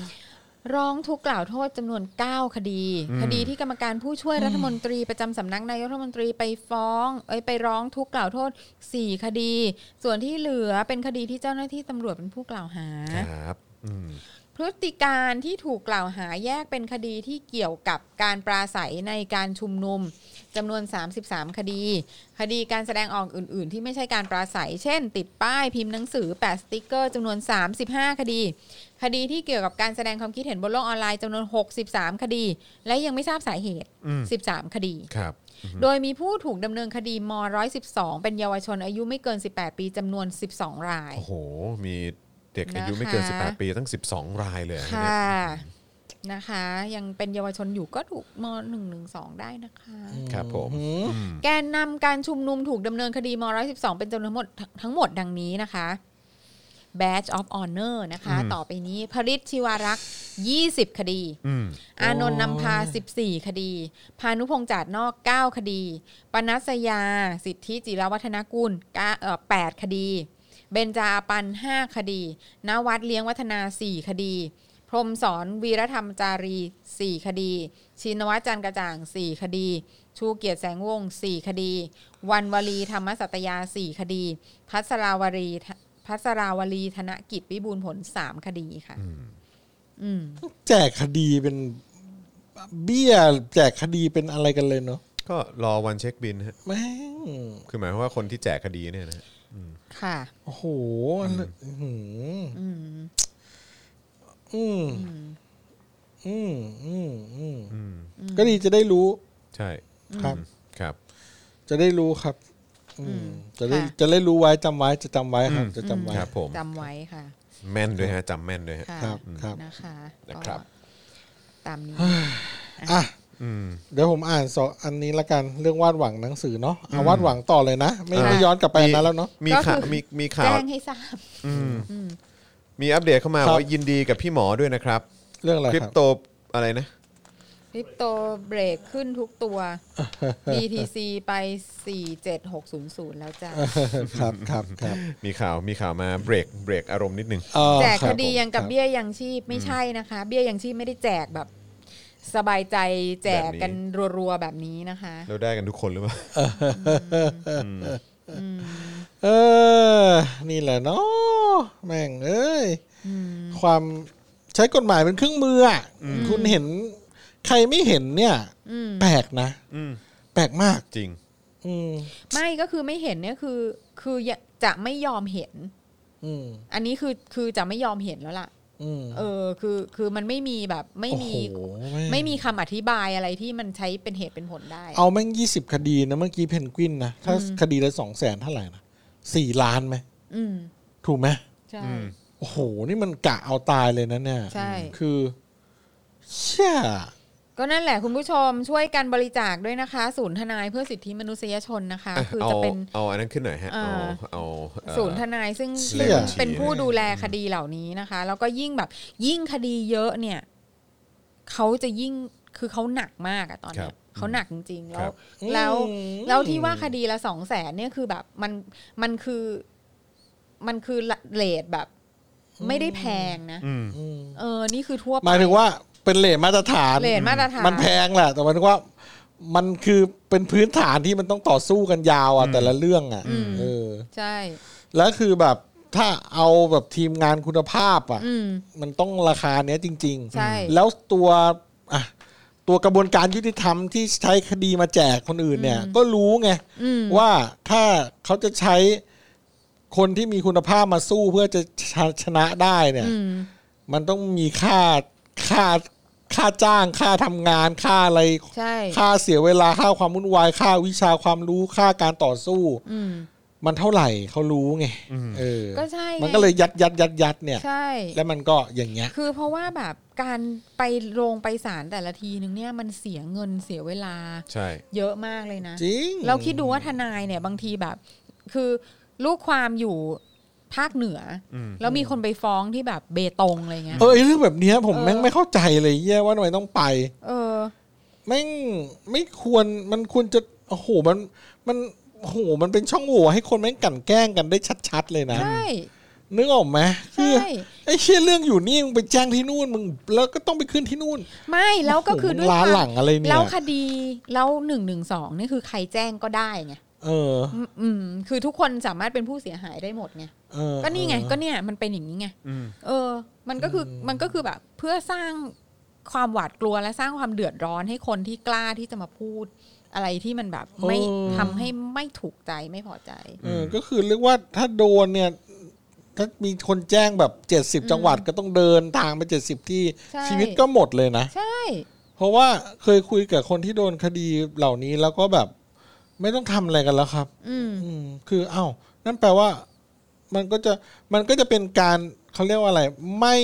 [SPEAKER 4] ร้องทุกข์กล่าวโทษจำนวน 9 คดี
[SPEAKER 2] อืม
[SPEAKER 4] คดีที่กรรมการผู้ช่วยรัฐมนตรีประจำสำนักนายกรัฐมนตรีไปฟ้อง เอ้ยไปร้องทุกข์กล่าวโทษ 4 คดี ส่วนที่เหลือเป็นคดีที่เจ้าหน้าที่ตำรวจเป็นผู้กล่าวหา
[SPEAKER 2] ครับอืม
[SPEAKER 4] พฤติการที่ถูกกล่าวหาแยกเป็นคดีที่เกี่ยวกับการปราศัยในการชุมนุมจำนวน 33 คดี คดีการแสดงออกอื่น ๆ ที่ไม่ใช่การปราศัย เช่น ติดป้ายพิมพ์หนังสือ แปะสติกเกอร์จำนวน 35 คดี คดีที่เกี่ยวกับการแสดงความคิดเห็นบนโลกออนไลน์จำนวน 63 คดี และยังไม่ทราบสาเหตุ
[SPEAKER 2] อืม
[SPEAKER 4] 13 คดี
[SPEAKER 2] ครับ
[SPEAKER 4] โดยมีผู้ถูกดำเนินคดีม .112 เป็นเยาวชนอายุไม่เกิน 18 ปีจำนวน 12 ราย
[SPEAKER 2] โอ้โห มีเด็กอายุไม่เกิน
[SPEAKER 4] นะคะ
[SPEAKER 2] 18 ปีตั้ง 12 รายเลย
[SPEAKER 4] ค่ะ
[SPEAKER 2] เนี่ย
[SPEAKER 4] นะคะ ยังเป็นเยาวชนอยู่ก็ถูกม .112 ได้นะคะ
[SPEAKER 2] ครับผม
[SPEAKER 3] อืม
[SPEAKER 2] อืม
[SPEAKER 4] แกนนำการชุมนุมถูกดำเนินคดีม .112 เป็นจำนวนหมดทั้งหมดดังนี้นะคะ Badge of Honor นะคะ ต่อไปนี้พริตชิวารักษ์ 20 คดี
[SPEAKER 2] อืม
[SPEAKER 4] อานนท์นำพา 14 คดี พานุพงษ์จาดนอก 9 คดี ปนัสยา สิทธิจิรวัฒนกุลเก้าเอ่อ8คดี เบญจาปัน 5 คดี นวัดเลี้ยงวัฒนา 4 คดี พรหมสอนวีรธรรมจารี 4 คดี ชินวัตรจันทร์กระจ่าง 4 คดี ชูเกียรติแสงวงศ์4 คดี วันวลีธรรมสัตยา 4 คดี พัสราวรีพัสราวลีธนกิจวิบูลย์ผล 3 คดีค่ะ อืม
[SPEAKER 3] แจกคดีเป็นเบี้ยแจกคดีเป็นอะไรกันเลยเนาะ
[SPEAKER 2] ก็รอวันเช็คบินฮะ
[SPEAKER 3] แม่ง
[SPEAKER 2] คือหมายความว่าคนที่แจกคดีเนี่ยนะฮะ
[SPEAKER 4] ค่ะ
[SPEAKER 3] โอ้โหอันนั้นอื้อหือ
[SPEAKER 4] อืม
[SPEAKER 3] อืมอืมอืมอืม
[SPEAKER 2] อืม
[SPEAKER 3] ก็ดีจะได้รู้
[SPEAKER 2] ใช่
[SPEAKER 3] ครับ
[SPEAKER 2] ครับ
[SPEAKER 3] จะได้รู้ครับ อืมจะได้
[SPEAKER 4] ค่ะ
[SPEAKER 3] จะได้รู้ไว้จำไว้จะจำไว้ครับ
[SPEAKER 2] อืม
[SPEAKER 3] จะจำไว้
[SPEAKER 2] ครับผม
[SPEAKER 4] จำไว้ค่ะ
[SPEAKER 2] แม่นด้วยฮะจำแม่นด้วยฮะ
[SPEAKER 4] ค่ะ
[SPEAKER 3] ครับครับ
[SPEAKER 4] นะคะ
[SPEAKER 2] นะครับ
[SPEAKER 4] ก็ตามนี้
[SPEAKER 3] อ่ะ
[SPEAKER 2] อืม
[SPEAKER 3] เดี๋ยวผมอ่านสองอันนี้ละกันเรื่องวาดหวังหนังสือเนาะเอาวาดหวังต่อเลยนะไม่
[SPEAKER 2] อ่า
[SPEAKER 3] ไม่ย้อนกลับไปอันนั้นแล้วเนาะ
[SPEAKER 2] มี
[SPEAKER 4] ก็
[SPEAKER 2] ข่าว
[SPEAKER 4] คือ
[SPEAKER 2] มีมีข่าว
[SPEAKER 4] แจ้งให้ทราบ
[SPEAKER 2] อืม
[SPEAKER 4] อืม
[SPEAKER 2] มีอัปเดตเข้ามา
[SPEAKER 3] ครับ
[SPEAKER 2] ว่ายินดีกับพี่หมอด้วยนะครับ
[SPEAKER 3] เรื่องอะไร
[SPEAKER 2] คริ
[SPEAKER 3] ค
[SPEAKER 2] ป
[SPEAKER 3] รับ
[SPEAKER 2] โตอะไรนะ
[SPEAKER 4] คริปโตเบรกขึ้นทุกตัว BTC ไป 47600 แล้วจ้ะ
[SPEAKER 3] ครับครับครับ
[SPEAKER 2] มีข่าวมีข่าวมาเบรกเบรกอารมณ์นิดนึง
[SPEAKER 3] เอ่อ
[SPEAKER 4] แจก
[SPEAKER 3] รั
[SPEAKER 4] ค
[SPEAKER 3] บ
[SPEAKER 4] ดียังกับ
[SPEAKER 3] ครับ
[SPEAKER 4] เบี้ยยังชีพไม่ใช่นะคะ เบี้ยยังชีพไม่ได้แจกแบบ สบายใจแจกกันรัวๆ แบบนี้นะคะ
[SPEAKER 2] เราได้กันทุกคนหรือเปล่า
[SPEAKER 3] เออ นี่แหละเนาะแม่งเอ้ย ความใช้กฎหมายเป็นเครื่องมืออ่ะคุณเห็น ใครไม่เห็นเนี่ย
[SPEAKER 4] อืม
[SPEAKER 3] แปลกนะ
[SPEAKER 2] อืม
[SPEAKER 3] แปลกมาก
[SPEAKER 2] จริง
[SPEAKER 3] อืม
[SPEAKER 4] ไม่ก็คือไม่เห็นเนี่ยคือ คือจะไม่ยอมเห็น
[SPEAKER 3] อืม
[SPEAKER 4] อันนี้คือคือจะไม่ยอมเห็นแล้วล่ะ
[SPEAKER 3] อืม
[SPEAKER 4] เออคือคือมันไม่มีแบบไม่มี
[SPEAKER 3] โอ้โหแง
[SPEAKER 4] ไม่มีคำอธิบายอะไรที่มันใช้เป็นเหตุเป็นผลได้
[SPEAKER 3] เอาแม่งยี่สิบคดีนะ เมื่อกี้เพนกวินนะ ถ้าคดีละสองแสนเท่าไหร่นะสี่ล้านไหม
[SPEAKER 4] อืม
[SPEAKER 3] ถูกไหม
[SPEAKER 4] ใช่
[SPEAKER 2] อืม
[SPEAKER 3] โอ้โห นี่มันกะเอาตายเลยนะเนี่ย
[SPEAKER 4] ใช่
[SPEAKER 3] คือเชี่ย
[SPEAKER 4] ก็นั่นแหละคุณผู้ชมช่วยกันบริจาคด้วยนะคะ ศูนย์ทนายเพื่อสิทธิมนุษยชนนะคะ
[SPEAKER 2] อ่ะ
[SPEAKER 4] คือ
[SPEAKER 2] เอา
[SPEAKER 4] จะเป็น
[SPEAKER 2] เอาอันนั้นขึ้นหน่อยฮะ
[SPEAKER 4] อ่า
[SPEAKER 2] เอาเอาเอ่อ
[SPEAKER 4] ศูนย์ทนายซึ่ง
[SPEAKER 3] เชี่
[SPEAKER 4] ซึ่ง
[SPEAKER 3] ย
[SPEAKER 4] เป็นผู้
[SPEAKER 2] เลย
[SPEAKER 4] ดูแลคดีเหล่านี้นะคะ แล้วก็ยิ่งแบบ ยิ่งคดีเยอะเนี่ยเขาจะยิ่งคือเขาหนักมากอะตอน
[SPEAKER 2] ครั
[SPEAKER 4] เนี้
[SPEAKER 2] บ
[SPEAKER 4] ยเขาหนักจริง
[SPEAKER 2] ค
[SPEAKER 4] ๆแล้
[SPEAKER 2] รั
[SPEAKER 4] ว
[SPEAKER 2] บ
[SPEAKER 4] แล้ว
[SPEAKER 3] อืม
[SPEAKER 4] แล้วที่ว่าคดีละสองแสนเนี่ยคือแบบมันมันคือมันคือเลทแบบ ไม่ได้แพงนะ
[SPEAKER 2] อืม
[SPEAKER 3] อืม
[SPEAKER 4] เออ นี่คือทั่วไป
[SPEAKER 3] หมายถึงว่าเป็นเลทมาตรฐาน
[SPEAKER 4] เรทมาตรฐาน
[SPEAKER 3] นแพงแหละแต่หมายถึงว่า มันคือเป็นพื้นฐานที่มันต้องต่อสู้กันยาวอ่ะ
[SPEAKER 2] อืม
[SPEAKER 3] แต่ละเรื่องอ่ะเออ
[SPEAKER 4] ใช่
[SPEAKER 3] แล้วคือแบบถ้าเอาแบบทีมงานคุณภาพอ่ะ
[SPEAKER 4] อืม
[SPEAKER 3] มันต้องราคาเนี้ยจริง
[SPEAKER 4] ใช่
[SPEAKER 3] แล้วตัวอ่ะ ตัวกระบวนการยุติธรรมที่ใช้คดีมาแจกคนอื่นเนี่ย ก็รู้ไง
[SPEAKER 4] อืม
[SPEAKER 3] ว่าถ้าเขาจะใช้คนที่มีคุณภาพมาสู้เพื่อจะชะชนะได้เนี่ย
[SPEAKER 4] อืม
[SPEAKER 3] มันต้องมีค่าค่าค่าจ้างค่าทำงานค่าอะไร
[SPEAKER 4] ใช่
[SPEAKER 3] ค่าเสียเวลาค่าความวุ่นวายค่าวิชาความรู้ค่าการต่อสู้
[SPEAKER 4] อืม
[SPEAKER 3] มันเท่าไหร่เขารู้ไงเออ
[SPEAKER 4] ก็ใช่ไง
[SPEAKER 3] มันก็เลยยัดยัดยัดยัดเนี่ย
[SPEAKER 4] ใช่
[SPEAKER 3] แล้วมันก็อย่างเงี้ย
[SPEAKER 4] คือเพราะว่าแบบการไปโรงไปศาลแต่ละทีนึงเนี่ยมันเสียเงินเสียเวลา
[SPEAKER 2] ใช่
[SPEAKER 4] เยอะมากเลยนะ
[SPEAKER 3] จริง
[SPEAKER 4] เราคิดดูว่าทนายเนี่ยบางทีแบบ คือลูกความอยู่ภาคเหนืออแล้วมีคนไปฟ้องที่แบบเบตงอะไรเงี้ย
[SPEAKER 3] เออไอ้เรื่องแบบเนี้ยผม
[SPEAKER 4] เออ
[SPEAKER 3] แม่งไม่เข้าใจเลยเหี้ยว่าทำไมต้องไป
[SPEAKER 4] เออ
[SPEAKER 3] แม่งไม่ควรมันควรจะโอ้โหมันมันโอ้โหมันเป็นช่องโหว่ให้คนแม่งกลั่นแกล้งกันได้ชัด ๆ เลยนะ
[SPEAKER 4] ใช่
[SPEAKER 3] นึกออกไหมคือ
[SPEAKER 4] ใช่
[SPEAKER 3] ไอ้เชี่ยเรื่องอยู่นี่มึงไปแจ้งที่นู่นมึงแล้วก็ต้องไปขึ้นที่นู่น
[SPEAKER 4] ไม่แล้วก็คือ
[SPEAKER 3] โโห
[SPEAKER 4] ด้วย
[SPEAKER 3] ล้า
[SPEAKER 4] ความ
[SPEAKER 3] หลังอะไรเนี่ย
[SPEAKER 4] แล้วคดีแล้วหนึ่งหนึ่งสองนี่คือใครแจ้งก็ได้ไง
[SPEAKER 3] เออ
[SPEAKER 4] อืมอืมคือทุกคนสามารถเป็นผู้เสียหายได้หมดไง
[SPEAKER 3] เออ
[SPEAKER 4] ก็นี่ไง
[SPEAKER 3] เออ
[SPEAKER 4] ก็เนี่ยมันเป็นอย่างนี้ไง
[SPEAKER 2] อืม
[SPEAKER 4] เออ มันก็คืออมันก็คือแบบ เพื่อสร้างความหวาดกลัวและสร้างความเดือดร้อนให้คนที่กล้าที่จะมาพูด อะไรที่มันแบบไม่
[SPEAKER 3] เออ
[SPEAKER 4] ทำให้ไม่ถูกใจไม่พอใจ
[SPEAKER 3] เออก็คือเรียกว่าถ้าโดนเนี่ย ถ้ามีคนแจ้งแบบเจ็ดสิบจังหวัดก็ต้องเดินทางไปเจ็ดสิบที่
[SPEAKER 4] ใช่
[SPEAKER 3] ชีวิตก็หมดเลยนะ
[SPEAKER 4] ใช่
[SPEAKER 3] เพราะว่าเคยคุยกับคนที่โดนคดีเหล่านี้แล้วก็แบบ ไม่ต้องทำอะไรกันแล้วครับ
[SPEAKER 4] อืม
[SPEAKER 3] อืมคืออ้าวนั่นแปลว่า มันก็จะมันก็จะเป็นการเขาเรียกว่าอะไร ไม่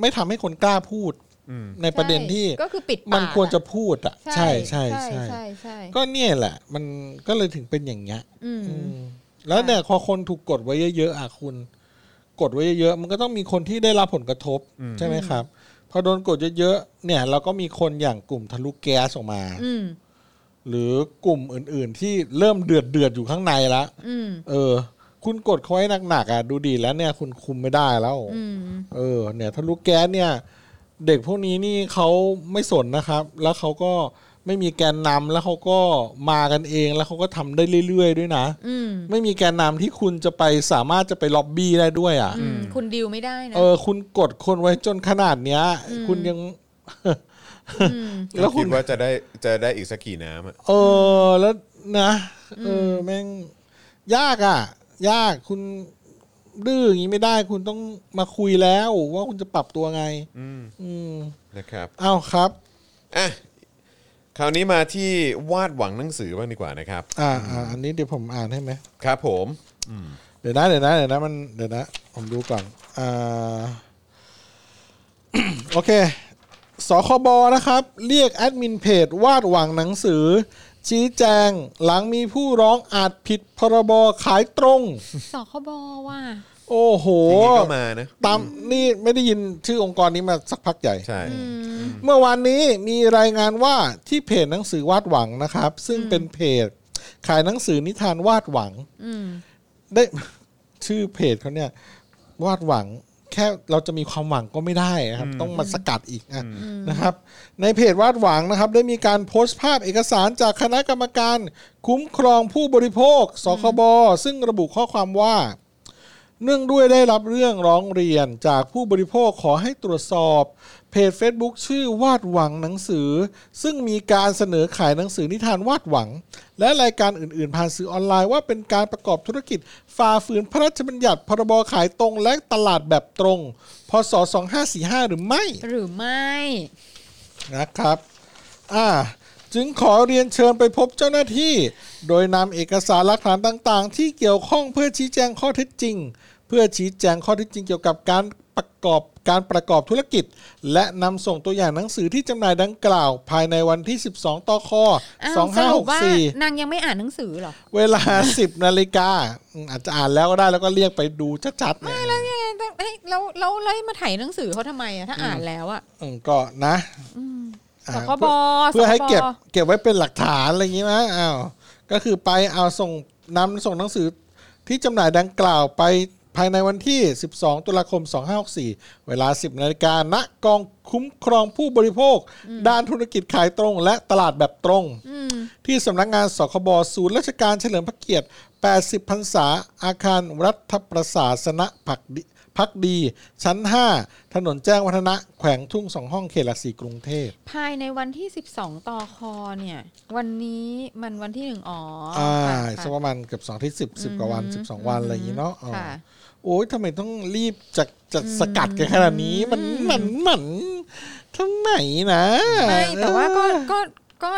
[SPEAKER 3] ไม่ทำให้คนกล้าพูด
[SPEAKER 2] อืม
[SPEAKER 3] ในประเด็นที่
[SPEAKER 4] ใช่ก็คือปิดปาก
[SPEAKER 3] มันควรจะพูดอ่ะ
[SPEAKER 4] อะ
[SPEAKER 3] ใช่ใช่
[SPEAKER 4] ใช่
[SPEAKER 3] ใช่
[SPEAKER 4] ใช่ใช่
[SPEAKER 3] ก็เนี่ยแหละ มันก็เลยถึงเป็นอย่างเงี้ย
[SPEAKER 4] อืม
[SPEAKER 3] อืมแล้วเนี่ยพอคนถูกกดไว้เยอะๆอ่ะคุณ กดไว้เยอะๆมันก็ต้องมีคนที่ได้รับผลกระทบใช่ไหมครับ พอโดนกดเยอะๆเนี่ย เราก็มีคนอย่างกลุ่มทะลุแก๊สออกมา
[SPEAKER 4] อืม
[SPEAKER 3] หรือกลุ่มอื่นๆ ที่เริ่มเดือดเดือดๆอยู่ข้างในละ
[SPEAKER 4] อืม
[SPEAKER 3] เออ คุณกดเขาไว้หนักๆอ่ะดูดีแล้วเนี่ย คุณคุมไม่ได้แล้ว
[SPEAKER 4] อืม
[SPEAKER 3] เออเนี่ยทะลุแก๊สเนี่ย เด็กพวกนี้นี่เขาไม่สนนะครับ แล้วเขาก็ไม่มีแกนนำแล้วเขาก็มากันเอง แล้วเขาก็ทำได้เรื่อยๆด้วยนะ
[SPEAKER 4] อืม
[SPEAKER 3] ไม่มีแกนนำที่คุณจะไปสามารถจะไปล็อบบี้ได้ด้วยอ่ะ
[SPEAKER 4] อืมคุณดิวไม่ได้นะ
[SPEAKER 3] เออ คุณกดคนไว้จนขนาดเนี้ย คุณยัง
[SPEAKER 4] ม
[SPEAKER 3] แล้วคุ
[SPEAKER 2] คิ
[SPEAKER 3] ณ
[SPEAKER 2] ดว่าจะได้จะได้อีกสักกี่น้ำอะ
[SPEAKER 3] เออแล้วนะเอออแม่งยากอ่ะ ยากคุณดื้ออย่างนี้ไม่ได้ คุณต้องมาคุยแล้ว ว่าคุณจะปรับตัวไง
[SPEAKER 2] อืม
[SPEAKER 3] อืม
[SPEAKER 2] นะครับ
[SPEAKER 3] เอ้าครับ
[SPEAKER 2] อ่ะคราวนี้มาที่วาดหวังหนังสือบ้างดีกว่านะครับ
[SPEAKER 3] อ่าอ่าอันนี้เดี๋ยวผมอ่านให้ไหม
[SPEAKER 2] ครับผม
[SPEAKER 3] เดี๋ยวนะเดี๋ยวนะเดี๋ยวนะมันเดี๋ยวนะ ผมดูก่อนอ่า โอเค สคบนะครับ เรียกแอดมินเพจวาดหวังหนังสือ ชี้แจงหลังมีผู้ร้องอาจผิดพรบขายตรง
[SPEAKER 4] สคบว่า
[SPEAKER 3] โอ้โห
[SPEAKER 2] ทีนี้ก็มานะ
[SPEAKER 3] ตามนี่ไม่ได้ยินชื่อองค์กรนี้มาสักพักใหญ่
[SPEAKER 2] ใช่
[SPEAKER 4] อืม
[SPEAKER 3] เมื่อวานนี้มีรายงานว่าที่เพจหนังสือวาดหวังนะครับ ซึ่งเป็นเพจ ขายหนังสือนิทานวาดหวัง
[SPEAKER 4] อืม
[SPEAKER 3] ได้ ชื่อเพจเขาเนี่ย วาดหวังแค่เราจะมีความหวังก็ไม่ได้นะครับ ต้องมาสกัดอีกอะนะครับ ในเพจวาดหวังนะครับ ได้มีการโพสต์ภาพเอกสารจากคณะกรรมการ คุ้มครองผู้บริโภคสคบซึ่งระบุข้อความว่า เนื่องด้วยได้รับเรื่องร้องเรียนจากผู้บริโภคขอให้ตรวจสอบ เพจ Facebook ชื่อวาดหวังหนังสือ ซึ่งมีการเสนอขายหนังสือนิทานวาดหวัง และรายการอื่น ๆ ผ่านสื่อออนไลน์ว่าเป็นการประกอบธุรกิจฝ่าฝืนพระราชบัญญัติพรบขายตรงและตลาดแบบตรงพศ 2545 หรือไม่
[SPEAKER 4] หรือไม่
[SPEAKER 3] นะครับ อ่า จึงขอเรียนเชิญไปพบเจ้าหน้าที่ โดยนำเอกสารหลักฐานต่างๆ ที่เกี่ยวข้องเพื่อชี้แจงข้อเท็จจริง เพื่อชี้แจงข้อเท็จจริงเกี่ยวกับการประกอบการประกอบธุรกิจ และนำส่งตัวอย่างหนังสือที่จำหน่ายดังกล่าว ภายในวันที่ 12ต่อคอ
[SPEAKER 4] อ้าวสรุปว่
[SPEAKER 3] 2564
[SPEAKER 4] นางยังไม่อ่านหนังสือเหรอ
[SPEAKER 3] เวลา 10นาฬิกาอืมอาจจะอ่านแล้วก็ได้แล้วก็เรียกไปดูชัดๆเนี่ย
[SPEAKER 4] แล้วยังไงต้องเฮ้ยแล้วแล้วแล้วมาถ่ายหนังสือเขาทำไมอะถ้าอ่านแล้วอะ
[SPEAKER 3] อืมก็นะ
[SPEAKER 4] ส
[SPEAKER 3] อ่า
[SPEAKER 4] คบ
[SPEAKER 3] เพื่อเพื่อให้เก็บ
[SPEAKER 4] สค
[SPEAKER 3] เก็บไว้เป็นหลักฐานอะไรอย่างนี้นะอ้าวก็คือไปเอาส่งนำส่งหนังสือที่จำหน่ายดังกล่าวไปภายในวันที่ 12 ตุลาคม 2564 เวลา 10นาฬิกาณกองคุ้มครองผู้บริโภค ด้านธุรกิจขายตรง และตลาดแบบตรง
[SPEAKER 4] อืม
[SPEAKER 3] ที่สำนักงานสคบศูนย์ราชการเฉลิมพระเกียรติ 80 พรรษาอาคารรัฐประศาสนผักดิ พักดี ชั้น 5 ถนนแจ้งวัฒนะ แขวงทุ่งสองห้องเขตหลักสี่กรุงเทพ
[SPEAKER 4] ภายในวันที่ 12 ต่อคอเนี่ย วันนี้มันวันที่หนึ่งอ๋ออ
[SPEAKER 3] อ่า
[SPEAKER 4] ค่ะค่ะ
[SPEAKER 3] สักประมาณเกือบสองที่สิบสิบกว่าวันสิบสองวันอะไรอย่างนี้เนาะอ๋อ
[SPEAKER 4] ค่ะ
[SPEAKER 3] โอ้ยทำไมต้องรีบจัดจัดสกัดกันขนาดนี้ มันเหมือนเหมือนทำไมนะ
[SPEAKER 4] ไม่แต่ว่าก็
[SPEAKER 3] เออ
[SPEAKER 4] ก็ก็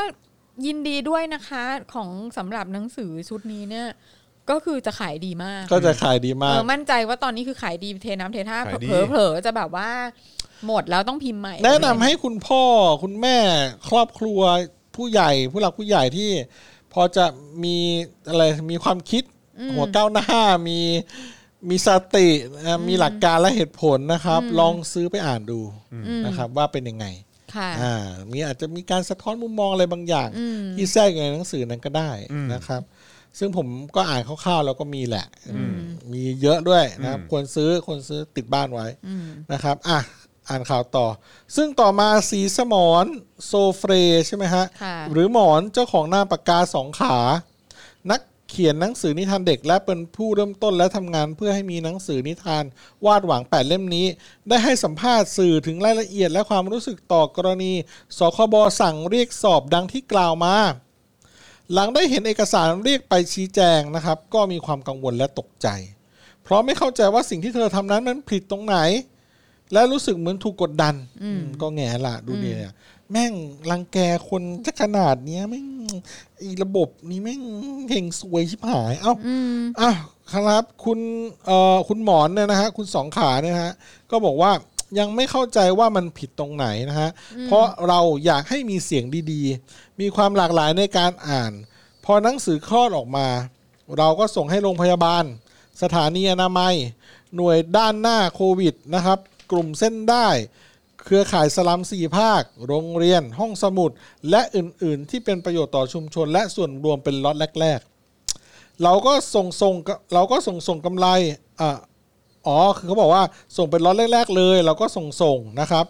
[SPEAKER 4] ยินดีด้วยนะคะของสำหรับหนังสือชุดนี้เนี่ย ก็คือจะขายดีมาก
[SPEAKER 3] ก็จะขายดี
[SPEAKER 4] เอ
[SPEAKER 3] มาก
[SPEAKER 4] อมั่นใจว่าตอนนี้คือขายดีเทน้ำเทท่า
[SPEAKER 2] ขายดี
[SPEAKER 4] เผลอเผลอๆจะแบบว่า หมดแล้วต้องพิมพ์ใหม่
[SPEAKER 3] แนะนำให้คุณพ่อคุณแม่ครอบครัวผู้ใหญ่ผู้หลักผู้ใหญ่ที่ พอจะมีอะไรมีความคิด
[SPEAKER 4] อืม
[SPEAKER 3] หัวก้าวหน้ามีมีสติเอ่ออมีหลักการและเหตุผลนะครับ
[SPEAKER 4] อืม
[SPEAKER 3] ลองซื้อไปอ่านดู
[SPEAKER 4] อืม
[SPEAKER 3] นะครับ ว่าเป็นยังไง
[SPEAKER 4] ค่ะ
[SPEAKER 3] อ่ามีอาจจะมีการสะท้อนมุมมองอะไรบางอย่าง
[SPEAKER 4] อืม
[SPEAKER 3] ที่แทรกอยู่ในหนังสือนั้นก็ได้นะครับ ซึ่งผมก็อ่านคร่าวๆแล้วก็มีแหละ มีเยอะด้วยนะครับควรซื้อควรซื้อติดบ้านไว้
[SPEAKER 4] อืม
[SPEAKER 3] นะครับอ่ะอ่านข่าวต่อ ซึ่งต่อมาสีสมอนโซเฟรใช่ไหมฮะ
[SPEAKER 4] ค่ะ
[SPEAKER 3] หรือหมอนเจ้าของหน้ามปากกาสองขา นักเขียนหนังสือนิทานเด็ก และเป็นผู้เริ่มต้นและทำงานเพื่อให้มีหนังสือนิทาน วาดหวังแปดเล่มนี้ ได้ให้สัมภาษณ์สื่อถึงรายละเอียดและความรู้สึกต่อกรณีสคบสั่งเรียกสอบดังที่กล่าวมา หลังได้เห็นเอกสารเรียกไปชี้แจงนะครับ ก็มีความกังวลและตกใจ เพราะไม่เข้าใจว่าสิ่งที่เธอทำนั้นมันผิดตรงไหน และรู้สึกเหมือนถูกกดดัน
[SPEAKER 4] อืม
[SPEAKER 3] อืมก็แง่ละดูดีเนี่ย แม่งรังแกคนจะขนาดเนี้ยแม่งไอีระบบนี้แม่งเห่งซวยชิบหาย เอ้า
[SPEAKER 4] อืม
[SPEAKER 3] อ่ะครับคุณเอ่อคุณหมอนเนี่ยนะฮะคุณสองขาเนี่ยนะฮะก็บอกว่ายังไม่เข้าใจว่ามันผิดตรงไหนนะฮะเพราะเราอยากให้มีเสียงดีๆ มีความหลากหลายในการอ่าน พอหนังสือคลอดออกมา เราก็ส่งให้โรงพยาบาล สถานีอนามัย หน่วยด้านหน้าโควิดนะครับ กลุ่มเส้นได้ เครือข่ายสลัมสี่ภาค โรงเรียน ห้องสมุด และอื่นๆ ที่เป็นประโยชน์ต่อชุมชน และส่วนรวมเป็นล็อตแรก ๆ เราก็ส่งส่งก็เราก็ส่งส่งกำไรอ่ะอ๋อ คือเขาบอกว่าส่งเป็นล็อตแรกๆเลย เราก็ส่งส่งนะครับ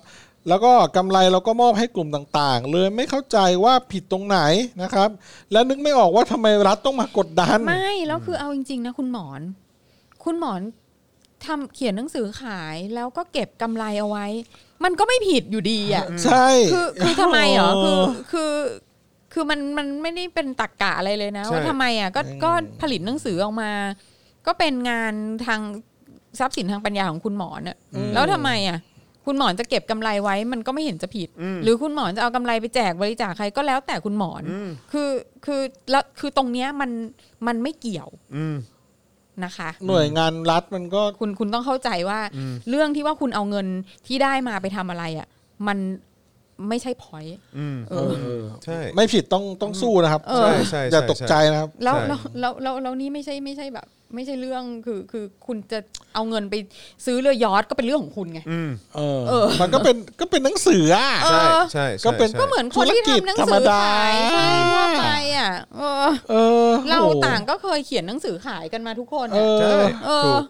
[SPEAKER 3] แล้วก็กำไรเราก็มอบให้กลุ่มต่างๆ เลยไม่เข้าใจว่าผิดตรงไหนนะครับ และนึกไม่ออกว่าทำไมรัฐต้องมากดดัน
[SPEAKER 4] ไม่แล้วคือเอาจริงๆนะคุณหมอน คุณหมอนทำเขียนหนังสือขายแล้วก็เก็บกำไรเอาไว้ มันก็ไม่ผิดอยู่ดีอ่ะ
[SPEAKER 3] ใช่
[SPEAKER 4] คือคือทำไมเหรอคือคือคือมันมันไม่ได้เป็นตรกกะอะไรเลยนะ
[SPEAKER 2] ใช่
[SPEAKER 4] ว่าทำไมอ่ะก็ก็ผลิตหนังสือออกมา ก็เป็นงานทางทรัพย์สินทางปัญญาของคุณหมอน่ะแล้วทำไมอ่ะ คุณหมอนจะเก็บกำไรไว้มันก็ไม่เห็นจะผิด หรือคุณหมอนจะเอากำไรไปแจกบริจาคใครก็แล้วแต่คุณหมอน คือคือแล้วคือตรงเนี้ยมันมันไม่เกี่ยว
[SPEAKER 2] อืม
[SPEAKER 4] นะคะ
[SPEAKER 3] หน่วยงานรัฐมันก็
[SPEAKER 4] คุณคุณต้องเข้าใจว่าเรื่องที่ว่าคุณเอาเงินที่ได้มาไปทำอะไรอ่ะ มันไม่ใช่พอย
[SPEAKER 2] อืม
[SPEAKER 4] เอ
[SPEAKER 3] เอ
[SPEAKER 4] อ
[SPEAKER 3] อ
[SPEAKER 2] ใช่
[SPEAKER 3] ไม่ผิดต้องต้องสู้นะครับ
[SPEAKER 4] เอ
[SPEAKER 2] ใช่ใช่
[SPEAKER 3] อย่า
[SPEAKER 2] ช่
[SPEAKER 3] ตกใจนะครับ
[SPEAKER 4] แล้ว
[SPEAKER 2] ใช่
[SPEAKER 4] แล้วแล้วแล้วแล้วนี่ไม่ใช่ไม่ใช่แบบ ไม่ใช่เรื่องคือคือคุณจะเอาเงินไปซื้อเรือยอทก็เป็นเรื่องของคุณไง
[SPEAKER 2] อืม
[SPEAKER 3] เออ
[SPEAKER 4] เออ
[SPEAKER 3] มันก็เป็นก็เป็นหนังสืออ่ะ
[SPEAKER 4] เออ
[SPEAKER 2] ใช่ใช่ใช่
[SPEAKER 3] ก็เป็น
[SPEAKER 2] ใช่
[SPEAKER 4] ก็เหมือนคนที่ทำหนังสือขาย
[SPEAKER 3] ธุรกิจธรรมดา
[SPEAKER 4] ใช่ทั่วไปอ่ะเออ
[SPEAKER 3] เออ
[SPEAKER 4] เรา
[SPEAKER 3] โอ้โห
[SPEAKER 4] ต่างก็เคยเขียนหนังสือขายกันมาทุกคน
[SPEAKER 3] เอ
[SPEAKER 4] อะ
[SPEAKER 3] อ
[SPEAKER 2] ใช่
[SPEAKER 4] เอ
[SPEAKER 2] ถู
[SPEAKER 4] อ
[SPEAKER 2] ก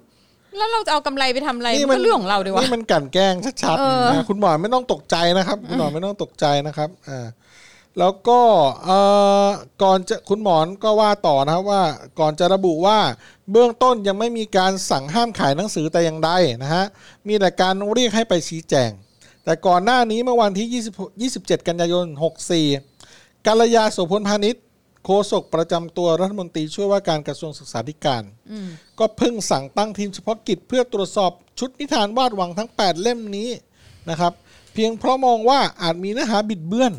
[SPEAKER 4] แล้วเราจะเอากำไรไปทำอะไร
[SPEAKER 3] นี่
[SPEAKER 4] มั
[SPEAKER 3] มัน น
[SPEAKER 4] ก็เรื่องของเราดีวะ
[SPEAKER 3] นี่มันกลั่นแกล้งชัด
[SPEAKER 4] เออ
[SPEAKER 3] ๆนะคุณหมอไม่ต้องตกใจนะครับ คุณหมอไม่ต้องตกใจนะครับอ่าแล้วก็เอ่อก่อนจะคุณหมอนก็ว่าต่อนะครับว่าก่อนจะระบุว่าเบื้องต้นยังไม่มีการสั่งห้ามขายหนังสือแต่อย่างใดนะฮะมีแต่การเรียกให้ไปชี้แจง แต่ก่อนหน้านี้เมื่อวันที่ 20 27 กันยายน 64กัลยาโสพลพาณิชย์โฆษกประจำตัวรัฐมนตรีช่วยว่าการกระทรวงศึกษาธิการ
[SPEAKER 4] อืม
[SPEAKER 3] ก็เพิ่งสั่งตั้งทีมเฉพาะกิจเพื่อตรวจสอบชุดนิทานวาดหวังทั้ง 8 เล่มนี้นะครับ เพียงเพราะมองว่าอาจมีเนื้อหาบิดเบือน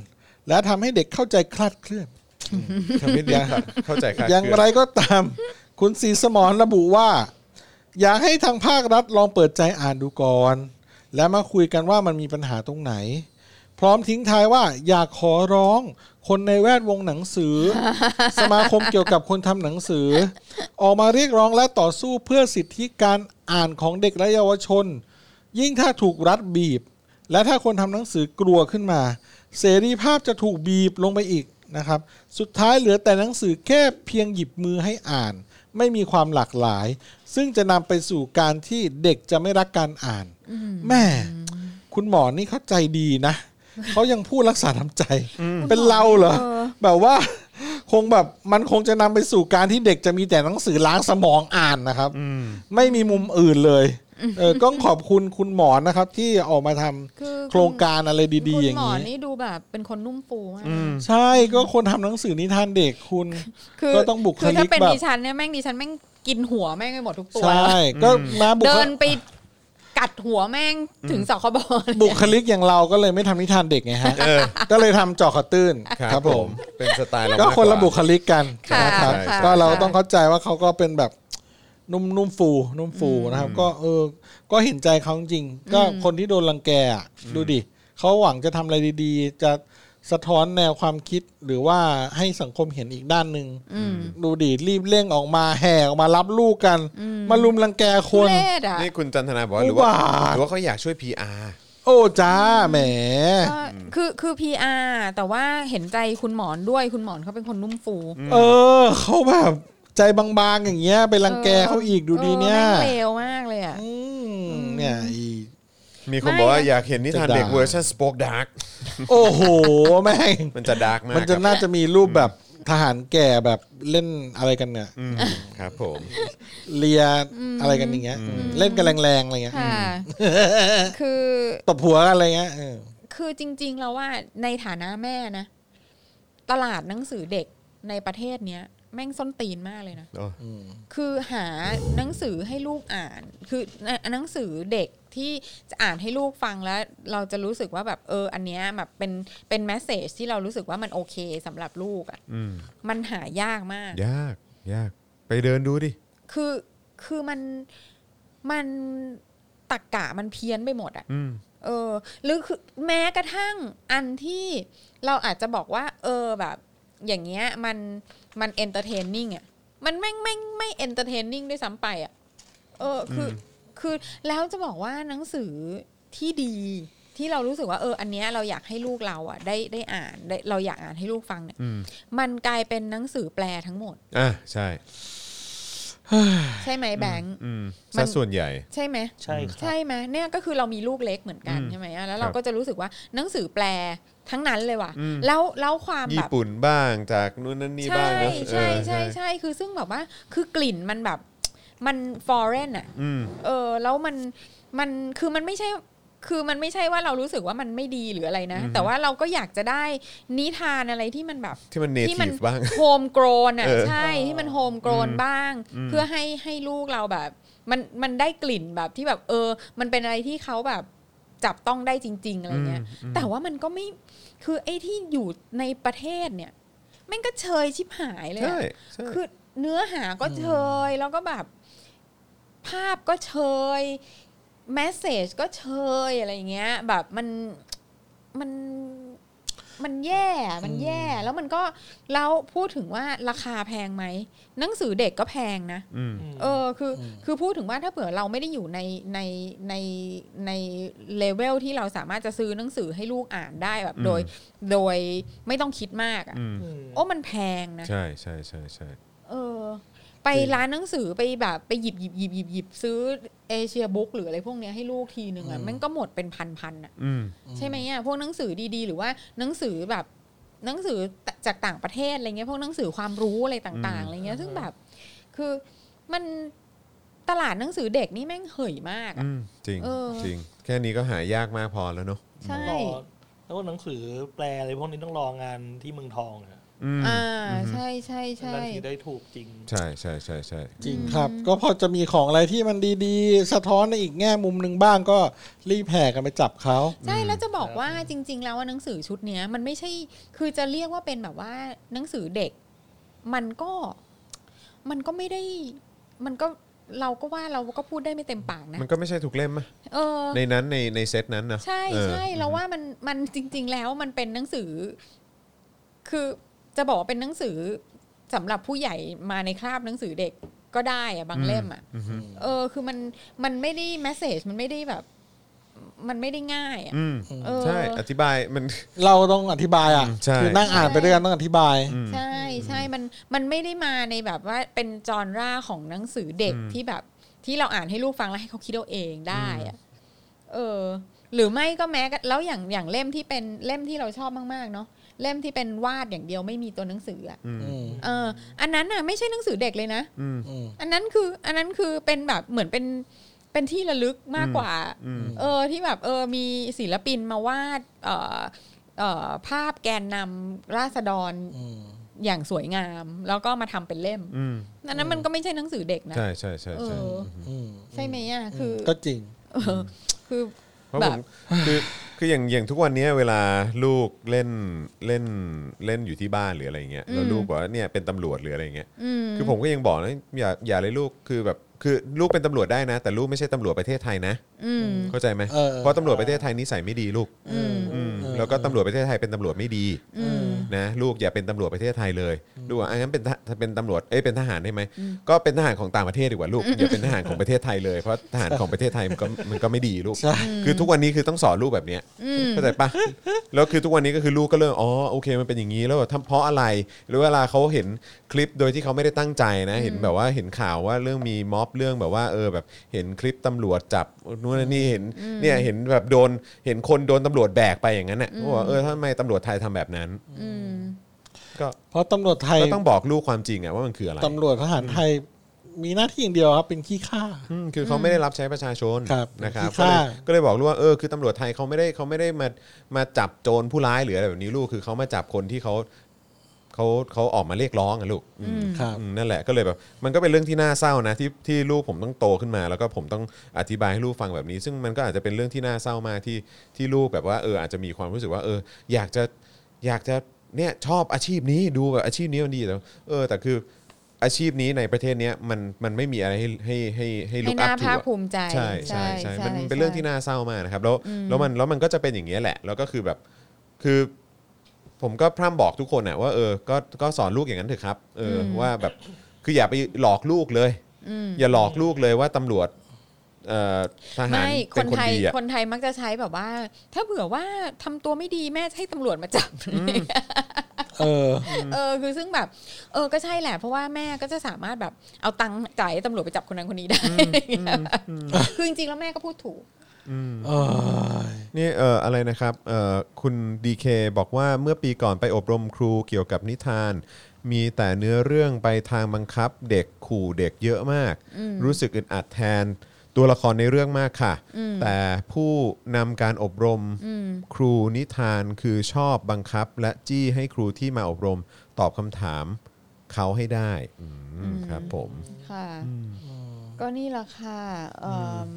[SPEAKER 3] และทำให้เด็กเข้าใจคลาดเคลื่อน
[SPEAKER 2] ทำให้เด็ก เข้าใจครับ
[SPEAKER 3] อย่างไรก็ตาม คุณศรีสมรระบุว่า อยากให้ทางภาครัฐลองเปิดใจอ่านดูก่อน และมาคุยกันว่ามันมีปัญหาตรงไหน พร้อมทิ้งท้ายว่า อยากขอร้อง คนในแวดวงหนังสื อ สมาคมเกี่ยวกับคนทำหนังสือ ออกมาเรียกร้องและต่อสู้เพื่อสิทธิการอ่านของเด็กและเยาวชน ยิ่งถ้าถูกรัฐบีบ และถ้าคนทำหนังสือกลัวขึ้นมา เสรีภาพจะถูกบีบลงไปอีกนะครับ สุดท้ายเหลือแต่หนังสือแค่เพียงหยิบมือให้อ่าน ไม่มีความหลากหลาย ซึ่งจะนำไปสู่การที่เด็กจะไม่รักการอ่าน แม่ คุณหมอนี่เข้าใจดีนะ เขายังพูดรักษาน้ำใจ เป็นเราเหรอ
[SPEAKER 4] เออ
[SPEAKER 3] แบบว่า คงแบบมันคงจะนำไปสู่การที่เด็กจะมีแต่หนังสือล้างสมองอ่านนะครับ ไม่มีมุมอื่นเลย เออก็ขอบคุณคุณหมอนะครับ ที่ออกมาทำ
[SPEAKER 4] คือ
[SPEAKER 3] โครงการอะไรดีๆ อย่าง
[SPEAKER 4] นี้คุณหมอ
[SPEAKER 3] นี้
[SPEAKER 4] นี่ดูแบบเป็นคนนุ่มฟูมาก
[SPEAKER 2] อืม
[SPEAKER 3] ใช่ก็คนทำหนังสือนิทานเด็กคุณ ก็ต้องบุคลิก
[SPEAKER 4] คือถ้าเป็น
[SPEAKER 3] แบบ
[SPEAKER 4] ดิฉันเนี่ยแม่งดิฉันแม่งกินหัวแม่งไปหมดทุกตัว
[SPEAKER 3] ใช่ ก็มาบุค
[SPEAKER 4] เดิ
[SPEAKER 3] ลิ
[SPEAKER 4] น
[SPEAKER 3] ก
[SPEAKER 4] ไปกัดหัวแม่งถึงสคบเลย
[SPEAKER 3] บุคลิกอย่างเราก็เลยไม่ทำนิทานเด็กไงฮะ
[SPEAKER 2] เออ
[SPEAKER 3] ก็เลยทำเจาะขอตื้นครับผม
[SPEAKER 2] เป็นสไตล์เรา
[SPEAKER 3] ก็
[SPEAKER 2] มาก
[SPEAKER 3] คนละ
[SPEAKER 2] ว่า
[SPEAKER 3] บุคลิกกัน
[SPEAKER 4] ค่ะ
[SPEAKER 3] นะครับ
[SPEAKER 4] ค่ะ
[SPEAKER 3] ก็เราต้องเข้าใจว่าเขาก็เป็นแบบนุ่มนุ่มฟูนุ่มฟูนะครับ ก็เออ ก็เห็นใจเขาจริงๆก็คนที่โดนรังแกอะดูดิเขาหวังจะทำอะไรดีๆ จะสะท้อนแนวความคิดหรือว่าให้สังคมเห็นอีกด้านหนึ่ง
[SPEAKER 4] อืม
[SPEAKER 3] ดูดิรีบเร่งออกมาแห่ออกมารับลูกกัน มารุมรังแกค
[SPEAKER 4] ทุ
[SPEAKER 3] น
[SPEAKER 4] เรศอ่ะ
[SPEAKER 2] นี่คุณจันทนาบอกว่า
[SPEAKER 3] อุ
[SPEAKER 2] หรือว่า
[SPEAKER 3] บาท
[SPEAKER 2] หรือว่าเขาอยากช่วย PR
[SPEAKER 3] โอ้จ้าแหม
[SPEAKER 4] ก็คือคือ PR แต่ว่าเห็นใจคุณหมอนด้วยคุณหมอนเขาเป็นคนนุ่มฟู
[SPEAKER 3] เออเขาแบบใจบางๆอย่างเงี้ยไปรังแกเขาอีกดูดีเนี่ย
[SPEAKER 4] ออแม่งเลวมากเลยอ่ะ
[SPEAKER 3] อืมเนี่ยอี
[SPEAKER 2] มีคนบอกว่า
[SPEAKER 4] ไม่
[SPEAKER 2] อยากเห็นนิทานเด็กเวอร์ชัน Spoke Dark
[SPEAKER 3] โอ้โห แม่ง
[SPEAKER 2] มันจะดาร์กมาก
[SPEAKER 3] มันจะ
[SPEAKER 2] ครับ
[SPEAKER 3] น่าจะมีรูปแบบทหารแก่แบบเล่นอะไรกันเนี่ย
[SPEAKER 2] อืมครับผม
[SPEAKER 3] เลียอะไรกันอย่างเงี้ยเล่นกันแรงๆอะไรเงี้ย
[SPEAKER 4] ค่ะ คือ
[SPEAKER 3] ตบหัวกันอะไรเงี้ยเออ
[SPEAKER 4] คือจริง ๆ แล้วว่าในฐานะแม่นะ ตลาดหนังสือเด็กในประเทศเนี้ย แม่งส้นตีนมากเลยนะ
[SPEAKER 2] โอ้
[SPEAKER 4] คือหาหนังสือให้ลูกอ่าน คือหนังสือเด็กที่จะอ่านให้ลูกฟังแล้ว เราจะรู้สึกว่าแบบเออ อันเนี้ยแบบเป็นเป็นแมสเซจที่เรารู้สึกว่ามันโอเคสำหรับลูกอะ่ะ
[SPEAKER 2] อืม
[SPEAKER 4] มันหายากมาก
[SPEAKER 2] ยากยาก ไปเดินดูดิ
[SPEAKER 4] คือคือมันมันตักกะมันเพี้ยนไปหมดอ่ะ
[SPEAKER 2] อืม
[SPEAKER 4] เออหรือคือแม้กระทั่งอันที่เราอาจจะบอกว่า เออแบบ อย่างเงี้ยมันมันเอนเตอร์เทนนิ่งอ่ะมันไม่ไม่ไม่เอนเตอร์เทนนิ่งด้วยซ้ำไปอ่ะเออคืออคือแล้วจะบอกว่าหนังสือที่ดีที่เรารู้สึกว่าเออ อันเนี้ยเราอยากให้ลูกเราอ่ะ ได้ได้อ่านได้เราอยากอ่านให้ลูกฟังเนี่ย
[SPEAKER 2] อืม
[SPEAKER 4] มันกลายเป็นหนังสือแปลทั้งหมด
[SPEAKER 2] อ่ะ ใช่
[SPEAKER 4] ใช่ไหมแบงค์
[SPEAKER 2] อืม
[SPEAKER 4] มั
[SPEAKER 2] ซะ
[SPEAKER 4] น
[SPEAKER 2] ส่วนใหญ่
[SPEAKER 4] ใช่ไหม
[SPEAKER 5] ใช่ครับ
[SPEAKER 4] ใช่ไหมเนี่ยก็คือเรามีลูกเล็กเหมือนกัน
[SPEAKER 2] อืม
[SPEAKER 4] ใช่ไหมอะแล้ว
[SPEAKER 2] ค
[SPEAKER 4] เรา
[SPEAKER 2] รับ
[SPEAKER 4] ก็จะรู้สึกว่าหนังสือแปลทั้งนั้นเลยว่ะ
[SPEAKER 2] อืม
[SPEAKER 4] แล้วแล้วความแบ
[SPEAKER 2] ญี่
[SPEAKER 4] บ
[SPEAKER 2] ปุ่นบ้างจากนู่นนั่นนี่
[SPEAKER 4] ใช่
[SPEAKER 2] บ้างนะ
[SPEAKER 4] ใช่
[SPEAKER 2] เออ
[SPEAKER 4] ใช่ใช่คือซึ่งแบบว่าคือกลิ่นมันแบบมัน foreign อ่ะ
[SPEAKER 2] อืม
[SPEAKER 4] เออแล้วมันมันคือมันไม่ใช่คือมันไม่ใช่ว่าเรารู้สึกว่ามันไม่ดีหรืออะไรนะ
[SPEAKER 2] อืม
[SPEAKER 4] แต่ว่าเราก็อยากจะได้นิทานอะไรที่มันแบบ
[SPEAKER 2] ที่มันเน
[SPEAKER 4] ที่มั
[SPEAKER 2] ที
[SPEAKER 4] น
[SPEAKER 2] ฟบ้าง
[SPEAKER 4] โฮมโกรนอ่ะ
[SPEAKER 2] เออ
[SPEAKER 4] ใช่ที่มันโฮมโกรน
[SPEAKER 2] อืม
[SPEAKER 4] บ้าง
[SPEAKER 2] อืม
[SPEAKER 4] เพื่อให้ให้ลูกเราแบบ มันมันได้กลิ่นแบบที่แบบ เออ มันเป็นอะไรที่เขาแบบจับต้องได้จริง ๆ อะไรเงี้ย
[SPEAKER 2] อืม
[SPEAKER 4] แต่ว่ามันก็ไม่คือไอ้ที่อยู่ในประเทศเนี่ยแม่งก็เชยชิบหายเลย
[SPEAKER 2] ใช่
[SPEAKER 4] อะ
[SPEAKER 2] ใช่
[SPEAKER 4] คือเนื้อหาก็เชยแล้วก็แบบ ภาพก็เชยแมสเซจก็เชยอะไรเงี้ย แบบมันมันมันแย่อะมันแย่ แล้วมันก็แล้วพูดถึงว่าราคาแพงไหมหนังสือเด็กก็แพงนะ
[SPEAKER 2] อืม
[SPEAKER 4] เออคืออคือพูดถึงว่าถ้าเผื่อเราไม่ได้อยู่ในในในในเลเวลที่เราสามารถจะซื้อหนังสือให้ลูกอ่านได้แบบ
[SPEAKER 2] อืม
[SPEAKER 4] โดย โดยไม่ต้องคิดมากอะ
[SPEAKER 2] อืม
[SPEAKER 4] โอ้มันแพงนะ
[SPEAKER 2] ใช่ใช่ใช่ใช่
[SPEAKER 4] เออ ไปร้านหนังสือไปแบบไปหยิบหยิบหยิบหยิบหยิบซื้อเอเชียบุ๊กหรืออะไรพวกเนี้ยให้ลูกทีหนึ่งอะมันก็หมดเป็นพันพันๆอะ
[SPEAKER 2] อืม
[SPEAKER 4] ใช่ไหมอะพวกหนังสือดีๆ หรือว่าหนังสือแบบหนังสือจากต่างประเทศอะไรเงี้ยพวกหนังสือความรู้อะไรต่าง ๆอะไรเงี้ย ซึ่งแบบ คือมันตลาดหนังสือเด็กนี่แม่งเหยมากอะ
[SPEAKER 2] อืม จริง
[SPEAKER 4] เออ
[SPEAKER 2] จริง แค่นี้ก็หายากมากพอแล้วเนอะ
[SPEAKER 4] ใช่
[SPEAKER 5] ต้องรอแล้วก็หนังสือแปลอะไรพวกนี้ต้องรองานที่เมืองทองอะ
[SPEAKER 2] อืม
[SPEAKER 4] อ่าใช่ใช่
[SPEAKER 5] นั่
[SPEAKER 4] ใช่
[SPEAKER 5] นที่ได้ถูกจริง
[SPEAKER 2] ใช่ใช่ใช่ใช่
[SPEAKER 3] จริงครับ ก็พอจะมีของอะไรที่มันดีๆ สะท้อนในอีกแง่มุมหนึ่งบ้างก็รีบแห่กันไปจับเขา
[SPEAKER 4] ใช่แล้วจะบอกว่าจริง ๆ แล้วว่าหนังสือชุดเนี้ย มันไม่ใช่คือจะเรียกว่าเป็นแบบว่าหนังสือเด็ก มันก็ มันก็ไม่ได้ มันก็เราก็ว่าเราก็พูดได้ไม่เต็มปากนะ
[SPEAKER 2] มันก็ไม่ใช่ถูกเล่มมะ
[SPEAKER 4] เออ
[SPEAKER 2] ในนั้นในในเซตนั้นนะ
[SPEAKER 4] ใช่
[SPEAKER 2] เออ
[SPEAKER 4] ใช่เราว่ามันมันจริง ๆ แล้วมันเป็นหนังสือ คือจะบอกว่าเป็นหนังสือสำหรับผู้ใหญ่มาในคราบหนังสือเด็กก็ได้อะบางเล่มอะ
[SPEAKER 2] อืมอืม
[SPEAKER 4] เออคือมันมันไม่ได้แมสเซจมันไม่ได้แบบ มันไม่ได้ง่ายอ่ะ
[SPEAKER 2] อืม
[SPEAKER 4] เออ
[SPEAKER 2] ใช่อธิบายมัน
[SPEAKER 3] เราต้องอธิบายอ่ะ
[SPEAKER 2] อืมใช่
[SPEAKER 3] คือนั่งอ่านไปด้วยกันต้องอธิบาย
[SPEAKER 2] อืม
[SPEAKER 4] ใช่ใช่มันมันไม่ได้มาในแบบว่าเป็นจอนร่าของหนังสือเด็ก
[SPEAKER 2] อืม
[SPEAKER 4] ที่แบบ ที่เราอ่านให้ลูกฟังแล้วให้เขาคิดเอาเองได้อ่ะเออ หรือไม่ก็แม้กระแล้วอย่างอย่างเล่มที่เป็นเล่มที่เราชอบมากๆเนาะเล่มที่เป็นวาดอย่างเดียวไม่มีตัวหนังสืออ่ะ
[SPEAKER 2] อืม
[SPEAKER 3] อืม
[SPEAKER 4] เออ อันนั้นอ่ะไม่ใช่หนังสือเด็กเลยนะ
[SPEAKER 2] อืม
[SPEAKER 3] อืม
[SPEAKER 4] อันนั้นคือ อันนั้นคือเป็นแบบเหมือนเป็น เป็นที่ระลึกมากกว่า
[SPEAKER 2] อืม
[SPEAKER 4] เออที่แบบเออมีศิลปินมาวาดเอ่อเอ่อภาพแกนนำราษฎร
[SPEAKER 3] อืม
[SPEAKER 4] อย่างสวยงาม แล้วก็มาทำเป็นเล่ม
[SPEAKER 2] อืม
[SPEAKER 4] อันนั้นมันก็ไม่ใช่หนังสือเด็กนะ
[SPEAKER 2] ใช่ใช่ใช่
[SPEAKER 4] เอ
[SPEAKER 2] ใช่
[SPEAKER 4] อ
[SPEAKER 3] อืม
[SPEAKER 4] ใช่ไหมอ่ะคือ
[SPEAKER 3] ก็จริง
[SPEAKER 4] เออคือ
[SPEAKER 2] เพราะ
[SPEAKER 4] แบ
[SPEAKER 2] ผ
[SPEAKER 4] บ
[SPEAKER 2] มคือคืออย่างอย่างทุกวันเนี้ยเวลาลูกเล่นเล่นเล่นอยู่ที่บ้านหรืออะไรเงี้ยแล้วลูกบอกว่าเนี่ยเป็นตำรวจหรืออะไรเงี้ย
[SPEAKER 4] อืม
[SPEAKER 2] คือผมก็ยังบอกนะอย่าอย่าเลยลูกคือแบบคือลูกเป็นตำรวจได้นะ แต่ลูกไม่ใช่ตำรวจประเทศไทยนะ
[SPEAKER 4] อืม
[SPEAKER 2] เข้าใจไหม
[SPEAKER 3] เออ
[SPEAKER 2] เพราะตำรวจประเทศไทยนิสัยไม่ดีลูก
[SPEAKER 4] อืม
[SPEAKER 2] อืมแล้วก็ตำรวจประเทศไทยเป็นตำรวจไม่ดี
[SPEAKER 4] อืม
[SPEAKER 2] นะลูกอย่าเป็นตำรวจประเทศไทยเลยลูกว่าอันนั้นเป็นทหถ้าเป็นตำรวจเอ้ยเป็นทหารได้ไหมก็เป็นทหารของต่างประเทศดีกว่าลูกอย่าเป็นทหารของประเทศไทยเลยเพราะทหารของประเทศไทยมันก็มันก็ไม่ดีลูก
[SPEAKER 3] ใช่
[SPEAKER 2] คือทุกวันนี้คือต้องสอนลูกแบบเนี้ย
[SPEAKER 4] อืม
[SPEAKER 2] เข้าใจปะแล้วคือทุกวันนี้ก็คือลูกก็เริ่มอ๋อโอเคมันเป็นอย่างนี้แล้วแบบทำเพราะอะไร หรือเวลาเขาเห็นคลิปโดยที่เขาไม่ได้ตั้งใจนะ เห็นแบบว่าเห็นข่าวว่าเรื่องมีม็อบเรื่องแบบว่าเออแบบเห็นคลิปตำรวจจับนู่นนนี่เห็นเนี่ยเห็นแบบโดนเห็นคนโดนตำรวจแบกไปอย่างนั้นน่ะเขาบอกว่าเออทำไมตำรวจไทยทำแบบนั้น
[SPEAKER 4] อืม
[SPEAKER 2] ก็
[SPEAKER 3] เพราะตำรวจไทย
[SPEAKER 2] ก็ต้องบอกลูกความจริงอะว่ามันคืออะไร
[SPEAKER 3] ตำรวจทหารไทยมีหน้าที่อย่างเดียวครับ เป็นขี้ข้า
[SPEAKER 2] อืมคือเขาไม่ได้รับใช้ประชาชน
[SPEAKER 3] ครับ
[SPEAKER 2] นะครับก็
[SPEAKER 3] ที่ฆ่า
[SPEAKER 2] เลยก็เลยบอกลูกว่าเออคือตำรวจไทยเขาไม่ได้เขาไม่ได้มามาจับโจรผู้ร้ายหรืออะไรแบบนี้ลูกคือเขามาจับคนที่เขาเขาเขาออกมาเรียกร้องอะลูก
[SPEAKER 4] อืม
[SPEAKER 3] ครับ
[SPEAKER 2] อืมนั่นแหละก็เลยแบบมันก็เป็นเรื่องที่น่าเศร้านะที่ที่ลูกผมต้องโตขึ้นมา แล้วก็ผมต้องอธิบายให้ลูกฟังแบบนี้ ซึ่งมันก็อาจจะเป็นเรื่องที่น่าเศร้ามากที่ที่ลูกแบบว่าเอออาจจะมีความรู้สึกว่าเอออยากจะอยากจะเนี่ยชอบอาชีพนี้ดูแบบอาชีพนี้มันดีแต่เออแต่คืออาชีพนี้ในประเทศเนี้ยมันมันไม่มีอะไรให้ให้ให้ให้ลู
[SPEAKER 4] ให้
[SPEAKER 2] ก
[SPEAKER 4] ห
[SPEAKER 2] อั
[SPEAKER 4] น้า
[SPEAKER 2] พถู
[SPEAKER 4] ภาค
[SPEAKER 2] ก
[SPEAKER 4] ภูมิใจ
[SPEAKER 2] ใช่ใช่ใช่ มันเป็นเรื่องที่
[SPEAKER 4] ใช่
[SPEAKER 2] น่าเศร้ามากนะครับ แล้ว
[SPEAKER 4] อืม
[SPEAKER 2] แล้วมันแล้วมันก็จะเป็นอย่างนี้ยแหละ แล้วก็คือแบบคือผมก็พร่ำบอกทุกคนน่ะว่าเออก็ก็สอนลูกอย่างนั้นเถอะครับเอออว่าแบบคืออย่าไปหลอกลูกเลย
[SPEAKER 4] อืม
[SPEAKER 2] อย่าหลอกลูกเลยว่าตำรวจเอ่อทหาร
[SPEAKER 4] ไม่ค
[SPEAKER 2] เป็น
[SPEAKER 4] น
[SPEAKER 2] คน
[SPEAKER 4] ไทย
[SPEAKER 2] ดีอ่ะ
[SPEAKER 4] คนไทยมักจะใช้แบบว่า ถ้าเผื่อว่าทำตัวไม่ดีแม่จะให้ตำรวจมาจับ
[SPEAKER 3] เออ
[SPEAKER 4] เออคือซึ่งแบบ เออก็ใช่แหละ เพราะว่าแม่ก็จะสามารถแบบเอาตังค์จ่ายให้ตำรวจไปจับคนนั้นคนนี้ได้คือจริงๆแล้วแม่ก็พูดถูก
[SPEAKER 3] เอ้ย
[SPEAKER 2] นี่เอ่ออะไรนะครับเอ่อคุณดีเคบอกว่าเมื่อปีก่อนไปอบรมครูเกี่ยวกับนิทาน มีแต่เนื้อเรื่องไปทางบังคับ เด็กขู่เด็กเยอะมาก
[SPEAKER 4] อืม
[SPEAKER 2] รู้สึกอึดอัดแทนตัวละครในเรื่องมากค่ะ
[SPEAKER 4] อืม
[SPEAKER 2] แต่ผู้นำการอบรม
[SPEAKER 4] อืม
[SPEAKER 2] ครูนิทานคือชอบบังคับ และจี้ให้ครูที่มาอบรมตอบคำถามเขาให้ได้อืม
[SPEAKER 4] อืม
[SPEAKER 2] ครับผม
[SPEAKER 4] ค่ะ ก็นี่แหละค่ะเอิ่ม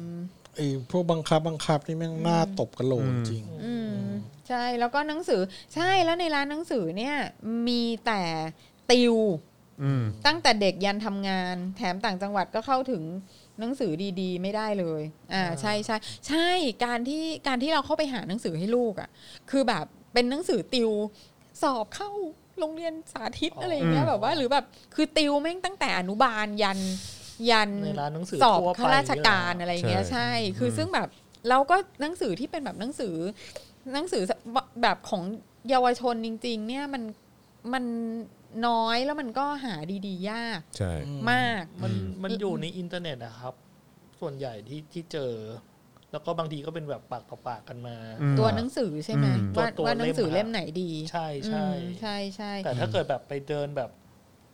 [SPEAKER 3] ไอ้พวกบังคับบังคับนี่แม่งหน้าตบกระโหลก
[SPEAKER 2] อืม
[SPEAKER 3] จริง
[SPEAKER 4] อืมใช่แล้วก็หนังสือใช่แล้วในร้านหนังสือเนี่ย มีแต่ติว
[SPEAKER 2] อืม
[SPEAKER 4] ตั้งแต่เด็กยันทำงาน แถมต่างจังหวัดก็เข้าถึงหนังสือดีๆ ไม่ได้เลย อ่าใช่ใช่ใช่การที่การที่เราเข้าไปหาหนังสือให้ลูกอะ่ะ คือแบบเป็นหนังสือติวสอบเข้าโรงเรียนสาธิต
[SPEAKER 5] อ๋ออ
[SPEAKER 4] อะไรอย่างเงี้ยแบบว่า หรือแบบคือติวแม่งตั้งแต่อนุบาลยันยัน
[SPEAKER 5] ในร้านหนังสือ
[SPEAKER 4] สอบ
[SPEAKER 5] ทั่วไป
[SPEAKER 4] ข้าราชการอะไรอย่างเงี้ย
[SPEAKER 2] ใช่
[SPEAKER 4] ใช่ คือซึ่งแบบเราก็หนังสือที่เป็นแบบหนังสือ หนังสือแบบของเยาวชนจริง ๆ เนี่ยมันมันน้อยแล้วมันก็หาดีๆ ยาก
[SPEAKER 2] ใช่
[SPEAKER 4] มาก
[SPEAKER 5] มันมันอยู่ในอินเทอร์เน็ตนะครับ ส่วนใหญ่ที่ที่เจอ แล้วก็บางทีก็เป็นแบบปากต่อปากกันมา
[SPEAKER 2] อืม
[SPEAKER 4] ตัวหนังสือใช่ไหม
[SPEAKER 2] อืม
[SPEAKER 4] ว่า
[SPEAKER 5] ตัว
[SPEAKER 4] ว่าห
[SPEAKER 5] เล่ม
[SPEAKER 4] นังสือ
[SPEAKER 5] อะ
[SPEAKER 4] เล่มไหนดี
[SPEAKER 5] ใช่
[SPEAKER 4] อืม
[SPEAKER 5] ใช่
[SPEAKER 4] ใช่ใช่
[SPEAKER 5] แต่ถ้าเกิดแบบไปเดินแบบ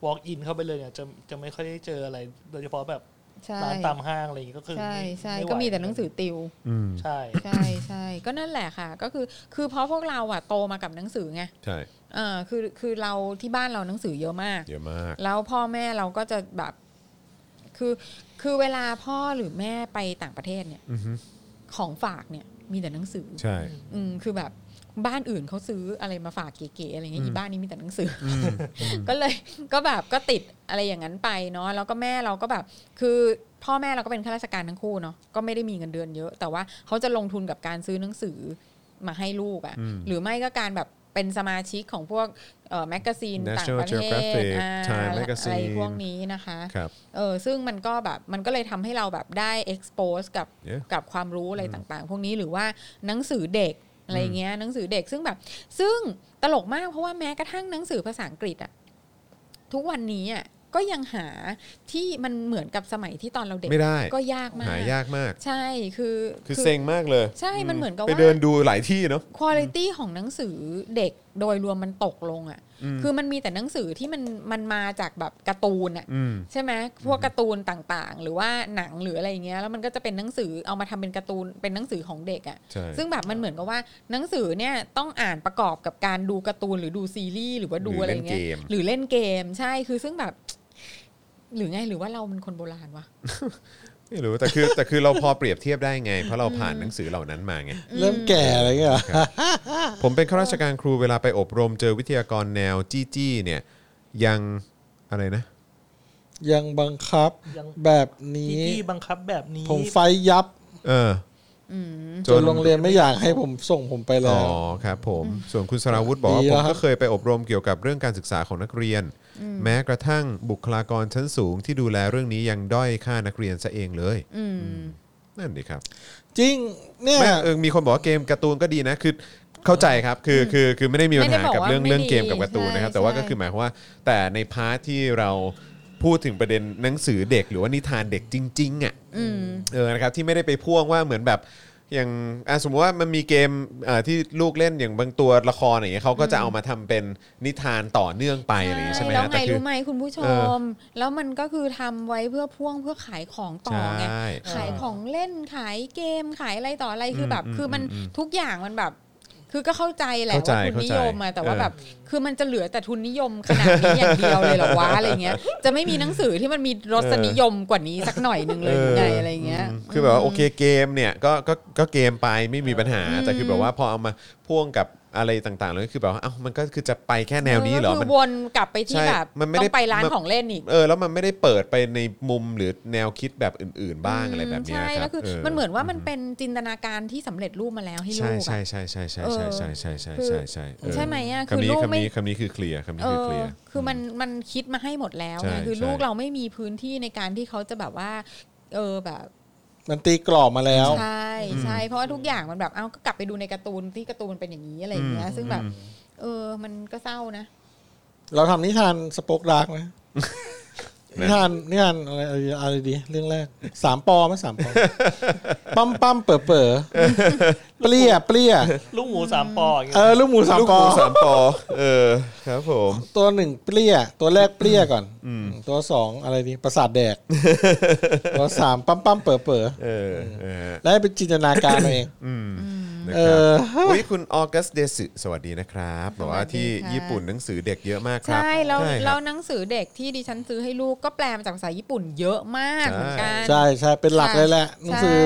[SPEAKER 5] walk in เข้าไปเลยเนี่ยจะจะไม่ค่อยได้เจออะไร โดยเฉพาะแบบ
[SPEAKER 4] ใช่
[SPEAKER 5] ร้านตามห้างอะไรอย่างงี้ก็คือ
[SPEAKER 4] ใช่ใช่
[SPEAKER 5] ไไหว
[SPEAKER 4] ก็มีแต่หนังสือติว
[SPEAKER 2] อืม
[SPEAKER 5] ใช่
[SPEAKER 4] ใช่ใช่ก็นั่นแหละค่ะ ก็คือคือเพราะพวกเราอะโตมากับหนังสือไง
[SPEAKER 2] ใช่
[SPEAKER 4] เออคือคือเราที่บ้านเราหนังสือเยอะมาก
[SPEAKER 2] เยอะมาก
[SPEAKER 4] แล้วพ่อแม่เราก็จะแบบ คือ คือเวลาพ่อหรือแม่ไปต่างประเทศเนี่ย
[SPEAKER 2] อือฮึ
[SPEAKER 4] ของฝากเนี่ย มีแต่หนังสือ
[SPEAKER 2] ใช่
[SPEAKER 4] อืมคือแบบบ้านอื่นเขาซื้ออะไรมาฝากเก๋ๆอะไรเงี้ยอีบ้านนี้มีแต่หนังสืออก็เลย ก็แบบก็ติดอะไรอย่างนั้นไปเนาะแล้วก็แม่เราก็แบบ คือพ่อแม่เราก็เป็นข้าราชการทั้งคู่เนาะก็ไม่ได้มีเงินเดือนเยอะ แต่ว่าเขาจะลงทุนกับการซื้อหนังสือมาให้ลูกอะ่ะ
[SPEAKER 2] อืม
[SPEAKER 4] หรือไม่ก็การแบบเป็นสมาชิกของพวกเอ่อแมกกาซีนต่าง
[SPEAKER 2] National
[SPEAKER 4] ประเทศ
[SPEAKER 2] Geographic
[SPEAKER 4] อ่า
[SPEAKER 2] Time
[SPEAKER 4] อะไร
[SPEAKER 2] Magazine
[SPEAKER 4] พวกนี้นะคะ
[SPEAKER 2] ครับ
[SPEAKER 4] เออซึ่งมันก็แบบมันก็เลยทำให้เราแบบได้ expose กับ
[SPEAKER 2] Yeah
[SPEAKER 4] กับความรู้อะไรต่าง ๆ พวกนี้หรือว่าหนังสือเด็กอะไรเงี้ยหนังสือเด็กซึ่งแบบ ซึ่งตลกมากเพราะว่าแม้กระทั่งหนังสือภาษาอังกฤษอะทุกวันนี้อะก็ยังหาที่มันเหมือนกับสมัยที่ตอนเราเด็ก
[SPEAKER 2] ไม่ได้
[SPEAKER 4] ก็ยากมาก
[SPEAKER 2] หายากมาก
[SPEAKER 4] ใช่คือ
[SPEAKER 2] คือเซ็งมากเลย
[SPEAKER 4] ใช่มันเหมือนกับ
[SPEAKER 2] ไป
[SPEAKER 4] ว่า
[SPEAKER 2] เดินดูหลายที่เนาะ
[SPEAKER 4] คุณภาพของหนังสือเด็ก โดยรวมมันตกลงอะ่ะ คือมันมีแต่หนังสือที่มันมันมาจากแบบการ์ตูนอ่ะ
[SPEAKER 2] อืม
[SPEAKER 4] ใช่ไหมพวกการ์ตูนต่างๆ หรือว่าหนังหรืออะไรอย่างเงี้ยแล้วมันก็จะเป็นหนังสือเอามาทำเป็นการ์ตูนเป็นหนังสือของเด็กอะ่ะ
[SPEAKER 2] ใช่
[SPEAKER 4] ซึ่งแบบมันเหมือนกับว่าหนังสือเนี่ยต้องอ่านประกอบกับการดูการ์ตูนหรือดูซีรีส์หรือว่าดูอะไรอย่างเงี้ย
[SPEAKER 2] หรือเล่นเกม
[SPEAKER 4] หรือเล่นเกมใช่คือซึ่งแบบ หรือไงหรือว่าเรามันคนโบราณวะ
[SPEAKER 2] ไม่รู้แต่คือแต่คือเรา พอเปรียบเทียบได้ไง เพราะเราผ่านหนังสือเหล่านั้นมาไง
[SPEAKER 3] เริ่มแก่อะไรเงี้ยเหรอ
[SPEAKER 2] ผมเป็นข้าราชการครูเวลาไปอบรมเจอวิทยากรแนวจี้จี้เนี่ย ยังอะไรนะ
[SPEAKER 3] ยังบังคับ
[SPEAKER 5] ยัง
[SPEAKER 3] แบบ
[SPEAKER 5] ที่
[SPEAKER 3] นี้
[SPEAKER 5] ที่บังคับแบบนี้
[SPEAKER 3] ผมไฟยับ
[SPEAKER 2] เออ
[SPEAKER 4] อืม
[SPEAKER 3] จนโรงเรียนไม่อยากให้ผมส่งผมไปแล้
[SPEAKER 2] อ๋อ
[SPEAKER 3] ว
[SPEAKER 2] ครับผมส่วนคุณสราวุธบอกว่า
[SPEAKER 3] ดี
[SPEAKER 2] ผ
[SPEAKER 3] แล้
[SPEAKER 2] ม
[SPEAKER 3] วครั
[SPEAKER 2] ก็
[SPEAKER 3] บ
[SPEAKER 2] เคยไปอบรมเกี่ยวกับเรื่องการศึกษาของนักเรียน แม้กระทั่งบุคลากรชั้นสูงที่ดูแลเรื่องนี้ยังด้อยค่านักเรียนซะเองเลย
[SPEAKER 4] อืม
[SPEAKER 2] นั่นดีครับ
[SPEAKER 3] จริงเนี่ย
[SPEAKER 2] แม่เออมีคนบอกว่าเกมการ์ตูนก็ดีนะคือเข้าใจครับคือคือคือไม่ได้มีปัญหา
[SPEAKER 4] ไม่ได้บอก
[SPEAKER 2] กับ
[SPEAKER 4] ว่า
[SPEAKER 2] เรื่อง
[SPEAKER 4] ไม่
[SPEAKER 2] เรื่อง
[SPEAKER 4] ดี
[SPEAKER 2] เกมกับการ์ตูนนะครับ
[SPEAKER 4] ใช่
[SPEAKER 2] แต่ว่าก็
[SPEAKER 4] ใช่
[SPEAKER 2] คือหมายความว่า แต่ในพาร์ทที่เราพูดถึงประเด็นหนังสือเด็ก หรือว่านิทานเด็กจริงๆอ่ะ
[SPEAKER 4] อืม
[SPEAKER 2] เออนะครับที่ไม่ได้ไปพ่วงว่าเหมือนแบบอย่างอ่ะสมมติว่ามันมีเกมอ่าที่ลูกเล่นอย่างบางตัวละครอะไรอย่างเงี้ยเขาก็จะเอามาทำเป็นนิทานต่อเนื่องไปอะไรอย่างเงี้ยใช่ไหม
[SPEAKER 4] แล้ว
[SPEAKER 2] ฮะ
[SPEAKER 4] ไง
[SPEAKER 2] แต่คือ
[SPEAKER 4] รู้ไหมคุณผู้ช
[SPEAKER 2] เออ
[SPEAKER 4] ม แล้วมันก็คือทำไว้เพื่อพ่วงเพื่อขายของต่อ
[SPEAKER 2] ใช่
[SPEAKER 4] ไง ขายของเล่นขายเกมขายอะไรต่ออะไรคือแบบ
[SPEAKER 2] อืม
[SPEAKER 4] คือมัน
[SPEAKER 2] อืม
[SPEAKER 4] ทุกอย่างมันแบบ คือก็เข้าใจแหละ
[SPEAKER 2] เข้าใจ
[SPEAKER 4] ว่าทุนนิยมอะ
[SPEAKER 2] เข้าใจ
[SPEAKER 4] แต่ว่า
[SPEAKER 2] เออ
[SPEAKER 4] แบบ คือมันจะเหลือแต่ทุนนิยมขนาดนี้อย่างเดียวเลยเหรอวะอะไรเงี้ย จะไม่มีหนังสือที่มันมีรสนิยมกว่านี้สักหน่อยหนึ่งเลยหรือไงอะไรเงี้ย
[SPEAKER 2] อืมคือแบบว่าโอเคเกมเนี่ยก็ก็ก็เกมไปไม่มีปัญหา
[SPEAKER 4] อืม
[SPEAKER 2] แต่คือแบบว่าพอเอามาพ่วงกับอะไรต่างๆแล้วก็คือแบบว่าเอ้ามันก็คือจะไปแค่แนวนี้เหรอ
[SPEAKER 4] ก็
[SPEAKER 2] มั
[SPEAKER 4] คื
[SPEAKER 2] น
[SPEAKER 4] อวนกลับไปที่
[SPEAKER 2] ใช่
[SPEAKER 4] แบบ
[SPEAKER 2] มันไม่
[SPEAKER 4] ต้
[SPEAKER 2] ได้
[SPEAKER 4] องไปร้านของเล่นอีก
[SPEAKER 2] เออแล้วมันไม่ได้เปิดไปในมุมหรือแนวคิดแบบอื่น ๆ บ้างอะไรแบบเนี้ย
[SPEAKER 4] ใช่
[SPEAKER 2] ครั
[SPEAKER 4] แล้
[SPEAKER 2] บ
[SPEAKER 4] วคือ
[SPEAKER 2] เ
[SPEAKER 4] มันเหมือนว่ามันเป็นจินตนาการที่สำเร็จรูปมาแล้วให้ลู
[SPEAKER 2] ใช่
[SPEAKER 4] ก
[SPEAKER 2] ใช่
[SPEAKER 4] อะ
[SPEAKER 2] ใช่ใช่ใช่
[SPEAKER 4] เออ
[SPEAKER 2] ใช่ใช่ใช่ใช่
[SPEAKER 4] คือ
[SPEAKER 2] ใช่ใช่เออ
[SPEAKER 4] ใช่ไหมอะคือ
[SPEAKER 2] คำนี้
[SPEAKER 4] ลูก
[SPEAKER 2] คำ
[SPEAKER 4] ไม่
[SPEAKER 2] นี้คำนี้คือเคลียร์คำนี้คื
[SPEAKER 4] เอ
[SPEAKER 2] อ
[SPEAKER 4] อ
[SPEAKER 2] เคลียร์
[SPEAKER 4] คือมันมันคิดมาให้หมดแล้ว
[SPEAKER 2] ใช่
[SPEAKER 4] ไงคือ
[SPEAKER 2] ใช่
[SPEAKER 4] ลูกเราไม่มีพื้นที่ในการที่เขาจะแบบว่า เออแบบ
[SPEAKER 3] มันตีกรอบมาแล้ว
[SPEAKER 4] ใช่ใช่เพราะว่าทุกอย่างมันแบบเอ้าก็กลับไปดูในการ์ตูนที่การ์ตูนมันเป็นอย่างนี้อะไรอย่างเงี้ยซึ่งแบบ เออ มันก็เศร้านะ
[SPEAKER 3] เราทำนิท านสปอกดาร์กไหมนิทานนิทานอะไรอะไรดี เรื่องแรกสามปอไหมส ามปอ ปั๊มปั๊มเป๋อเป๋ อเปรี้ยเปรี้ย
[SPEAKER 5] ลูกหมูสามปออย่างเงี้
[SPEAKER 3] เอยอลูกหมูสาม
[SPEAKER 2] ลูก
[SPEAKER 3] ป
[SPEAKER 2] ห
[SPEAKER 3] อ
[SPEAKER 2] มูสามปอเออครับผม
[SPEAKER 3] ตัวหนึ่งเปรี้ย ตัวแรกเปรี้ยก่อนตัวสองอะไรดีประสาทแด ก ตัวสามปั๊มปั๊มเป๋อเป๋อ
[SPEAKER 2] เออเออฮะ
[SPEAKER 3] แล้วให้เป็นจินตนาการเอาเอง
[SPEAKER 2] นะ
[SPEAKER 3] เอ
[SPEAKER 2] ครับ
[SPEAKER 3] อ
[SPEAKER 2] อุ้ยคุณออกัสเดซึสวัสดีนะครับบอกว่าที่ญี่ปุ่นหนังสือเด็กเยอะมากครับ
[SPEAKER 4] ใช่แล้ว
[SPEAKER 2] ใช่ค
[SPEAKER 4] แล้
[SPEAKER 2] รั
[SPEAKER 4] ว
[SPEAKER 2] บ
[SPEAKER 4] หนังสือเด็กที่ดิฉันซื้อให้ลูกก็แปลมาจากภาษาญี่ปุ่นเยอะมากเหมือนกัน
[SPEAKER 3] ใช่ใช่เป็นหลักเลยแหละ
[SPEAKER 4] ใช่
[SPEAKER 3] หนังสือ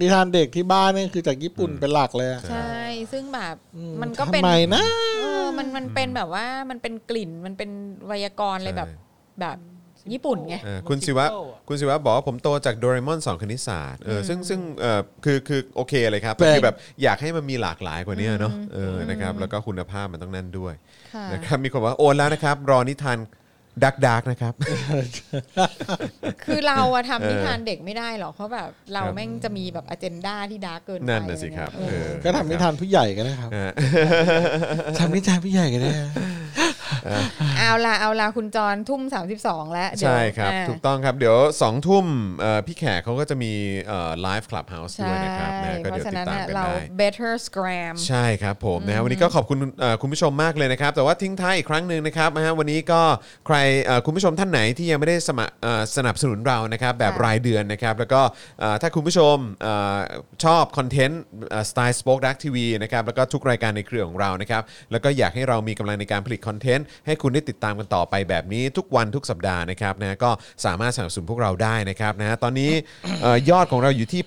[SPEAKER 3] นิทานเด็กที่บ้านนี่คือจากญี่ปุ่นเป็นหลักเลยอะ
[SPEAKER 4] ใช่ ซึ่งแบบ
[SPEAKER 3] อื
[SPEAKER 4] มันก็เป็น
[SPEAKER 3] ทำไมนะ
[SPEAKER 4] เออมันมันเป็นแบบว่ามันเป็นกลิ่นมันเป็นไวยากรณ์อะไรแบบ
[SPEAKER 2] ใช่
[SPEAKER 4] แบบญี่ปุ่นไง
[SPEAKER 2] เออคุณศิวะคุณศิวะบอกว่าผมโตจากโดเรมอนสอนคณิตศาสตร์เออซึ่งซึ่งเออคือคือโอเคเลยครับ
[SPEAKER 3] แปลก
[SPEAKER 2] คือแบบอยากให้มันมีหลากหลายกว่านี้เนาะเออนะครับแล้วก็คุณภาพมันต้องนั่นด้วย
[SPEAKER 4] ค่ะ
[SPEAKER 2] นะครับมีคนบอกว่าโอนแล้วนะครับ รอนิทานดักดัก นะครับ
[SPEAKER 4] คือเราอะ
[SPEAKER 2] เอ
[SPEAKER 4] ทำ
[SPEAKER 2] อ
[SPEAKER 4] นิทานเด็กไม่ได้หรอกเพราะแบบเรา
[SPEAKER 2] ครับ
[SPEAKER 4] แม่งจะมีแบบอเจนดาที่ดาร์กเกินไป
[SPEAKER 2] นั่นน่ะสิครับ
[SPEAKER 4] อะไเงี้ย
[SPEAKER 2] เออ
[SPEAKER 3] ก็ทำนิทานผู้ใหญ่กันนะครับ
[SPEAKER 2] เออ
[SPEAKER 3] ทำนิทานผู้ใหญ่กันได้
[SPEAKER 4] เอาละเอาละคุณจรทุ่ม 32 แล้วเดี๋ยว
[SPEAKER 2] ใช่ครับ
[SPEAKER 4] อ่า
[SPEAKER 2] ถูกต้องครับเดี๋ยว2องทุ่มเอ่อพี่แขกเขาก็จะมีไลฟ์คลับเฮาส์
[SPEAKER 4] ใช่
[SPEAKER 2] ด้วยนะครับนะก็
[SPEAKER 4] เพ
[SPEAKER 2] เดี๋ย
[SPEAKER 4] ราะ
[SPEAKER 2] ว
[SPEAKER 4] ฉะ
[SPEAKER 2] ติด
[SPEAKER 4] นั้น
[SPEAKER 2] ตาม
[SPEAKER 4] อะ
[SPEAKER 2] กัน
[SPEAKER 4] เรา
[SPEAKER 2] ได้
[SPEAKER 4] better scram
[SPEAKER 2] ใช่ครับผมนะฮะวันนี้ก็ขอบคุณเอ่อคุณผู้ชมมากเลยนะครับ แต่ว่าทิ้งท้ายอีกครั้งหนึ่งนะครับนะฮะวันนี้ก็ใครเอ่อคุณผู้ชมท่านไหนที่ยังไม่ได้สมัครเอ่อสนับสนุนเรานะครับแบบ
[SPEAKER 4] ค่ะ
[SPEAKER 2] รายเดือนนะครับ แล้วก็เอ่อถ้าคุณผู้ชมเอ่อชอบคอนเทนต์สไตล์สป็อคดักทีวีนะครับแล้วก็ทุกรายการในเครือของเรานะครับแล้วก็อยากให้เรามีกำลังในการผลิตคอนเทนต์ให้คุณได้ติดตามกันต่อไปแบบนี้ทุกวันทุกสัปดาห์นะครับนะก็สามารถสนับสนุนพวกเราได้นะครับนะฮะตอนนี้ เอ่อยอดของเราอยู่ที่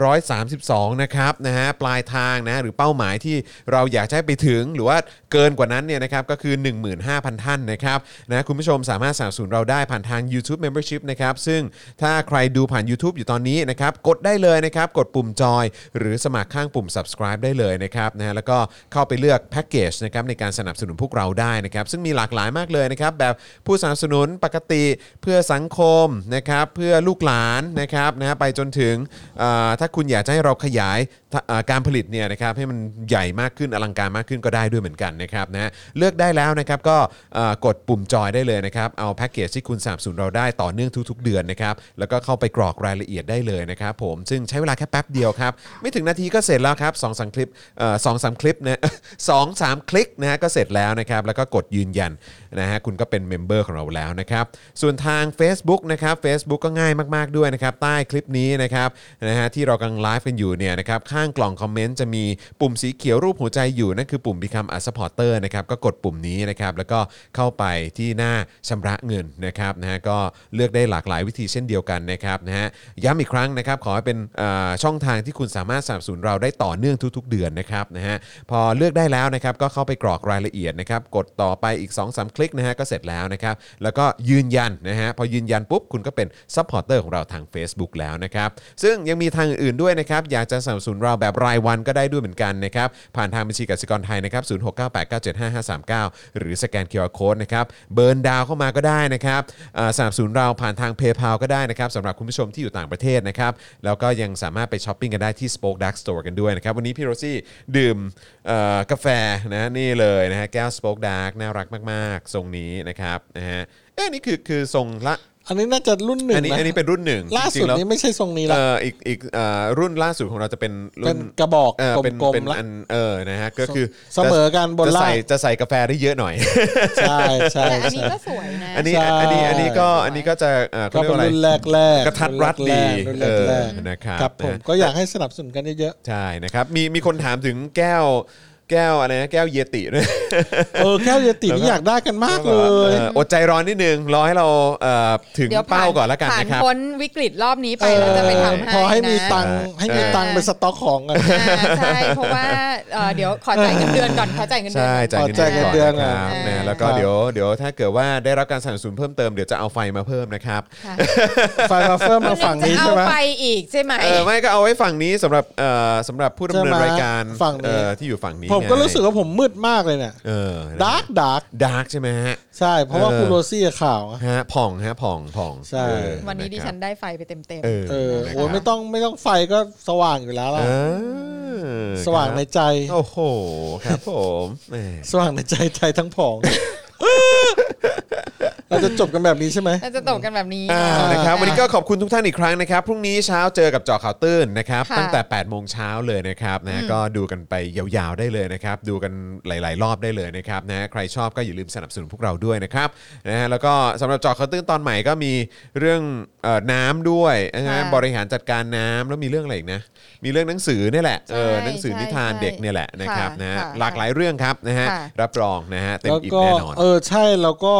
[SPEAKER 2] 8,332 นะครับนะฮะปลายทางนะหรือเป้าหมายที่เราอยากจะให้ไปถึงหรือว่าเกินกว่านั้นเนี่ยนะครับก็คือ 15,000 ท่านนะครับนะคุณผู้ชมสามารถสนับสนุนเราได้ผ่านทาง YouTube Membership นะครับซึ่งถ้าใครดูผ่าน YouTube อยู่ตอนนี้นะครับกดได้เลยนะครับกดปุ่มจอย หรือสมัครข้างปุ่ม subscribe ได้เลยนะครับนะฮะแล้วก็เข้าไปเลือกแพ็กเกจนะครับในการสนับสนุนพวกเราได้นะครับซึ่งมีหลากหลายมากเลยนะครับแบบผู้สนับสนุนปกติเพื่อสังคมนะครับเพื่อลูกหลานนะครับนะฮะไปจนถึงเอ่อถ้าคุณอยากจะให้เราขยาย ถ้าอ่าการผลิตเนี่ยนะครับให้มันใหญ่มากขึ้นอลังการมากขึ้นก็ได้ด้วยเหมือนกันนะครับนะเลือกได้แล้วนะครับก็เอ่อกดปุ่มจอยได้เลยนะครับเอาแพ็กเกจที่คุณสนับสนุนเราได้ต่อเนื่องทุก ๆ เดือนนะครับแล้วก็เข้าไปกรอกรายละเอียดได้เลยนะครับผมซึ่งใช้เวลาแค่แป๊บเดียวครับไม่ถึงนาทีก็เสร็จแล้วครับสองสามคลิปเอ่อสองสามคลิปนะ สองสามคลิกนะฮะก็เสร็จแล้วนะครับแล้วก็กดยืนยันนะฮะคุณก็เป็นเมมเบอร์ของเราแล้วนะครับส่วนทาง Facebook นะครับ Facebook ก็ง่ายมาก ๆ ด้วยนะครับ ใต้คลิปนี้นะครับนะฮะที่เรากำลังไลฟ์กันอยู่เนี่ยนะครับข้างกล่องคอมเมนต์จะมีปุ่มสีเขียวรูปหัวใจอยู่ นั่นคือปุ่ม Become a supporter นะครับก็กดปุ่มนี้นะครับแล้วก็เข้าไปที่หน้าชำระเงินนะครับนะฮะก็เลือกได้หลากหลายวิธีเช่นเดียวกันนะครับนะฮะย้ำอีกครั้งนะครับขอให้เป็นเอ่อช่องทางที่คุณสามารถสนับสนุนเราได้ต่อเนื่องทุก ๆ เดือนนะครับนะฮะพอเลือกได้แล้วนะครับก็เข้าไปกรอกรายละเอียดนะครับกดต่อไปอีก 2-3 คลิกนะฮะก็เสร็จแล้วนะครับแล้วก็ยืนยันนะฮะพอยืนยันปุ๊บ คุณก็เป็นซัพพอร์เตอร์ของเราทาง Facebook แล้วนะครับซึ่งยังมีทางอื่นๆด้วยนะครับอยากจะสนับสนุนเราแบบรายวันก็ได้ด้วยเหมือนกันนะครับผ่านทางบัญชีกสิกรไทยนะครับ0698975539 หรือสแกน QR Code นะครับเบิร์นดาวเข้ามาก็ได้นะครับอ่าสนับสนุนเราผ่านทาง PayPal ก็ได้นะครับสำหรับคุณผู้ชมที่อยู่ต่างประเทศนะครับแล้วก็ยังสามารถไปช้อปปิ้งกันได้ที่ Spoke Dark Store กันด้วยนะครับวันนี้พี่โรซี่ดื่มเอ่อกาแฟนะนี่เลยนะฮะแก้ว Spoke Dark น่ารักมากๆทรงนี้นะครับนะฮะเอ๊ะนี่คือคือทรงละ
[SPEAKER 3] อันนี้น่าจะรุ่นหนึ่ง
[SPEAKER 2] อันนี้
[SPEAKER 3] นะ
[SPEAKER 2] อันนี้เป็นรุ่นหนึ่ง
[SPEAKER 3] ล่า
[SPEAKER 2] จ
[SPEAKER 3] สุ
[SPEAKER 2] ริงๆแล้
[SPEAKER 3] ด
[SPEAKER 2] ว
[SPEAKER 3] นี้ไม่ใช่ทรงนี้ละ
[SPEAKER 2] เอ่ออีกอีกเอ่อรุ่นล่าสุดของเราจะเป็น
[SPEAKER 3] เป็
[SPEAKER 2] รุ่
[SPEAKER 3] น
[SPEAKER 2] น
[SPEAKER 3] กระบอก
[SPEAKER 2] เออก เป็น
[SPEAKER 3] ลม
[SPEAKER 2] เป็น
[SPEAKER 3] ๆละ
[SPEAKER 2] อันเออนะฮะก็คือ
[SPEAKER 3] เสมอกันบน
[SPEAKER 2] จะ
[SPEAKER 3] ล่าง
[SPEAKER 2] ใส่จะใส่กาแฟได้เยอะหน่อย
[SPEAKER 3] ใช่ใช่
[SPEAKER 4] แต่อันนี้
[SPEAKER 3] ใช่
[SPEAKER 4] ก็สวยนะ
[SPEAKER 2] อันนี้
[SPEAKER 3] ใช่
[SPEAKER 2] อันนี้อันนี้ก็อันนี้ก็จะเอ่อ
[SPEAKER 3] ก็
[SPEAKER 2] เขาเรีย
[SPEAKER 3] เป็
[SPEAKER 2] กว่าอะไร
[SPEAKER 3] นรุ่นแรกแรกๆ
[SPEAKER 2] กระทัดรัดดี
[SPEAKER 3] รุ่น
[SPEAKER 2] เอ
[SPEAKER 3] แรก
[SPEAKER 2] อ
[SPEAKER 3] ๆ
[SPEAKER 2] นะครับ
[SPEAKER 3] ครับผม
[SPEAKER 2] นะ
[SPEAKER 3] ก็อยากให้สนับสนุนกันเยอะ
[SPEAKER 2] ใช่นะครับมีมีคนถามถึงแก้วแก้วอะไรนะแก้วเยติด้วย
[SPEAKER 3] ๆเออแก้วเยตินี่อยากได้กันมากเลย
[SPEAKER 2] อออดใจร้อนนิดนึงรอให้เราเอ่อถึง
[SPEAKER 4] ดี๋ยวผ่
[SPEAKER 2] เป้าก่อนแล้วกัน
[SPEAKER 4] ผ่าน
[SPEAKER 2] นะครับ
[SPEAKER 4] พ้นวิกฤตรอบนี้ไปเราจะไปทำให้
[SPEAKER 3] พอให้มี
[SPEAKER 4] นะ
[SPEAKER 3] ตังค์ให้มีตังค์
[SPEAKER 4] เออ
[SPEAKER 3] ไปสต็อกของกัน
[SPEAKER 4] อ่าใช่ เพราะว่าเอ่อเดี๋ยวขอจ่ายเงินเดือนก่อนขอจ่ายเงินเดื
[SPEAKER 2] ใช่
[SPEAKER 4] นก่อน
[SPEAKER 2] จ่ายเงินเดือนก่อน
[SPEAKER 3] จ่ายเงินเดือน
[SPEAKER 2] นะครับ
[SPEAKER 3] อ่ะ
[SPEAKER 4] อ่า
[SPEAKER 2] นะแล้วก็เดี๋ยวเดี๋ยวถ้าเกิดว่าได้รับการสนับสนุนเพิ่มเติมเดี๋ยวจะเอาไฟมาเพิ่มนะครับ
[SPEAKER 4] ค่ะ
[SPEAKER 3] ไฟมาเฟิร์มมาฝั่งนี้
[SPEAKER 4] จะ
[SPEAKER 3] ใช่
[SPEAKER 4] เอา
[SPEAKER 3] ไหม
[SPEAKER 4] ไปอีกใช่ไหม
[SPEAKER 2] เออไม่ก็เอาไว้ฝั่งนี้สำหรับเอ่อสำหรับผู้ดำเนิน
[SPEAKER 3] ใช่ไหม
[SPEAKER 2] รายการ
[SPEAKER 3] ฝั่งนี้
[SPEAKER 2] เอ่อที่อยู่ฝั่งนี้
[SPEAKER 3] ผมก็
[SPEAKER 2] ไง
[SPEAKER 3] รู้สึกว่าผมมืดมากเลยเนี่ย
[SPEAKER 2] เออ
[SPEAKER 3] ดาร์กดาร์ก
[SPEAKER 2] ดาร์กใช่ไหมฮะ
[SPEAKER 3] ใช่ เพราะว่า
[SPEAKER 2] เออ
[SPEAKER 3] คุณโรซี่กับข่าวอะ
[SPEAKER 2] ฮะผ่องฮะผ่องผ่อง
[SPEAKER 3] ใช่
[SPEAKER 2] เออ
[SPEAKER 4] วันนี้ดิ
[SPEAKER 2] ะค
[SPEAKER 4] ฉัน
[SPEAKER 2] รับ
[SPEAKER 4] ได้ไฟไปเต็ม
[SPEAKER 2] เออ
[SPEAKER 3] เออ
[SPEAKER 2] นะครับ
[SPEAKER 3] โอ้ยไม่ต้องไม่ต้องไฟก็สว่างอยู่แล้ว
[SPEAKER 2] เอ
[SPEAKER 3] ล่ะ
[SPEAKER 2] อ
[SPEAKER 3] สว่างในใจ
[SPEAKER 2] โอ้โหครับผมแหม
[SPEAKER 3] สว่างในใจใจทั้งผอง เราจะจบกันแบบนี้ใช่ไหม
[SPEAKER 4] ๆน่าจะตกกันแบบนี้
[SPEAKER 2] อ่านะครับวันนี้ก็ขอบคุณทุกท่านอีกครั้งนะครับพรุ่งนี้เช้าเจอกับเจอข่าวตื้นนะครับ
[SPEAKER 4] ค่ะ
[SPEAKER 2] ตั้งแต่8โมงเช้าเลยนะครับนะก็ดูกันไปยาวๆได้เลยนะครับดูกันหลาย ๆ รอบได้เลยนะครับนะใครชอบก็อย่าลืมสนับสนุนพวกเราด้วยนะครับนะฮะแล้วก็สำหรับเจอข่าวตื้นตอนใหม่ก็มีเรื่องเอ่อน้ำด้วยนะฮะ
[SPEAKER 4] ค่ะ
[SPEAKER 2] บริหารจัดการน้ำแล้วมีเรื่องอะไรอีกนะมีเรื่องหนังสือเนี่ยแหละเออ
[SPEAKER 4] ใช่
[SPEAKER 2] หนังสือนิทาน
[SPEAKER 4] ใช่
[SPEAKER 2] เด็กเนี่ยแหละนะครับ
[SPEAKER 4] ค่ะ
[SPEAKER 2] นะฮะ
[SPEAKER 4] ค่ะ
[SPEAKER 2] หลากหลายเรื่องครับนะฮะ
[SPEAKER 4] ค่ะ
[SPEAKER 2] รับรองนะฮะเต็ม
[SPEAKER 3] แล้ว
[SPEAKER 2] อิ่ม
[SPEAKER 3] ก็
[SPEAKER 2] แน่นอน
[SPEAKER 3] เออใช่แล้วก็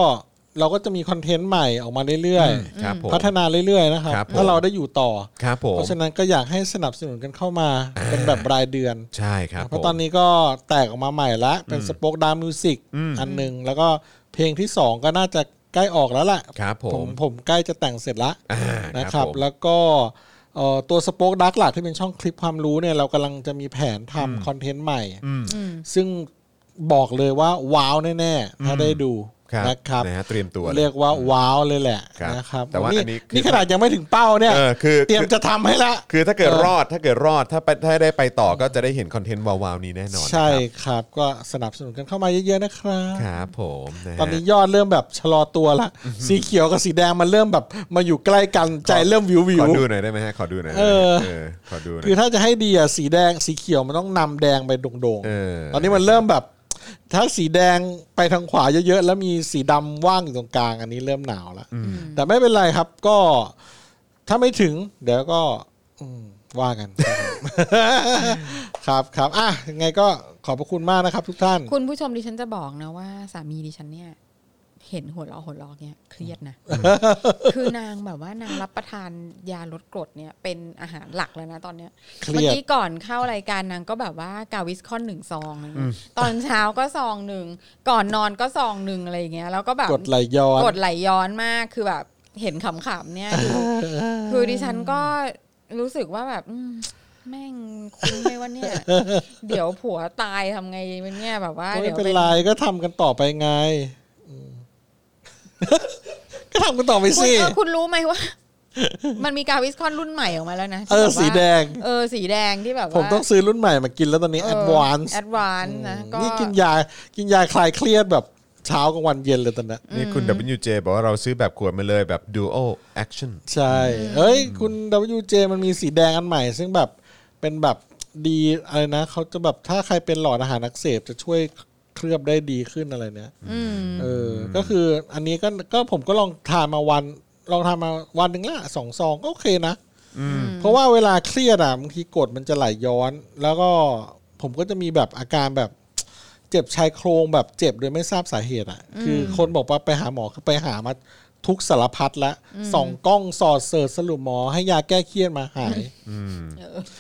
[SPEAKER 3] เราก็จะมีคอนเทนต์ใหม่ออกมาเรื่อย
[SPEAKER 2] ครับผม
[SPEAKER 3] ๆ พัฒนาเรื่อยๆนะครับ
[SPEAKER 2] ครับผม
[SPEAKER 3] ถ้าเราได้อยู่ต่อ
[SPEAKER 2] ครับผม
[SPEAKER 3] เพราะฉะนั้นก็อยากให้สนับสนุนกันเข้ามาเป็นแบบรายเดือน
[SPEAKER 2] ใช่ครับ
[SPEAKER 3] เพราะ
[SPEAKER 2] ผม
[SPEAKER 3] ตอนนี้ก็แตกออกมาใหม่ละ เป็นสป็อกดามิวสิกอันหนึ่งแล้วก็เพลงที่ 2 ก็น่าจะใกล้ออกแล้วล่ะ
[SPEAKER 2] ครับผม
[SPEAKER 3] ผมผมใกล้จะแต่งเสร็จละ
[SPEAKER 2] อ่า
[SPEAKER 3] นะ
[SPEAKER 2] ค
[SPEAKER 3] ค
[SPEAKER 2] รับ
[SPEAKER 3] รั
[SPEAKER 2] บ ผม
[SPEAKER 3] แล้วก็เอ่อตัวสป็อกดาร์กหลักที่เป็นช่องคลิปความรู้เนี่ยเรากำลังจะมีแผนทำคอนเทนต์ใหม่ ซึ่งบอกเลยว่าว้าวแน่ๆ ถ้าได้ดู
[SPEAKER 2] ครับ
[SPEAKER 3] นะครับ
[SPEAKER 2] นะฮะเตรียมตัวเลย
[SPEAKER 3] เรียกว่าว้าวเลยแหละ
[SPEAKER 2] ครับ
[SPEAKER 3] นะครับ
[SPEAKER 2] แต่ว่าอันนี้คือ
[SPEAKER 3] นี่ขนาดยังไม่ถึงเป้าเนี่ย
[SPEAKER 2] เออคือ
[SPEAKER 3] เตรียมจะทำให้ละ
[SPEAKER 2] คือถ้าเกิด
[SPEAKER 3] เออ
[SPEAKER 2] รอดถ้าเกิดรอดถ้าไปถ้าได้ไปต่อก็จะได้เห็นคอนเทนต์วาวๆนี้แน่นอน
[SPEAKER 3] ใช่ครับก็สนับสนุนกันเข้ามาเยอะๆนะครับ
[SPEAKER 2] ครับครับผมะฮะ
[SPEAKER 3] ตอนนี้ยอดเริ่มแบบชะลอตัวละ สีเขียวกับสีแดงมันเริ่มแบบมาอยู่ใกล้กันใจเริ่มวิววิ
[SPEAKER 2] ข
[SPEAKER 3] ว
[SPEAKER 2] อดูหน่อยได้ไหมฮะขอดูหน่อย
[SPEAKER 3] เออ
[SPEAKER 2] เออขอดูหน่อ
[SPEAKER 3] คือย ถ้าจะให้ดีอ่ะสีแดงสีเขียวมันต้องนำแดงไปโด่ง
[SPEAKER 2] เออ
[SPEAKER 3] ตอนนี้มันเริ่มแบบ ถ้าสีแดงไปทางขวาเยอะๆแล้วมีสีดำว่างอยู่ตรงกลางอันนี้เริ่มหนาวแล้วแต่ไม่เป็นไรครับก็ ถ้าไม่ถึง เดี๋ยวก็ อืมว่ากัน ครับครับอ่ะยังไงก็ขอบพระคุณมากนะครับ ทุกท่าน
[SPEAKER 4] คุณผู้ชมดิฉันจะบอกนะว่าสามีดิฉันเนี่ย เห็นหัวเราะหัวเราะเนี่ยเครียดนะ คือนางแบบว่านางรับประทานยาลดกรดเนี่ยเป็นอาหารหลักแล้วนะตอนเนี้ย
[SPEAKER 3] เครียด
[SPEAKER 4] เมื่อกี้ก่อนเข้ารายการนางก็แบบว่ากาวิสคอนหนึ่งซองอะไรเงี้ยตอนเช้าก็ซองหนึ่งก่อนนอนก็ซองหนึ่งอะไรอย่างเงี้ยแล้วก็แบบ
[SPEAKER 3] กดไหลย้อน
[SPEAKER 4] กดไหลย้อนมากคือแบบเห็นขำๆเนี่ยคือคือดิฉันก็รู้สึกว่าแบบอืมแม่งคุ้มไหมวะเนี่ย เดี๋ยวผัวตายทำไงเนี่ยแบบว่า
[SPEAKER 3] ไม่
[SPEAKER 4] เดี๋ยว
[SPEAKER 3] เป็น
[SPEAKER 4] เป็น
[SPEAKER 3] ไรก็ทำกันต่อไปไงอืม ก็ทำกันต่อไป
[SPEAKER 4] คุณ
[SPEAKER 3] สิ
[SPEAKER 4] เออคุณรู้ไหมว่า มันมีกาวิสคอนรุ่นใหม่ออกมาแล้วนะ
[SPEAKER 3] เอ
[SPEAKER 4] ที่
[SPEAKER 3] อ
[SPEAKER 4] บบว่า
[SPEAKER 3] สีแดง
[SPEAKER 4] เออสีแดงที่แบบว่า
[SPEAKER 3] ผมต้องซื้อรุ่นใหม่มากินแล้วตอนนี้แอดวานซ์
[SPEAKER 4] แอดวานซ์นะก็
[SPEAKER 3] นี่กินยากินยาคลายเครียดแบบเช้ากับวันเย็นเลยตอนเนี้ย
[SPEAKER 2] นี่คุณ WJ บอกว่าเราซื้อแบบขวดมาเลยแบบ dual action
[SPEAKER 3] ใช่เอ้ย คุณ WJ มันมีสีแดงอันใหม่ ซึ่งแบบเป็นแบบดีอะไรนะเขาจะแบบถ้าใครเป็นหลอดอาหารอักเสบจะช่วยเคลือบได้ดีขึ้นอะไรเนี้ย
[SPEAKER 4] อืม
[SPEAKER 3] เออ ก็คืออันนี้ก็ก็ผมก็ลองทานมาวัน ลองทานมาวันหนึ่งละสองซองก็โอเคนะ เพราะว่าเวลาเครียดอ่ะบางทีกรดมันจะไหลย้อน แล้วก็ผมก็จะมีแบบอาการแบบ เจ็บชายโครงแบบเจ็บโดยไม่ทราบสาเหตุอ่ะ คือคนบอกว่าไปหาหมอคือไปหามาทุกสารพัดละสองกล้องสอดเสิร์ชสรุปหมอให้ยาแก้เครียดมาหาย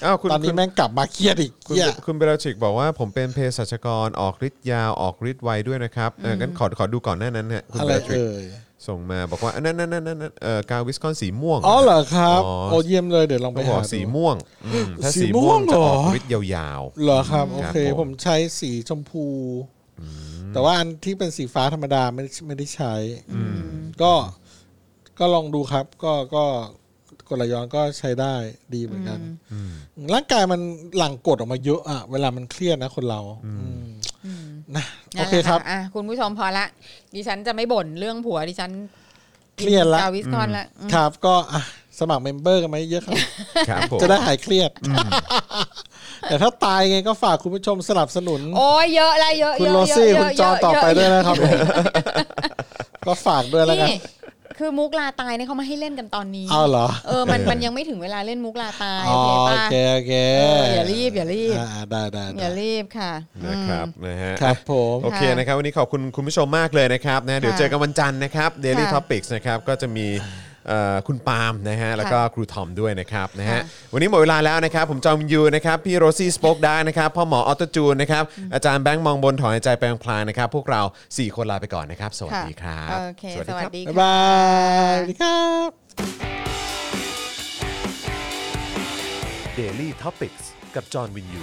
[SPEAKER 2] อ้าวคุณ
[SPEAKER 3] ตอนนี้
[SPEAKER 2] คุณ
[SPEAKER 3] แม่งกลับมาเครียดอีก
[SPEAKER 2] คุณ
[SPEAKER 3] เหี้ย
[SPEAKER 2] คุณเบลชิกบอกว่าผมเป็นเภสัชกรออกฤทธิ์ยาวออกฤทธิ์ไวด้วยนะครับเอองั้นขอขอดูก่อนหน้านั้นฮะคุณ
[SPEAKER 3] อะ
[SPEAKER 2] เบ
[SPEAKER 3] ไร
[SPEAKER 2] ลชิก
[SPEAKER 3] เอ่ย
[SPEAKER 2] ส่งมาบอกว่าอันนั่นนั่นนั่นนั่นเออกาวิสคอนสีม่วง
[SPEAKER 3] อ๋อเหรอครับ
[SPEAKER 2] อ๋อ
[SPEAKER 3] โอเยี่ยมเลยเดี๋ยวลองไป
[SPEAKER 2] ต้องบ
[SPEAKER 3] หา
[SPEAKER 2] อก
[SPEAKER 3] ดู
[SPEAKER 2] สีม่วงอืมถ้า
[SPEAKER 3] สี
[SPEAKER 2] สี
[SPEAKER 3] ม่
[SPEAKER 2] ม่ว
[SPEAKER 3] ว
[SPEAKER 2] ง
[SPEAKER 3] ง
[SPEAKER 2] จะ
[SPEAKER 3] เหร
[SPEAKER 2] อ
[SPEAKER 3] อ
[SPEAKER 2] อกฤทธิ์ยาวๆ
[SPEAKER 3] เหรอครับ โอเค
[SPEAKER 2] ครับผม
[SPEAKER 3] ผมใช้สีชมพู แต่ว่าอันที่เป็นสีฟ้าธรรมดาไม่ไม่ได้ใช้ก็ก็ลองดูครับ ก็ก็กดไหลย้อนก็ใช้ได้ดีเหมือนกัน ร่างกายมันหลั่งกรดออกมาเยอะอะเวลามันเครียดนะคนเราอืมนะโอเคครับ
[SPEAKER 4] นั่นแหละะอ่ะคุณผู้ชมพอละ ดิฉันจะไม่บ่นเรื่องผัวดิฉัน
[SPEAKER 3] เครียดละ
[SPEAKER 4] กาวิสคอนละอืม
[SPEAKER 3] ครับ ก็อ่ะสมัครเมมเบอร์กันไหมาเยอะครับ
[SPEAKER 2] ครับผม
[SPEAKER 3] จะได้หายเครียด แต่ถ้าตายไงก็ฝากคุณผู้ชมสนับสนุน
[SPEAKER 4] โอ้ยเยอะละเยอะ
[SPEAKER 3] คุณ
[SPEAKER 4] เยอะ
[SPEAKER 3] โรซี่
[SPEAKER 4] เยะ
[SPEAKER 3] คุณจอ
[SPEAKER 4] เยะ
[SPEAKER 3] ต่อไป
[SPEAKER 4] เย
[SPEAKER 3] ด้วย
[SPEAKER 4] อะ
[SPEAKER 3] นะครับ ก็ฝากด้วยแล้วกัน
[SPEAKER 4] นี่คือมุกลาตายเนี่ยเขามาให้เล่นกันตอนนี้
[SPEAKER 3] เอาเหรอ
[SPEAKER 4] เออมันมันยังไม่ถึงเวลาเล่นมุกลาตาย
[SPEAKER 3] อ๋อ
[SPEAKER 4] โอ
[SPEAKER 3] โอ
[SPEAKER 4] เค
[SPEAKER 3] เค
[SPEAKER 4] ปะ
[SPEAKER 3] โอเค
[SPEAKER 4] เอออย่ารีบอย่ารีบ
[SPEAKER 3] อ่าได้ได้
[SPEAKER 4] อ
[SPEAKER 3] ได้
[SPEAKER 4] ย่ารีบค่ะ
[SPEAKER 2] นะครับนะฮะ
[SPEAKER 3] ครับผม
[SPEAKER 2] โอเคนะครับ วันนี้ขอบคุณคุณผู้ชมมากเลยนะครับนะเดี๋ยวเจอกันวันจันทร์นะครับ Daily Topics นะครับก็จะมีเอ่อคุณปาล์มนะฮะแล้วก็ครูทอมด้วยนะครับนะฮะวันนี้หมดเวลาแล้วนะครับ ผมจอมยูนะครับ พี่โรซี่สป็อกได้นะครับพ่อหมอออโตจูนนะครับ อาจารย์แบงค์มองบนถอนหายใจไปพลางๆนะครับ พวกเรา 4 คนลาไปก่อนนะครับ สวัส
[SPEAKER 4] ค่ะ
[SPEAKER 2] ดีครับ
[SPEAKER 4] โอเคสวัสดี
[SPEAKER 3] บ๊าย
[SPEAKER 4] ค่ะ
[SPEAKER 3] บายสวัสดีครับ
[SPEAKER 2] Daily Topics กับจอห์นวินยู